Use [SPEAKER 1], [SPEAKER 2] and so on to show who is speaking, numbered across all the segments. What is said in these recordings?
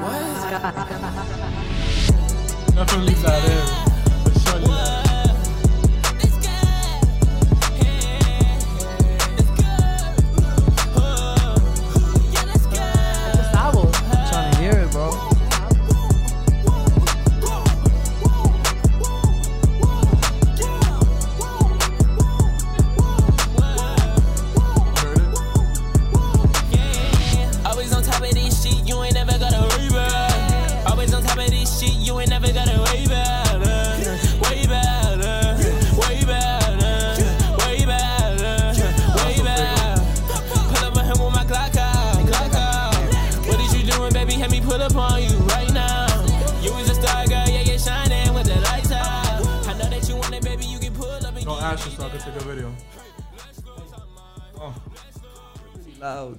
[SPEAKER 1] What?
[SPEAKER 2] Nothing leaves out in. But surely not.
[SPEAKER 1] Gustavo.
[SPEAKER 3] I'm trying to hear it, bro.
[SPEAKER 2] Heard it?
[SPEAKER 4] Always on top of this shit, you ain't never gotta worry about. Always on top of this shit, you ain't never gotta worry about. uh, Worry about, uh, worry about, uh, worry about, uh, worry about. Pull up on him with my Glock out, Glock out. What is you doing, baby? Have me pull up on you right now. You was a star girl, yeah, you're shining with the lights out. I know that you want it, baby. You can pull up and
[SPEAKER 2] Don't ask us, so I can take a video. Oh.
[SPEAKER 3] Loud.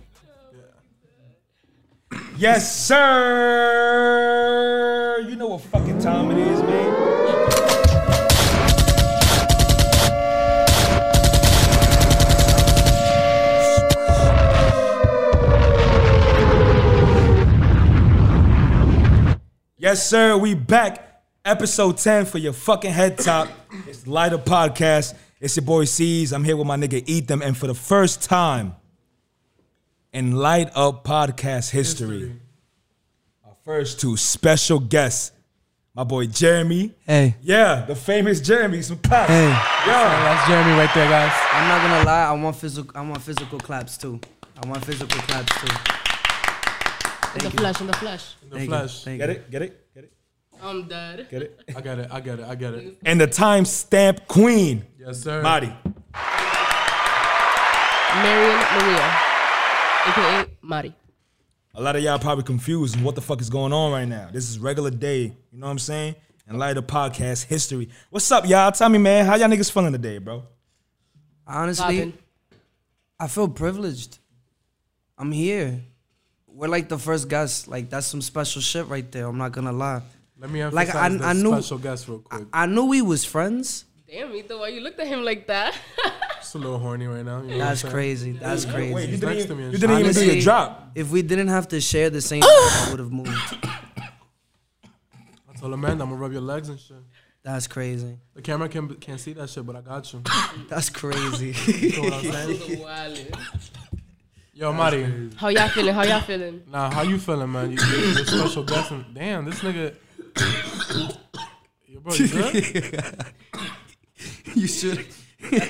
[SPEAKER 5] Yes, sir. You know what fucking time it is, man. Yes, sir. We back. Episode 10 for your fucking head top. It's Lighter Podcast. It's your boy C's. I'm here with my nigga Ethan. And for the first time in Light Up Podcast history first two special guests. My boy Jeremy.
[SPEAKER 3] Hey.
[SPEAKER 5] Yeah, the famous Jeremy. Some claps.
[SPEAKER 3] Hey.
[SPEAKER 5] Yeah.
[SPEAKER 6] That's Jeremy right there, guys.
[SPEAKER 3] I'm not gonna lie. I want physical. I want physical claps too. I want physical claps too.
[SPEAKER 1] In the
[SPEAKER 3] Thank you.
[SPEAKER 1] flesh, in the flesh.
[SPEAKER 2] In the
[SPEAKER 3] Thank you.
[SPEAKER 2] flesh.
[SPEAKER 3] Thank
[SPEAKER 5] Get
[SPEAKER 3] you.
[SPEAKER 5] it? Get it? Get it?
[SPEAKER 1] I'm dead.
[SPEAKER 5] Get it?
[SPEAKER 2] I got it. I got it. I got it.
[SPEAKER 5] and the timestamp queen,
[SPEAKER 2] Yes, sir.
[SPEAKER 5] Marty.
[SPEAKER 1] Marion Maria, aka Mari.
[SPEAKER 5] A lot of y'all probably confused on what the fuck is going on right now. This is regular day. You know what I'm saying? And light of podcast history. What's up, y'all? Tell me, man, how y'all niggas feeling today, bro?
[SPEAKER 3] Honestly,
[SPEAKER 1] Robin.
[SPEAKER 3] I feel privileged. I'm here. We're like the first guests. Like that's some special shit right there. I'm not gonna lie.
[SPEAKER 2] Let me
[SPEAKER 3] Like,
[SPEAKER 2] emphasize
[SPEAKER 3] I-
[SPEAKER 2] the
[SPEAKER 3] I knew-
[SPEAKER 2] special guest real quick.
[SPEAKER 3] I knew we was friends.
[SPEAKER 1] Damn, Ethan, why you looked at him like that?
[SPEAKER 2] Just a little horny right now. You know what I'm
[SPEAKER 3] That's
[SPEAKER 2] saying?
[SPEAKER 3] crazy. That's crazy.
[SPEAKER 5] Wait, you
[SPEAKER 2] He's
[SPEAKER 5] didn't,
[SPEAKER 2] next to
[SPEAKER 5] even,
[SPEAKER 2] me and
[SPEAKER 5] you didn't even do your
[SPEAKER 3] Honestly,
[SPEAKER 5] drop.
[SPEAKER 3] If we didn't have to share the same, I would have moved.
[SPEAKER 2] I told Amanda, I'm gonna rub your legs and shit.
[SPEAKER 3] That's crazy.
[SPEAKER 2] The camera can can't see that shit, but I got you.
[SPEAKER 3] That's crazy.
[SPEAKER 2] You know what I'm saying? Yo, Marty.
[SPEAKER 1] How y'all feeling? How y'all feeling?
[SPEAKER 2] Nah, how you feeling, man? You, you you're special guest. And, damn, this nigga. Yo, bro, you good?
[SPEAKER 3] you should.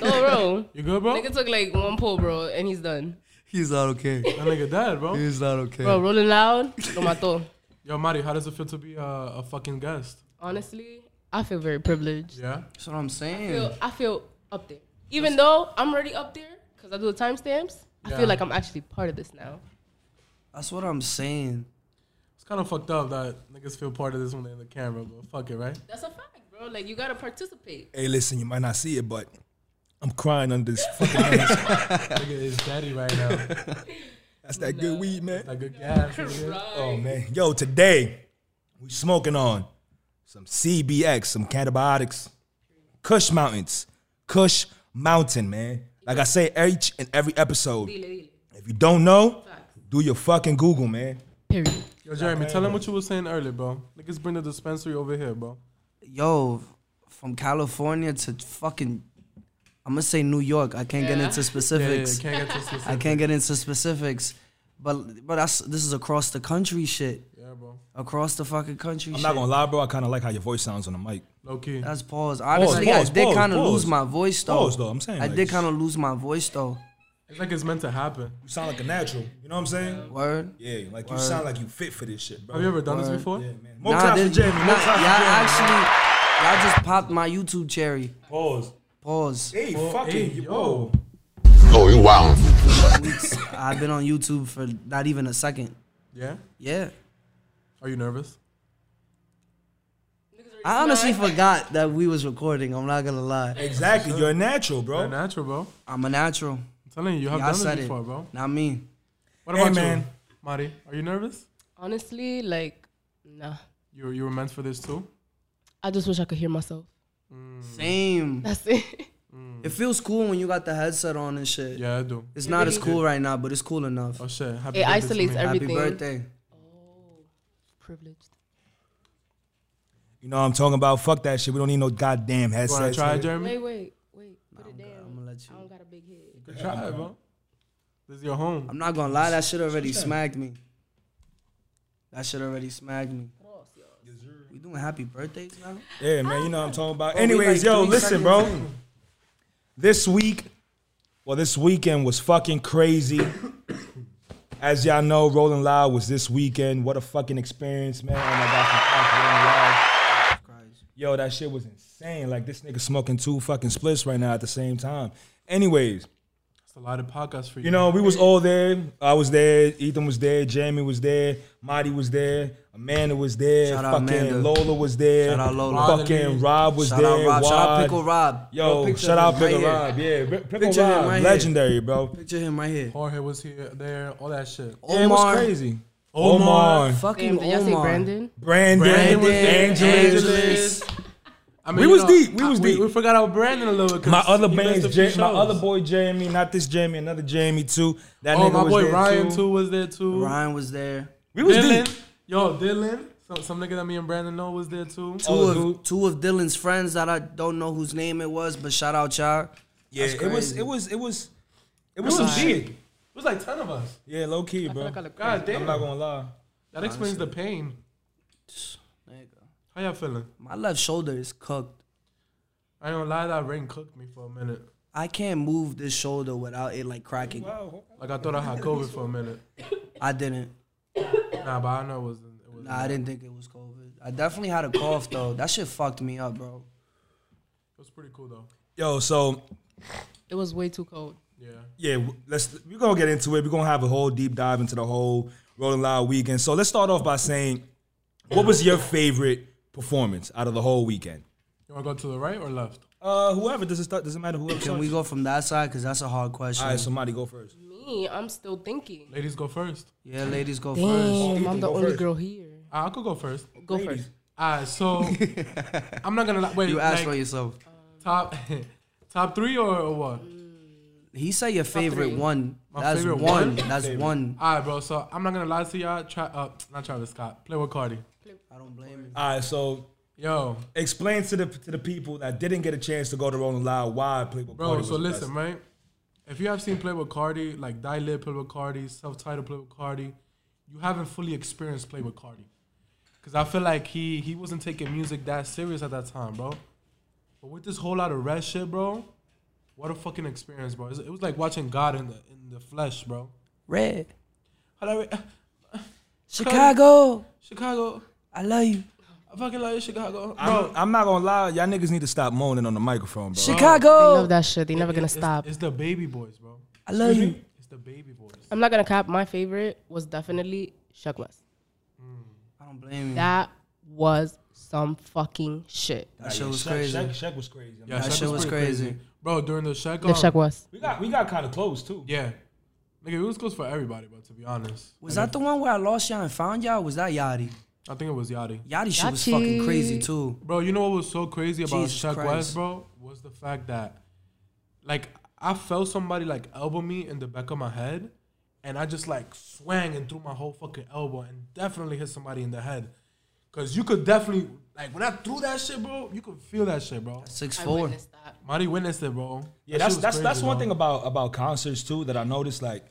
[SPEAKER 1] Oh, bro.
[SPEAKER 2] You good, bro?
[SPEAKER 1] Nigga took like one pull, bro, and he's done.
[SPEAKER 3] He's not okay.
[SPEAKER 2] That nigga dead, bro.
[SPEAKER 3] He's not okay.
[SPEAKER 1] Bro, rolling loud, lo mató.
[SPEAKER 2] Yo, Marty, how does it feel to be uh, a fucking guest?
[SPEAKER 1] Honestly, I feel very privileged.
[SPEAKER 2] Yeah.
[SPEAKER 3] That's what I'm saying.
[SPEAKER 1] I feel, I feel up there. Even though I'm already up there, because I do the timestamps, I
[SPEAKER 2] Yeah.
[SPEAKER 1] feel like I'm actually part of this now.
[SPEAKER 3] That's what I'm saying.
[SPEAKER 2] It's kind of fucked up that niggas feel part of this when they're in the camera, but fuck it, right?
[SPEAKER 1] That's a fact, bro. Like, you got to participate.
[SPEAKER 5] Hey, listen, you might not see it, but I'm crying under this fucking mask.
[SPEAKER 2] Nigga is daddy right now.
[SPEAKER 5] That's that good weed, man.
[SPEAKER 2] Like good gas. nigga.
[SPEAKER 5] Oh man, yo, today we smoking on some CBX, some cannabinoids, Kush Mountains, Kush Mountain, man. Like I say each and every episode. If you don't know, do your fucking Google, man.
[SPEAKER 1] Period.
[SPEAKER 2] Yo, Jeremy, tell him what you were saying earlier, bro. Niggas bring the dispensary over here, bro.
[SPEAKER 3] Yo, from California to fucking, I'm gonna say New York. I can't get
[SPEAKER 1] Yeah.
[SPEAKER 2] Yeah, yeah, yeah,
[SPEAKER 3] into specifics.
[SPEAKER 2] can't get to specific.
[SPEAKER 3] I can't get into specifics. But but that's this is across the country shit.
[SPEAKER 2] Yeah, bro.
[SPEAKER 3] Across the fucking country.
[SPEAKER 5] I'm
[SPEAKER 3] shit.
[SPEAKER 5] not gonna lie, bro. I kind of like how your voice sounds on the mic.
[SPEAKER 2] Low key.
[SPEAKER 3] That's pause. Honestly,
[SPEAKER 5] pause,
[SPEAKER 3] I did
[SPEAKER 5] pause,
[SPEAKER 3] kind of
[SPEAKER 5] pause.
[SPEAKER 3] lose my voice though.
[SPEAKER 5] Pause, though, I'm saying,
[SPEAKER 3] I
[SPEAKER 5] like,
[SPEAKER 3] did
[SPEAKER 5] sh-
[SPEAKER 3] kind of lose my voice though.
[SPEAKER 2] It's like it's meant to happen.
[SPEAKER 5] You sound like a natural. You know what I'm saying?
[SPEAKER 3] Word.
[SPEAKER 5] Yeah, like you sound like you fit for this shit, bro.
[SPEAKER 2] Have you ever done this
[SPEAKER 3] Word.
[SPEAKER 2] before?
[SPEAKER 5] Man, More
[SPEAKER 3] Nah,
[SPEAKER 5] claps
[SPEAKER 3] this-
[SPEAKER 5] for Jamie.
[SPEAKER 3] nah,
[SPEAKER 5] More claps for
[SPEAKER 3] y'all
[SPEAKER 5] Jamie.
[SPEAKER 3] actually, y'all just popped my YouTube cherry.
[SPEAKER 5] Pause.
[SPEAKER 3] Pause.
[SPEAKER 5] Hey,
[SPEAKER 2] Oh,
[SPEAKER 5] fucking
[SPEAKER 2] hey,
[SPEAKER 5] yo.
[SPEAKER 2] yo.
[SPEAKER 7] Oh, you wild.
[SPEAKER 3] I've been on YouTube for not even a second.
[SPEAKER 2] Yeah?
[SPEAKER 3] Yeah.
[SPEAKER 2] Are you nervous?
[SPEAKER 3] I honestly forgot that we was recording. I'm not gonna lie.
[SPEAKER 5] Exactly. You're a natural, bro.
[SPEAKER 2] You're natural, bro. I'm
[SPEAKER 3] I'm a natural.
[SPEAKER 2] telling you, you have
[SPEAKER 3] Yeah, I
[SPEAKER 2] done
[SPEAKER 3] said
[SPEAKER 2] this
[SPEAKER 3] it.
[SPEAKER 2] before, bro.
[SPEAKER 3] Not me.
[SPEAKER 2] What
[SPEAKER 5] Hey,
[SPEAKER 2] about you,
[SPEAKER 5] man.
[SPEAKER 2] Marty? Are you nervous?
[SPEAKER 1] Honestly, like, nah.
[SPEAKER 2] You you were meant for this too.
[SPEAKER 5] Mm.
[SPEAKER 1] I just wish I could hear myself.
[SPEAKER 3] Same.
[SPEAKER 1] That's it.
[SPEAKER 3] It feels cool when you got the headset on and shit.
[SPEAKER 2] Yeah, I do.
[SPEAKER 3] It's not as
[SPEAKER 1] really-
[SPEAKER 3] cool right now, but it's cool enough.
[SPEAKER 2] Oh shit! Happy
[SPEAKER 1] It
[SPEAKER 2] birthday to
[SPEAKER 1] isolates
[SPEAKER 2] me.
[SPEAKER 3] Happy
[SPEAKER 1] everything.
[SPEAKER 3] birthday.
[SPEAKER 1] Oh. Privileged.
[SPEAKER 5] You know what I'm talking about? Fuck that shit. We don't need no goddamn
[SPEAKER 2] You wanna
[SPEAKER 5] headset.
[SPEAKER 2] try, it,
[SPEAKER 1] Wait,
[SPEAKER 2] Jeremy?
[SPEAKER 1] wait, wait. Put it down.
[SPEAKER 3] I'm gonna let you.
[SPEAKER 1] I don't got a big head.
[SPEAKER 2] Try it, bro. This is your home.
[SPEAKER 3] I'm not gonna lie, that shit already smacked me. That shit already smacked me. We doing happy birthdays now?
[SPEAKER 5] Yeah, man, you know what I'm talking about.
[SPEAKER 3] Bro, we
[SPEAKER 5] Anyways,
[SPEAKER 3] like
[SPEAKER 5] yo,
[SPEAKER 3] three
[SPEAKER 5] listen,
[SPEAKER 3] seconds
[SPEAKER 5] bro.
[SPEAKER 3] in.
[SPEAKER 5] This week, well, this weekend was fucking crazy. As y'all know, Rolling Loud was this weekend. What a fucking experience, man. Oh my God, some fuck Rolling Loud.
[SPEAKER 3] Christ.
[SPEAKER 5] Yo, that shit was insane. Like, this nigga smoking two fucking splits right now at the same time. Anyways,
[SPEAKER 2] It's a lot of podcasts for you.
[SPEAKER 5] you know, we was all there. I was there. Ethan was there. Jamie was there. Marty was there. Amanda was there.
[SPEAKER 3] Shout out
[SPEAKER 5] fucking
[SPEAKER 3] Amanda.
[SPEAKER 5] Lola was there.
[SPEAKER 3] Shout out Lola.
[SPEAKER 5] Fucking Rob was
[SPEAKER 3] Shout
[SPEAKER 5] there.
[SPEAKER 3] out Rob. Shout out
[SPEAKER 5] Wad.
[SPEAKER 3] Pickle Rob. Bro,
[SPEAKER 5] Yo,
[SPEAKER 3] picture
[SPEAKER 5] shout out
[SPEAKER 3] him right
[SPEAKER 5] Pickle
[SPEAKER 3] here.
[SPEAKER 5] Rob. Yeah, Pi- Pickle
[SPEAKER 3] Picture him
[SPEAKER 5] Rob,
[SPEAKER 3] right here.
[SPEAKER 5] legendary, bro.
[SPEAKER 3] Picture him right here.
[SPEAKER 2] Jorge was here, there, all that shit.
[SPEAKER 5] Yeah, it was
[SPEAKER 3] Omar.
[SPEAKER 5] crazy.
[SPEAKER 2] Omar.
[SPEAKER 5] Omar,
[SPEAKER 3] Fucking
[SPEAKER 1] Damn, did y'all say
[SPEAKER 3] Omar.
[SPEAKER 1] Brandon?
[SPEAKER 5] Brandon,
[SPEAKER 2] Brandon was there.
[SPEAKER 5] Angeles.
[SPEAKER 2] Angeles. I mean,
[SPEAKER 5] We
[SPEAKER 2] you
[SPEAKER 5] was
[SPEAKER 2] know,
[SPEAKER 5] deep. We was
[SPEAKER 2] we,
[SPEAKER 5] deep.
[SPEAKER 2] We forgot about Brandon a little bit.
[SPEAKER 5] My other
[SPEAKER 2] man,
[SPEAKER 5] man's Ja- my other boy Jamie, not this Jamie, another Jamie too. That
[SPEAKER 2] Oh,
[SPEAKER 5] nigga
[SPEAKER 2] my
[SPEAKER 5] was
[SPEAKER 2] boy
[SPEAKER 5] there
[SPEAKER 2] Ryan too was there too.
[SPEAKER 3] Ryan was there.
[SPEAKER 5] We was
[SPEAKER 2] Dylan.
[SPEAKER 5] deep.
[SPEAKER 2] Yo, Dylan. Some, some nigga that me and Brandon know was there too.
[SPEAKER 3] Two
[SPEAKER 5] Oh,
[SPEAKER 3] of
[SPEAKER 5] dude.
[SPEAKER 3] two of Dylan's friends that I don't know whose name it was, but shout out y'all.
[SPEAKER 5] Yeah,
[SPEAKER 3] That's
[SPEAKER 5] it was
[SPEAKER 3] crazy.
[SPEAKER 5] it was it was it was some
[SPEAKER 2] was
[SPEAKER 5] shit.
[SPEAKER 2] It was like 10 of us.
[SPEAKER 5] Yeah, low key, bro.
[SPEAKER 1] Like I look
[SPEAKER 2] God damn.
[SPEAKER 5] I'm not gonna lie.
[SPEAKER 2] that explains the pain.
[SPEAKER 3] There you go.
[SPEAKER 2] How y'all feeling?
[SPEAKER 3] My left shoulder is cooked.
[SPEAKER 2] I ain't gonna lie, that rain cooked me for a minute.
[SPEAKER 3] I can't move this shoulder without it like cracking.
[SPEAKER 2] Like I thought I had COVID for a minute.
[SPEAKER 3] I didn't.
[SPEAKER 2] Nah, but I know it was. It was
[SPEAKER 3] Nah, I didn't think it was COVID. I definitely had a cough though. That shit fucked me up, bro.
[SPEAKER 2] It was pretty cool though.
[SPEAKER 5] Yo, so
[SPEAKER 1] It was way too cold.
[SPEAKER 2] Yeah.
[SPEAKER 5] yeah, w- let's we're gonna get into it. We're gonna have a whole deep dive into the whole Rolling Loud weekend. So let's start off by saying, what was your favorite performance out of the whole weekend?
[SPEAKER 2] You wanna go to the right or left?
[SPEAKER 5] Uh, whoever doesn't start doesn't matter whoever.
[SPEAKER 3] Can
[SPEAKER 5] starts.
[SPEAKER 3] we go from that side? Cause that's a hard question.
[SPEAKER 5] All right, somebody go first.
[SPEAKER 1] Me, I'm still thinking.
[SPEAKER 2] Ladies go first.
[SPEAKER 3] yeah, ladies go first.
[SPEAKER 1] Damn, I'm the
[SPEAKER 5] go
[SPEAKER 1] only
[SPEAKER 5] first.
[SPEAKER 1] girl here.
[SPEAKER 2] Uh, I could go first.
[SPEAKER 1] Go first.
[SPEAKER 2] Alright, so I'm not gonna lie. wait.
[SPEAKER 3] You asked
[SPEAKER 2] like,
[SPEAKER 3] for yourself.
[SPEAKER 2] top top three or, or what?
[SPEAKER 3] He said your favorite
[SPEAKER 1] three.
[SPEAKER 3] one. That's
[SPEAKER 2] favorite
[SPEAKER 3] one.
[SPEAKER 2] one?
[SPEAKER 3] That's one.
[SPEAKER 2] Alright, bro. So I'm not gonna lie to y'all. Tra- uh, not Travis Scott. Play with Cardi.
[SPEAKER 3] I don't blame you.
[SPEAKER 5] All right, so
[SPEAKER 2] Yo,
[SPEAKER 5] explain to the to the people that didn't get a chance to go to Rolling Loud why Playboy
[SPEAKER 2] bro.
[SPEAKER 5] Carti
[SPEAKER 2] so
[SPEAKER 5] was the
[SPEAKER 2] listen,
[SPEAKER 5] best.
[SPEAKER 2] right? If you have seen Play with Cardi, like Die Live Play with Cardi, Self Titled Play with Cardi, you haven't fully experienced Play with Cardi. Cause I feel like he he wasn't taking music that serious at that time, bro. But with this whole lot of red shit, bro, what a fucking experience, bro. It was like watching God in the in the flesh, bro.
[SPEAKER 3] Red.
[SPEAKER 2] Hello,
[SPEAKER 3] Chicago.
[SPEAKER 2] Chicago.
[SPEAKER 3] I love you.
[SPEAKER 2] I fucking love you, Chicago.
[SPEAKER 5] I'm, I'm not gonna lie, y'all niggas need to stop moaning on the microphone, bro.
[SPEAKER 1] They
[SPEAKER 3] Chicago.
[SPEAKER 1] love that shit. They never gonna
[SPEAKER 2] It's-
[SPEAKER 1] stop.
[SPEAKER 2] It's the baby boys, bro.
[SPEAKER 3] I love you.
[SPEAKER 2] It's the baby boys.
[SPEAKER 1] I'm not gonna cap. My favorite was definitely Shugmas.
[SPEAKER 3] I don't blame you. That,
[SPEAKER 1] That was some fucking shit.
[SPEAKER 3] shit was
[SPEAKER 5] Shaq-
[SPEAKER 3] crazy.
[SPEAKER 5] Shaq, Shaq was crazy.
[SPEAKER 2] Yeah,
[SPEAKER 3] That
[SPEAKER 2] Shaq
[SPEAKER 3] shit was
[SPEAKER 2] pretty
[SPEAKER 3] crazy.
[SPEAKER 2] bro. During the Shaq, um,
[SPEAKER 1] The Shug was.
[SPEAKER 5] We got we got kind of close too.
[SPEAKER 2] Yeah. Nigga, it was close for everybody, bro, to be honest.
[SPEAKER 3] Was that the one where I lost y'all and found y'all? Was that Yachty?
[SPEAKER 2] I think it was Yachty.
[SPEAKER 3] Yachty shit was
[SPEAKER 1] Yachty.
[SPEAKER 3] fucking crazy too.
[SPEAKER 2] Bro, you know what was so crazy about
[SPEAKER 3] Jesus
[SPEAKER 2] Shaq
[SPEAKER 3] Christ.
[SPEAKER 2] West, bro? Was the fact that, like, I felt somebody, like, elbow me in the back of my head, and I just, like, swang and threw my whole fucking elbow and definitely hit somebody in the head. Because you could definitely, like, when I threw that shit, bro, you could feel that shit, bro.
[SPEAKER 3] Six
[SPEAKER 1] I
[SPEAKER 3] four.
[SPEAKER 1] witnessed that.
[SPEAKER 2] Marty witnessed it, bro. That
[SPEAKER 5] Yeah, that's
[SPEAKER 2] shit was
[SPEAKER 5] that's that's
[SPEAKER 2] crazy,
[SPEAKER 5] one
[SPEAKER 2] bro.
[SPEAKER 5] thing about about concerts too that I noticed. Like,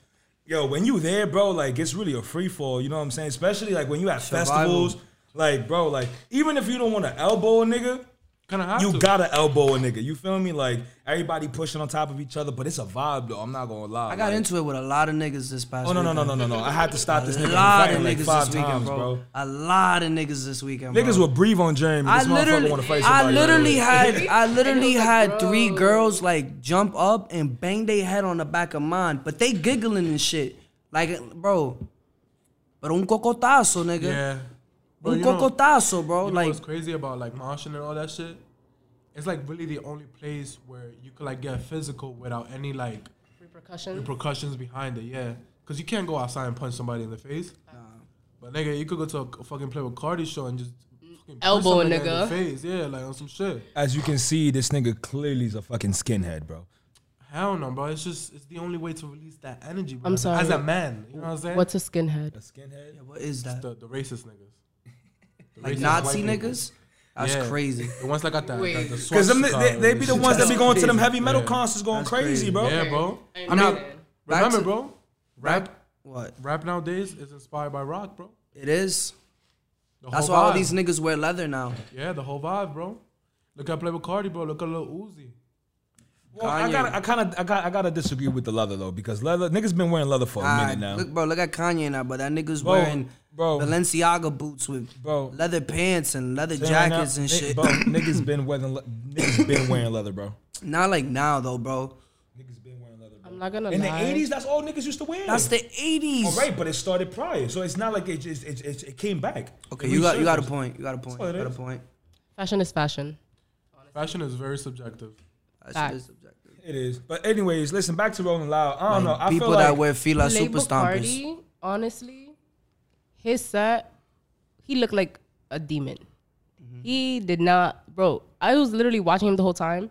[SPEAKER 5] yo, when you there, bro, like it's really a free fall. You know what I'm saying? Especially like when you at
[SPEAKER 3] Survival.
[SPEAKER 5] festivals, like, bro, like even if you don't want to elbow a nigga,
[SPEAKER 2] Kinda have
[SPEAKER 5] you
[SPEAKER 2] to.
[SPEAKER 5] gotta elbow a nigga. You feel me? Like everybody pushing on top of each other, but it's a vibe though. I'm not gonna lie.
[SPEAKER 3] I got
[SPEAKER 5] like,
[SPEAKER 3] into it with a lot of niggas this past.
[SPEAKER 5] Oh no no no
[SPEAKER 3] weekend.
[SPEAKER 5] no no no! I had to stop this
[SPEAKER 3] A
[SPEAKER 5] nigga
[SPEAKER 3] lot of
[SPEAKER 5] from fighting like
[SPEAKER 3] niggas
[SPEAKER 5] five
[SPEAKER 3] this weekend,
[SPEAKER 5] times,
[SPEAKER 3] bro.
[SPEAKER 5] bro.
[SPEAKER 3] A lot of niggas this weekend, bro.
[SPEAKER 5] Niggas will breathe on Jeremy.
[SPEAKER 3] I
[SPEAKER 5] This motherfucker want
[SPEAKER 3] literally,
[SPEAKER 5] to fight
[SPEAKER 3] I
[SPEAKER 5] somebody.
[SPEAKER 3] literally had, I
[SPEAKER 1] And
[SPEAKER 3] literally
[SPEAKER 1] he was
[SPEAKER 3] had
[SPEAKER 1] like,
[SPEAKER 3] three
[SPEAKER 1] "Bro."
[SPEAKER 3] girls like jump up and bang their head on the back of mine, but they giggling and shit, like, bro. But un cocotazo, nigga.
[SPEAKER 2] Yeah. Bro,
[SPEAKER 3] un
[SPEAKER 2] you know-
[SPEAKER 3] cocotazo, bro.
[SPEAKER 2] You know
[SPEAKER 3] like,
[SPEAKER 2] what's crazy about like moshing and all that shit? It's like really the only place where you could like get physical without any like
[SPEAKER 1] Repercussions.
[SPEAKER 2] repercussions behind it. Yeah, because you can't go outside and punch somebody in the face. But nigga, you could go to a fucking play with Cardi show and just fucking punch
[SPEAKER 1] Elbow a
[SPEAKER 2] that nigga in
[SPEAKER 1] nigga.
[SPEAKER 2] the face. Yeah, like on some shit.
[SPEAKER 5] As you can see, this nigga clearly is a fucking skinhead, bro.
[SPEAKER 2] Hell no, bro. It's just it's the only way to release that energy. Bro.
[SPEAKER 1] I'm
[SPEAKER 2] As a-
[SPEAKER 1] sorry.
[SPEAKER 2] As a man, you know what I'm saying?
[SPEAKER 1] What's a skinhead?
[SPEAKER 5] skinhead?
[SPEAKER 3] What is that?
[SPEAKER 2] the, the racist niggas? The
[SPEAKER 3] Like
[SPEAKER 2] racist
[SPEAKER 3] Nazi
[SPEAKER 2] white people.
[SPEAKER 3] niggas? That's
[SPEAKER 2] Yeah.
[SPEAKER 3] crazy.
[SPEAKER 2] The ones that got that,
[SPEAKER 1] Wait.
[SPEAKER 2] that the
[SPEAKER 5] Because they,
[SPEAKER 2] swastika
[SPEAKER 5] they be the
[SPEAKER 2] and
[SPEAKER 5] ones
[SPEAKER 2] shit.
[SPEAKER 5] that be going to them heavy metal
[SPEAKER 2] Yeah.
[SPEAKER 5] concerts going
[SPEAKER 3] That's
[SPEAKER 5] crazy,
[SPEAKER 3] crazy.
[SPEAKER 5] bro.
[SPEAKER 2] Yeah, bro.
[SPEAKER 1] I
[SPEAKER 2] I mean,
[SPEAKER 1] understand.
[SPEAKER 3] Back
[SPEAKER 2] remember,
[SPEAKER 3] to-
[SPEAKER 2] bro. Rap,
[SPEAKER 3] What?
[SPEAKER 2] rap nowadays is inspired by rock, bro.
[SPEAKER 3] It is.
[SPEAKER 2] The
[SPEAKER 3] That's
[SPEAKER 2] whole
[SPEAKER 3] why all
[SPEAKER 2] vibe.
[SPEAKER 3] these niggas wear leather now.
[SPEAKER 2] Yeah, the whole vibe, bro. Look at Playboy Cardi, bro. Look at Lil Uzi.
[SPEAKER 5] Well, I
[SPEAKER 3] Kanye.
[SPEAKER 5] gotta, I kind of, I got, I gotta disagree with the leather though, because leather niggas been wearing leather for a
[SPEAKER 3] Ah,
[SPEAKER 5] minute now.
[SPEAKER 3] Look, bro, look at Kanye now, but that nigga's
[SPEAKER 5] Bro,
[SPEAKER 3] wearing
[SPEAKER 5] bro.
[SPEAKER 3] Balenciaga boots with
[SPEAKER 5] Bro.
[SPEAKER 3] leather pants and leather
[SPEAKER 5] Saying right now,
[SPEAKER 3] jackets and
[SPEAKER 5] ni-
[SPEAKER 3] shit.
[SPEAKER 5] Bro, niggas been wearing, le- niggas been wearing leather, bro.
[SPEAKER 3] Not like now though, bro.
[SPEAKER 5] Niggas been wearing leather, bro.
[SPEAKER 1] I'm not gonna
[SPEAKER 5] In
[SPEAKER 1] lie.
[SPEAKER 5] the '80s, that's all niggas used to wear.
[SPEAKER 3] That's the '80s.
[SPEAKER 5] all right, but it started prior, so it's not like it, just it, it, it came back.
[SPEAKER 3] Okay,
[SPEAKER 5] It
[SPEAKER 3] you got you got a
[SPEAKER 5] resurfaced.
[SPEAKER 3] point. You got a point.
[SPEAKER 5] what
[SPEAKER 3] You
[SPEAKER 5] it
[SPEAKER 3] got a
[SPEAKER 5] is.
[SPEAKER 3] point.
[SPEAKER 1] Fashion is fashion.
[SPEAKER 2] Fashion is very subjective.
[SPEAKER 3] That
[SPEAKER 1] Fact.
[SPEAKER 3] shit is subjective.
[SPEAKER 5] It is, but anyways, listen back to Rolling Loud. I don't know. I
[SPEAKER 3] People
[SPEAKER 5] feel
[SPEAKER 3] that
[SPEAKER 5] like
[SPEAKER 3] wear Fila super
[SPEAKER 1] Label
[SPEAKER 3] stompers.
[SPEAKER 1] Cardi, honestly, his set, he looked like a demon.
[SPEAKER 2] Mm-hmm.
[SPEAKER 1] He did not, bro. I was literally watching him the whole time.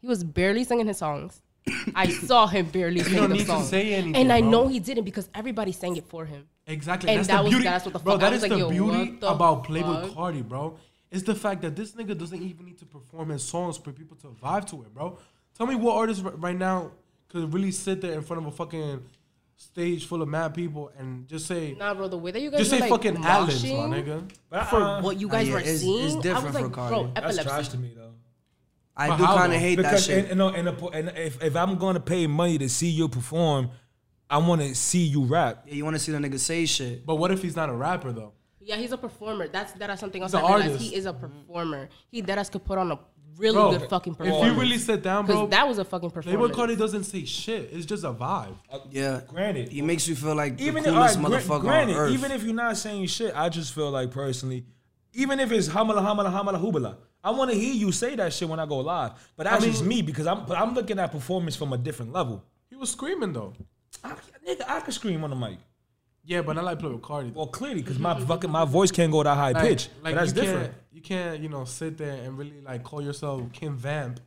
[SPEAKER 1] He was barely singing his songs. I saw him barely singing
[SPEAKER 2] don't
[SPEAKER 1] the
[SPEAKER 2] need to
[SPEAKER 1] songs.
[SPEAKER 2] say anything,
[SPEAKER 1] and I
[SPEAKER 2] bro.
[SPEAKER 1] know he didn't because everybody sang it for him.
[SPEAKER 2] Exactly.
[SPEAKER 1] And
[SPEAKER 2] that's
[SPEAKER 1] that
[SPEAKER 2] the
[SPEAKER 1] was-
[SPEAKER 2] beauty.
[SPEAKER 1] that's what the
[SPEAKER 2] bro,
[SPEAKER 1] fuck- I
[SPEAKER 2] that
[SPEAKER 1] was
[SPEAKER 2] is
[SPEAKER 1] like,
[SPEAKER 2] the
[SPEAKER 1] yo,
[SPEAKER 2] beauty
[SPEAKER 1] what the
[SPEAKER 2] about Playboy
[SPEAKER 1] fuck?
[SPEAKER 2] Cardi, bro. It's the fact that this nigga doesn't even need to perform his songs for people to vibe to it, bro. Tell me what artist r- right now could really sit there in front of a fucking stage full of mad people and just say,
[SPEAKER 1] Nah, bro, the way that you guys
[SPEAKER 2] just
[SPEAKER 1] were,
[SPEAKER 2] say
[SPEAKER 1] like,
[SPEAKER 2] fucking Adlibs, my
[SPEAKER 1] moshing,
[SPEAKER 2] nigga.
[SPEAKER 5] But,
[SPEAKER 2] For-
[SPEAKER 5] uh,
[SPEAKER 1] What you guys
[SPEAKER 3] yeah,
[SPEAKER 1] were
[SPEAKER 3] it's- it's
[SPEAKER 1] seeing, I
[SPEAKER 3] different
[SPEAKER 1] was
[SPEAKER 3] for
[SPEAKER 1] like,
[SPEAKER 3] Cardi.
[SPEAKER 1] bro,
[SPEAKER 5] that's trash
[SPEAKER 1] epilepsy.
[SPEAKER 5] to me though.
[SPEAKER 3] I
[SPEAKER 2] But
[SPEAKER 3] do
[SPEAKER 2] how,
[SPEAKER 3] kind
[SPEAKER 2] though?
[SPEAKER 3] of hate that
[SPEAKER 5] Because
[SPEAKER 3] shit.
[SPEAKER 5] and, no, and, a- and if, if I'm gonna pay money to see you perform, I want to see you rap.
[SPEAKER 3] Yeah, you want to see the nigga say shit.
[SPEAKER 2] But what if he's not a rapper though?
[SPEAKER 1] Yeah, he's a performer. That's that is something else.
[SPEAKER 2] He's
[SPEAKER 1] I
[SPEAKER 2] an
[SPEAKER 1] realized
[SPEAKER 2] artist.
[SPEAKER 1] he is a performer. He that us could put on a really
[SPEAKER 2] Bro,
[SPEAKER 1] good fucking
[SPEAKER 2] if
[SPEAKER 1] performance.
[SPEAKER 2] you really sit down,
[SPEAKER 1] because
[SPEAKER 2] bro,
[SPEAKER 1] that was a fucking
[SPEAKER 2] Playboy
[SPEAKER 1] performance.
[SPEAKER 2] Cardi doesn't say shit. It's just a vibe.
[SPEAKER 3] Yeah,
[SPEAKER 5] Granted,
[SPEAKER 3] he makes you feel like
[SPEAKER 5] even
[SPEAKER 3] the
[SPEAKER 5] if, all right,
[SPEAKER 3] coolest
[SPEAKER 5] gra-
[SPEAKER 3] motherfucker
[SPEAKER 5] granted,
[SPEAKER 3] on earth.
[SPEAKER 5] even if you're not saying shit, I just feel like personally, even if it's hamala hamala hamala hubala, I want to hear you say that shit when I go live. But that's just me because I'm but I'm looking at performance from a different level.
[SPEAKER 2] He was screaming though.
[SPEAKER 5] I, nigga, I could scream on the mic.
[SPEAKER 2] Yeah, but not like Playboy Cardi. Though.
[SPEAKER 5] Well, clearly, because my fucking my voice can't go that high
[SPEAKER 2] like,
[SPEAKER 5] pitch.
[SPEAKER 2] Like
[SPEAKER 5] but that's
[SPEAKER 2] you
[SPEAKER 5] different.
[SPEAKER 2] Can't, you can't, you know, sit there and really like call yourself Kim Vamp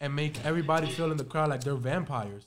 [SPEAKER 2] and make everybody feel in the crowd like they're vampires.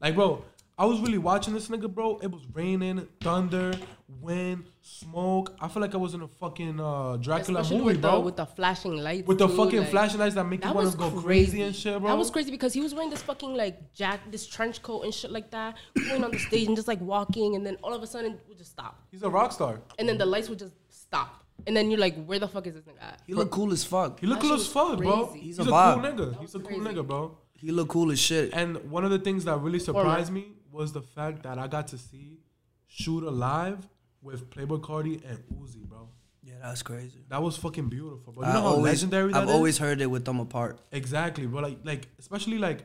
[SPEAKER 2] Like, bro, I was really watching this nigga, bro. It was raining, thunder, wind, smoke. I feel like I was in a fucking uh, Dracula
[SPEAKER 1] Especially
[SPEAKER 2] movie,
[SPEAKER 1] with
[SPEAKER 2] bro.
[SPEAKER 1] the, with the flashing lights,
[SPEAKER 2] With the
[SPEAKER 1] too,
[SPEAKER 2] fucking
[SPEAKER 1] like,
[SPEAKER 2] flashing lights that make you
[SPEAKER 1] That
[SPEAKER 2] want
[SPEAKER 1] was
[SPEAKER 2] to go
[SPEAKER 1] crazy.
[SPEAKER 2] crazy and shit, bro.
[SPEAKER 1] That was crazy because he was wearing this fucking like jack, this trench coat and shit like that, going on the stage and just like walking, and then all of a sudden it would just stop,
[SPEAKER 2] He's a rock star.
[SPEAKER 1] and then the lights would just stop, and then you're like, where the fuck is this nigga at?
[SPEAKER 3] he look cool as fuck.
[SPEAKER 2] He look
[SPEAKER 1] That
[SPEAKER 2] cool
[SPEAKER 1] shit
[SPEAKER 2] as fuck,
[SPEAKER 1] was
[SPEAKER 2] bro.
[SPEAKER 1] crazy.
[SPEAKER 2] He's,
[SPEAKER 3] He's
[SPEAKER 2] a,
[SPEAKER 3] a
[SPEAKER 2] cool
[SPEAKER 3] vibe.
[SPEAKER 2] nigga. He's a cool
[SPEAKER 1] crazy.
[SPEAKER 2] nigga, bro.
[SPEAKER 3] He look cool as shit.
[SPEAKER 2] And one of the things that really surprised
[SPEAKER 1] Format.
[SPEAKER 2] me was the fact that I got to see shoot alive with Playboy Cardi and Uzi, bro.
[SPEAKER 3] Yeah, that's crazy.
[SPEAKER 2] That was fucking beautiful, bro. You
[SPEAKER 3] I
[SPEAKER 2] know how
[SPEAKER 3] always-
[SPEAKER 2] legendary that
[SPEAKER 3] I've
[SPEAKER 2] is?
[SPEAKER 3] always heard it with them apart.
[SPEAKER 2] exactly, bro. Like, like especially like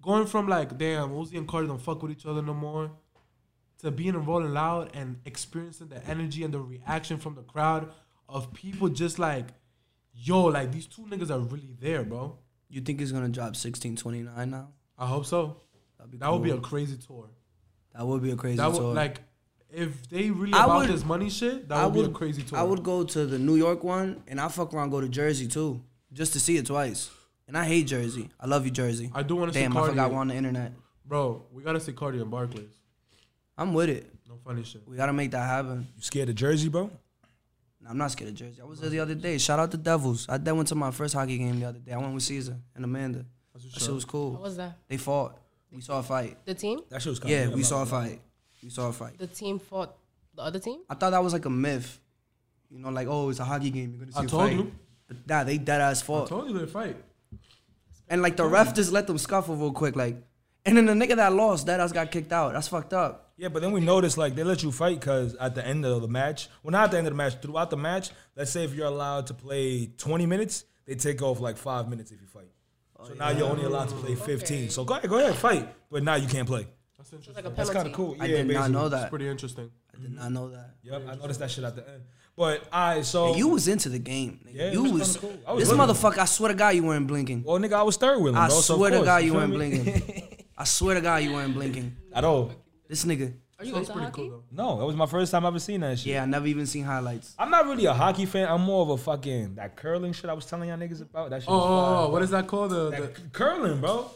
[SPEAKER 2] going from like damn Uzi and Cardi don't fuck with each other no more, to being in Rolling Loud and experiencing the energy and the reaction from the crowd of people just like, yo, like these two niggas are really there, bro.
[SPEAKER 3] You think he's gonna drop sixteen twenty nine now?
[SPEAKER 2] I hope so.
[SPEAKER 3] That'd be
[SPEAKER 2] That would be
[SPEAKER 3] cool.
[SPEAKER 2] a crazy tour.
[SPEAKER 3] that would be a crazy
[SPEAKER 2] That would
[SPEAKER 3] tour.
[SPEAKER 2] like if they really
[SPEAKER 3] I
[SPEAKER 2] about
[SPEAKER 3] would-
[SPEAKER 2] this money shit, that
[SPEAKER 3] I
[SPEAKER 2] would, be a crazy tour.
[SPEAKER 3] I would go to the New York one, and I fuck around go to Jersey too, just to see it twice. And I hate Jersey. I love you, Jersey.
[SPEAKER 2] I do wanna see
[SPEAKER 3] Damn, I
[SPEAKER 2] Cardi.
[SPEAKER 3] forgot we're on the internet.
[SPEAKER 2] Bro, we gotta see Cardi and Barclays.
[SPEAKER 3] I'm with it.
[SPEAKER 2] No funny shit.
[SPEAKER 3] We gotta make that happen.
[SPEAKER 5] You scared of Jersey, bro?
[SPEAKER 3] Nah, I'm not scared of Jersey. I was there the other day. Shout out the Devils. I then went to my first hockey game the other day. I went with Caesar and Amanda. That shit was
[SPEAKER 1] What
[SPEAKER 3] cool.
[SPEAKER 1] was that?
[SPEAKER 3] They fought. We saw a fight.
[SPEAKER 1] The team?
[SPEAKER 5] That shit was kind
[SPEAKER 3] Yeah, we saw a fight. We saw a fight.
[SPEAKER 1] The team fought the other team.
[SPEAKER 3] I thought that was like a myth. You know, like, oh, it's a hockey game. You're going to see
[SPEAKER 2] I
[SPEAKER 3] a
[SPEAKER 2] told
[SPEAKER 3] fight.
[SPEAKER 2] you.
[SPEAKER 3] But nah, they dead ass
[SPEAKER 2] I
[SPEAKER 3] fought.
[SPEAKER 2] told you they fight.
[SPEAKER 3] And like the ref just let them scuffle real quick, like. And then the nigga that lost, that ass got kicked out. That's fucked up.
[SPEAKER 5] Yeah, but then we noticed like they let you fight because at the end of the match, well, not at the end of the match, throughout the match, let's say if you're allowed to play 20 minutes, they take off like five minutes if you fight.
[SPEAKER 3] Oh,
[SPEAKER 5] So now you're only allowed to play 15. So go ahead, go ahead, fight. But now you can't play.
[SPEAKER 2] That's interesting.
[SPEAKER 1] Like a
[SPEAKER 5] That's kind
[SPEAKER 1] penalty.
[SPEAKER 5] of cool. Yeah,
[SPEAKER 3] I did not
[SPEAKER 5] basically.
[SPEAKER 3] know
[SPEAKER 2] It's
[SPEAKER 3] that.
[SPEAKER 2] pretty interesting.
[SPEAKER 3] I did not know that.
[SPEAKER 5] Yep, I noticed that shit at the end. But I so
[SPEAKER 3] And you was into the game. Nigga.
[SPEAKER 5] Yeah, it
[SPEAKER 3] you
[SPEAKER 5] was
[SPEAKER 3] was,
[SPEAKER 5] kinda cool. I was
[SPEAKER 3] this
[SPEAKER 5] looking.
[SPEAKER 3] motherfucker. I swear to God, you weren't blinking.
[SPEAKER 5] well, nigga, I was third wheeling,
[SPEAKER 3] I
[SPEAKER 5] bro. so of
[SPEAKER 3] swear to
[SPEAKER 5] course,
[SPEAKER 3] God, you
[SPEAKER 5] feel
[SPEAKER 3] weren't
[SPEAKER 5] me?
[SPEAKER 3] blinking. I swear to God, you weren't blinking.
[SPEAKER 5] at all.
[SPEAKER 3] This nigga.
[SPEAKER 1] Are Are you
[SPEAKER 2] Sounds
[SPEAKER 1] into
[SPEAKER 2] pretty
[SPEAKER 1] hockey?
[SPEAKER 2] cool
[SPEAKER 5] No, that was my first time I ever seen that shit.
[SPEAKER 3] Yeah, I never even seen highlights.
[SPEAKER 5] I'm not really a hockey fan. I'm more of a fucking that curling shit I was telling y'all niggas about. That shit.
[SPEAKER 2] though. Oh, oh, oh, what is that called? The,
[SPEAKER 5] that
[SPEAKER 2] the,
[SPEAKER 3] oh.
[SPEAKER 5] c- curling, bro?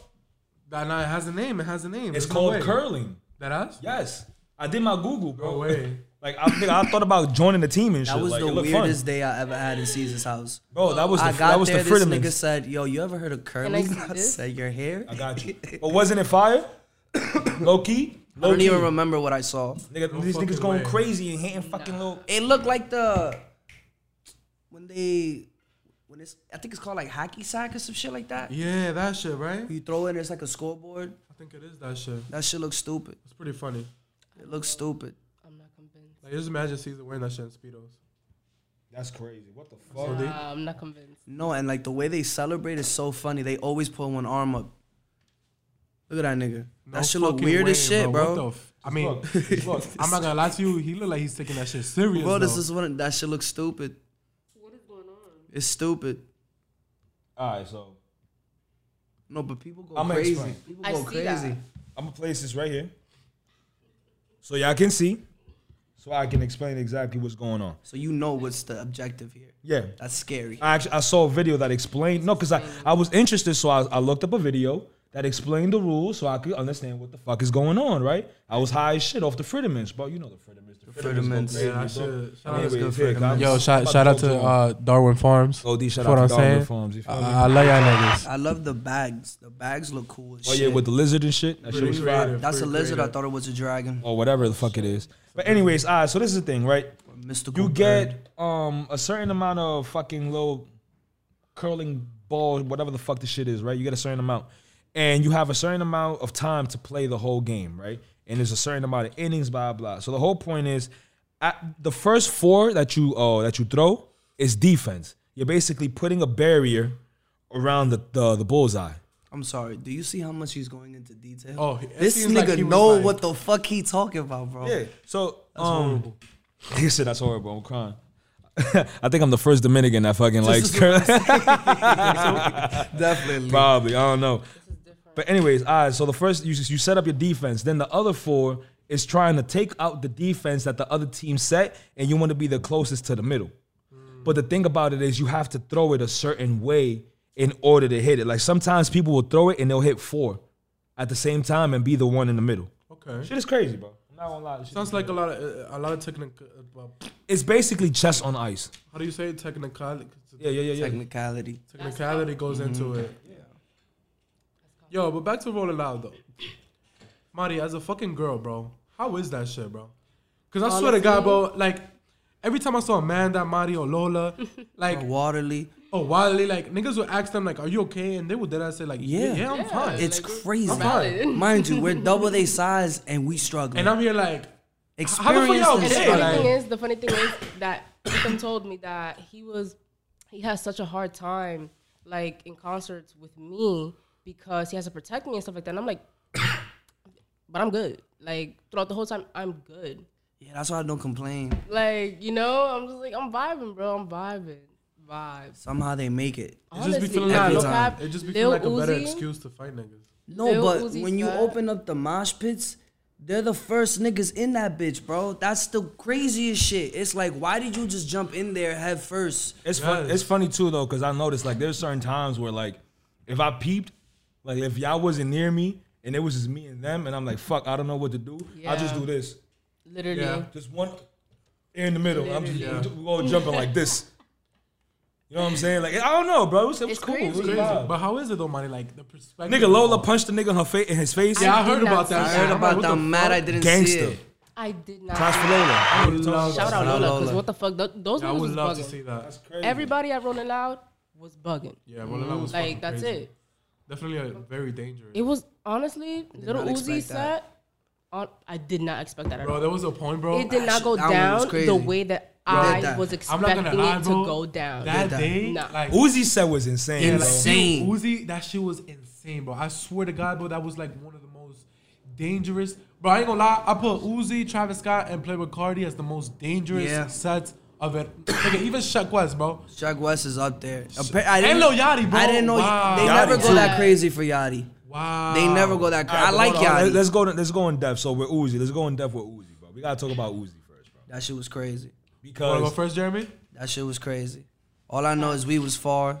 [SPEAKER 2] that nah, it has a name. It has a name.
[SPEAKER 5] It's
[SPEAKER 2] There's no
[SPEAKER 5] called
[SPEAKER 2] way.
[SPEAKER 5] curling.
[SPEAKER 2] That has?
[SPEAKER 5] Yes, I did my Google, bro.
[SPEAKER 2] No way.
[SPEAKER 5] Like I, think I thought about joining the team and shit.
[SPEAKER 3] That was
[SPEAKER 5] like,
[SPEAKER 3] the
[SPEAKER 5] it looked fun.
[SPEAKER 3] weirdest day I ever had in Caesar's house.
[SPEAKER 5] bro. That was the
[SPEAKER 3] I
[SPEAKER 5] f-
[SPEAKER 3] got
[SPEAKER 5] that was
[SPEAKER 3] there,
[SPEAKER 5] the
[SPEAKER 3] this
[SPEAKER 5] Fritterman's.
[SPEAKER 3] nigga said, "Yo, you ever heard of
[SPEAKER 1] I
[SPEAKER 3] curling?"
[SPEAKER 1] see
[SPEAKER 3] I,
[SPEAKER 1] this?
[SPEAKER 3] said, "Your hair."
[SPEAKER 5] I got you. But wasn't it fire? low key,
[SPEAKER 3] I
[SPEAKER 5] low
[SPEAKER 3] don't
[SPEAKER 5] key.
[SPEAKER 3] even remember what I saw.
[SPEAKER 5] Nigga,
[SPEAKER 2] No
[SPEAKER 5] these
[SPEAKER 2] fucking
[SPEAKER 5] niggas going
[SPEAKER 2] way.
[SPEAKER 5] crazy and hitting fucking little.
[SPEAKER 3] It looked like the when they when it's I think it's called like hockey sack or some shit like that.
[SPEAKER 2] Yeah, that shit, right?
[SPEAKER 3] You throw it, it's like a scoreboard.
[SPEAKER 2] I think it is that shit.
[SPEAKER 3] That shit looks stupid.
[SPEAKER 2] It's pretty funny.
[SPEAKER 3] It looks stupid.
[SPEAKER 1] I'm not convinced.
[SPEAKER 2] Like, just imagine Caesar wearing that shit in Speedos.
[SPEAKER 5] That's crazy. What the
[SPEAKER 2] So
[SPEAKER 5] fuck?
[SPEAKER 2] they-
[SPEAKER 1] Nah, I'm not convinced.
[SPEAKER 3] No, and like the way they celebrate is so funny. They always put one arm up. Look at that nigga.
[SPEAKER 2] No
[SPEAKER 3] that shit look
[SPEAKER 2] fucking
[SPEAKER 3] weird
[SPEAKER 2] way,
[SPEAKER 3] as shit,
[SPEAKER 2] What
[SPEAKER 3] bro.
[SPEAKER 2] the
[SPEAKER 3] Bro,
[SPEAKER 2] f- I mean,
[SPEAKER 5] Look, look,
[SPEAKER 2] I'm not gonna lie to you. He look like he's taking that shit serious.
[SPEAKER 3] this
[SPEAKER 2] though.
[SPEAKER 3] is what that shit looks stupid.
[SPEAKER 1] What is going on?
[SPEAKER 3] It's stupid.
[SPEAKER 5] All right, so
[SPEAKER 3] No, but people go
[SPEAKER 5] I'ma
[SPEAKER 3] crazy.
[SPEAKER 5] explain.
[SPEAKER 3] People
[SPEAKER 1] I
[SPEAKER 3] go
[SPEAKER 1] see that.
[SPEAKER 3] crazy.
[SPEAKER 5] I'm gonna place this right here, so y'all can see, so I can explain exactly what's going on.
[SPEAKER 3] So you know what's the objective here.
[SPEAKER 5] Yeah,
[SPEAKER 3] That's scary.
[SPEAKER 5] I actually I saw a video that explained no, because I, I was interested, so I, I looked up a video that explained the rules so I could understand what the fuck is going on, right? I was high as shit off the Frittermans, bro. You know the Frittermans. The go
[SPEAKER 3] Frittermans.
[SPEAKER 5] crazy,
[SPEAKER 2] Yeah, I
[SPEAKER 5] bro.
[SPEAKER 2] should- shout out to
[SPEAKER 5] Anyways,
[SPEAKER 3] good
[SPEAKER 5] yeah,
[SPEAKER 3] Frittermans.
[SPEAKER 5] I'm
[SPEAKER 2] Yo,
[SPEAKER 5] about
[SPEAKER 2] shout, shout out
[SPEAKER 5] talk
[SPEAKER 2] to
[SPEAKER 5] him.
[SPEAKER 2] uh, Darwin Farms.
[SPEAKER 5] OD, shout
[SPEAKER 2] That's
[SPEAKER 5] out
[SPEAKER 2] what
[SPEAKER 5] to
[SPEAKER 2] I'm
[SPEAKER 5] Darwin
[SPEAKER 2] saying.
[SPEAKER 5] Farms, you feel
[SPEAKER 2] I,
[SPEAKER 5] me?
[SPEAKER 2] I love y'all niggas.
[SPEAKER 3] I love the bags. The bags look cool as
[SPEAKER 5] Oh
[SPEAKER 3] shit.
[SPEAKER 2] Uh,
[SPEAKER 5] yeah, with the lizard and shit. That shit was
[SPEAKER 2] Creative,
[SPEAKER 5] fire.
[SPEAKER 3] That's a
[SPEAKER 2] pretty
[SPEAKER 3] lizard. I
[SPEAKER 2] creative.
[SPEAKER 3] thought it was a dragon.
[SPEAKER 5] Or whatever the fuck it is. But anyways, all right, so this is the thing, right?
[SPEAKER 3] Mystical.
[SPEAKER 5] You
[SPEAKER 3] bird.
[SPEAKER 5] get um a certain amount of fucking little curling ball, whatever the fuck the shit is, right? You get a certain amount. And you have a certain amount of time to play the whole game, right? And there's a certain amount of innings, blah blah. So the whole point is at the first four that you uh that you throw is defense. You're basically putting a barrier around the the, the bullseye.
[SPEAKER 3] I'm sorry. Do you see how much he's going into detail?
[SPEAKER 2] Oh, it
[SPEAKER 3] this
[SPEAKER 2] seems like
[SPEAKER 3] nigga
[SPEAKER 2] he was
[SPEAKER 3] know
[SPEAKER 2] like-
[SPEAKER 3] what the fuck he talking about, bro.
[SPEAKER 5] So that's horrible. He said that's horrible. I'm crying. I think I'm the first Dominican that fucking likes
[SPEAKER 3] is
[SPEAKER 5] curling.
[SPEAKER 3] Definitely.
[SPEAKER 5] Probably. I don't know. But anyways, all right. So the first you you set up your defense. Then the other four is trying to take out the defense that the other team set, and you want to be the closest to the middle. But the thing about it is you have to throw it a certain way in order to hit it. Like sometimes people will throw it and they'll hit four at the same time and be the one in the middle.
[SPEAKER 2] Okay.
[SPEAKER 5] Shit is crazy, bro. I'm not gonna lie. Shit is
[SPEAKER 2] Sounds like a lot of uh, a lot of technical. Uh,
[SPEAKER 5] It's basically chess on ice.
[SPEAKER 2] how do you say it? technicality?
[SPEAKER 5] Yeah, yeah, yeah, yeah.
[SPEAKER 3] Technicality.
[SPEAKER 2] Technicality goes into it. Yo, but back to Rolling Loud though. Marty, as a fucking girl, bro, how is that shit, bro? Because I swear to God, bro, like every time I saw Amanda, Marty, or Lola, like
[SPEAKER 3] Or Waterly.
[SPEAKER 2] oh Wally, like niggas would ask them like, "Are you okay?" And they would dead ass say like, "Yeah,
[SPEAKER 3] Yeah.
[SPEAKER 2] yeah, I'm fine."
[SPEAKER 3] It's crazy.
[SPEAKER 2] valid.
[SPEAKER 3] Mind you, we're double their size and we struggling.
[SPEAKER 2] and I'm here like, how the fuck
[SPEAKER 3] Experience
[SPEAKER 2] y'all
[SPEAKER 3] is
[SPEAKER 1] And
[SPEAKER 2] okay?
[SPEAKER 1] the funny
[SPEAKER 2] like-
[SPEAKER 1] thing is, the funny thing is that Ethan told me that he was, he has such a hard time, like in concerts with me because he has to protect me and stuff like that. And I'm like, but I'm good. Like throughout the whole time, I'm good.
[SPEAKER 3] Yeah, that's why I don't complain.
[SPEAKER 1] Like you know, I'm just like I'm vibing, bro. I'm vibing, vibes.
[SPEAKER 3] Somehow they make it.
[SPEAKER 2] it just be
[SPEAKER 1] Honestly,
[SPEAKER 2] feeling
[SPEAKER 1] nah,
[SPEAKER 2] like,
[SPEAKER 3] every
[SPEAKER 2] no
[SPEAKER 1] no
[SPEAKER 3] time.
[SPEAKER 1] cap,
[SPEAKER 2] it just be
[SPEAKER 1] Lil
[SPEAKER 2] feeling like a better
[SPEAKER 1] Uzi,
[SPEAKER 2] excuse to fight niggas.
[SPEAKER 3] No,
[SPEAKER 1] Lil
[SPEAKER 3] but
[SPEAKER 1] Uzi
[SPEAKER 3] when you
[SPEAKER 1] fat.
[SPEAKER 3] open up the mosh pits, they're the first niggas in that bitch, bro. That's the craziest shit. It's like, why did you just jump in there head first?
[SPEAKER 5] It's fun.
[SPEAKER 2] Yes.
[SPEAKER 5] It's funny too though, cause I noticed like there's certain times where like if I peeped, like if y'all wasn't near me and it was just me and them, and I'm like fuck, I don't know what to do. I just
[SPEAKER 1] Yeah.
[SPEAKER 5] do this,
[SPEAKER 1] literally.
[SPEAKER 2] Yeah.
[SPEAKER 5] just one in the middle. I'm just
[SPEAKER 2] Literally.
[SPEAKER 5] we all jumping like this. You know what I'm saying? Like I don't know, bro. It was, it was
[SPEAKER 1] It's
[SPEAKER 5] cool. It was
[SPEAKER 1] crazy.
[SPEAKER 2] Crazy.
[SPEAKER 5] vibe.
[SPEAKER 2] But how is it though, Marty? Like the perspective.
[SPEAKER 5] Nigga Lola punched the nigga in her face in his face.
[SPEAKER 2] Yeah, I
[SPEAKER 1] I
[SPEAKER 2] heard
[SPEAKER 1] did
[SPEAKER 2] about
[SPEAKER 1] not
[SPEAKER 2] that.
[SPEAKER 1] see
[SPEAKER 3] I
[SPEAKER 1] Yeah,
[SPEAKER 3] heard
[SPEAKER 1] I'm
[SPEAKER 3] about
[SPEAKER 2] the
[SPEAKER 3] that. I'm mad I didn't see
[SPEAKER 5] Gangster.
[SPEAKER 3] it.
[SPEAKER 1] I did not.
[SPEAKER 5] Clash for Lola.
[SPEAKER 2] I would love
[SPEAKER 1] Shout out
[SPEAKER 2] to
[SPEAKER 1] Lola,
[SPEAKER 2] see that.
[SPEAKER 1] because what the fuck? Th- those
[SPEAKER 2] I
[SPEAKER 1] niggas
[SPEAKER 2] would
[SPEAKER 1] was
[SPEAKER 2] love
[SPEAKER 1] bugging.
[SPEAKER 2] to see that.
[SPEAKER 1] Everybody at Rolling Loud was bugging.
[SPEAKER 2] Yeah, well, that was fucking
[SPEAKER 1] Like that's
[SPEAKER 2] crazy.
[SPEAKER 1] it.
[SPEAKER 2] Definitely a very dangerous.
[SPEAKER 1] It was honestly little
[SPEAKER 3] not
[SPEAKER 1] Uzi
[SPEAKER 3] expect that.
[SPEAKER 1] set. On, I did not expect that at
[SPEAKER 2] bro,
[SPEAKER 1] all.
[SPEAKER 2] there was a point, bro.
[SPEAKER 1] it did not go
[SPEAKER 3] that one was
[SPEAKER 1] down
[SPEAKER 3] crazy.
[SPEAKER 1] the way that
[SPEAKER 3] Did
[SPEAKER 1] I
[SPEAKER 3] that.
[SPEAKER 1] was
[SPEAKER 2] I'm
[SPEAKER 1] expecting
[SPEAKER 2] not gonna lie,
[SPEAKER 1] it
[SPEAKER 2] bro.
[SPEAKER 1] to go down.
[SPEAKER 2] That,
[SPEAKER 3] Did that.
[SPEAKER 2] day,
[SPEAKER 1] Nah.
[SPEAKER 2] like
[SPEAKER 5] Uzi said was insane. bro.
[SPEAKER 3] Insane.
[SPEAKER 2] Uzi, Uzi, that shit was insane, bro. I swear to God, bro, that was like one of the most dangerous. Bro, I ain't gonna lie. I put Uzi, Travis Scott, and Playboy Cardi as the most dangerous
[SPEAKER 3] Yeah.
[SPEAKER 2] sets of it. Nigga, even Shaq West, bro.
[SPEAKER 3] Jack West is up there. Appa- I
[SPEAKER 2] And
[SPEAKER 3] didn't-
[SPEAKER 2] Lil Yachty, bro.
[SPEAKER 3] I didn't know
[SPEAKER 2] Wow.
[SPEAKER 3] they
[SPEAKER 5] Yachty
[SPEAKER 3] never go
[SPEAKER 5] too.
[SPEAKER 3] that crazy for Yachty.
[SPEAKER 2] Wow.
[SPEAKER 3] They never go that. crazy. I like
[SPEAKER 5] Hold on, let-
[SPEAKER 3] Yachty.
[SPEAKER 5] Let's go. Let's go in depth. So with Uzi, let's go in depth with Uzi, bro. We gotta talk about Uzi first, bro.
[SPEAKER 3] that shit was crazy.
[SPEAKER 2] Wanna go
[SPEAKER 5] Because
[SPEAKER 2] first, Jeremy?
[SPEAKER 3] That shit was crazy. All I know is we was far.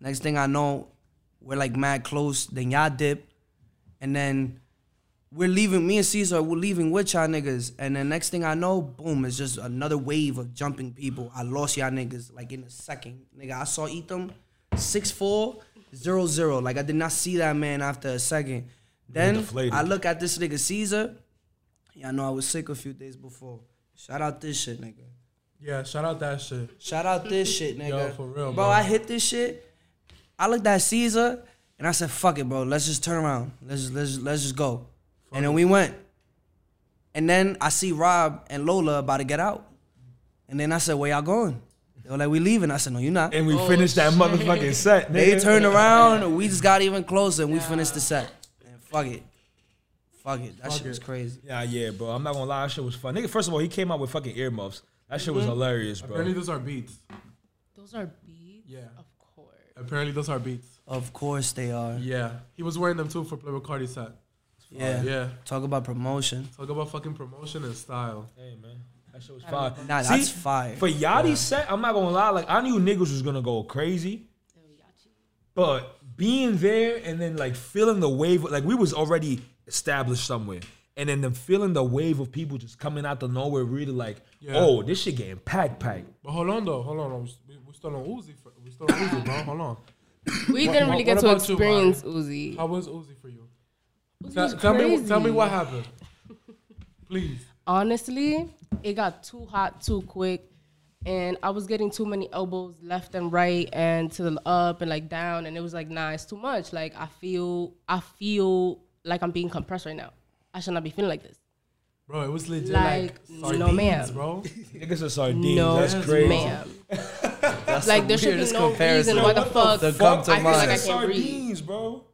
[SPEAKER 3] Next thing I know, we're like mad close. Then y'all dip, and then we're leaving. Me and Caesar, we're leaving with y'all niggas. And then next thing I know, boom! It's just another wave of jumping people. I lost y'all niggas like in a second, nigga. I saw Ethan six four zero zero. Like I did not see that man after a second. Then
[SPEAKER 5] deflated.
[SPEAKER 3] I look at this nigga Caesar. Y'all know I was sick a few days before. Shout out this shit, nigga.
[SPEAKER 2] Yeah, shout out that shit.
[SPEAKER 3] Shout out this shit, nigga.
[SPEAKER 2] for real,
[SPEAKER 3] bro.
[SPEAKER 2] bro.
[SPEAKER 3] I hit this shit. I looked at Caesar and I said, "Fuck it, bro. Let's just turn around. Let's just, let's just, let's just go." and then we went. And then I see Rob and Lola about to get out. And then I said, "Where y'all going?" They were like, "We leaving." I said, "No, you not."
[SPEAKER 5] and we
[SPEAKER 1] Oh,
[SPEAKER 5] finished that motherfucking set.
[SPEAKER 3] they
[SPEAKER 5] nigga.
[SPEAKER 3] turned around. and We just got even closer and we finished the set. And fuck it, fuck it. That shit was crazy.
[SPEAKER 5] Yeah, yeah, bro. I'm not gonna lie. That shit was fun. Nigga, first of all, he came out with fucking earmuffs. That shit was
[SPEAKER 1] Mm-hmm.
[SPEAKER 5] hilarious,
[SPEAKER 2] Apparently
[SPEAKER 5] bro.
[SPEAKER 2] those are beats.
[SPEAKER 1] Those are beats.
[SPEAKER 2] Yeah.
[SPEAKER 1] Of course.
[SPEAKER 2] Apparently those are beats.
[SPEAKER 3] Of course they are.
[SPEAKER 2] Yeah. He was wearing them too for Playboy Cardi set.
[SPEAKER 3] Yeah.
[SPEAKER 2] Yeah.
[SPEAKER 3] Talk about promotion.
[SPEAKER 2] Talk about fucking promotion and style.
[SPEAKER 5] Hey, man. That shit was fire.
[SPEAKER 3] Nah, that's fire.
[SPEAKER 5] For Yachty's set, I'm not gonna lie. Like, I knew niggas was gonna go crazy, but being there and then like feeling the wave, like we was already established somewhere, and then them feeling the wave of people just coming out the nowhere, really like,
[SPEAKER 2] Yeah.
[SPEAKER 5] oh, this shit getting packed, packed.
[SPEAKER 2] But hold on though, hold on. We, we still on Uzi. For, we still on Uzi, bro. Hold on.
[SPEAKER 1] We didn't
[SPEAKER 2] what-
[SPEAKER 1] really get
[SPEAKER 2] what
[SPEAKER 1] to
[SPEAKER 2] about you, Mari?
[SPEAKER 1] experience Uzi.
[SPEAKER 2] How was Uzi for you?
[SPEAKER 1] Uzi
[SPEAKER 2] Tell,
[SPEAKER 1] was
[SPEAKER 2] tell me, tell me
[SPEAKER 1] crazy.
[SPEAKER 2] what happened. Please.
[SPEAKER 1] honestly, it got too hot too quick. And I was getting too many elbows left and right and to the up and like down. And it was like, nah, it's too much. Like I feel I feel like I'm being compressed right now. I should not be feeling like this.
[SPEAKER 2] Bro, it was legit like,
[SPEAKER 1] Like, no,
[SPEAKER 2] sardines,
[SPEAKER 1] ma'am.
[SPEAKER 2] bro.
[SPEAKER 5] Niggas are sardines.
[SPEAKER 1] no
[SPEAKER 5] that's crazy.
[SPEAKER 1] ma'am.
[SPEAKER 3] That's
[SPEAKER 1] Like there should be
[SPEAKER 3] weirdest
[SPEAKER 1] no
[SPEAKER 3] comparison.
[SPEAKER 1] reason why the
[SPEAKER 5] Yo, what
[SPEAKER 1] fuck
[SPEAKER 5] the
[SPEAKER 3] fuck
[SPEAKER 1] I feel
[SPEAKER 3] am I?
[SPEAKER 1] like I can't breathe.
[SPEAKER 5] sardines, bro.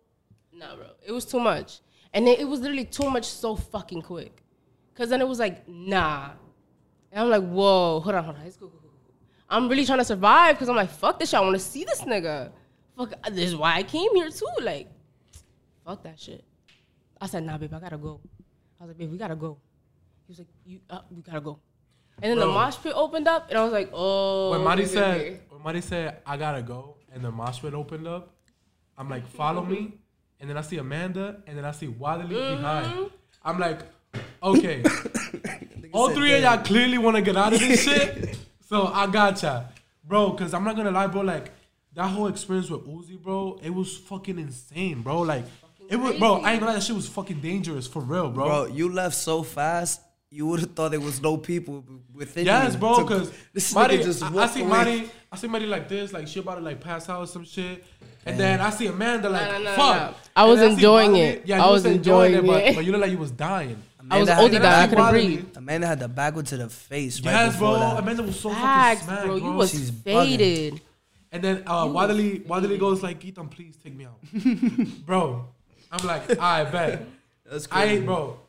[SPEAKER 1] Nah, bro. It was too much. And it, it was literally too much so fucking quick. Cause then it was like, nah. And I'm like, whoa, hold on, hold on. Let's go, go, go, go. I'm really trying to survive because I'm like, fuck this shit. I want to see this nigga. Fuck, uh, this is why I came here too. Like, fuck that shit. I said, nah, babe, I gotta go. I was like, babe, we gotta go. He was like, you, uh, we gotta go. And then the
[SPEAKER 2] Bro.
[SPEAKER 1] mosh pit opened up, and I was like, oh.
[SPEAKER 2] When Mari
[SPEAKER 1] okay,
[SPEAKER 2] said,
[SPEAKER 1] okay.
[SPEAKER 2] when Mari said, I gotta go, and the mosh pit opened up, I'm like, follow me, and then I see Amanda, and then I see Wadley behind. I'm like, okay, all three of y'all clearly want to get out of this shit, so I gotcha, bro. Cause I'm not gonna lie, bro. Like that whole experience with Uzi, bro, it was fucking insane, bro. Like it was, bro. I ain't gonna lie, that shit was fucking dangerous for real, bro.
[SPEAKER 3] Bro, you left so fast. You would have thought there was no people within.
[SPEAKER 2] Yes,
[SPEAKER 3] you
[SPEAKER 2] bro,
[SPEAKER 3] to-
[SPEAKER 2] because
[SPEAKER 3] this
[SPEAKER 2] Mari,
[SPEAKER 3] nigga just
[SPEAKER 2] I, I
[SPEAKER 3] walked
[SPEAKER 2] see
[SPEAKER 3] away.
[SPEAKER 2] Mari, I see Mari like this, like she about to like pass out or some shit, and then I see Amanda like,
[SPEAKER 1] no, no,
[SPEAKER 2] fuck.
[SPEAKER 1] no. I
[SPEAKER 2] And
[SPEAKER 1] was
[SPEAKER 2] then see
[SPEAKER 1] enjoying
[SPEAKER 2] Wally-
[SPEAKER 1] it.
[SPEAKER 2] Yeah,
[SPEAKER 1] I
[SPEAKER 2] you
[SPEAKER 1] was enjoying
[SPEAKER 2] but,
[SPEAKER 1] it.
[SPEAKER 2] but you look like you was dying.
[SPEAKER 1] I was
[SPEAKER 3] Amanda had
[SPEAKER 1] OD
[SPEAKER 3] the
[SPEAKER 1] that I
[SPEAKER 3] back-
[SPEAKER 1] couldn't
[SPEAKER 2] Wally.
[SPEAKER 1] breathe.
[SPEAKER 3] Amanda had the bagel to the face. Right
[SPEAKER 2] Yes,
[SPEAKER 3] before
[SPEAKER 2] bro.
[SPEAKER 3] That.
[SPEAKER 2] Amanda was so
[SPEAKER 1] Facts,
[SPEAKER 2] fucking smacked,
[SPEAKER 1] bro.
[SPEAKER 2] bro.
[SPEAKER 1] You was
[SPEAKER 3] She's bugging.
[SPEAKER 1] faded.
[SPEAKER 2] and then uh, Wadley, Wadley goes like, Ethan, please take me out, bro. I'm like, I bet.
[SPEAKER 3] That's
[SPEAKER 2] I
[SPEAKER 3] crazy.
[SPEAKER 2] ain't, bro.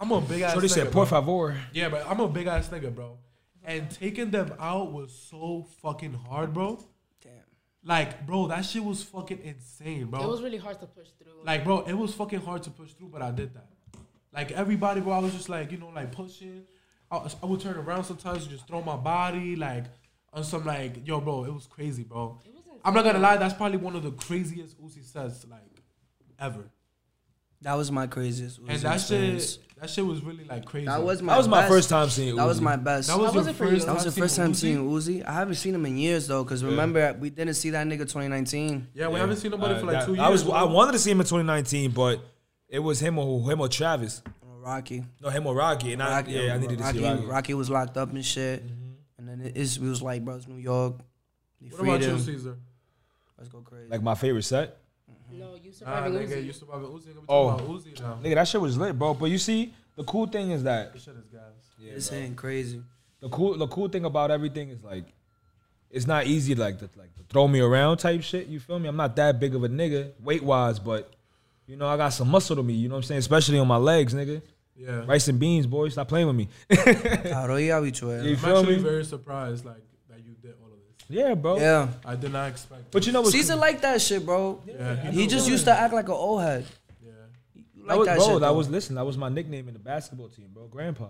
[SPEAKER 2] I'm a big ass.
[SPEAKER 5] So they said,
[SPEAKER 2] nigga,
[SPEAKER 5] por
[SPEAKER 2] bro.
[SPEAKER 5] favor.
[SPEAKER 2] Yeah, but I'm a big ass nigga, bro. And taking them out was so fucking hard, bro.
[SPEAKER 3] Damn.
[SPEAKER 2] Like, bro, that shit was fucking insane, bro.
[SPEAKER 1] It was really hard to push through.
[SPEAKER 2] like, bro, it was fucking hard to push through, but I did that. Like everybody, bro, I was just like, you know, like pushing. I, I would turn around sometimes and just throw my body, like, on some like, yo, bro, it was crazy, bro. I'm not gonna lie, that's probably one of the craziest Uzi sets like ever.
[SPEAKER 3] That was my craziest.
[SPEAKER 2] And that shit, that shit was really like crazy.
[SPEAKER 3] That was my.
[SPEAKER 5] That was my
[SPEAKER 3] best.
[SPEAKER 5] first time seeing.
[SPEAKER 3] That was
[SPEAKER 5] Uzi.
[SPEAKER 3] my best.
[SPEAKER 2] that was,
[SPEAKER 1] How
[SPEAKER 2] your
[SPEAKER 1] was it for you?
[SPEAKER 2] first.
[SPEAKER 1] That
[SPEAKER 3] That was the first time seeing Uzi. I haven't seen him in years though, because remember we didn't see that nigga 2019.
[SPEAKER 2] Yeah, we haven't seen nobody
[SPEAKER 5] Uh,
[SPEAKER 2] for like
[SPEAKER 5] that-
[SPEAKER 2] two years.
[SPEAKER 5] I was
[SPEAKER 2] bro.
[SPEAKER 5] I wanted to see him in 2019, but it was him or him or Travis.
[SPEAKER 3] Rocky.
[SPEAKER 5] No, him or Rocky. And I
[SPEAKER 3] Rocky,
[SPEAKER 5] yeah, I needed to
[SPEAKER 3] Rocky,
[SPEAKER 5] see Rocky. Mm-hmm.
[SPEAKER 3] Rocky was locked up and shit. And then it, it's, it was like, bro, it's New York. They
[SPEAKER 2] What about
[SPEAKER 3] freed
[SPEAKER 2] you,
[SPEAKER 3] him.
[SPEAKER 2] Caesar?
[SPEAKER 3] Let's go crazy.
[SPEAKER 5] Like my favorite set.
[SPEAKER 1] No, you
[SPEAKER 2] Nah,
[SPEAKER 1] surviving
[SPEAKER 2] Ah, nigga,
[SPEAKER 1] Uzi.
[SPEAKER 2] you surviving Uzi. Nigga, we
[SPEAKER 5] Oh.
[SPEAKER 2] talking about Uzi now.
[SPEAKER 5] Nigga, that shit was lit, bro. But you see, the cool thing is that
[SPEAKER 2] This shit is gas.
[SPEAKER 3] it's ain't crazy.
[SPEAKER 5] the cool the cool thing about everything is like it's not easy like to like to throw me around type shit. You feel me? I'm not that big of a nigga weight wise, but you know I got some muscle to me. You know what I'm saying? Especially on my legs, nigga.
[SPEAKER 2] Yeah.
[SPEAKER 5] Rice and beans, boy. Stop playing with me.
[SPEAKER 3] Claro, y habichuela.
[SPEAKER 5] you
[SPEAKER 2] I'm
[SPEAKER 5] feel
[SPEAKER 2] actually
[SPEAKER 5] me?
[SPEAKER 2] very surprised like that you did all of this.
[SPEAKER 5] Yeah, bro.
[SPEAKER 3] Yeah.
[SPEAKER 2] I did not expect.
[SPEAKER 5] But you know what's
[SPEAKER 3] Caesar like that shit, bro.
[SPEAKER 2] yeah,
[SPEAKER 3] He just used to act like an old head.
[SPEAKER 2] Yeah,
[SPEAKER 3] You
[SPEAKER 5] that
[SPEAKER 3] Like
[SPEAKER 5] was,
[SPEAKER 3] that
[SPEAKER 5] bro,
[SPEAKER 3] shit.
[SPEAKER 5] that
[SPEAKER 3] though.
[SPEAKER 5] was listen, that was my nickname in the basketball team, bro. Grandpa.
[SPEAKER 2] I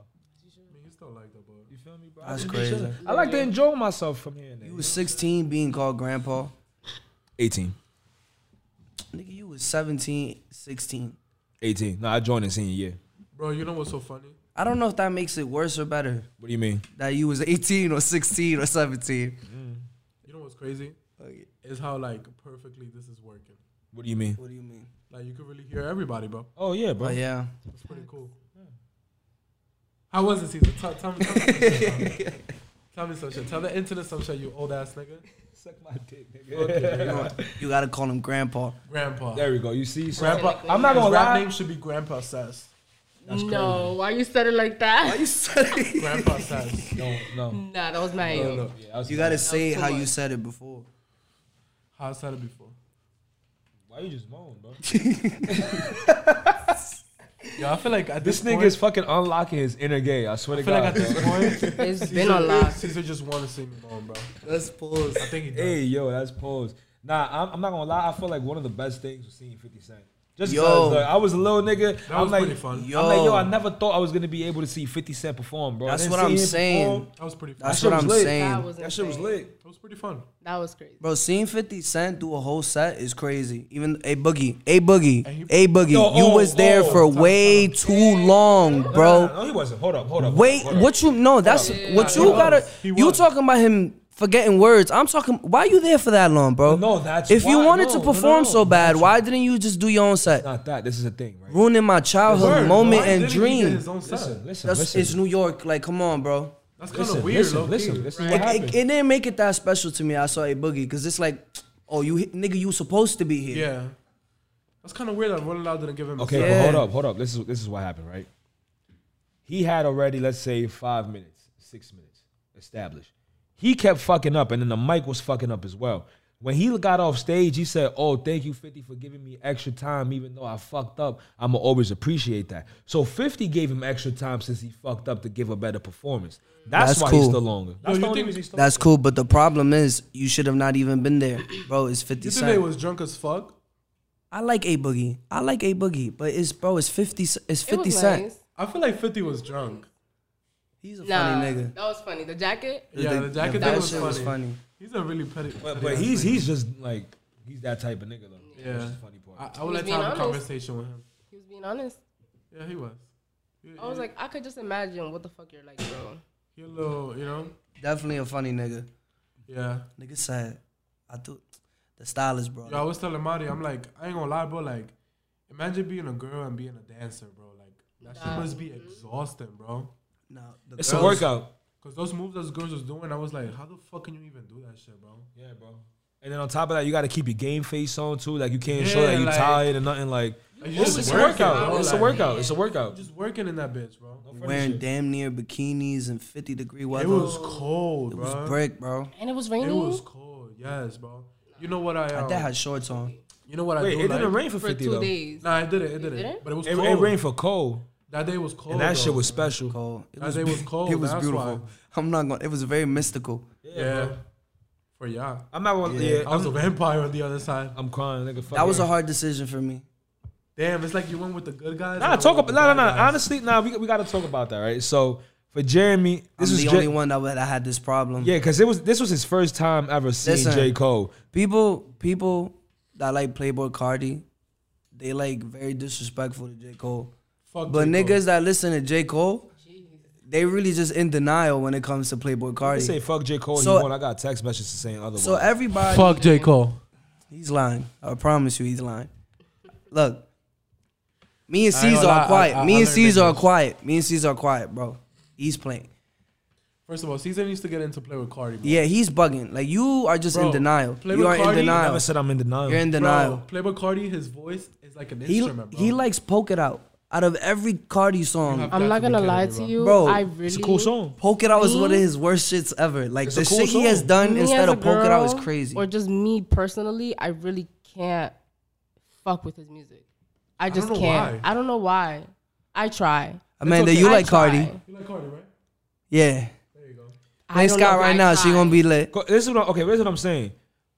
[SPEAKER 2] mean, he's still like that, but
[SPEAKER 5] You feel me, bro?
[SPEAKER 3] That's crazy.
[SPEAKER 5] I like to enjoy myself from here and there.
[SPEAKER 3] You was 16 being called grandpa.
[SPEAKER 5] 18.
[SPEAKER 3] Nigga, you was 17, 16.
[SPEAKER 5] 18. No, I joined in senior year.
[SPEAKER 2] bro, you know what's so funny?
[SPEAKER 3] I don't know if that makes it worse or better
[SPEAKER 5] What do you mean?
[SPEAKER 3] that you was 18 or 16 or 17.
[SPEAKER 2] You know what's crazy?
[SPEAKER 3] Okay.
[SPEAKER 2] Is how like perfectly this is working.
[SPEAKER 5] What do you mean?
[SPEAKER 3] What do you mean?
[SPEAKER 2] Like you could really hear everybody, bro.
[SPEAKER 5] Oh yeah, bro.
[SPEAKER 3] But yeah.
[SPEAKER 2] That's pretty cool. How was it, Caesar? Tell, tell, me, tell me some shit. bro. Tell me some shit. Tell the internet some shit, you old ass nigga.
[SPEAKER 5] Suck my dick, nigga.
[SPEAKER 3] You, know what? You gotta call him grandpa.
[SPEAKER 2] Grandpa.
[SPEAKER 5] There we go. You see, so
[SPEAKER 2] Grandpa.
[SPEAKER 5] I'm not gonna
[SPEAKER 2] His rap
[SPEAKER 5] lie.
[SPEAKER 2] name should be Grandpa Sass.
[SPEAKER 1] no, why you said it like that?
[SPEAKER 3] you said
[SPEAKER 2] Grandpa Sass.
[SPEAKER 5] no, no.
[SPEAKER 1] Nah, that was my
[SPEAKER 2] No, no.
[SPEAKER 5] Yeah, I was
[SPEAKER 3] You gotta say
[SPEAKER 1] too
[SPEAKER 3] how you
[SPEAKER 1] much.
[SPEAKER 3] said it before.
[SPEAKER 2] How I said it before.
[SPEAKER 5] Why you just moan, bro?
[SPEAKER 2] Yo, I feel like at this,
[SPEAKER 5] This nigga
[SPEAKER 2] point,
[SPEAKER 5] is fucking unlocking his inner gay. I swear
[SPEAKER 2] I
[SPEAKER 5] to
[SPEAKER 2] feel like at
[SPEAKER 5] God. bro.
[SPEAKER 2] this point,
[SPEAKER 1] It's been a
[SPEAKER 2] Caesar,
[SPEAKER 1] lot.
[SPEAKER 2] Caesar just want to see me moan, bro.
[SPEAKER 3] Let's pause.
[SPEAKER 2] I think he does.
[SPEAKER 5] Hey, yo, that's pose. Nah, I'm, I'm not gonna lie. I feel like one of the best things was seeing 50 Cent. Just
[SPEAKER 3] Yo.
[SPEAKER 5] because like, I was a little nigga.
[SPEAKER 2] that
[SPEAKER 5] I'm
[SPEAKER 2] was
[SPEAKER 5] like,
[SPEAKER 2] pretty fun.
[SPEAKER 3] Yo.
[SPEAKER 5] I'm like, yo, I never thought I was gonna be able to see 50 Cent perform, bro.
[SPEAKER 3] That's
[SPEAKER 5] And
[SPEAKER 3] what
[SPEAKER 5] seeing
[SPEAKER 3] I'm
[SPEAKER 5] him
[SPEAKER 3] saying.
[SPEAKER 5] perform,
[SPEAKER 2] That was pretty fun.
[SPEAKER 3] That's
[SPEAKER 5] shit
[SPEAKER 3] what
[SPEAKER 5] was
[SPEAKER 3] I'm
[SPEAKER 5] lit.
[SPEAKER 1] That
[SPEAKER 3] saying.
[SPEAKER 1] was
[SPEAKER 5] that shit was
[SPEAKER 1] insane.
[SPEAKER 5] lit.
[SPEAKER 2] that was pretty fun.
[SPEAKER 1] That was crazy.
[SPEAKER 3] Bro, seeing 50 Cent do a whole set is crazy. Even a boogie, a boogie,
[SPEAKER 2] And he-
[SPEAKER 3] a boogie.
[SPEAKER 5] Yo,
[SPEAKER 3] you
[SPEAKER 5] oh,
[SPEAKER 3] was there
[SPEAKER 5] oh,
[SPEAKER 3] for
[SPEAKER 5] time,
[SPEAKER 3] way too long,
[SPEAKER 5] No,
[SPEAKER 3] bro.
[SPEAKER 5] no, no, he wasn't. Hold up, hold up.
[SPEAKER 3] Wait,
[SPEAKER 5] hold up.
[SPEAKER 3] what you? No, that's what
[SPEAKER 2] He
[SPEAKER 3] you
[SPEAKER 2] was.
[SPEAKER 3] gotta.
[SPEAKER 2] He
[SPEAKER 3] You
[SPEAKER 2] was.
[SPEAKER 3] talking about him forgetting words? I'm talking. Why you there for that long, bro?
[SPEAKER 5] No, that's
[SPEAKER 3] if you
[SPEAKER 5] why-
[SPEAKER 3] wanted
[SPEAKER 5] no,
[SPEAKER 3] to
[SPEAKER 5] no, no,
[SPEAKER 3] perform
[SPEAKER 5] no.
[SPEAKER 3] so bad, why didn't you just do your own set?
[SPEAKER 5] Not that. This is a thing, right?
[SPEAKER 3] Ruining my childhood
[SPEAKER 5] Word,
[SPEAKER 3] moment
[SPEAKER 2] Why
[SPEAKER 3] and
[SPEAKER 2] didn't he get
[SPEAKER 3] dream.
[SPEAKER 2] his own set?
[SPEAKER 5] Listen, listen,
[SPEAKER 3] That's
[SPEAKER 5] listen.
[SPEAKER 3] it's New York. Like, come on, bro.
[SPEAKER 2] That's kind
[SPEAKER 5] listen,
[SPEAKER 2] of weird,
[SPEAKER 5] listen,
[SPEAKER 2] low-key.
[SPEAKER 5] listen. This is
[SPEAKER 2] Right.
[SPEAKER 5] what
[SPEAKER 3] It,
[SPEAKER 5] happened.
[SPEAKER 3] it, it didn't make it that special to me. I saw a boogie because it's like, oh, you nigga, you supposed to be here.
[SPEAKER 2] Yeah. That's kind of weird that Rolling Loud didn't give him. a
[SPEAKER 5] Okay,
[SPEAKER 2] set.
[SPEAKER 5] but
[SPEAKER 3] Yeah.
[SPEAKER 5] hold up, hold up. This is this is what happened, right? He had already, let's say, five minutes, six minutes established. He kept fucking up, and then the mic was fucking up as well. When he got off stage, he said, "Oh, thank you, Fifty, for giving me extra time, even though I fucked up. I'ma always appreciate that." So Fifty gave him extra time since he fucked up to give a better performance. That's,
[SPEAKER 3] That's
[SPEAKER 5] why he's
[SPEAKER 3] cool.
[SPEAKER 5] still longer. That's
[SPEAKER 2] you
[SPEAKER 5] the only
[SPEAKER 2] think-
[SPEAKER 5] reason he's still
[SPEAKER 3] That's cool, but the problem is you should have not even been there, bro. It's Fifty
[SPEAKER 2] You think they
[SPEAKER 3] Cent.
[SPEAKER 2] was drunk as fuck?
[SPEAKER 3] I like a boogie. I like a boogie, but it's bro. It's Fifty. C- It's Fifty Cent.
[SPEAKER 1] Nice.
[SPEAKER 2] I feel like 50 was drunk.
[SPEAKER 3] He's a
[SPEAKER 1] Nah,
[SPEAKER 3] funny nigga.
[SPEAKER 1] that was funny. The jacket.
[SPEAKER 2] Yeah, the jacket
[SPEAKER 3] that
[SPEAKER 2] thing was
[SPEAKER 3] shit
[SPEAKER 2] funny.
[SPEAKER 3] was funny.
[SPEAKER 2] He's a really petty. petty
[SPEAKER 5] But, but
[SPEAKER 2] ass
[SPEAKER 5] he's
[SPEAKER 2] nigga.
[SPEAKER 5] he's just like he's that type of nigga though.
[SPEAKER 2] Yeah.
[SPEAKER 5] That's the funny part.
[SPEAKER 2] I, I would
[SPEAKER 1] He was
[SPEAKER 2] like to
[SPEAKER 1] being
[SPEAKER 2] have a
[SPEAKER 1] honest.
[SPEAKER 2] conversation with him.
[SPEAKER 1] He was being honest.
[SPEAKER 2] Yeah, he was. He,
[SPEAKER 1] I was like, I could just imagine what the fuck you're like, bro.
[SPEAKER 2] he a little, you know?
[SPEAKER 3] Definitely a funny nigga.
[SPEAKER 2] Yeah.
[SPEAKER 3] Nigga said, I do. The stylist, bro.
[SPEAKER 2] Yo, I was telling Mari, I'm like, I ain't gonna lie, bro. Like, imagine being a girl and being a dancer, bro. Like, that mm-hmm. shit must be exhausting, bro.
[SPEAKER 3] no, the
[SPEAKER 5] It's
[SPEAKER 3] girls-
[SPEAKER 5] a workout.
[SPEAKER 2] Cause those moves those girls was doing, I was like, how the fuck can you even do that shit, bro?
[SPEAKER 5] Yeah, bro. And then on top of that, you got to keep your game face on too. Like you can't show
[SPEAKER 2] Yeah,
[SPEAKER 5] that you're
[SPEAKER 2] like-
[SPEAKER 5] tired and nothing. Like
[SPEAKER 2] Like, you
[SPEAKER 5] it's,
[SPEAKER 2] just
[SPEAKER 5] it's a
[SPEAKER 2] working,
[SPEAKER 5] workout.
[SPEAKER 2] bro.
[SPEAKER 5] It's a
[SPEAKER 2] Like,
[SPEAKER 5] workout. It's a workout.
[SPEAKER 2] Just working in that bitch, bro.
[SPEAKER 3] Wearing damn near bikinis and 50 degree weather.
[SPEAKER 2] It was cold,
[SPEAKER 3] It
[SPEAKER 2] bro.
[SPEAKER 3] was brick, bro.
[SPEAKER 1] And it was
[SPEAKER 2] It
[SPEAKER 1] raining.
[SPEAKER 2] was cold. Yes, bro. You know what I?
[SPEAKER 3] My
[SPEAKER 2] Um,
[SPEAKER 3] dad had shorts on.
[SPEAKER 2] you know what I
[SPEAKER 5] Wait,
[SPEAKER 2] do?
[SPEAKER 5] it didn't
[SPEAKER 2] like?
[SPEAKER 5] rain for,
[SPEAKER 1] for
[SPEAKER 5] fifty
[SPEAKER 1] two
[SPEAKER 5] though.
[SPEAKER 1] days.
[SPEAKER 2] Nah, it didn't. It didn't.
[SPEAKER 1] didn't?
[SPEAKER 2] But it was
[SPEAKER 5] It,
[SPEAKER 2] cold.
[SPEAKER 5] it rained for Cole,
[SPEAKER 2] That day was cold.
[SPEAKER 5] and that
[SPEAKER 2] though.
[SPEAKER 5] shit was special.
[SPEAKER 3] Cold. It
[SPEAKER 2] That
[SPEAKER 3] was,
[SPEAKER 2] day was cold,
[SPEAKER 3] It was
[SPEAKER 2] that's
[SPEAKER 3] beautiful.
[SPEAKER 2] why.
[SPEAKER 3] I'm not going. to It was very mystical.
[SPEAKER 2] Yeah, for y'all.
[SPEAKER 5] I'm not gonna. Yeah,
[SPEAKER 2] I was a
[SPEAKER 5] I'm,
[SPEAKER 2] vampire on the other side.
[SPEAKER 5] I'm crying, nigga. Fuck
[SPEAKER 3] That was
[SPEAKER 5] it.
[SPEAKER 3] a hard decision for me.
[SPEAKER 2] Damn, it's like you went with the good guys. and I
[SPEAKER 5] Nah,
[SPEAKER 2] went
[SPEAKER 5] talk
[SPEAKER 2] with
[SPEAKER 5] about.
[SPEAKER 2] the
[SPEAKER 5] Nah, nah,
[SPEAKER 2] bad
[SPEAKER 5] nah.
[SPEAKER 2] guys.
[SPEAKER 5] Honestly, nah. We we got to talk about that, right? So for Jeremy, this
[SPEAKER 3] I'm
[SPEAKER 5] was
[SPEAKER 3] the
[SPEAKER 5] Jer-
[SPEAKER 3] only one that, would- that had this problem.
[SPEAKER 5] Yeah, because it was this was his first time ever seeing
[SPEAKER 3] Listen.
[SPEAKER 5] J Cole.
[SPEAKER 3] People, people that like Playboy Cardi, they like very disrespectful to J Cole.
[SPEAKER 2] Fuck
[SPEAKER 3] But
[SPEAKER 2] J. Cole.
[SPEAKER 3] niggas that listen to J Cole, they really just in denial when it comes to Playboy
[SPEAKER 5] They say
[SPEAKER 3] Cardi.
[SPEAKER 5] fuck J Cole.
[SPEAKER 3] So-
[SPEAKER 5] he won. I got text messages saying otherwise.
[SPEAKER 3] So everybody,
[SPEAKER 2] Fuck J Cole.
[SPEAKER 3] he's lying. I promise you, he's lying. Look, me and
[SPEAKER 2] I ain't gonna
[SPEAKER 3] Caesar
[SPEAKER 2] lie,
[SPEAKER 3] are
[SPEAKER 2] I-
[SPEAKER 3] quiet.
[SPEAKER 2] I- I
[SPEAKER 3] me and
[SPEAKER 2] learned
[SPEAKER 3] Caesar are
[SPEAKER 2] this.
[SPEAKER 3] quiet. Me and Caesar are quiet, bro. He's playing.
[SPEAKER 2] First of all, Caesar needs to get into play with Cardi. Bro.
[SPEAKER 3] Yeah, he's bugging. Like you are just
[SPEAKER 2] Bro,
[SPEAKER 3] in denial.
[SPEAKER 2] Playboy
[SPEAKER 3] You are in
[SPEAKER 2] Cardi
[SPEAKER 5] I
[SPEAKER 3] denial.
[SPEAKER 5] never said I'm in denial.
[SPEAKER 3] You're in
[SPEAKER 2] Bro,
[SPEAKER 3] denial.
[SPEAKER 2] Playboy Cardi, his voice is like an
[SPEAKER 3] He
[SPEAKER 2] instrument, bro.
[SPEAKER 3] he likes poke it out. Out of every Cardi song,
[SPEAKER 2] have-
[SPEAKER 1] I'm not
[SPEAKER 2] Got to be
[SPEAKER 1] gonna
[SPEAKER 2] kidding
[SPEAKER 1] lie
[SPEAKER 2] me,
[SPEAKER 1] to
[SPEAKER 2] bro.
[SPEAKER 1] you.
[SPEAKER 3] Bro,
[SPEAKER 1] I
[SPEAKER 3] it's
[SPEAKER 1] really
[SPEAKER 5] It's a cool song.
[SPEAKER 3] poke it out is one of
[SPEAKER 1] Me?
[SPEAKER 3] his worst shits ever. Like
[SPEAKER 5] It's a
[SPEAKER 3] the
[SPEAKER 5] cool
[SPEAKER 3] shit he has
[SPEAKER 5] song.
[SPEAKER 3] done
[SPEAKER 1] me
[SPEAKER 3] instead
[SPEAKER 1] as
[SPEAKER 3] of
[SPEAKER 1] a
[SPEAKER 3] poke it out is
[SPEAKER 1] girl,
[SPEAKER 3] crazy.
[SPEAKER 1] Or just me personally, I really can't fuck with his music. I just
[SPEAKER 2] know
[SPEAKER 1] can't.
[SPEAKER 2] why.
[SPEAKER 1] I don't know why. I try.
[SPEAKER 3] Amanda,
[SPEAKER 2] okay.
[SPEAKER 3] you
[SPEAKER 1] I
[SPEAKER 3] like Cardi?
[SPEAKER 1] try.
[SPEAKER 2] You like Cardi, right?
[SPEAKER 3] Yeah.
[SPEAKER 2] There you go.
[SPEAKER 1] I
[SPEAKER 3] Play
[SPEAKER 1] don't
[SPEAKER 3] Sky
[SPEAKER 1] know if
[SPEAKER 3] right
[SPEAKER 1] I
[SPEAKER 3] now. She
[SPEAKER 1] cried.
[SPEAKER 3] gonna be lit.
[SPEAKER 5] Co- This is what I'm, okay. This is what I'm saying.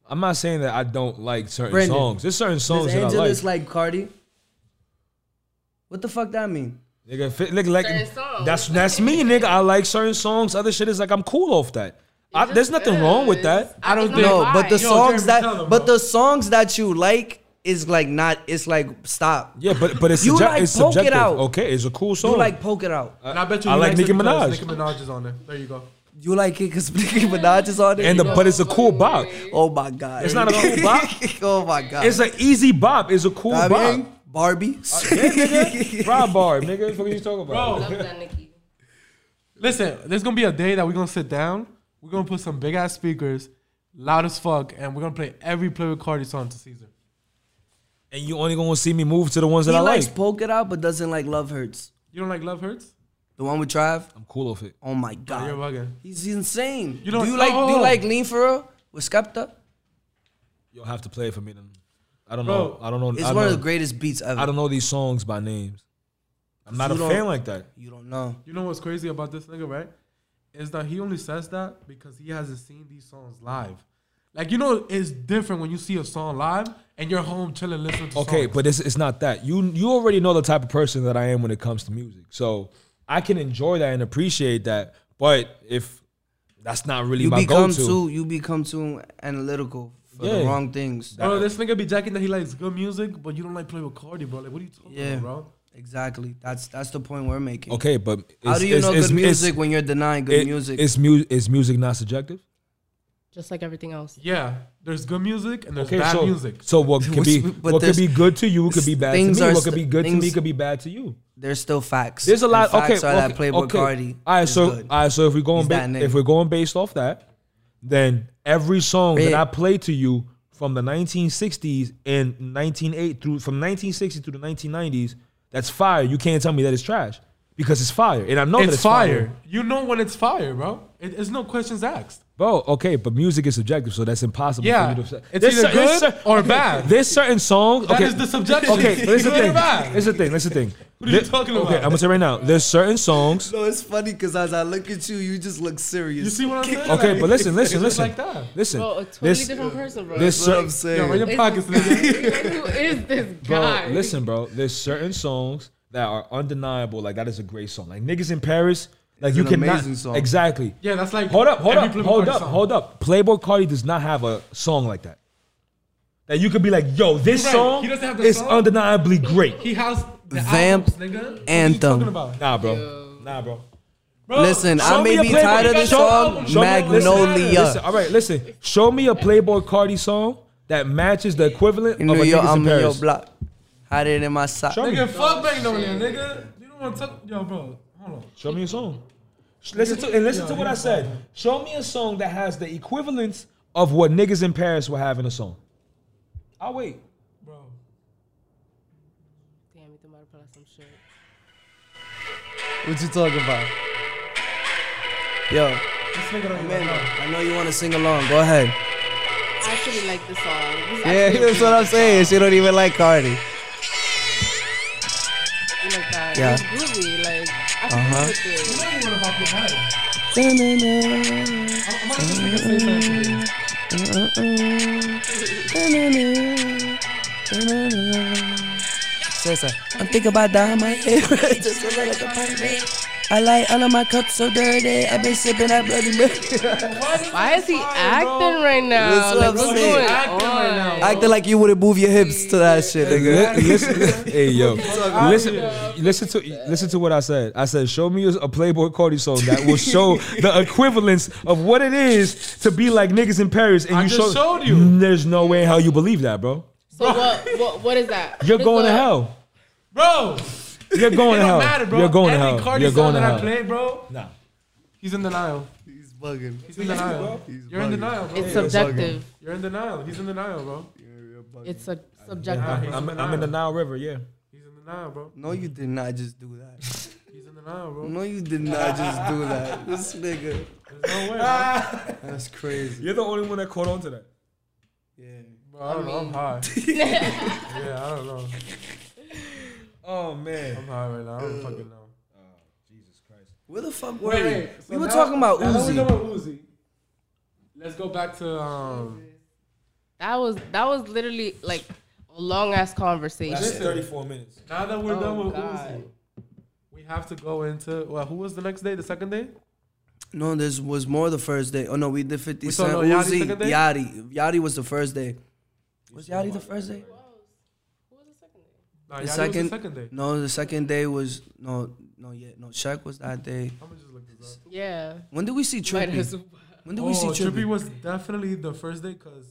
[SPEAKER 5] I'm not saying that I don't like certain
[SPEAKER 3] Brandon,
[SPEAKER 5] songs. There's certain songs
[SPEAKER 3] Does
[SPEAKER 5] that I like.
[SPEAKER 3] Angelus like Cardi? What the fuck that mean?
[SPEAKER 5] Nigga, fit, nigga, like
[SPEAKER 1] Certain songs.
[SPEAKER 5] that's that's me, nigga. I like certain songs. Other shit is like I'm cool off that. I,
[SPEAKER 1] just
[SPEAKER 5] there's nothing wrong with
[SPEAKER 1] is.
[SPEAKER 5] that.
[SPEAKER 1] I don't know
[SPEAKER 3] No,
[SPEAKER 1] why.
[SPEAKER 3] but the
[SPEAKER 2] Yo,
[SPEAKER 3] songs
[SPEAKER 2] Jeremy,
[SPEAKER 3] that
[SPEAKER 2] tell them,
[SPEAKER 3] but
[SPEAKER 2] bro.
[SPEAKER 3] the songs that you like is like not. It's like stop.
[SPEAKER 5] Yeah, but but it's,
[SPEAKER 3] You
[SPEAKER 5] subje-
[SPEAKER 3] like
[SPEAKER 5] it's
[SPEAKER 3] Poke It
[SPEAKER 5] subjective.
[SPEAKER 3] Out.
[SPEAKER 5] Okay, it's a cool song.
[SPEAKER 3] You like poke it out.
[SPEAKER 2] And I bet you
[SPEAKER 5] I
[SPEAKER 2] he
[SPEAKER 5] like
[SPEAKER 2] likes it
[SPEAKER 5] Nicki
[SPEAKER 2] because
[SPEAKER 5] Minaj.
[SPEAKER 2] Nicki Minaj is on there. There you go.
[SPEAKER 3] You like it because Nicki Minaj is on it.
[SPEAKER 5] and the, but it's a cool bop.
[SPEAKER 3] oh my god,
[SPEAKER 5] It's not a cool bop.
[SPEAKER 3] oh my god,
[SPEAKER 5] It's Uh, an easy bop. It's a cool
[SPEAKER 3] I
[SPEAKER 5] bop.
[SPEAKER 3] mean, Barbie.
[SPEAKER 5] Rob bar, nigga. What the fuck you talking about?
[SPEAKER 2] Bro,
[SPEAKER 1] Love that Nicki.
[SPEAKER 2] listen, there's gonna be a day that we're gonna sit down. We're gonna put some big ass speakers, loud as fuck, and we're gonna play every play with Cardi song to Caesar.
[SPEAKER 5] And you only gonna see me move to the ones that
[SPEAKER 3] he
[SPEAKER 5] I like.
[SPEAKER 3] likes poke it out, but doesn't like love hurts.
[SPEAKER 2] You don't like Love Hurts?
[SPEAKER 3] The one with Trav.
[SPEAKER 5] I'm cool off it.
[SPEAKER 3] Oh my
[SPEAKER 2] You're
[SPEAKER 3] god,
[SPEAKER 2] bugging.
[SPEAKER 3] he's insane.
[SPEAKER 2] You
[SPEAKER 3] You
[SPEAKER 2] don't-
[SPEAKER 3] do you like do
[SPEAKER 2] Oh.
[SPEAKER 3] you like lean for real with Skepta?
[SPEAKER 5] You'll have to play it for me then. I don't
[SPEAKER 2] Bro,
[SPEAKER 5] know. I don't know.
[SPEAKER 3] It's
[SPEAKER 5] I
[SPEAKER 3] one
[SPEAKER 5] don't know.
[SPEAKER 3] of the greatest beats ever.
[SPEAKER 5] I don't know these songs by names. I'm not
[SPEAKER 3] You
[SPEAKER 5] a
[SPEAKER 3] don't-
[SPEAKER 5] fan like that.
[SPEAKER 3] you don't know.
[SPEAKER 2] You know what's crazy about this nigga, right? Is that he only says that because he hasn't seen these songs live. Like you know, it's different when you see a song live and you're home chilling listening to.
[SPEAKER 5] Okay,
[SPEAKER 2] songs.
[SPEAKER 5] but it's, it's not that. You you already know the type of person that I am when it comes to music. So I can enjoy that and appreciate that. But if that's not really
[SPEAKER 3] You
[SPEAKER 5] my
[SPEAKER 3] become
[SPEAKER 5] go-to,
[SPEAKER 3] too you become too analytical for the
[SPEAKER 5] Yeah.
[SPEAKER 3] wrong things.
[SPEAKER 2] bro, this nigga be jacking that he likes good music, but you don't like play with Cardi, bro. Like, what are you talking
[SPEAKER 3] Yeah.
[SPEAKER 2] about, bro?
[SPEAKER 3] Exactly. That's that's the point we're making.
[SPEAKER 5] okay. But it's,
[SPEAKER 3] How do you
[SPEAKER 5] it's-
[SPEAKER 3] know
[SPEAKER 5] it's-
[SPEAKER 3] good
[SPEAKER 5] it's-
[SPEAKER 3] music when you're denying good
[SPEAKER 5] it-
[SPEAKER 3] music?
[SPEAKER 5] It's mu- is music not subjective?
[SPEAKER 1] Just like everything else.
[SPEAKER 2] Yeah, there's good music and there's
[SPEAKER 5] Okay,
[SPEAKER 2] bad
[SPEAKER 5] so
[SPEAKER 2] music.
[SPEAKER 5] so what could
[SPEAKER 3] What's-
[SPEAKER 5] be what
[SPEAKER 3] but
[SPEAKER 5] could
[SPEAKER 3] there's-
[SPEAKER 5] be good to you could be bad to me.
[SPEAKER 3] things are
[SPEAKER 5] What could
[SPEAKER 3] st-
[SPEAKER 5] be good to me
[SPEAKER 3] things-
[SPEAKER 5] could be bad to you.
[SPEAKER 3] There's still facts.
[SPEAKER 5] There's a
[SPEAKER 3] And
[SPEAKER 5] lot.
[SPEAKER 3] Facts
[SPEAKER 5] Okay,
[SPEAKER 3] are
[SPEAKER 5] okay,
[SPEAKER 3] that played
[SPEAKER 5] okay.
[SPEAKER 3] with Cardi.
[SPEAKER 5] All right,
[SPEAKER 3] is
[SPEAKER 5] so
[SPEAKER 3] good.
[SPEAKER 5] all right, so if we're going
[SPEAKER 3] He's
[SPEAKER 5] ba-
[SPEAKER 3] that nigga.
[SPEAKER 5] if we're going based off that, then every song that
[SPEAKER 3] Yeah.
[SPEAKER 5] I play to you from the 1960s and 1980 through from 1960 through the 1990s, that's fire. You can't tell me that it's trash because it's fire, and I know that
[SPEAKER 2] it's
[SPEAKER 5] it's fire.
[SPEAKER 2] fire. You know when it's fire, bro. It, it's no questions asked.
[SPEAKER 5] Bro, okay, but music is subjective, so that's impossible.
[SPEAKER 2] Yeah,
[SPEAKER 5] for you to,
[SPEAKER 2] it's
[SPEAKER 5] There's
[SPEAKER 2] either
[SPEAKER 5] cer-
[SPEAKER 2] good
[SPEAKER 5] there's cer-
[SPEAKER 2] or
[SPEAKER 5] okay,
[SPEAKER 2] bad.
[SPEAKER 5] There's certain songs.
[SPEAKER 2] That
[SPEAKER 5] okay,
[SPEAKER 2] is the subjection.
[SPEAKER 5] Okay, but here's the
[SPEAKER 2] Good or
[SPEAKER 5] thing.
[SPEAKER 2] bad.
[SPEAKER 5] Here's the thing. Here's the thing.
[SPEAKER 2] What are you talking about?
[SPEAKER 5] Okay, I'm gonna say right now. There's certain songs.
[SPEAKER 3] No, it's funny because as I look at you, you just look serious.
[SPEAKER 2] You see what I'm saying?
[SPEAKER 5] Okay,
[SPEAKER 2] Like,
[SPEAKER 5] but listen, listen,
[SPEAKER 2] it's just
[SPEAKER 5] listen,
[SPEAKER 2] like that.
[SPEAKER 5] listen.
[SPEAKER 1] Bro, a totally
[SPEAKER 5] There's-
[SPEAKER 1] different person, bro.
[SPEAKER 5] There's
[SPEAKER 3] That's what
[SPEAKER 5] certain,
[SPEAKER 3] I'm
[SPEAKER 2] Yo, in
[SPEAKER 3] saying.
[SPEAKER 2] your pockets, nigga.
[SPEAKER 1] Who is this
[SPEAKER 5] bro,
[SPEAKER 1] guy?
[SPEAKER 5] listen, bro. There's certain songs that are undeniable. Like that is a great song. Like niggas in Paris. Like
[SPEAKER 3] It's
[SPEAKER 5] you
[SPEAKER 3] an
[SPEAKER 5] cannot
[SPEAKER 3] amazing song.
[SPEAKER 5] exactly.
[SPEAKER 2] Yeah, that's like
[SPEAKER 5] Hold up, hold
[SPEAKER 2] every
[SPEAKER 5] up,
[SPEAKER 2] Playboy
[SPEAKER 5] hold
[SPEAKER 2] Cardi
[SPEAKER 5] up,
[SPEAKER 2] song.
[SPEAKER 5] hold up. Playboy Cardi does not have a song like that. That you could be like, yo, this
[SPEAKER 2] You're right.
[SPEAKER 5] song
[SPEAKER 2] He doesn't have the
[SPEAKER 5] is
[SPEAKER 2] song.
[SPEAKER 5] undeniably great.
[SPEAKER 2] He has the
[SPEAKER 3] Vamp
[SPEAKER 2] albums, nigga. What are you
[SPEAKER 3] Anthem.
[SPEAKER 2] talking about?
[SPEAKER 5] Nah, bro. Nah, bro.
[SPEAKER 2] Bro,
[SPEAKER 3] Listen, I
[SPEAKER 5] Show me
[SPEAKER 3] may
[SPEAKER 5] a
[SPEAKER 3] be
[SPEAKER 5] Playboy-
[SPEAKER 3] tired of the
[SPEAKER 5] show- show
[SPEAKER 3] song
[SPEAKER 5] me- listen, listen,
[SPEAKER 3] Magnolia.
[SPEAKER 5] all right, listen. Show me a Playboy Cardi song that matches the equivalent
[SPEAKER 3] In
[SPEAKER 5] of
[SPEAKER 3] New
[SPEAKER 5] a
[SPEAKER 3] York,
[SPEAKER 5] niggas in
[SPEAKER 3] I'm Oh, in your
[SPEAKER 5] Paris.
[SPEAKER 3] block. Hiding in my sock.
[SPEAKER 5] Show me.
[SPEAKER 2] Nigga, fuck Magnolia, nigga. You don't want to talk. Yo, bro, hold on.
[SPEAKER 5] Show me a song. Sh- Listen to and listen to what I said. Show me a song that has the equivalence of what niggas in Paris were having a song. I'll wait.
[SPEAKER 2] Bro.
[SPEAKER 1] Damn, you about to pull out some shit.
[SPEAKER 3] What you talking about? Yo,
[SPEAKER 2] This nigga don't even
[SPEAKER 3] Amanda,
[SPEAKER 2] know.
[SPEAKER 3] I know you want to sing along. Go ahead.
[SPEAKER 1] I actually like this song. This is
[SPEAKER 3] Yeah,
[SPEAKER 1] actually a
[SPEAKER 3] that's what
[SPEAKER 1] really
[SPEAKER 3] I'm
[SPEAKER 1] good
[SPEAKER 3] saying.
[SPEAKER 1] song.
[SPEAKER 3] She don't even like Cardi.
[SPEAKER 1] I like that.
[SPEAKER 3] Yeah.
[SPEAKER 1] It's groovy. Like, I can uh with
[SPEAKER 2] You
[SPEAKER 1] it.
[SPEAKER 2] know you want to your head.
[SPEAKER 3] Nah,
[SPEAKER 2] I'm not just nigga say something. to you.
[SPEAKER 3] Says I, I'm thinking about dying my hair. Just a little like a pirate. I like all of my cups so dirty. I've been sipping that bloody mary.
[SPEAKER 1] Why is he acting right now?
[SPEAKER 3] That's what
[SPEAKER 1] Like,
[SPEAKER 3] I'm
[SPEAKER 1] what's
[SPEAKER 3] saying.
[SPEAKER 1] going
[SPEAKER 2] Acting right
[SPEAKER 1] on?
[SPEAKER 2] now.
[SPEAKER 3] Acting like you wouldn't move your hips to that shit, nigga.
[SPEAKER 5] Li- listen, hey yo, listen, listen to listen to what I said. I said, show me a Playboy Cardi song that will show the equivalence of what it is to be like niggas in Paris. And
[SPEAKER 2] I
[SPEAKER 5] you
[SPEAKER 2] just
[SPEAKER 5] show- Mm,
[SPEAKER 2] showed you.
[SPEAKER 5] There's no way in hell you believe that, bro.
[SPEAKER 1] So what, what, what is that?
[SPEAKER 5] You're
[SPEAKER 1] What is
[SPEAKER 5] going to
[SPEAKER 1] the-
[SPEAKER 5] hell.
[SPEAKER 2] Bro,
[SPEAKER 5] You're
[SPEAKER 2] it
[SPEAKER 5] going
[SPEAKER 2] don't
[SPEAKER 5] to hell.
[SPEAKER 2] matter, bro.
[SPEAKER 5] You're going to
[SPEAKER 2] Every
[SPEAKER 5] hell.
[SPEAKER 2] Cardi
[SPEAKER 5] You're
[SPEAKER 2] song
[SPEAKER 5] going to
[SPEAKER 2] that I
[SPEAKER 5] hell.
[SPEAKER 2] play, bro,
[SPEAKER 5] Nah.
[SPEAKER 2] he's in denial.
[SPEAKER 6] He's bugging.
[SPEAKER 2] He's in denial. You're in denial, bro.
[SPEAKER 1] It's subjective.
[SPEAKER 2] You're in denial. He's in denial, bro.
[SPEAKER 1] It's a subjective.
[SPEAKER 2] Nah,
[SPEAKER 5] I'm, I'm in the Nile River, yeah.
[SPEAKER 2] He's in denial, bro.
[SPEAKER 3] No, you did not just do that.
[SPEAKER 2] He's in denial, bro.
[SPEAKER 3] No, you did not just do that. This nigga.
[SPEAKER 2] There's no way, bro.
[SPEAKER 3] That's crazy.
[SPEAKER 5] You're the only one that caught on to that.
[SPEAKER 3] Yeah.
[SPEAKER 2] Bro, I don't know. I'm high. yeah, I don't know.
[SPEAKER 5] Oh man.
[SPEAKER 2] Oh, I'm high right now. I don't fucking know.
[SPEAKER 5] Jesus Christ.
[SPEAKER 3] Where the fuck were we?
[SPEAKER 2] Wait, so
[SPEAKER 3] we were
[SPEAKER 2] now-
[SPEAKER 3] talking about
[SPEAKER 2] now that we know
[SPEAKER 3] Uzi.
[SPEAKER 2] about Uzi. Let's go back to um.
[SPEAKER 1] That was that was literally like a long ass conversation.
[SPEAKER 5] That's 34 minutes.
[SPEAKER 2] Now that we're done
[SPEAKER 1] Oh,
[SPEAKER 2] with
[SPEAKER 1] God.
[SPEAKER 2] Uzi, we have to go into well, who was the next day? The second day?
[SPEAKER 3] No, this was more the first day. Oh no, we did 50
[SPEAKER 2] We
[SPEAKER 3] Cent.
[SPEAKER 2] talking about Yachty
[SPEAKER 3] Uzi,
[SPEAKER 2] second day?
[SPEAKER 3] Yachty. Yachty was the first day. Was Yachty the first day?
[SPEAKER 2] Nah,
[SPEAKER 3] The
[SPEAKER 2] yeah, it
[SPEAKER 3] second,
[SPEAKER 2] was the second day.
[SPEAKER 3] No, the second day was no, no, yeah, no. Shaq was that day.
[SPEAKER 2] I'm gonna just look this up.
[SPEAKER 1] Yeah.
[SPEAKER 3] When did we see
[SPEAKER 1] Might as
[SPEAKER 3] Trippy?
[SPEAKER 1] well.
[SPEAKER 3] When did
[SPEAKER 2] Oh,
[SPEAKER 3] we see
[SPEAKER 2] Trippy?
[SPEAKER 3] Trippy?
[SPEAKER 2] was definitely the first day because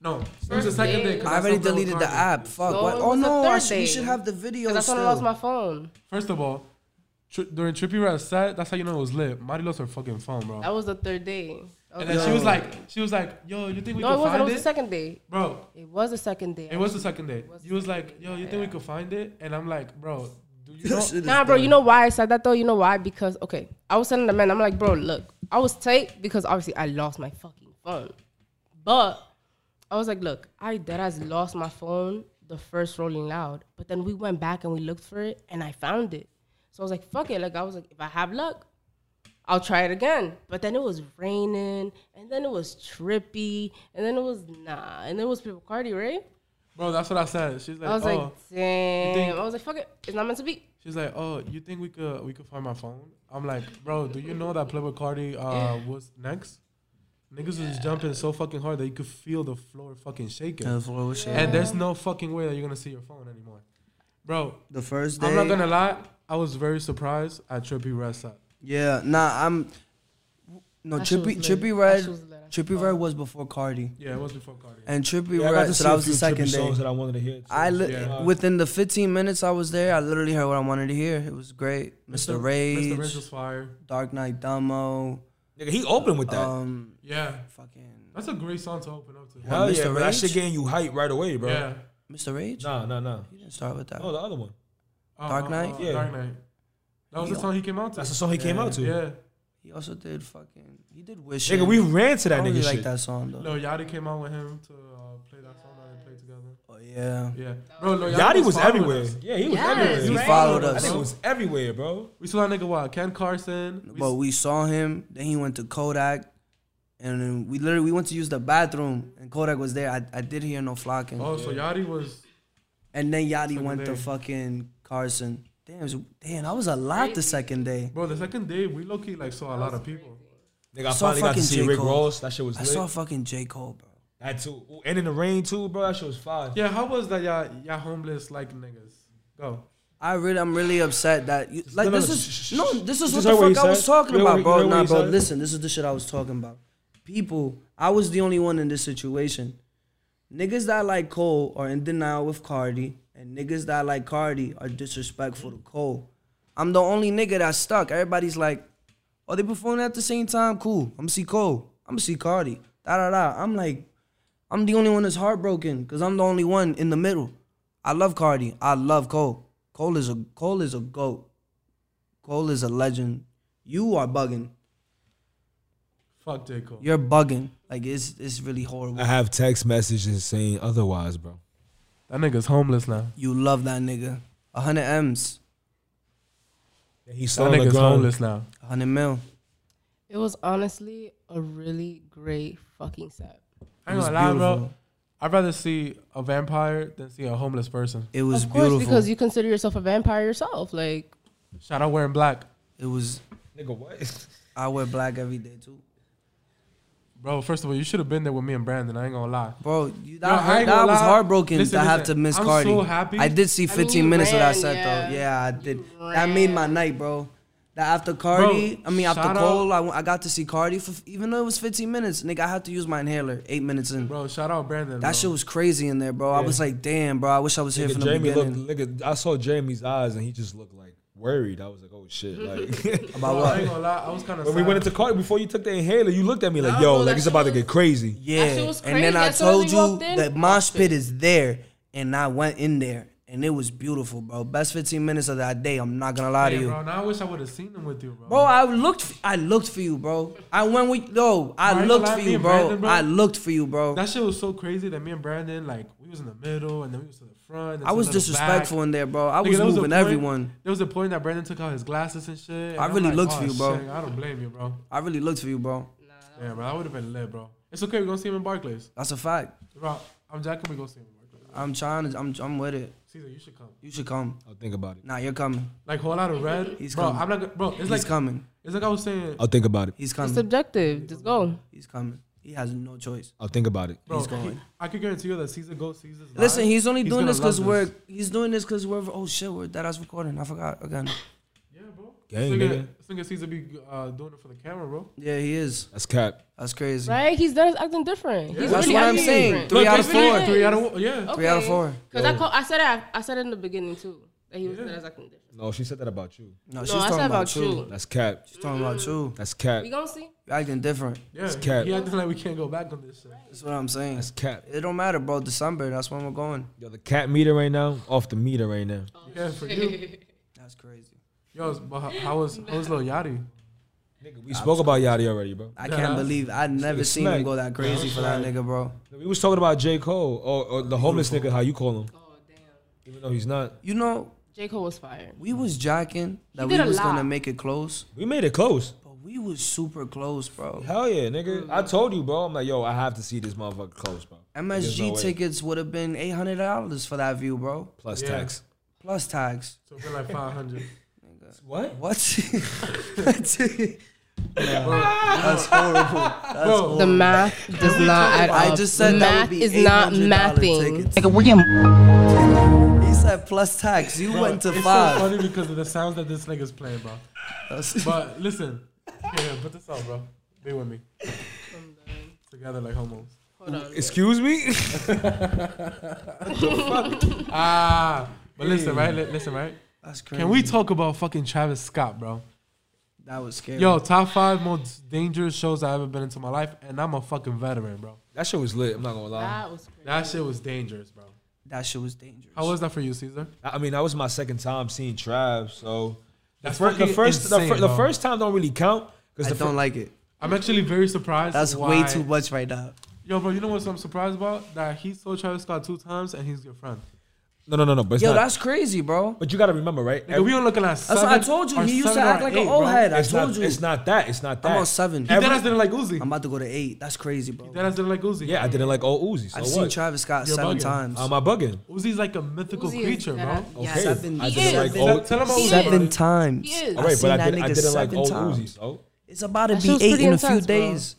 [SPEAKER 2] no, it was the
[SPEAKER 1] First
[SPEAKER 2] second
[SPEAKER 1] day.
[SPEAKER 2] day. 'cause
[SPEAKER 3] I
[SPEAKER 2] that's
[SPEAKER 3] already
[SPEAKER 2] when Playboy
[SPEAKER 3] deleted the
[SPEAKER 2] Cardi-
[SPEAKER 3] app. Fuck.
[SPEAKER 1] No,
[SPEAKER 3] what?
[SPEAKER 1] it
[SPEAKER 3] Oh
[SPEAKER 1] was the
[SPEAKER 3] no, I
[SPEAKER 1] third
[SPEAKER 3] should, we
[SPEAKER 1] day.
[SPEAKER 3] should have the video.
[SPEAKER 1] Cause that's when I
[SPEAKER 3] still.
[SPEAKER 1] lost my phone.
[SPEAKER 2] First of all, tri- during Trippy Red set, that's how you know it was lit. Marty lost her fucking phone, bro.
[SPEAKER 1] That was the third day.
[SPEAKER 2] and then she
[SPEAKER 3] Yo.
[SPEAKER 2] was like, she was like, yo, you think we
[SPEAKER 1] No,
[SPEAKER 2] can
[SPEAKER 1] it wasn't. It
[SPEAKER 2] find
[SPEAKER 1] was
[SPEAKER 2] it,
[SPEAKER 1] the second day.
[SPEAKER 2] bro?
[SPEAKER 1] It was the second day.
[SPEAKER 2] It was the second day.
[SPEAKER 1] was
[SPEAKER 2] You was like, yo, you think we could find it? And I'm like, bro, do you know?
[SPEAKER 3] This shit is
[SPEAKER 1] Nah, bro,
[SPEAKER 3] dumb.
[SPEAKER 1] you know why I said that though? You know why? Because, okay, I was telling the man, I'm like, bro, look, I was tight because obviously I lost my fucking phone. But I was like, look, I deadass lost my phone the first Rolling Loud. But then we went back and we looked for it and I found it. So I was like, fuck it. Like, I was like, if I have luck, I'll try it again. But then it was raining and then it was trippy and then it was nah. And then it was people Cardi, right?
[SPEAKER 2] Bro, that's what I said. She's like,
[SPEAKER 1] I was
[SPEAKER 2] oh.
[SPEAKER 1] like, damn.
[SPEAKER 2] think-
[SPEAKER 1] I was like, fuck it. It's not meant to be.
[SPEAKER 2] She's like, "Oh, you think we could we could find my phone?" I'm like, "Bro, do you know that Playboy Cardi uh, was next? Niggas was jumping so fucking hard that you could feel the floor fucking shaking,
[SPEAKER 3] Yeah, for what shit.
[SPEAKER 2] and there's no fucking way that you're gonna see your phone anymore, bro.
[SPEAKER 3] The first day.
[SPEAKER 2] I'm not gonna lie, I was very surprised at Trippy Red's set.
[SPEAKER 3] Yeah, nah, I'm. No,
[SPEAKER 1] That shit
[SPEAKER 3] Trippy,
[SPEAKER 1] was lit.
[SPEAKER 3] Trippy
[SPEAKER 1] That shit was lit.
[SPEAKER 3] Red, Trippy Red was before Cardi,
[SPEAKER 2] Yeah, it was before Cardi.
[SPEAKER 3] and Trippy
[SPEAKER 5] Yeah, I got
[SPEAKER 3] Red.
[SPEAKER 5] to see
[SPEAKER 3] So that
[SPEAKER 5] a
[SPEAKER 3] was the
[SPEAKER 5] few
[SPEAKER 3] second
[SPEAKER 5] Trippy songs
[SPEAKER 3] day.
[SPEAKER 5] that I wanted to hear. too.
[SPEAKER 3] I li-
[SPEAKER 2] Yeah.
[SPEAKER 3] within the 15 minutes I was there, I literally heard what I wanted to hear. It was great. Mr. Rage,
[SPEAKER 2] Mr. Rage was fire.
[SPEAKER 3] Dark Knight Dumbo,
[SPEAKER 5] Nigga, he opened with that.
[SPEAKER 3] um,
[SPEAKER 2] Yeah,
[SPEAKER 3] fucking
[SPEAKER 2] that's a great song to open up to.
[SPEAKER 5] Hell
[SPEAKER 3] Mr.
[SPEAKER 5] yeah, but that
[SPEAKER 3] Rage?
[SPEAKER 5] shit getting you hype right away, bro.
[SPEAKER 2] Yeah,
[SPEAKER 3] Mr. Rage.
[SPEAKER 5] Nah, nah, nah.
[SPEAKER 3] He didn't start with that.
[SPEAKER 5] Oh, the other one.
[SPEAKER 2] Uh,
[SPEAKER 3] Dark
[SPEAKER 2] uh,
[SPEAKER 3] Knight?
[SPEAKER 2] uh,
[SPEAKER 5] Yeah.
[SPEAKER 2] Dark Knight. That was the song he came out to.
[SPEAKER 5] That's the song he came out to.
[SPEAKER 2] Yeah,
[SPEAKER 3] He also did fucking. He did Wish.
[SPEAKER 5] Nigga,
[SPEAKER 3] It.
[SPEAKER 5] we ran to
[SPEAKER 3] I
[SPEAKER 5] that
[SPEAKER 3] don't
[SPEAKER 5] nigga
[SPEAKER 3] really like
[SPEAKER 5] shit.
[SPEAKER 3] that song though.
[SPEAKER 2] no, Yachty came out with him to uh, play that song that they played together.
[SPEAKER 3] Oh yeah.
[SPEAKER 2] Yeah, bro, Lil
[SPEAKER 5] Yachty was
[SPEAKER 2] following
[SPEAKER 5] everywhere.
[SPEAKER 2] us.
[SPEAKER 5] Yeah, he was
[SPEAKER 1] Yes,
[SPEAKER 5] everywhere.
[SPEAKER 3] He
[SPEAKER 1] Right.
[SPEAKER 3] followed
[SPEAKER 5] That
[SPEAKER 3] us.
[SPEAKER 5] nigga was everywhere, bro.
[SPEAKER 2] We saw that nigga what? Ken Carson.
[SPEAKER 3] But we saw him. Then he went to Kodak, and then we literally we went to use the bathroom, and Kodak was there. I, I did hear no flocking.
[SPEAKER 2] oh, so Yachty was.
[SPEAKER 3] and then Yachty went
[SPEAKER 2] day.
[SPEAKER 3] to fucking Carson. Damn, it was- damn, that was a lot the second day.
[SPEAKER 2] Bro, the second day we low key like saw a lot of people.
[SPEAKER 5] Nigga, I
[SPEAKER 3] saw
[SPEAKER 5] finally got to
[SPEAKER 3] fucking
[SPEAKER 5] see
[SPEAKER 3] J.
[SPEAKER 5] Rick
[SPEAKER 3] Cole.
[SPEAKER 5] Ross. That shit was
[SPEAKER 3] I
[SPEAKER 5] lit.
[SPEAKER 3] saw fucking J Cole, bro.
[SPEAKER 5] that too. Ooh, and in the rain too, bro. That shit was fire.
[SPEAKER 2] Yeah, how was that y'all y'all homeless like niggas? Go.
[SPEAKER 3] I really, I'm really upset that you, like
[SPEAKER 5] no,
[SPEAKER 3] this
[SPEAKER 5] no, sh- sh-
[SPEAKER 3] is
[SPEAKER 5] sh-
[SPEAKER 3] no,
[SPEAKER 5] sh-
[SPEAKER 3] this is
[SPEAKER 5] you
[SPEAKER 3] what
[SPEAKER 5] heard
[SPEAKER 3] the
[SPEAKER 5] what he
[SPEAKER 3] fuck I was
[SPEAKER 5] said?
[SPEAKER 3] talking
[SPEAKER 5] You heard
[SPEAKER 3] about,
[SPEAKER 5] what- you
[SPEAKER 3] bro.
[SPEAKER 5] heard what
[SPEAKER 3] Nah,
[SPEAKER 5] he
[SPEAKER 3] bro,
[SPEAKER 5] said?
[SPEAKER 3] listen, this is the shit I was talking about. People, I was the only one in this situation. Niggas that like Cole are in denial with Cardi, and niggas that like Cardi are disrespectful to Cole. I'm the only nigga that's stuck. Everybody's like, oh, they performing at the same time? Cool. I'm see Cole. I'm see Cardi. Da da da. I'm like, I'm the only one that's heartbroken because I'm the only one in the middle. I love Cardi. I love Cole. Cole is a Cole is a goat. Cole is a legend. You are bugging.
[SPEAKER 2] Fuck J. Cole.
[SPEAKER 3] You're bugging. Like it's it's really horrible.
[SPEAKER 5] I have text messages saying otherwise, bro.
[SPEAKER 2] That nigga's homeless now.
[SPEAKER 3] You love that nigga. A hundred M's.
[SPEAKER 5] He's
[SPEAKER 2] That nigga's homeless now.
[SPEAKER 3] A hundred mil.
[SPEAKER 1] It was honestly a really great fucking set.
[SPEAKER 2] I ain't gonna lie, bro. I'd rather see a vampire than see a homeless person.
[SPEAKER 3] It was
[SPEAKER 1] of course,
[SPEAKER 3] beautiful.
[SPEAKER 1] because you consider yourself a vampire yourself. Like,
[SPEAKER 2] Shout out wearing black.
[SPEAKER 3] it was
[SPEAKER 5] Nigga, what?
[SPEAKER 3] I wear black every day too.
[SPEAKER 2] Bro, first of all, you should have been there with me and Brandon. I ain't gonna lie.
[SPEAKER 3] Bro, you, that,
[SPEAKER 2] Yo, I
[SPEAKER 3] hurt-
[SPEAKER 2] ain't
[SPEAKER 3] that
[SPEAKER 2] gonna
[SPEAKER 3] was
[SPEAKER 2] lie.
[SPEAKER 3] heartbroken
[SPEAKER 2] Listen,
[SPEAKER 3] to have to
[SPEAKER 2] listen,
[SPEAKER 3] miss
[SPEAKER 2] I'm
[SPEAKER 3] Cardi.
[SPEAKER 2] so happy.
[SPEAKER 3] I did see
[SPEAKER 1] mean,
[SPEAKER 3] 15
[SPEAKER 1] you
[SPEAKER 3] minutes of that
[SPEAKER 1] ran,
[SPEAKER 3] set though.
[SPEAKER 1] yeah.
[SPEAKER 3] Yeah, I did.
[SPEAKER 1] You
[SPEAKER 3] That made my
[SPEAKER 1] ran.
[SPEAKER 3] night, bro. That after Cardi,
[SPEAKER 2] Bro,
[SPEAKER 3] I mean after
[SPEAKER 2] shout
[SPEAKER 3] Cole, I, went- I got to see Cardi for even though it was 15 minutes. Nigga, I had to use my inhaler. Eight minutes in.
[SPEAKER 2] Bro, shout out Brandon.
[SPEAKER 3] That
[SPEAKER 2] bro.
[SPEAKER 3] shit was crazy in there, bro. I was like, damn, bro. I wish I was here
[SPEAKER 5] Nigga,
[SPEAKER 3] from the
[SPEAKER 5] Jamie looked.
[SPEAKER 3] beginning.
[SPEAKER 5] Nigga, I saw Jamie's eyes and he just looked like worried. I was like, oh shit. Like
[SPEAKER 3] About
[SPEAKER 2] Bro, I ain't
[SPEAKER 3] what?
[SPEAKER 2] gonna lie. I was kind of.
[SPEAKER 5] when we went into car before you took the inhaler, you looked at me like, yo,
[SPEAKER 1] bro,
[SPEAKER 5] like
[SPEAKER 1] that
[SPEAKER 5] it's about to
[SPEAKER 1] shit
[SPEAKER 5] get crazy.
[SPEAKER 3] Yeah.
[SPEAKER 1] shit was
[SPEAKER 3] And then
[SPEAKER 1] crazy.
[SPEAKER 3] I
[SPEAKER 1] As soon as
[SPEAKER 3] told
[SPEAKER 1] we
[SPEAKER 3] you
[SPEAKER 1] walked in,
[SPEAKER 3] that mosh pit is there, and I went in there, and it was beautiful, bro. Best 15 minutes of that day. I'm not gonna lie to you.
[SPEAKER 2] bro. Now I wish I would have seen him with you, bro.
[SPEAKER 3] Bro, I looked, I looked for you, bro. I went with, yo, I
[SPEAKER 2] Bro, I ain't
[SPEAKER 3] looked
[SPEAKER 2] gonna
[SPEAKER 3] for
[SPEAKER 2] lie, me
[SPEAKER 3] you,
[SPEAKER 2] and
[SPEAKER 3] bro.
[SPEAKER 2] Brandon, bro.
[SPEAKER 3] I looked for you, bro.
[SPEAKER 2] That shit was so crazy that me and Brandon like we We was in the middle, and then we was to the front. and
[SPEAKER 3] I
[SPEAKER 2] to
[SPEAKER 3] was
[SPEAKER 2] the little back.
[SPEAKER 3] disrespectful in there, bro. I
[SPEAKER 2] Nigga,
[SPEAKER 3] was
[SPEAKER 2] there a
[SPEAKER 3] moving
[SPEAKER 2] point-
[SPEAKER 3] everyone.
[SPEAKER 2] There was a point that Brandon took out his glasses and shit. and
[SPEAKER 3] I
[SPEAKER 2] I'm
[SPEAKER 3] really
[SPEAKER 2] like,
[SPEAKER 3] looked
[SPEAKER 2] "Oh,
[SPEAKER 3] for you, bro."
[SPEAKER 2] shit, I don't blame you, bro.
[SPEAKER 3] I really looked for you, bro.
[SPEAKER 2] Yeah, bro, I would have been lit, bro. It's okay. We're gonna see him in Barclays.
[SPEAKER 3] That's a fact.
[SPEAKER 2] Bro, I'm Jack, and we gonna see him in Barclays.
[SPEAKER 3] I'm trying to. I'm. I'm with it.
[SPEAKER 2] Caesar, you should come.
[SPEAKER 3] You should come.
[SPEAKER 5] I'll think about it.
[SPEAKER 3] Nah, you're coming.
[SPEAKER 2] Like whole lot of red.
[SPEAKER 3] He's
[SPEAKER 2] bro,
[SPEAKER 3] coming.
[SPEAKER 2] I'm not. gonna- Bro, it's
[SPEAKER 3] He's
[SPEAKER 2] like
[SPEAKER 3] coming.
[SPEAKER 2] it's like I was saying.
[SPEAKER 5] I'll think about it.
[SPEAKER 3] He's
[SPEAKER 1] It's
[SPEAKER 3] coming.
[SPEAKER 1] subjective. Just go.
[SPEAKER 3] He's coming. He has no choice.
[SPEAKER 5] I'll think about it.
[SPEAKER 2] Bro,
[SPEAKER 3] He's going.
[SPEAKER 2] he- I could guarantee you that Caesar goes Caesar's. live.
[SPEAKER 3] Listen, he's only doing
[SPEAKER 2] gonna
[SPEAKER 3] this because
[SPEAKER 2] love
[SPEAKER 3] we're. He's doing this because we're. Oh shit, we're that I was recording. I forgot again.
[SPEAKER 2] Yeah, bro. this
[SPEAKER 5] Gang,
[SPEAKER 2] nigga,
[SPEAKER 5] nigga.
[SPEAKER 2] this nigga Caesar be uh, doing it for the camera, bro.
[SPEAKER 3] Yeah, he is.
[SPEAKER 5] That's cap.
[SPEAKER 3] That's crazy.
[SPEAKER 1] Right? He's done acting different. He's
[SPEAKER 3] That's
[SPEAKER 1] really
[SPEAKER 3] what I'm
[SPEAKER 1] acting
[SPEAKER 3] saying.
[SPEAKER 1] different.
[SPEAKER 3] Three
[SPEAKER 2] Look,
[SPEAKER 3] out
[SPEAKER 2] it's
[SPEAKER 3] of
[SPEAKER 2] really
[SPEAKER 3] four.
[SPEAKER 2] Three out of one. Yeah.
[SPEAKER 3] Three out of four.
[SPEAKER 1] Because I, call, I said I, I said in the beginning too that he was good as acting different.
[SPEAKER 5] No, she said that about you.
[SPEAKER 3] No, she's
[SPEAKER 1] No, I
[SPEAKER 3] talking
[SPEAKER 1] said
[SPEAKER 3] about,
[SPEAKER 1] about
[SPEAKER 3] you.
[SPEAKER 1] you.
[SPEAKER 5] That's cap.
[SPEAKER 3] She's talking about you.
[SPEAKER 5] That's cap.
[SPEAKER 1] We gonna see.
[SPEAKER 3] You're acting different.
[SPEAKER 2] Yeah.
[SPEAKER 5] It's cap.
[SPEAKER 2] He acting like we can't go back on this shit.
[SPEAKER 3] That's what I'm saying.
[SPEAKER 5] That's cap.
[SPEAKER 3] it don't matter, bro. December. That's when we're going.
[SPEAKER 5] Yo, the cat meter right now, off the meter right now.
[SPEAKER 2] Yeah, for you.
[SPEAKER 3] That's crazy.
[SPEAKER 2] Yo, but how, how was how was Lil Yachty?
[SPEAKER 5] Nigga, we spoke about Yachty already, bro.
[SPEAKER 3] I can't believe I never seen him go that crazy for that nigga, bro.
[SPEAKER 5] We was talking about J. Cole or, or the homeless nigga, how you call him.
[SPEAKER 1] Oh damn.
[SPEAKER 5] Even though he's not.
[SPEAKER 3] You know,
[SPEAKER 1] J Cole was fired.
[SPEAKER 3] we was jacking that we
[SPEAKER 1] did a
[SPEAKER 3] was
[SPEAKER 1] lot.
[SPEAKER 3] gonna make it close,
[SPEAKER 5] We made it close.
[SPEAKER 3] but we was super close, bro.
[SPEAKER 5] Hell yeah, nigga.
[SPEAKER 2] Mm-hmm.
[SPEAKER 5] I told you, bro. I'm like, yo, I have to see this motherfucker close, bro. There's no
[SPEAKER 3] MSG
[SPEAKER 5] way.
[SPEAKER 3] tickets would have been eight hundred dollars for that view, bro,
[SPEAKER 5] Plus
[SPEAKER 2] Yeah.
[SPEAKER 5] tax.
[SPEAKER 3] plus tax.
[SPEAKER 2] So we're like 500.
[SPEAKER 5] What?
[SPEAKER 3] What? That's horrible.
[SPEAKER 2] Bro,
[SPEAKER 1] The math does not add up.
[SPEAKER 3] Oh. I just said
[SPEAKER 1] the
[SPEAKER 3] that
[SPEAKER 1] math
[SPEAKER 3] would be
[SPEAKER 1] is not
[SPEAKER 3] $800
[SPEAKER 1] mathing.
[SPEAKER 3] tickets.
[SPEAKER 4] William.
[SPEAKER 3] He said plus tax. You
[SPEAKER 2] bro,
[SPEAKER 3] went to
[SPEAKER 2] it's so
[SPEAKER 3] five.
[SPEAKER 2] funny because of the sounds that this nigga's playing, bro.
[SPEAKER 3] That's-
[SPEAKER 2] But listen, here, put this on, bro. Be with me. Together like homos.
[SPEAKER 1] Hold on.
[SPEAKER 5] Excuse me?
[SPEAKER 2] Ah, but listen, right? Li- Listen, right?
[SPEAKER 3] That's crazy.
[SPEAKER 2] Can we talk about fucking Travis Scott, bro?
[SPEAKER 3] That was scary.
[SPEAKER 2] Yo, top five most dangerous shows I've ever been into my life, and I'm a fucking veteran, bro.
[SPEAKER 5] that shit was lit. I'm not gonna lie.
[SPEAKER 1] That was crazy.
[SPEAKER 2] That shit was dangerous, bro.
[SPEAKER 3] that shit was dangerous.
[SPEAKER 2] How was that for you, Caesar?
[SPEAKER 5] I I mean, that was my second time seeing Trav, so the,
[SPEAKER 2] That's
[SPEAKER 5] fir- the
[SPEAKER 2] fucking
[SPEAKER 5] first, the,
[SPEAKER 2] insane,
[SPEAKER 5] fir- the
[SPEAKER 2] bro.
[SPEAKER 5] first time don't really count
[SPEAKER 3] I
[SPEAKER 5] because the
[SPEAKER 3] don't
[SPEAKER 5] fir-
[SPEAKER 3] like it.
[SPEAKER 2] I'm actually very surprised.
[SPEAKER 3] That's
[SPEAKER 2] why-
[SPEAKER 3] way too much right now.
[SPEAKER 2] Yo, bro, you know what I'm surprised about? That he sold Travis Scott two times and he's your friend.
[SPEAKER 5] no, no, no, no. But it's
[SPEAKER 3] Yo,
[SPEAKER 5] not-
[SPEAKER 3] that's crazy, bro.
[SPEAKER 5] But you gotta remember, right?
[SPEAKER 2] Nigga, we don't looking at
[SPEAKER 3] That's
[SPEAKER 2] seven.
[SPEAKER 3] what I told you.
[SPEAKER 2] or
[SPEAKER 3] He used to
[SPEAKER 2] seven or
[SPEAKER 3] act like
[SPEAKER 2] eight,
[SPEAKER 3] an old
[SPEAKER 2] bro.
[SPEAKER 3] head. I
[SPEAKER 5] it's
[SPEAKER 3] told
[SPEAKER 5] not,
[SPEAKER 3] you.
[SPEAKER 5] It's not that. It's not that.
[SPEAKER 3] on seven. He
[SPEAKER 2] He
[SPEAKER 5] Every-
[SPEAKER 2] dead ass didn't like Uzi.
[SPEAKER 3] I'm about to go to eight. That's crazy, bro.
[SPEAKER 2] He dead ass didn't like Uzi.
[SPEAKER 5] yeah, I didn't like old Uzi. So
[SPEAKER 3] I've
[SPEAKER 5] what?
[SPEAKER 3] seen Travis Scott
[SPEAKER 2] You're
[SPEAKER 3] seven
[SPEAKER 2] bugging.
[SPEAKER 3] times.
[SPEAKER 5] Am I bugging?
[SPEAKER 2] Uzi's like a mythical
[SPEAKER 1] Uzi is
[SPEAKER 2] creature, bro.
[SPEAKER 1] dead.
[SPEAKER 5] Okay.
[SPEAKER 1] Yeah.
[SPEAKER 3] Seven.
[SPEAKER 5] I
[SPEAKER 1] He
[SPEAKER 5] didn't
[SPEAKER 1] is.
[SPEAKER 5] like
[SPEAKER 2] Tell,
[SPEAKER 5] old.
[SPEAKER 2] tell him how
[SPEAKER 1] He
[SPEAKER 2] Uzi
[SPEAKER 1] is.
[SPEAKER 2] bro.
[SPEAKER 3] seven times.
[SPEAKER 1] He is.
[SPEAKER 5] All right,
[SPEAKER 3] I've
[SPEAKER 5] but I, did,
[SPEAKER 3] seen that
[SPEAKER 5] I
[SPEAKER 3] nigga
[SPEAKER 5] didn't like
[SPEAKER 3] seven
[SPEAKER 5] old
[SPEAKER 3] times.
[SPEAKER 5] Uzi. So
[SPEAKER 3] It's about to
[SPEAKER 1] That
[SPEAKER 3] be
[SPEAKER 1] shit was
[SPEAKER 3] eight
[SPEAKER 1] pretty
[SPEAKER 3] in a few
[SPEAKER 1] intense, bro.
[SPEAKER 3] days.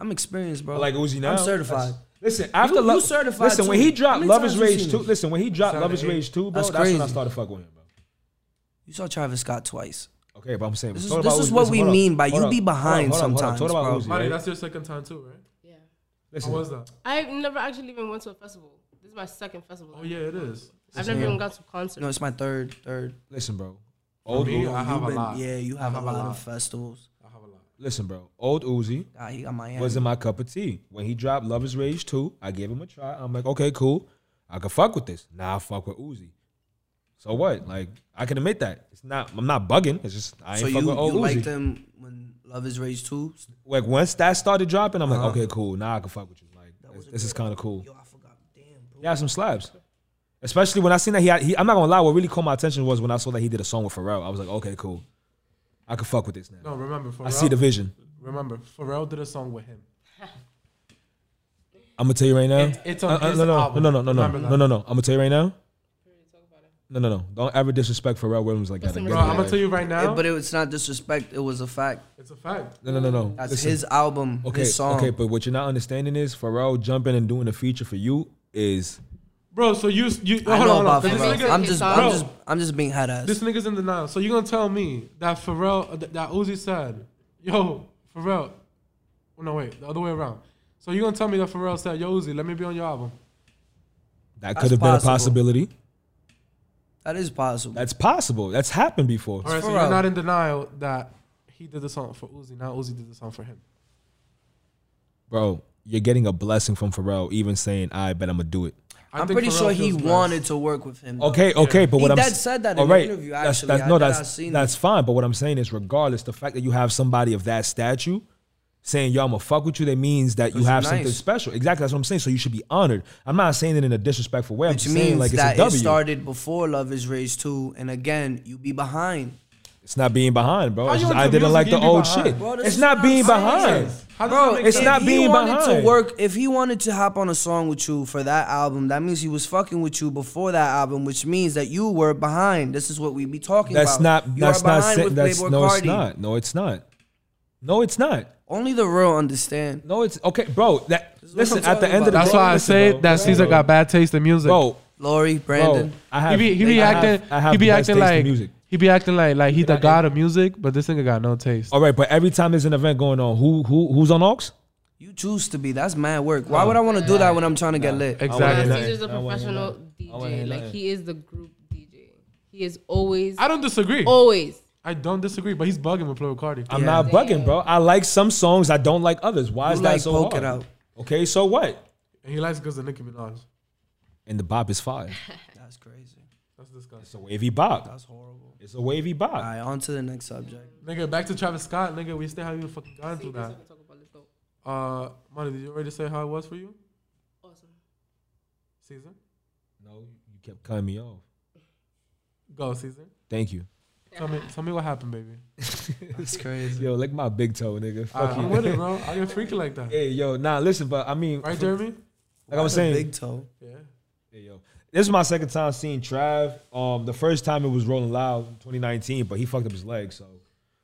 [SPEAKER 3] I'm experienced, bro.
[SPEAKER 5] I like Uzi now.
[SPEAKER 3] I'm certified.
[SPEAKER 5] That's- Listen, after
[SPEAKER 3] you
[SPEAKER 5] Lo-
[SPEAKER 3] certified
[SPEAKER 5] Listen,
[SPEAKER 3] too.
[SPEAKER 5] when he
[SPEAKER 3] How
[SPEAKER 5] dropped
[SPEAKER 3] many
[SPEAKER 5] Love
[SPEAKER 3] times
[SPEAKER 5] Is
[SPEAKER 3] you
[SPEAKER 5] Rage
[SPEAKER 3] seen
[SPEAKER 5] two.
[SPEAKER 3] him?
[SPEAKER 5] Listen, when he dropped
[SPEAKER 2] Seven,
[SPEAKER 5] Love Is
[SPEAKER 2] eight.
[SPEAKER 5] Rage two, bro,
[SPEAKER 3] That's
[SPEAKER 5] that's, when I
[SPEAKER 3] crazy.
[SPEAKER 5] started fucking with him, bro.
[SPEAKER 3] You saw Travis Scott twice.
[SPEAKER 5] Okay, but I'm saying
[SPEAKER 3] This is-
[SPEAKER 5] talk
[SPEAKER 3] this
[SPEAKER 5] about
[SPEAKER 3] is
[SPEAKER 5] Uzi.
[SPEAKER 3] what
[SPEAKER 5] Listen,
[SPEAKER 3] we
[SPEAKER 5] hold up,
[SPEAKER 3] mean by you
[SPEAKER 5] hold up,
[SPEAKER 3] be
[SPEAKER 5] hold up,
[SPEAKER 3] behind
[SPEAKER 5] hold up, hold up.
[SPEAKER 3] sometimes,
[SPEAKER 5] Talk about
[SPEAKER 3] bro.
[SPEAKER 2] Marty,
[SPEAKER 5] Uzi, right?
[SPEAKER 2] that's your second time too, right?
[SPEAKER 1] Yeah.
[SPEAKER 2] How
[SPEAKER 5] Listen,
[SPEAKER 2] was that?
[SPEAKER 1] I've never actually even went to a festival. This is my second festival.
[SPEAKER 2] Oh yeah, it is.
[SPEAKER 1] I've never even gone to a concert.
[SPEAKER 3] No, it's my third, third.
[SPEAKER 5] listen, bro. Old
[SPEAKER 2] me,
[SPEAKER 5] Uzi,
[SPEAKER 2] I have
[SPEAKER 3] You've
[SPEAKER 2] a
[SPEAKER 3] been-
[SPEAKER 2] lot.
[SPEAKER 3] Yeah, you have,
[SPEAKER 2] have
[SPEAKER 3] a
[SPEAKER 2] a
[SPEAKER 3] lot,
[SPEAKER 2] lot.
[SPEAKER 3] of festivals.
[SPEAKER 2] I have a lot.
[SPEAKER 5] listen, bro. Old Uzi
[SPEAKER 3] Ah, he got Miami.
[SPEAKER 5] wasn't my cup of tea. When he dropped Love Is Rage two, I gave him a try. I'm like, okay, cool. I can fuck with this. Nah, I fuck with Uzi. So what? Like, I can admit that it's not. I'm not bugging. It's just I ain't
[SPEAKER 3] so
[SPEAKER 5] fuck
[SPEAKER 3] you,
[SPEAKER 5] with old
[SPEAKER 3] you
[SPEAKER 5] Uzi.
[SPEAKER 3] liked him when Love Is Rage two?
[SPEAKER 5] like once that started dropping, I'm like, okay, cool. Now I can fuck with you. Like this, this is kind of cool.
[SPEAKER 3] Yo, I forgot. Damn, bro.
[SPEAKER 5] Yeah, some slaps. Especially when I seen that he, had, he, I'm not gonna lie. What really caught my attention was when I saw that he did a song with Pharrell. I was like, okay, cool. I can fuck with this now.
[SPEAKER 2] No, remember Pharrell.
[SPEAKER 5] I see the vision.
[SPEAKER 2] Remember Pharrell did a song with him.
[SPEAKER 5] I'm gonna tell you right now. Uh,
[SPEAKER 2] It's- it's on his
[SPEAKER 5] no, no,
[SPEAKER 2] album.
[SPEAKER 5] no, no, no, no,
[SPEAKER 2] Remember
[SPEAKER 5] no,
[SPEAKER 2] that.
[SPEAKER 5] no, no, no. I'm gonna tell you right now. No, no, no. Don't ever disrespect Pharrell Williams like that.
[SPEAKER 1] Listen,
[SPEAKER 5] again.
[SPEAKER 2] Bro, I'm gonna tell you right now,
[SPEAKER 3] It- but it was not disrespect. It was a fact.
[SPEAKER 2] it's a fact.
[SPEAKER 5] No, no, no, no.
[SPEAKER 3] That's
[SPEAKER 5] Listen.
[SPEAKER 3] his album,
[SPEAKER 5] Okay,
[SPEAKER 3] his song.
[SPEAKER 5] okay, but what you're not understanding is Pharrell jumping and doing a feature for you is
[SPEAKER 2] Bro, so you you hold
[SPEAKER 3] I
[SPEAKER 2] on,
[SPEAKER 3] know
[SPEAKER 2] hold on.
[SPEAKER 3] about
[SPEAKER 2] This
[SPEAKER 1] Pharrell.
[SPEAKER 2] nigga-
[SPEAKER 3] Pharrell. I'm just,
[SPEAKER 2] Bro.
[SPEAKER 3] I'm just, I'm just being head ass.
[SPEAKER 2] This nigga's in denial. So you gonna tell me that Pharrell, that, that Uzi said, "Yo, Pharrell." Oh, no, wait, the other way around. So you gonna tell me that Pharrell said, "Yo, Uzi, let me be on your album."
[SPEAKER 5] that
[SPEAKER 3] That's
[SPEAKER 5] could have been a
[SPEAKER 3] possible.
[SPEAKER 5] possibility.
[SPEAKER 3] That is possible.
[SPEAKER 5] That's possible. That's happened before.
[SPEAKER 2] All right, so
[SPEAKER 3] Pharrell.
[SPEAKER 2] you're not in denial that he did the song for Uzi. Now Uzi did the song for him.
[SPEAKER 5] Bro, you're getting a blessing from Pharrell, even saying, I bet I'm gonna do it.
[SPEAKER 2] I
[SPEAKER 3] I'm
[SPEAKER 2] think
[SPEAKER 3] pretty
[SPEAKER 2] Pharrell
[SPEAKER 3] sure he
[SPEAKER 2] feels blessed.
[SPEAKER 3] wanted to work with him. though.
[SPEAKER 5] Okay, okay, but
[SPEAKER 3] He
[SPEAKER 5] what I'm
[SPEAKER 3] did
[SPEAKER 5] s-
[SPEAKER 3] said that in
[SPEAKER 5] all
[SPEAKER 3] the
[SPEAKER 5] right,
[SPEAKER 3] interview,
[SPEAKER 5] that's-
[SPEAKER 3] actually.
[SPEAKER 5] that's-
[SPEAKER 3] I
[SPEAKER 5] no,
[SPEAKER 3] did- I
[SPEAKER 5] that's
[SPEAKER 3] seen
[SPEAKER 5] that's fine. But what I'm saying is, regardless, the fact that you have somebody of that statue saying, yo, I'm gonna fuck with you, that means that you
[SPEAKER 3] That's
[SPEAKER 5] have
[SPEAKER 3] nice.
[SPEAKER 5] something special. Exactly, that's what I'm saying. So you should be honored. I'm not saying it in a disrespectful way. I'm
[SPEAKER 3] Which
[SPEAKER 5] just saying
[SPEAKER 3] means
[SPEAKER 5] like it's a
[SPEAKER 3] that it
[SPEAKER 5] W.
[SPEAKER 3] started before Love is Rage 2. And again, you be behind.
[SPEAKER 5] it's not being behind, bro.
[SPEAKER 2] How
[SPEAKER 5] It's
[SPEAKER 2] you
[SPEAKER 5] just-
[SPEAKER 2] want
[SPEAKER 5] I
[SPEAKER 2] the
[SPEAKER 5] didn't
[SPEAKER 2] music
[SPEAKER 5] like the
[SPEAKER 2] to be
[SPEAKER 5] old
[SPEAKER 2] behind?
[SPEAKER 5] shit.
[SPEAKER 3] Bro, this
[SPEAKER 5] it's
[SPEAKER 3] is
[SPEAKER 5] not
[SPEAKER 3] not
[SPEAKER 5] being
[SPEAKER 3] science.
[SPEAKER 5] behind.
[SPEAKER 2] How does
[SPEAKER 3] Bro,
[SPEAKER 2] that make
[SPEAKER 5] it's
[SPEAKER 2] sense?
[SPEAKER 5] not
[SPEAKER 3] if
[SPEAKER 5] being
[SPEAKER 3] he wanted
[SPEAKER 5] behind.
[SPEAKER 3] to work, if he wanted to hop on a song with you for that album, that means he was fucking with you before that album, which means that you were behind. This is what we be talking
[SPEAKER 5] That's
[SPEAKER 3] about.
[SPEAKER 5] not.
[SPEAKER 3] You
[SPEAKER 5] that's
[SPEAKER 3] are
[SPEAKER 5] not.
[SPEAKER 3] behind
[SPEAKER 5] sa-
[SPEAKER 3] with
[SPEAKER 5] that's
[SPEAKER 3] Playboi
[SPEAKER 5] no. It's
[SPEAKER 3] Carti.
[SPEAKER 5] not. No, it's not. No, it's not.
[SPEAKER 3] Only the real understand.
[SPEAKER 5] No, it's okay, bro. That
[SPEAKER 3] is what
[SPEAKER 5] listen.
[SPEAKER 3] I'm
[SPEAKER 5] At the
[SPEAKER 3] talking
[SPEAKER 5] end of the
[SPEAKER 3] about.
[SPEAKER 2] That's
[SPEAKER 5] bro,
[SPEAKER 2] why I
[SPEAKER 5] listen,
[SPEAKER 2] say
[SPEAKER 5] bro,
[SPEAKER 2] that
[SPEAKER 5] bro,
[SPEAKER 2] Caesar got bad taste in music.
[SPEAKER 5] Bro,
[SPEAKER 3] Lori,
[SPEAKER 5] bro,
[SPEAKER 3] Brandon.
[SPEAKER 5] I
[SPEAKER 2] he
[SPEAKER 5] have.
[SPEAKER 2] be, he be
[SPEAKER 5] I have-
[SPEAKER 2] acting,
[SPEAKER 5] I have
[SPEAKER 2] he
[SPEAKER 5] the
[SPEAKER 2] be
[SPEAKER 5] best
[SPEAKER 2] acting
[SPEAKER 5] taste in
[SPEAKER 2] like
[SPEAKER 5] music.
[SPEAKER 2] he be acting like like he the
[SPEAKER 5] I-
[SPEAKER 2] god of music, but this nigga got no taste.
[SPEAKER 5] All right, but every time there's an event going on, who who who's on aux?
[SPEAKER 3] You choose to be. That's mad work.
[SPEAKER 5] Oh.
[SPEAKER 3] Why would I want to do that when I'm trying to get lit?
[SPEAKER 2] Exactly.
[SPEAKER 5] I
[SPEAKER 1] Nah,
[SPEAKER 5] wanna
[SPEAKER 1] Caesar's a
[SPEAKER 5] hear
[SPEAKER 1] professional
[SPEAKER 5] I wanna hear
[SPEAKER 1] DJ. Like
[SPEAKER 5] that.
[SPEAKER 1] he is the group DJ. He is always
[SPEAKER 2] I don't disagree.
[SPEAKER 1] always.
[SPEAKER 2] I don't disagree, but he's bugging with Playboy Cardi.
[SPEAKER 5] I'm not bugging, bro. I like some songs. I don't like others. Why
[SPEAKER 3] You
[SPEAKER 5] is that
[SPEAKER 3] like
[SPEAKER 5] so
[SPEAKER 3] Poke It
[SPEAKER 5] hard?
[SPEAKER 3] Out.
[SPEAKER 5] Okay, so what?
[SPEAKER 2] And he likes because of Nicki Minaj.
[SPEAKER 5] And the bop is fire.
[SPEAKER 3] That's crazy.
[SPEAKER 2] That's
[SPEAKER 5] It's
[SPEAKER 2] disgusting.
[SPEAKER 5] a wavy bop.
[SPEAKER 3] That's horrible.
[SPEAKER 5] It's a wavy
[SPEAKER 3] All
[SPEAKER 5] bop.
[SPEAKER 3] right, on to the next subject.
[SPEAKER 2] Nigga, back to Travis Scott. Nigga, we still haven't even fucking gone through that.
[SPEAKER 1] Talk about let's go.
[SPEAKER 2] Uh, Money, did you already say how it was for you,
[SPEAKER 1] Awesome.
[SPEAKER 2] Caesar?
[SPEAKER 5] No, you kept cutting me off.
[SPEAKER 2] Go, Caesar.
[SPEAKER 5] Thank you.
[SPEAKER 2] Tell me, tell me what happened, baby.
[SPEAKER 3] That's crazy.
[SPEAKER 5] Yo, lick my big toe, nigga. Fuck
[SPEAKER 2] Alright,
[SPEAKER 5] you.
[SPEAKER 2] I'm with it, bro. I get freaky like that,
[SPEAKER 5] Hey, yo, nah, listen, but I mean,
[SPEAKER 2] right, Jeremy?
[SPEAKER 5] like I was
[SPEAKER 3] The
[SPEAKER 5] saying,
[SPEAKER 3] Big toe.
[SPEAKER 2] Yeah.
[SPEAKER 5] Hey, yo. This is my second time seeing Trav. Um, the first time it was Rolling Loud, in 2019, but he fucked up his leg, so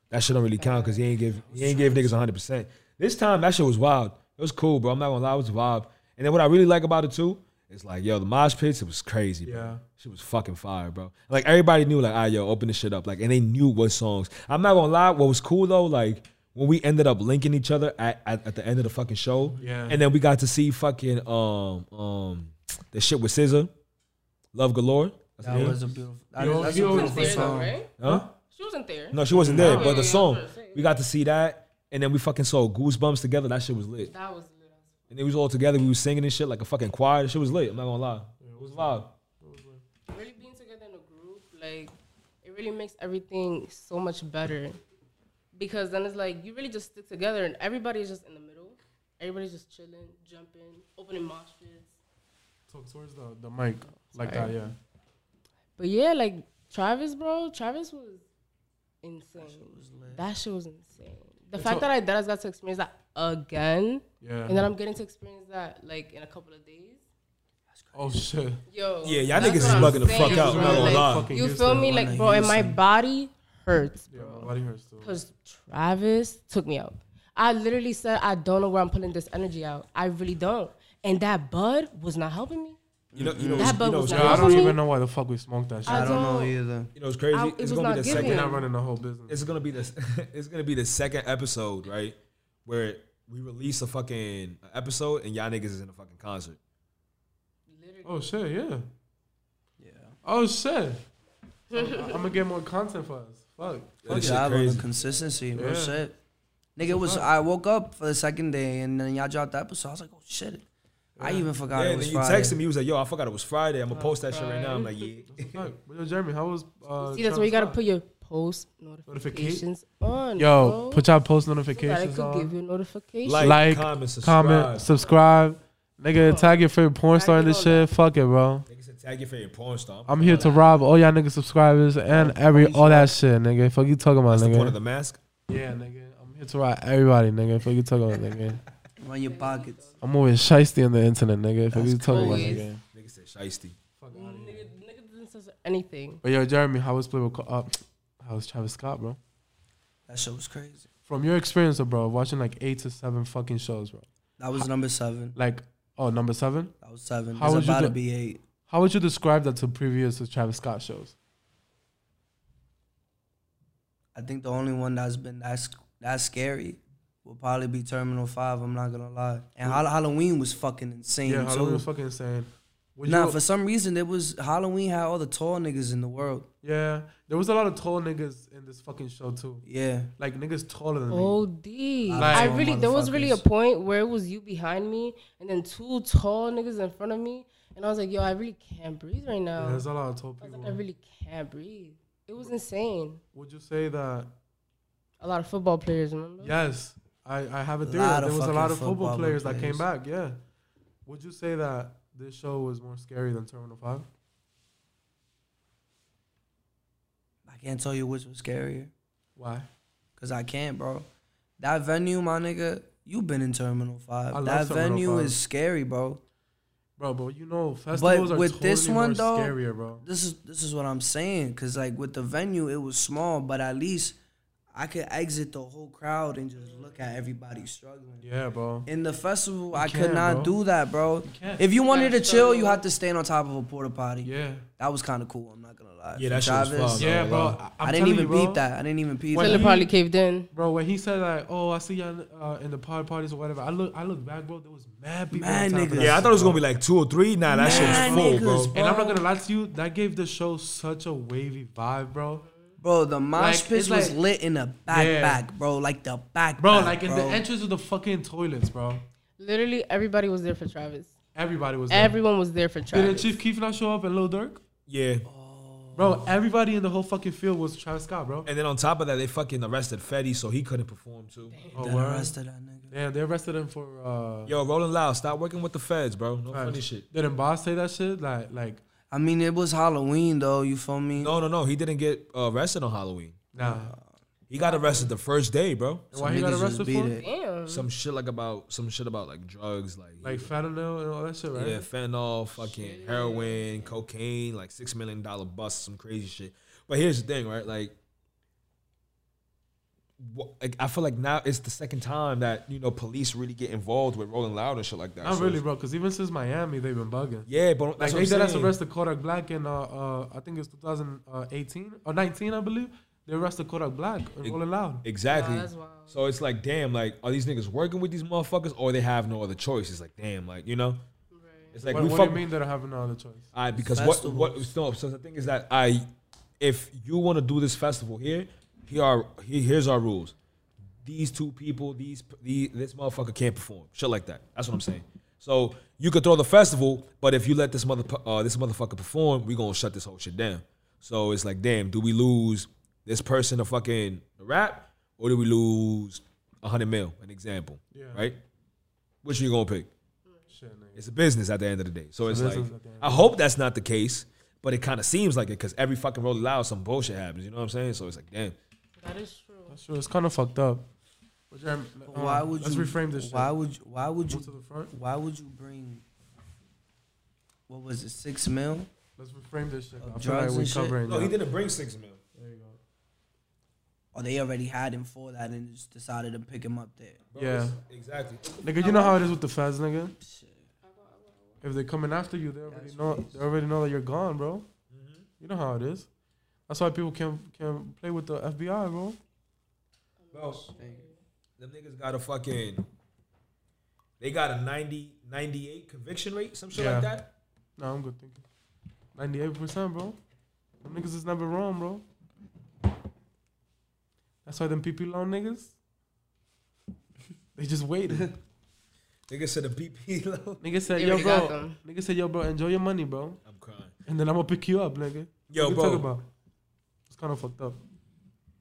[SPEAKER 5] that shit don't really count because he ain't give he ain't give niggas 100. percent This time that shit was wild. It was cool, bro. I'm not gonna lie, it was a vibe. And then what I really like about it too is like, yo, the mosh pits, it was crazy, bro.
[SPEAKER 2] Yeah.
[SPEAKER 5] She was fucking fire, bro. Like everybody knew, like, ah, yo, open this shit up, like, and they knew what songs. I'm not gonna lie, what was cool though, like. When we ended up linking each other at, at, at the end of the fucking show,
[SPEAKER 2] Yeah.
[SPEAKER 5] and then we got to see fucking um um the shit with Scissor, Love Galore. That's her
[SPEAKER 3] That
[SPEAKER 5] name?
[SPEAKER 3] was a beautiful. That
[SPEAKER 2] Yo,
[SPEAKER 3] is, that's a
[SPEAKER 2] yo.
[SPEAKER 1] She
[SPEAKER 3] beautiful
[SPEAKER 1] was there though,
[SPEAKER 3] song.
[SPEAKER 1] right?
[SPEAKER 5] Huh?
[SPEAKER 1] She wasn't there.
[SPEAKER 5] No, she wasn't there, but
[SPEAKER 1] Oh, Yeah,
[SPEAKER 5] the
[SPEAKER 1] yeah,
[SPEAKER 5] song
[SPEAKER 1] that's what I'm saying.
[SPEAKER 5] we got to see that, and then we fucking saw Goosebumps together. That shit was lit,
[SPEAKER 1] That was lit.
[SPEAKER 5] and it was all together. We was singing and shit like a fucking choir. That shit was lit. I'm not gonna lie, it was loud.
[SPEAKER 1] Really being together in a group, like it really makes everything so much better. Because then it's like you really just stick together and everybody's just in the middle. Everybody's just chilling, jumping, opening mosh pits.
[SPEAKER 2] Talk towards the, the mic like that, yeah.
[SPEAKER 1] But yeah, like Travis, bro, Travis was insane. That shit was, insane. The fact that I that I got to experience that again,
[SPEAKER 2] Yeah.
[SPEAKER 1] and then I'm getting to experience that like in a couple of days.
[SPEAKER 2] oh shit.
[SPEAKER 1] Yo,
[SPEAKER 5] Yeah, y'all
[SPEAKER 1] that's
[SPEAKER 5] niggas is
[SPEAKER 1] what I'm
[SPEAKER 5] bugging the
[SPEAKER 1] saying,
[SPEAKER 5] fuck out,
[SPEAKER 1] bro.
[SPEAKER 5] I'm not gonna
[SPEAKER 1] Like,
[SPEAKER 5] lie.
[SPEAKER 2] Fucking
[SPEAKER 1] You
[SPEAKER 2] used
[SPEAKER 1] feel
[SPEAKER 2] to
[SPEAKER 1] me,
[SPEAKER 2] it.
[SPEAKER 1] like bro? And my body hurts,
[SPEAKER 2] Yeah, my
[SPEAKER 1] bro,
[SPEAKER 2] body hurts too.
[SPEAKER 1] because Travis took me out. I literally said I don't know where I'm pulling this energy out. I really don't, and that bud was not helping me.
[SPEAKER 5] You know, you know,
[SPEAKER 1] That bug
[SPEAKER 5] you know,
[SPEAKER 1] was
[SPEAKER 5] you
[SPEAKER 2] Yo,
[SPEAKER 5] know,
[SPEAKER 1] loud.
[SPEAKER 2] I don't
[SPEAKER 1] Homie.
[SPEAKER 2] even know why the fuck we smoked that shit.
[SPEAKER 1] I
[SPEAKER 3] I don't know
[SPEAKER 1] don't-
[SPEAKER 3] either.
[SPEAKER 5] you know, it's crazy.
[SPEAKER 1] I- it
[SPEAKER 5] it's
[SPEAKER 1] was
[SPEAKER 5] gonna be
[SPEAKER 1] not
[SPEAKER 5] the
[SPEAKER 1] giving.
[SPEAKER 5] second
[SPEAKER 2] We're not running the whole business.
[SPEAKER 5] it's gonna be this it's gonna be the second episode, right? Where we release a fucking episode and y'all niggas is in a fucking concert.
[SPEAKER 2] oh shit, yeah.
[SPEAKER 3] Yeah.
[SPEAKER 2] Oh shit. I'm, I'm gonna get more content for us. Fuck.
[SPEAKER 5] Yo, this shit
[SPEAKER 3] Y'all on
[SPEAKER 5] crazy.
[SPEAKER 3] the consistency, real
[SPEAKER 2] Yeah.
[SPEAKER 3] shit. Nigga it was I woke up for the second day and then y'all dropped the episode. I was like, oh shit. I even forgot
[SPEAKER 5] Yeah,
[SPEAKER 3] it
[SPEAKER 5] and
[SPEAKER 3] was
[SPEAKER 5] then you
[SPEAKER 3] Friday.
[SPEAKER 5] texted me, you was like, yo, I forgot it was Friday. I'm gonna post that shit right now. I'm like, yeah.
[SPEAKER 2] Fuck. But Yo, Jeremy, how was? Uh,
[SPEAKER 1] See, that's where you gotta
[SPEAKER 2] Travis
[SPEAKER 1] put your post notifications
[SPEAKER 2] Notifications? Scott?
[SPEAKER 1] on.
[SPEAKER 2] Yo,
[SPEAKER 1] bro.
[SPEAKER 2] put y'all post
[SPEAKER 1] so that it
[SPEAKER 2] notifications
[SPEAKER 1] could give
[SPEAKER 2] on.
[SPEAKER 1] you notifications.
[SPEAKER 5] Like,
[SPEAKER 2] Like,
[SPEAKER 5] comment, subscribe.
[SPEAKER 2] Comment, subscribe. Nigga, tag your favorite porn
[SPEAKER 1] Tag
[SPEAKER 2] star in
[SPEAKER 1] it
[SPEAKER 2] this
[SPEAKER 1] all
[SPEAKER 2] shit. Fuck it, bro.
[SPEAKER 5] Nigga said, tag your favorite porn star.
[SPEAKER 2] I'm here to rob all y'all nigga subscribers and every all that shit, nigga. Fuck you talking about,
[SPEAKER 5] That's the point of
[SPEAKER 2] nigga.
[SPEAKER 5] the mask.
[SPEAKER 2] Yeah, nigga. I'm here to rob everybody, nigga. Fuck you talking about, nigga.
[SPEAKER 3] Run your pockets.
[SPEAKER 2] I'm always shisty on the internet, nigga. Fuck you talking about,
[SPEAKER 1] always.
[SPEAKER 2] nigga.
[SPEAKER 5] Nigga said shiesty.
[SPEAKER 1] Nigga, nigga didn't censor anything.
[SPEAKER 2] But yo, Jeremy, how was Playboy? Co- Uh, how was Travis Scott, bro?
[SPEAKER 3] That shit was crazy.
[SPEAKER 2] From your experience, bro, of watching like eight to seven fucking shows, bro.
[SPEAKER 3] That was number seven.
[SPEAKER 2] Like, oh, number seven.
[SPEAKER 3] That was seven.
[SPEAKER 2] How
[SPEAKER 3] How
[SPEAKER 2] would
[SPEAKER 3] was
[SPEAKER 2] you
[SPEAKER 3] about
[SPEAKER 2] do-
[SPEAKER 3] to be eight.
[SPEAKER 2] How would you describe that to previous to Travis Scott shows?
[SPEAKER 3] I think the only one that's been that's that's scary will probably be Terminal Five. I'm not gonna lie. And Hall- Halloween was fucking insane
[SPEAKER 2] Yeah, Halloween
[SPEAKER 3] too.
[SPEAKER 2] was fucking insane. Would
[SPEAKER 3] Nah,
[SPEAKER 2] you-
[SPEAKER 3] for some reason it was Halloween had all the tall niggas in the world.
[SPEAKER 2] yeah, there was a lot of tall niggas in this fucking show too.
[SPEAKER 3] Yeah.
[SPEAKER 2] Like niggas taller than me.
[SPEAKER 1] Oh, D.
[SPEAKER 3] Like-
[SPEAKER 1] I really, there was really a
[SPEAKER 3] Motherfuckers.
[SPEAKER 1] point where it was you behind me and then two tall niggas in front of me. And I was like, yo, I really can't breathe right now.
[SPEAKER 2] There's a lot of tall
[SPEAKER 1] I was
[SPEAKER 2] people.
[SPEAKER 1] like, I really can't breathe. It was insane.
[SPEAKER 2] Would you say that?
[SPEAKER 1] A lot of football players, remember?
[SPEAKER 2] Yes, I, I have a theory.
[SPEAKER 3] Lot
[SPEAKER 2] that
[SPEAKER 3] of
[SPEAKER 2] There was a
[SPEAKER 3] fucking
[SPEAKER 2] lot of football
[SPEAKER 3] football
[SPEAKER 2] players, that
[SPEAKER 3] players.
[SPEAKER 2] came back. Yeah. Would you say that this show was more scary than Terminal Five?
[SPEAKER 3] I can't tell you which was scarier.
[SPEAKER 2] Why?
[SPEAKER 3] Cause I can't, bro. That venue, my nigga, you been in Terminal Five.
[SPEAKER 2] I love
[SPEAKER 3] that
[SPEAKER 2] Terminal
[SPEAKER 3] venue
[SPEAKER 2] five.
[SPEAKER 3] is scary, bro.
[SPEAKER 2] Bro, but you know, festivals are
[SPEAKER 3] with
[SPEAKER 2] totally
[SPEAKER 3] this one,
[SPEAKER 2] more
[SPEAKER 3] though,
[SPEAKER 2] scarier, bro.
[SPEAKER 3] This is this is what I'm saying. Cause like with the venue, it was small, but at least I could exit the whole crowd and just look at everybody struggling.
[SPEAKER 2] Yeah, bro.
[SPEAKER 3] In the festival, I could
[SPEAKER 2] can't,
[SPEAKER 3] not
[SPEAKER 2] bro.
[SPEAKER 3] do that, bro.
[SPEAKER 2] can't.
[SPEAKER 3] If you wanted
[SPEAKER 1] gotta
[SPEAKER 3] to chill,
[SPEAKER 1] struggle.
[SPEAKER 3] you had to stand on top of a porta potty.
[SPEAKER 2] Yeah.
[SPEAKER 3] That was kind of cool. I'm not gonna lie.
[SPEAKER 5] Yeah,
[SPEAKER 3] From
[SPEAKER 5] that shit was
[SPEAKER 3] Travis,
[SPEAKER 5] fun.
[SPEAKER 2] Yeah,
[SPEAKER 5] Oh,
[SPEAKER 2] bro.
[SPEAKER 5] wow.
[SPEAKER 2] I'm
[SPEAKER 3] uh, I
[SPEAKER 2] telling
[SPEAKER 3] didn't even
[SPEAKER 2] you, bro,
[SPEAKER 3] peep that. I didn't even peep
[SPEAKER 2] When
[SPEAKER 1] Taylor
[SPEAKER 3] that.
[SPEAKER 2] he-
[SPEAKER 1] probably caved in.
[SPEAKER 2] Bro, when he said like, "Oh, I see y'all uh, in the pod parties or whatever," I look, I look back, bro. There was mad people.
[SPEAKER 3] Mad
[SPEAKER 2] on top of
[SPEAKER 3] niggas.
[SPEAKER 2] that
[SPEAKER 5] Yeah, I
[SPEAKER 2] shit,
[SPEAKER 5] thought it was
[SPEAKER 2] bro.
[SPEAKER 5] gonna be like two or three. Nah, that shit was
[SPEAKER 3] Nah,
[SPEAKER 5] full, bro.
[SPEAKER 3] niggas,
[SPEAKER 2] And I'm not gonna lie to you, that gave the show such a wavy vibe, bro.
[SPEAKER 3] Bro, the mosh
[SPEAKER 2] Like,
[SPEAKER 3] pit
[SPEAKER 2] it's
[SPEAKER 3] was
[SPEAKER 2] like-
[SPEAKER 3] lit in the back,
[SPEAKER 2] Yeah.
[SPEAKER 3] back, bro. Like the back,
[SPEAKER 2] Bro,
[SPEAKER 3] back,
[SPEAKER 2] like in the
[SPEAKER 3] bro.
[SPEAKER 2] entrance of the fucking toilets, bro.
[SPEAKER 1] Literally, everybody was there for Travis.
[SPEAKER 2] Everybody was there.
[SPEAKER 1] Everyone was there for
[SPEAKER 2] Didn't
[SPEAKER 1] Travis.
[SPEAKER 2] Chief Keef not show up and Lil Durk?
[SPEAKER 5] Yeah.
[SPEAKER 2] Bro, everybody in the whole fucking field was Travis Scott, bro.
[SPEAKER 5] And then on top of that, they fucking arrested Fetty, so he couldn't perform too.
[SPEAKER 2] Oh,
[SPEAKER 3] Then
[SPEAKER 2] word.
[SPEAKER 3] arrested that nigga.
[SPEAKER 2] Yeah, they arrested him for uh
[SPEAKER 5] Yo, Rolling Loud, stop working with the feds, bro. No funny shit.
[SPEAKER 2] Didn't Boss say that shit? Like like
[SPEAKER 3] I mean, it was Halloween though. You feel me?
[SPEAKER 5] No, no, no. He didn't get uh, arrested on Halloween.
[SPEAKER 2] nah.
[SPEAKER 5] He got arrested the first day, bro.
[SPEAKER 3] Some
[SPEAKER 2] why he got
[SPEAKER 3] niggas just
[SPEAKER 2] arrested
[SPEAKER 3] beat
[SPEAKER 2] for?
[SPEAKER 3] it.
[SPEAKER 1] Damn.
[SPEAKER 5] Some shit like about some shit about like drugs, like
[SPEAKER 2] Like fentanyl and all that shit, right?
[SPEAKER 5] yeah, fentanyl, fucking heroin, cocaine, like six million dollar bust, some crazy shit. But here's the thing, right? Like, wha- like I feel like now it's the second time that you know police really get involved with Rolling Loud and shit like that.
[SPEAKER 2] Not
[SPEAKER 5] So
[SPEAKER 2] really,
[SPEAKER 5] it's-
[SPEAKER 2] bro, because even since Miami they've been bugging.
[SPEAKER 5] Yeah, but
[SPEAKER 2] Like
[SPEAKER 5] that's
[SPEAKER 2] they
[SPEAKER 5] what
[SPEAKER 2] did
[SPEAKER 5] I'm
[SPEAKER 2] us
[SPEAKER 5] saying.
[SPEAKER 2] arrest the Kodak Black in uh, uh I think it was 2018 or 19, I believe. They arrested Kodak Black and
[SPEAKER 5] It-
[SPEAKER 2] Rolling Loud.
[SPEAKER 5] Exactly.
[SPEAKER 1] Wow, that's wild.
[SPEAKER 5] So it's like, damn, like are these niggas working with these motherfuckers or they have no other choice? It's like, damn, like you know, it's like
[SPEAKER 2] What,
[SPEAKER 5] we
[SPEAKER 2] what do
[SPEAKER 5] fuck.
[SPEAKER 2] you mean they don't have no other choice?
[SPEAKER 5] I because what what
[SPEAKER 3] Festivals.
[SPEAKER 5] no, so the thing is that I if you want to do this festival here, here are here, here's our rules. These two people, these the this motherfucker can't perform. Shit like that. That's what I'm saying. So you could throw the festival, but if you let this mother uh, this motherfucker perform, we gonna shut this whole shit down. So it's like, damn, do we lose this person a fucking rap, or do we lose a hundred mil? An example,
[SPEAKER 2] Yeah.
[SPEAKER 5] right? Which you gonna pick?
[SPEAKER 2] Shit, nigga.
[SPEAKER 5] It's a business at the end of the day. So it's,
[SPEAKER 2] business
[SPEAKER 5] like,
[SPEAKER 2] at the end of
[SPEAKER 5] I hope that's not the case, but it kind of seems like it because every fucking roll loud, some bullshit happens. You know what I'm saying? So it's like, damn.
[SPEAKER 1] That is true.
[SPEAKER 2] That's true. It's kind of fucked up. But Jeremy, um,
[SPEAKER 3] But why would
[SPEAKER 2] let's
[SPEAKER 3] you?
[SPEAKER 2] reframe this. Shit.
[SPEAKER 3] Why would you? Why would
[SPEAKER 2] Move to the
[SPEAKER 3] you?
[SPEAKER 2] front.
[SPEAKER 3] Why would you bring? What was it? Six mil?
[SPEAKER 2] Let's reframe this shit. I feel
[SPEAKER 3] drugs
[SPEAKER 2] like we're
[SPEAKER 3] and shit?
[SPEAKER 2] covering. that.
[SPEAKER 5] didn't bring six mil.
[SPEAKER 2] There you go.
[SPEAKER 3] Or Oh, they already had him for that and just decided to pick him up there.
[SPEAKER 2] Yeah,
[SPEAKER 5] Exactly.
[SPEAKER 2] nigga, you know how it is with the feds, nigga. If they're coming after you, they already know. They already know that you're gone, bro.
[SPEAKER 1] Mm-hmm.
[SPEAKER 2] You know how it is. That's why people can can play with the FBI, bro.
[SPEAKER 5] Bro, them niggas got a fucking, they got a 90, 98 conviction rate, some shit like
[SPEAKER 2] Yeah.
[SPEAKER 5] that.
[SPEAKER 2] No, I'm good thinking. Ninety-eight percent, bro. Them niggas is never wrong, bro. That's why them PP loan niggas. They just waited.
[SPEAKER 5] Niggas said a BP low.
[SPEAKER 2] Nigga said,
[SPEAKER 1] They
[SPEAKER 2] yo,
[SPEAKER 1] already got
[SPEAKER 2] bro.
[SPEAKER 1] them.
[SPEAKER 2] Nigga said, yo, bro, enjoy your money, bro.
[SPEAKER 5] I'm crying.
[SPEAKER 2] And then I'm gonna pick you up, nigga.
[SPEAKER 5] Yo,
[SPEAKER 2] what
[SPEAKER 5] bro.
[SPEAKER 2] You talking about? It's kind of fucked up.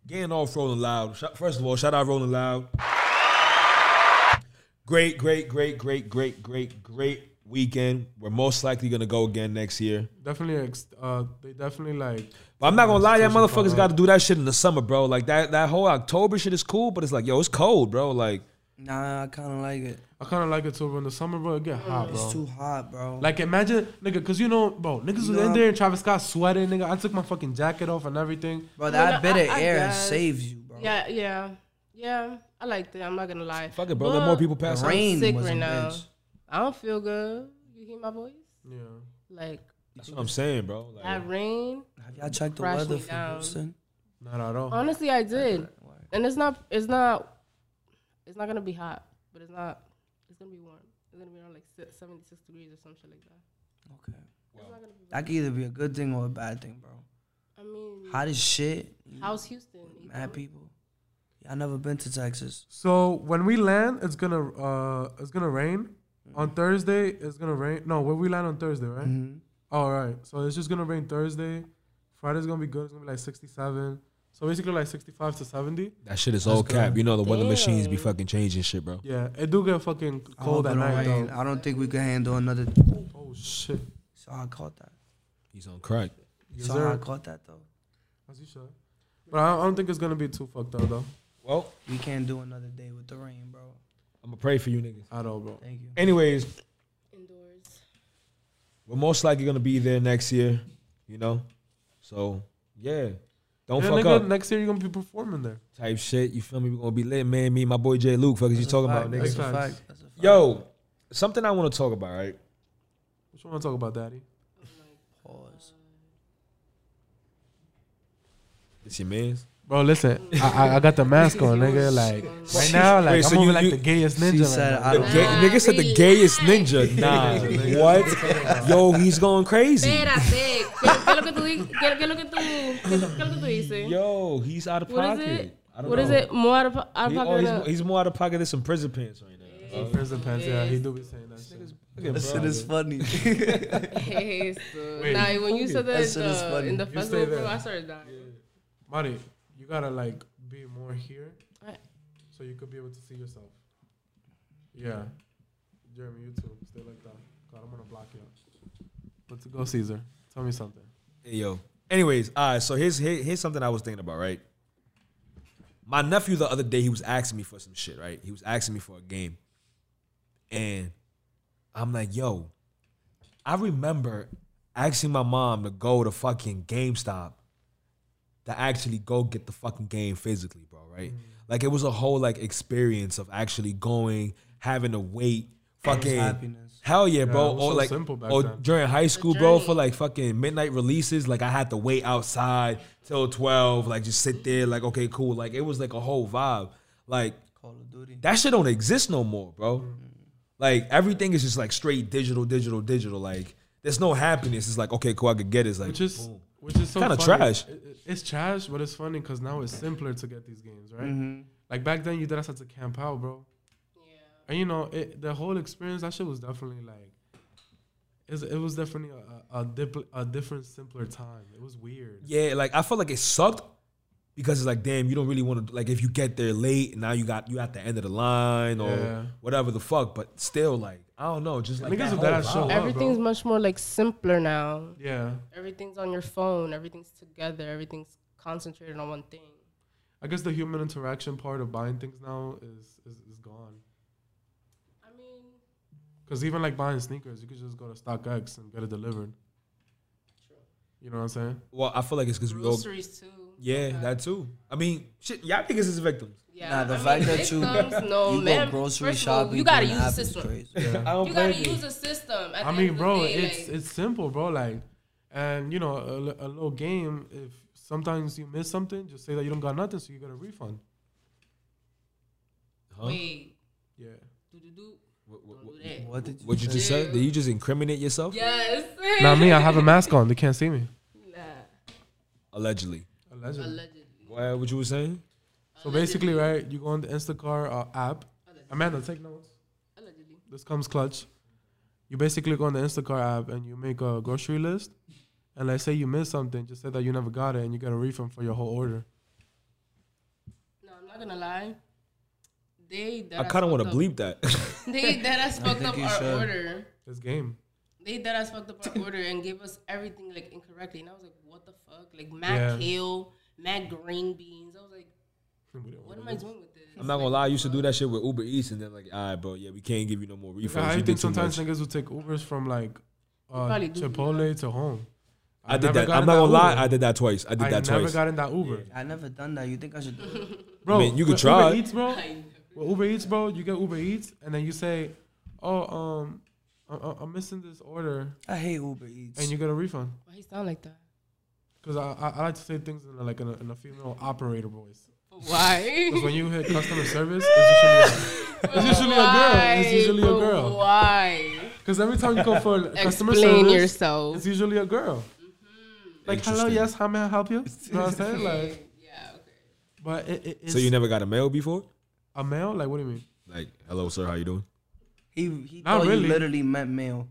[SPEAKER 5] Getting off Rolling Loud. Sh- First of all, shout out Rolling Loud. Great, great, great, great, great, great, great weekend. We're most likely gonna go again next year.
[SPEAKER 2] Definitely, ex- uh, they definitely like.
[SPEAKER 5] But I'm not gonna lie, y'all
[SPEAKER 2] Situation
[SPEAKER 5] motherfuckers
[SPEAKER 2] power
[SPEAKER 5] got
[SPEAKER 2] up.
[SPEAKER 5] to do that shit in the summer, bro. Like that that whole October shit is cool, but it's like, yo, it's cold, bro. Like,
[SPEAKER 3] Nah, I kind of like it.
[SPEAKER 2] I kind of like it too, bro. In the summer, bro, it get hot,
[SPEAKER 3] It's
[SPEAKER 2] bro.
[SPEAKER 3] too hot, bro.
[SPEAKER 2] Like imagine, nigga, cause you know, bro, niggas was
[SPEAKER 3] know,
[SPEAKER 2] in there and Travis Scott sweating, nigga. I took my fucking jacket off and everything.
[SPEAKER 3] bro,
[SPEAKER 1] Well,
[SPEAKER 3] that
[SPEAKER 1] no,
[SPEAKER 3] bit of
[SPEAKER 1] I- I
[SPEAKER 3] air
[SPEAKER 1] guess.
[SPEAKER 3] saves you, bro.
[SPEAKER 1] Yeah, yeah, yeah. I liked it. I'm not gonna lie.
[SPEAKER 5] fuck it, bro. Let more people pass
[SPEAKER 3] The
[SPEAKER 5] out.
[SPEAKER 3] rain
[SPEAKER 1] sick
[SPEAKER 3] was
[SPEAKER 1] right
[SPEAKER 3] a
[SPEAKER 1] now.
[SPEAKER 3] bitch.
[SPEAKER 1] I don't feel good. You hear my voice?
[SPEAKER 2] Yeah,
[SPEAKER 1] Like
[SPEAKER 5] That's what I'm saying, bro. Like,
[SPEAKER 1] that rain.
[SPEAKER 3] Have y'all checked the
[SPEAKER 1] Crashed
[SPEAKER 3] weather
[SPEAKER 1] me
[SPEAKER 3] for
[SPEAKER 1] down.
[SPEAKER 3] Houston?
[SPEAKER 2] not at all.
[SPEAKER 1] Honestly, I did, and it's not. It's not. It's not gonna be hot, but it's not. It's gonna be warm. It's gonna be around like si- 76 degrees or some shit like that.
[SPEAKER 3] Okay.
[SPEAKER 1] It's not gonna be.
[SPEAKER 3] That could either be a good thing or a bad thing, bro.
[SPEAKER 1] I mean,
[SPEAKER 3] Hot as shit.
[SPEAKER 1] how's Houston? Ethan?
[SPEAKER 3] Mad people. Y'all never been to Texas.
[SPEAKER 2] So when we land, it's gonna uh, it's gonna rain. On Thursday, it's gonna rain. No, where we land on Thursday, right?
[SPEAKER 3] Mm-hmm.
[SPEAKER 2] All right. So it's just gonna rain Thursday. Friday's gonna be good. It's gonna be like 67. So basically like 65 to 70.
[SPEAKER 6] That shit is all cap. You know the weather machines be
[SPEAKER 1] Damn.
[SPEAKER 6] fucking changing shit, bro.
[SPEAKER 2] Yeah, it do get fucking
[SPEAKER 3] I
[SPEAKER 2] cold
[SPEAKER 3] hope
[SPEAKER 2] at
[SPEAKER 3] it don't
[SPEAKER 2] night
[SPEAKER 3] rain.
[SPEAKER 2] though.
[SPEAKER 3] Oh, I don't think we could handle another.
[SPEAKER 2] Oh shit.
[SPEAKER 3] So I caught that.
[SPEAKER 6] He's on crack.
[SPEAKER 2] Yes,
[SPEAKER 3] So I
[SPEAKER 2] sir.
[SPEAKER 3] caught that though.
[SPEAKER 2] As you should. But I I don't think it's gonna be too fucked up though.
[SPEAKER 5] Well,
[SPEAKER 3] We can't do another day with the rain, bro.
[SPEAKER 5] I'm gonna pray for you niggas.
[SPEAKER 2] At all, bro.
[SPEAKER 3] Thank you.
[SPEAKER 5] Anyways,
[SPEAKER 1] Indoors.
[SPEAKER 5] we're most likely gonna be there next year. You know, so yeah, don't
[SPEAKER 2] yeah,
[SPEAKER 5] fuck
[SPEAKER 2] nigga,
[SPEAKER 5] up
[SPEAKER 2] next year you're gonna be performing there.
[SPEAKER 5] type shit. You feel me? We're gonna be lit, man. Me and my boy Jay Luke. Fuck is you talking about,
[SPEAKER 3] That's
[SPEAKER 5] nigga?
[SPEAKER 2] nigga.
[SPEAKER 3] a fact. That's a fact.
[SPEAKER 5] Yo, something I want to talk about, right?
[SPEAKER 2] What you wanna talk about, Daddy?
[SPEAKER 3] Pause.
[SPEAKER 5] It's your man's.
[SPEAKER 2] Bro, listen, I, I, I got the mask on, nigga. Like right now, like
[SPEAKER 5] Wait, so
[SPEAKER 2] I'm moving
[SPEAKER 5] you-
[SPEAKER 2] like
[SPEAKER 5] you-
[SPEAKER 2] the gayest ninja.
[SPEAKER 3] She
[SPEAKER 2] right
[SPEAKER 3] said,
[SPEAKER 2] now.
[SPEAKER 5] The
[SPEAKER 3] I
[SPEAKER 1] Ah,
[SPEAKER 3] don't
[SPEAKER 5] gay,
[SPEAKER 3] know.
[SPEAKER 5] nigga said the gayest ninja. Nah, what? Yo, he's going crazy.
[SPEAKER 1] Espérate. ¿Qué, qué es lo que tú dices? ¿Qué, qué es lo que tú, qué, qué es lo que tú dices?
[SPEAKER 5] Yo, he's out of
[SPEAKER 1] What
[SPEAKER 5] pocket.
[SPEAKER 1] is it?
[SPEAKER 5] I don't
[SPEAKER 1] What
[SPEAKER 5] know.
[SPEAKER 1] is it? More out of, po- out of
[SPEAKER 5] He-
[SPEAKER 1] pocket
[SPEAKER 5] oh,
[SPEAKER 1] than-
[SPEAKER 5] he's, he's more out of pocket than some prison pants right now.
[SPEAKER 2] Prison pants, yeah, he do be saying that shit.
[SPEAKER 5] Look at
[SPEAKER 3] That shit
[SPEAKER 5] bro.
[SPEAKER 3] is funny.
[SPEAKER 1] Eso. Nah, when you said that,
[SPEAKER 3] That shit is
[SPEAKER 1] uh,
[SPEAKER 3] funny.
[SPEAKER 1] in the
[SPEAKER 2] You
[SPEAKER 1] festival,
[SPEAKER 2] say that.
[SPEAKER 1] bro, I started dying.
[SPEAKER 2] Mari, you gotta like be more here,
[SPEAKER 1] Alright.
[SPEAKER 2] so you could be able to see yourself. Yeah, Jeremy, you too. Stay like that. God, I'm gonna block you. Let's go, Caesar. Tell me something.
[SPEAKER 5] Hey, yo. Anyways, all right. So here's here, here's something I was thinking about. Right. My nephew the other day he was asking me for some shit. Right. He was asking me for a game, and I'm like, yo, I remember asking my mom to go to fucking GameStop to actually go get the fucking game physically, bro. Right. Like it was a whole like experience of actually going, having to wait. Fucking
[SPEAKER 3] happiness.
[SPEAKER 5] hell yeah, bro!
[SPEAKER 2] it was
[SPEAKER 5] or
[SPEAKER 2] so
[SPEAKER 5] like,
[SPEAKER 2] simple back
[SPEAKER 5] or
[SPEAKER 2] then.
[SPEAKER 5] during high school, bro,
[SPEAKER 1] journey.
[SPEAKER 5] for like fucking midnight releases, like I had to wait outside till 12, like just sit there, like, okay, cool. Like it was like a whole vibe. Like
[SPEAKER 3] Call of Duty.
[SPEAKER 5] that shit don't exist no more, bro. Like everything is just like straight digital, digital, digital. Like there's no happiness. It's like, okay, cool, I could get it. It's like
[SPEAKER 2] Which is
[SPEAKER 5] boom.
[SPEAKER 2] which is so
[SPEAKER 5] Kinda
[SPEAKER 2] funny.
[SPEAKER 5] trash.
[SPEAKER 2] It- it- it's trash, but it's funny because now it's simpler to get these games, right?
[SPEAKER 5] Mm-hmm.
[SPEAKER 1] Oh,
[SPEAKER 2] Like back then, you just had to camp out, bro. And you know, it, the whole experience, that shit was definitely like, it's, it was definitely a a, a, dip, a different, simpler time. It was weird.
[SPEAKER 5] Yeah, like I felt like it sucked because it's like, damn, you don't really want to like if you get there late, now you got you at the end of the line or
[SPEAKER 2] Yeah.
[SPEAKER 5] whatever the fuck. But still, like, I don't know, just like
[SPEAKER 2] Niggas
[SPEAKER 5] that
[SPEAKER 2] with
[SPEAKER 5] whole
[SPEAKER 2] that
[SPEAKER 5] vibe.
[SPEAKER 2] show up.
[SPEAKER 1] Everything's much more like simpler now.
[SPEAKER 2] Yeah.
[SPEAKER 1] Everything's on your phone. Everything's together. Everything's concentrated on one thing.
[SPEAKER 2] I guess the human interaction part of buying things now is is, is gone.
[SPEAKER 1] I mean,
[SPEAKER 2] Because even like buying sneakers, you could just go to StockX and get it delivered. You know what I'm saying?
[SPEAKER 5] Well, I feel like it's because we all
[SPEAKER 1] groceries too.
[SPEAKER 5] Yeah, that too. I mean, shit, y'all niggas is victims.
[SPEAKER 1] Yeah,
[SPEAKER 3] Nah, the fact that you-
[SPEAKER 1] victims, no,
[SPEAKER 3] you
[SPEAKER 1] man.
[SPEAKER 3] go grocery
[SPEAKER 1] First of all,
[SPEAKER 3] shopping.
[SPEAKER 1] you gotta
[SPEAKER 3] for an
[SPEAKER 1] use a
[SPEAKER 3] app is
[SPEAKER 1] system.
[SPEAKER 3] crazy.
[SPEAKER 5] I don't
[SPEAKER 1] You
[SPEAKER 5] blame
[SPEAKER 1] gotta use a system. At
[SPEAKER 2] I
[SPEAKER 1] the
[SPEAKER 2] mean,
[SPEAKER 1] end of
[SPEAKER 2] bro,
[SPEAKER 1] the day,
[SPEAKER 2] it's
[SPEAKER 1] like,
[SPEAKER 2] it's simple, bro. Like, and you know, a, li- a little game. If sometimes you miss something, just say that you don't got nothing, so you get a refund.
[SPEAKER 1] wait,
[SPEAKER 2] Yeah.
[SPEAKER 1] do do do,
[SPEAKER 5] What,
[SPEAKER 1] do that.
[SPEAKER 3] What did you?
[SPEAKER 5] would you just say? Did you just incriminate yourself?
[SPEAKER 1] Yes.
[SPEAKER 2] Not me. I have a mask on. They can't see me.
[SPEAKER 1] nah,
[SPEAKER 5] Allegedly.
[SPEAKER 2] Allegedly.
[SPEAKER 1] allegedly.
[SPEAKER 5] What, what you were saying?
[SPEAKER 2] So basically, right? You go on the Instacart uh, app.
[SPEAKER 1] Allegedly.
[SPEAKER 2] Amanda, take notes.
[SPEAKER 1] Allegedly.
[SPEAKER 2] this comes clutch. You basically go on the Instacart app and you make a grocery list, and let's say you miss something, just say that you never got it, and you get a refund for your whole order.
[SPEAKER 1] No, I'm not gonna lie. They that
[SPEAKER 5] I kind of want to bleep that.
[SPEAKER 1] They that us fucked
[SPEAKER 3] think
[SPEAKER 1] up
[SPEAKER 3] you
[SPEAKER 1] our
[SPEAKER 3] should.
[SPEAKER 1] order.
[SPEAKER 2] This game,
[SPEAKER 1] They that us fucked up our order and gave us everything like incorrectly. And I was like, what the fuck? Like Mac
[SPEAKER 2] Yeah.
[SPEAKER 1] kale, Mac green beans. I was like,
[SPEAKER 2] We didn't
[SPEAKER 1] what
[SPEAKER 2] wanna
[SPEAKER 1] am
[SPEAKER 2] do
[SPEAKER 1] I
[SPEAKER 2] this.
[SPEAKER 1] doing with this?
[SPEAKER 5] I'm not gonna lie, I used to do that shit with Uber Eats, and then like, all right, bro, yeah, we can't give you no more refunds.
[SPEAKER 2] Yeah,
[SPEAKER 5] you
[SPEAKER 2] I
[SPEAKER 5] did
[SPEAKER 2] think
[SPEAKER 5] too
[SPEAKER 2] sometimes
[SPEAKER 5] much.
[SPEAKER 2] niggas will take Ubers from like uh,
[SPEAKER 1] probably do,
[SPEAKER 2] Chipotle to home.
[SPEAKER 5] I did
[SPEAKER 2] never
[SPEAKER 5] that.
[SPEAKER 2] got
[SPEAKER 5] I'm
[SPEAKER 2] in
[SPEAKER 5] not
[SPEAKER 2] that
[SPEAKER 5] gonna lie,
[SPEAKER 2] Uber.
[SPEAKER 5] I did that twice. I did
[SPEAKER 2] I
[SPEAKER 5] that
[SPEAKER 2] never
[SPEAKER 5] twice.
[SPEAKER 2] got in that Uber,
[SPEAKER 3] I never done that. You think I should do it?
[SPEAKER 2] bro.
[SPEAKER 5] mean, you could
[SPEAKER 2] with
[SPEAKER 5] try.
[SPEAKER 2] Uber Eats, bro. With Uber Eats, bro, you get Uber Eats, and then you say, "Oh, um, I- I- I'm missing this order,"
[SPEAKER 3] I hate Uber Eats.
[SPEAKER 2] and you get a refund.
[SPEAKER 1] Why he sound like that?
[SPEAKER 2] Because I, I I like to say things in a, like in a, in a female operator voice. Because
[SPEAKER 1] Why?
[SPEAKER 2] when you hit customer service, it's usually it's usually a girl. It's usually a girl.
[SPEAKER 1] Why?
[SPEAKER 2] Because every time you go for customer
[SPEAKER 1] Explain
[SPEAKER 2] service,
[SPEAKER 1] yourself.
[SPEAKER 2] it's usually a girl. Like, hello,
[SPEAKER 5] Interesting.
[SPEAKER 2] yes, how may I help you? You know what I'm saying? Like,
[SPEAKER 1] Yeah, okay.
[SPEAKER 2] but it, it, it's
[SPEAKER 5] So you never got a mail before?
[SPEAKER 2] a male? Like, what do you mean?
[SPEAKER 5] Like, hello, sir, how you doing?
[SPEAKER 3] He he
[SPEAKER 2] Not
[SPEAKER 3] thought
[SPEAKER 2] really.
[SPEAKER 3] you literally meant male.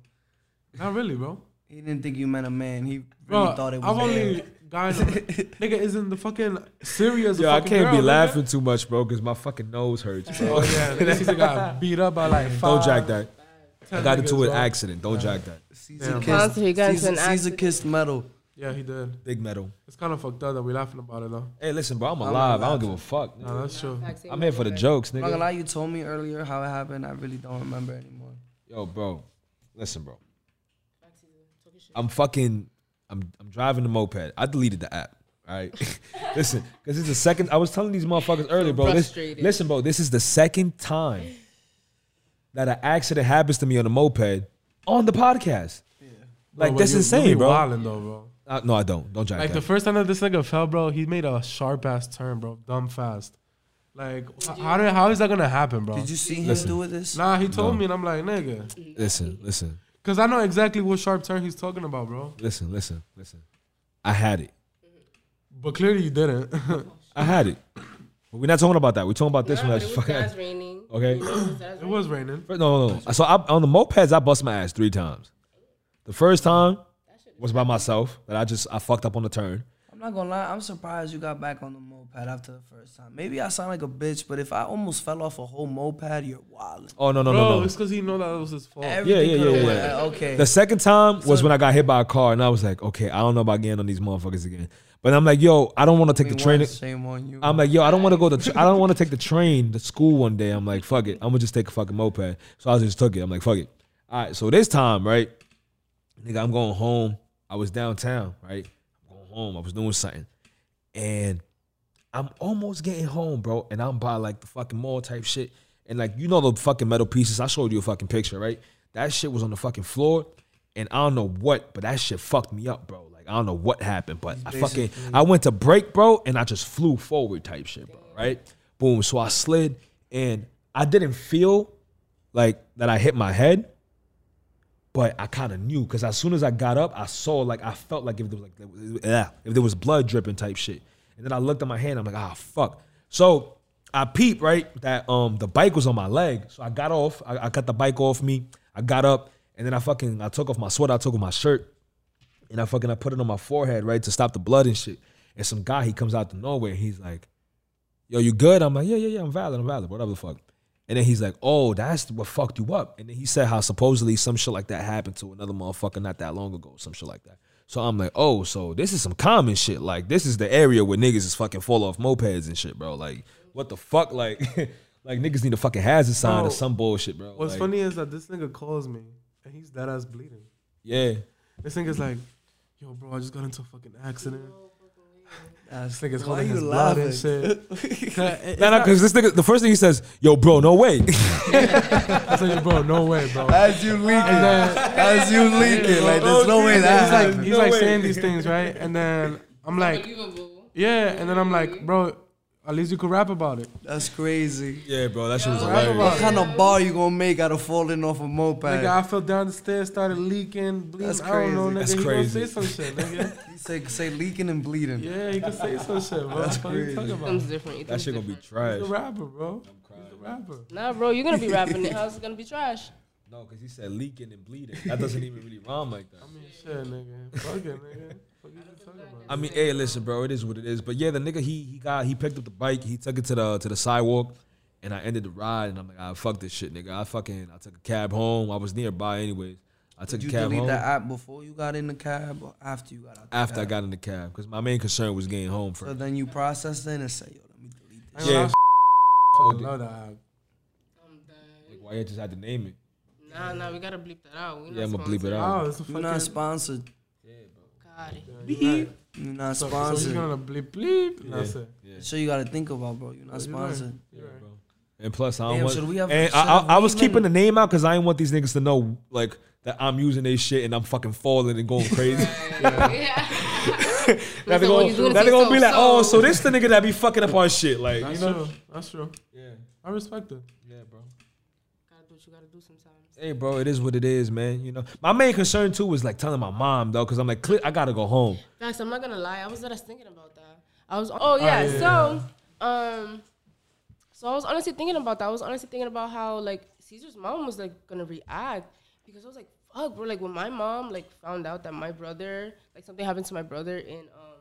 [SPEAKER 2] Not really, bro.
[SPEAKER 3] He didn't think you meant a man. He really
[SPEAKER 2] Bro,
[SPEAKER 3] thought it was.
[SPEAKER 2] I've only Guy, nigga isn't the fucking serious.
[SPEAKER 5] Yo, I
[SPEAKER 2] fucking
[SPEAKER 5] can't
[SPEAKER 2] girl,
[SPEAKER 5] be
[SPEAKER 2] nigga.
[SPEAKER 5] laughing too much, bro, because my fucking nose hurts, bro.
[SPEAKER 2] Oh yeah, this nigga got beat up by like five.
[SPEAKER 5] Don't jack that. I
[SPEAKER 2] ten
[SPEAKER 5] got into
[SPEAKER 2] niggas,
[SPEAKER 5] an
[SPEAKER 2] bro.
[SPEAKER 5] accident. Don't jack that.
[SPEAKER 3] Caesar
[SPEAKER 1] Huh? So he got into
[SPEAKER 3] Caesar,
[SPEAKER 1] an
[SPEAKER 3] Caesar
[SPEAKER 1] accident.
[SPEAKER 3] kissed metal.
[SPEAKER 2] Yeah, he did.
[SPEAKER 5] Big metal.
[SPEAKER 2] It's kind of fucked up that we laughing about it though.
[SPEAKER 5] Hey, listen, bro, I'm alive. I don't give a fuck.
[SPEAKER 2] Nah, that's true.
[SPEAKER 5] I'm here for the jokes,
[SPEAKER 3] I'm not gonna
[SPEAKER 5] nigga.
[SPEAKER 3] lie, you told me earlier how it happened. I really don't remember anymore.
[SPEAKER 5] Yo, bro, listen, bro. I'm fucking. I'm I'm driving the moped. I deleted the app. All right, listen, because it's the second. I was telling these motherfuckers earlier, bro. Lis-
[SPEAKER 1] frustrated.
[SPEAKER 5] listen, bro, this is the second time that an accident happens to me on a moped on the podcast. Like
[SPEAKER 2] Bro,
[SPEAKER 5] that's
[SPEAKER 2] you- you
[SPEAKER 5] insane,
[SPEAKER 2] be
[SPEAKER 5] bro.
[SPEAKER 2] wildin' though, bro.
[SPEAKER 5] Uh, no, I don't. Don't jack
[SPEAKER 2] Like the
[SPEAKER 5] that.
[SPEAKER 2] first time that this nigga fell, bro, he made a sharp ass turn, bro, dumb fast. Like h- how did, how is that gonna happen, bro?
[SPEAKER 3] Did you see him
[SPEAKER 5] Listen.
[SPEAKER 3] do with this?
[SPEAKER 2] Nah, he told me, and I'm like, nigga,
[SPEAKER 5] listen, listen,
[SPEAKER 2] because I know exactly what sharp turn he's talking about, bro.
[SPEAKER 5] listen, listen, listen. I had it.
[SPEAKER 2] But clearly you didn't.
[SPEAKER 5] I had it. But we're not talking about that. We're talking about this
[SPEAKER 1] Nah,
[SPEAKER 5] one.
[SPEAKER 1] it
[SPEAKER 5] That just
[SPEAKER 1] was
[SPEAKER 5] fucking.
[SPEAKER 1] jazz raining.
[SPEAKER 5] Okay.
[SPEAKER 1] You know, it was jazz
[SPEAKER 2] it
[SPEAKER 1] raining.
[SPEAKER 2] was raining.
[SPEAKER 5] First- No, no, no. So I, on the mopeds, I bust my ass three times. The first time was by myself that I just I fucked up on the turn.
[SPEAKER 3] I'm not gonna lie, I'm surprised you got back on the moped after the first time. Maybe I sound like a bitch, but if I almost fell off a whole moped, you're wild.
[SPEAKER 5] Oh no, no,
[SPEAKER 2] bro,
[SPEAKER 5] no, no.
[SPEAKER 2] it's because he know that it was his fault.
[SPEAKER 3] Everything
[SPEAKER 5] yeah, yeah,
[SPEAKER 3] could've
[SPEAKER 5] yeah,
[SPEAKER 3] went-
[SPEAKER 5] yeah.
[SPEAKER 3] Okay.
[SPEAKER 5] The second time was when I got hit by a car and I was like, okay, I don't know about getting on these motherfuckers again. But I'm like, yo, I don't want to take the train.
[SPEAKER 3] Shame on you.
[SPEAKER 5] I'm like, yo, I don't want to go to. Tr- I don't want to take the train to school one day. I'm like, fuck it, I'm gonna just take a fucking moped. So I just took it. I'm like, fuck it. All right, so this time, right, nigga, I'm going home. I was downtown, right. I'm going home. I was doing something, and I'm almost getting home, bro. And I'm by like the fucking mall type shit, and like you know the fucking metal pieces. I showed you a fucking picture, right? That shit was on the fucking floor, and I don't know what, but that shit fucked me up, bro. Like I don't know what happened, but I fucking I went to break, bro, and I just flew forward type shit, bro. Right? Boom. So I slid, and I didn't feel like that I hit my head, but I kind of knew because as soon as I got up, I saw like I felt like if there was like yeah, if there was blood dripping type shit, and then I looked at my hand, I'm like ah fuck. So I peeped right that um the bike was on my leg, so I got off, I, I cut the bike off me, I got up, and then I fucking I took off my sweater, I took off my shirt, and I fucking I put it on my forehead right to stop the blood and shit. And some guy he comes out to nowhere, and he's like, yo, you good? I'm like, yeah, yeah, yeah, I'm valid, I'm valid, whatever the fuck. And then he's like, oh, that's what fucked you up. And then he said how supposedly some shit like that happened to another motherfucker not that long ago, some shit like that. So I'm like, oh, so this is some common shit. Like, this is the area where niggas is fucking fall off mopeds and shit, bro. Like, what the fuck? Like, like niggas need a fucking hazard sign
[SPEAKER 2] Bro,
[SPEAKER 5] or some bullshit, bro.
[SPEAKER 2] What's
[SPEAKER 5] Like,
[SPEAKER 2] funny is that this nigga calls me and he's dead ass bleeding.
[SPEAKER 5] Yeah.
[SPEAKER 2] This nigga's like, yo, bro, I just got into a fucking accident. This nigga's
[SPEAKER 3] Why
[SPEAKER 2] holding
[SPEAKER 3] you
[SPEAKER 2] his blood and
[SPEAKER 3] laughing?
[SPEAKER 2] shit. it's
[SPEAKER 5] No, no, because this nigga, the first thing he says, yo, bro, no way.
[SPEAKER 2] like, bro, no way, bro.
[SPEAKER 3] As you leak it, as you leak it, like there's no way that
[SPEAKER 2] he's like,
[SPEAKER 3] happened.
[SPEAKER 2] he's like saying these things, right? And then I'm like,
[SPEAKER 1] Unbelievable.
[SPEAKER 2] yeah. And then I'm like, bro, at least you could rap about it.
[SPEAKER 3] That's crazy.
[SPEAKER 5] yeah, bro, that shit was
[SPEAKER 3] What
[SPEAKER 5] hilarious.
[SPEAKER 3] kind of bar you gonna make out of falling off a moped?
[SPEAKER 2] Nigga, I fell down the stairs, started leaking, bleeding.
[SPEAKER 3] That's
[SPEAKER 2] I don't know, nigga.
[SPEAKER 3] crazy.
[SPEAKER 5] That's
[SPEAKER 2] he
[SPEAKER 5] crazy.
[SPEAKER 2] gonna say some shit, nigga.
[SPEAKER 3] He said, say leaking and bleeding.
[SPEAKER 2] yeah, he can say some shit, bro. That's what are you
[SPEAKER 3] crazy.
[SPEAKER 2] talking about?
[SPEAKER 1] Something's
[SPEAKER 2] He's
[SPEAKER 1] different.
[SPEAKER 5] That
[SPEAKER 1] Ethan's
[SPEAKER 5] shit gonna be
[SPEAKER 1] different.
[SPEAKER 5] trash.
[SPEAKER 2] a rapper, bro. He's a rapper.
[SPEAKER 1] Nah, bro, you're gonna be rapping it. How's it gonna be trash?
[SPEAKER 5] No, because he said leaking and bleeding. That doesn't even really rhyme like that.
[SPEAKER 2] I mean, shit, nigga. Fuck it, nigga. Fuck you talking about?
[SPEAKER 5] I mean, hey, listen, bro, it is what it is. But yeah, the nigga he he got he picked up the bike, he took it to the to the sidewalk, and I ended the ride, and I'm like, I fuck this shit, nigga. I fucking I took a cab home. I was nearby anyways. I took
[SPEAKER 3] Did you
[SPEAKER 5] a cab
[SPEAKER 3] delete
[SPEAKER 5] home
[SPEAKER 3] the app before you got in the cab or after you got out? The
[SPEAKER 5] after I
[SPEAKER 3] cab?
[SPEAKER 5] got in the cab because my main concern was getting home
[SPEAKER 3] So
[SPEAKER 5] first.
[SPEAKER 3] then you processed it and say, yo, let me delete
[SPEAKER 2] I ain't
[SPEAKER 3] this.
[SPEAKER 2] gonna
[SPEAKER 5] Yeah.
[SPEAKER 2] lie, I
[SPEAKER 5] Oh,
[SPEAKER 2] love that app.
[SPEAKER 5] Like, why you just had to name it?
[SPEAKER 1] Nah, nah, we gotta bleep that out. We
[SPEAKER 5] Yeah,
[SPEAKER 1] not
[SPEAKER 5] I'ma bleep it
[SPEAKER 1] sponsored.
[SPEAKER 5] out.
[SPEAKER 2] Oh, it's a fucking.
[SPEAKER 3] You're not sponsored.
[SPEAKER 1] God.
[SPEAKER 2] Beep.
[SPEAKER 3] You're not
[SPEAKER 2] So, so he's
[SPEAKER 3] sponsored.
[SPEAKER 2] gonna bleep bleep. And That's it.
[SPEAKER 3] So you gotta think about, bro. You're not
[SPEAKER 2] You're right.
[SPEAKER 3] sponsored.
[SPEAKER 2] You're right.
[SPEAKER 5] And plus, I don't
[SPEAKER 3] Damn,
[SPEAKER 5] want.
[SPEAKER 3] should we have-
[SPEAKER 5] and
[SPEAKER 3] should
[SPEAKER 5] I, I,
[SPEAKER 3] have
[SPEAKER 5] I was
[SPEAKER 3] we
[SPEAKER 5] keeping
[SPEAKER 3] even-
[SPEAKER 5] the name out because I didn't want these niggas to know like that I'm using their shit and I'm fucking falling and going crazy. Now they're
[SPEAKER 1] Listen, when
[SPEAKER 5] gonna,
[SPEAKER 1] you doing it
[SPEAKER 5] now they
[SPEAKER 1] to
[SPEAKER 5] gonna be like,
[SPEAKER 1] yourself,
[SPEAKER 5] oh, so
[SPEAKER 1] so-
[SPEAKER 5] this the nigga that be fucking up our shit, like
[SPEAKER 2] That's
[SPEAKER 5] you know.
[SPEAKER 2] true. That's true.
[SPEAKER 5] Yeah,
[SPEAKER 2] I respect it.
[SPEAKER 5] yeah, bro.
[SPEAKER 1] Gotta do what you gotta do sometimes.
[SPEAKER 5] Hey, bro, it is what it is, man. You know, my main concern too was like telling my mom though, because I'm like, "Cle- I gotta go home.
[SPEAKER 1] Guys, I'm not gonna lie. I was just thinking about that. I was. Oh yeah. So, um, so I was honestly thinking about that. I was honestly thinking about how like Caesar's mom was like gonna react because I was like, fuck, bro. Like when my mom like found out that my brother like something happened to my brother in um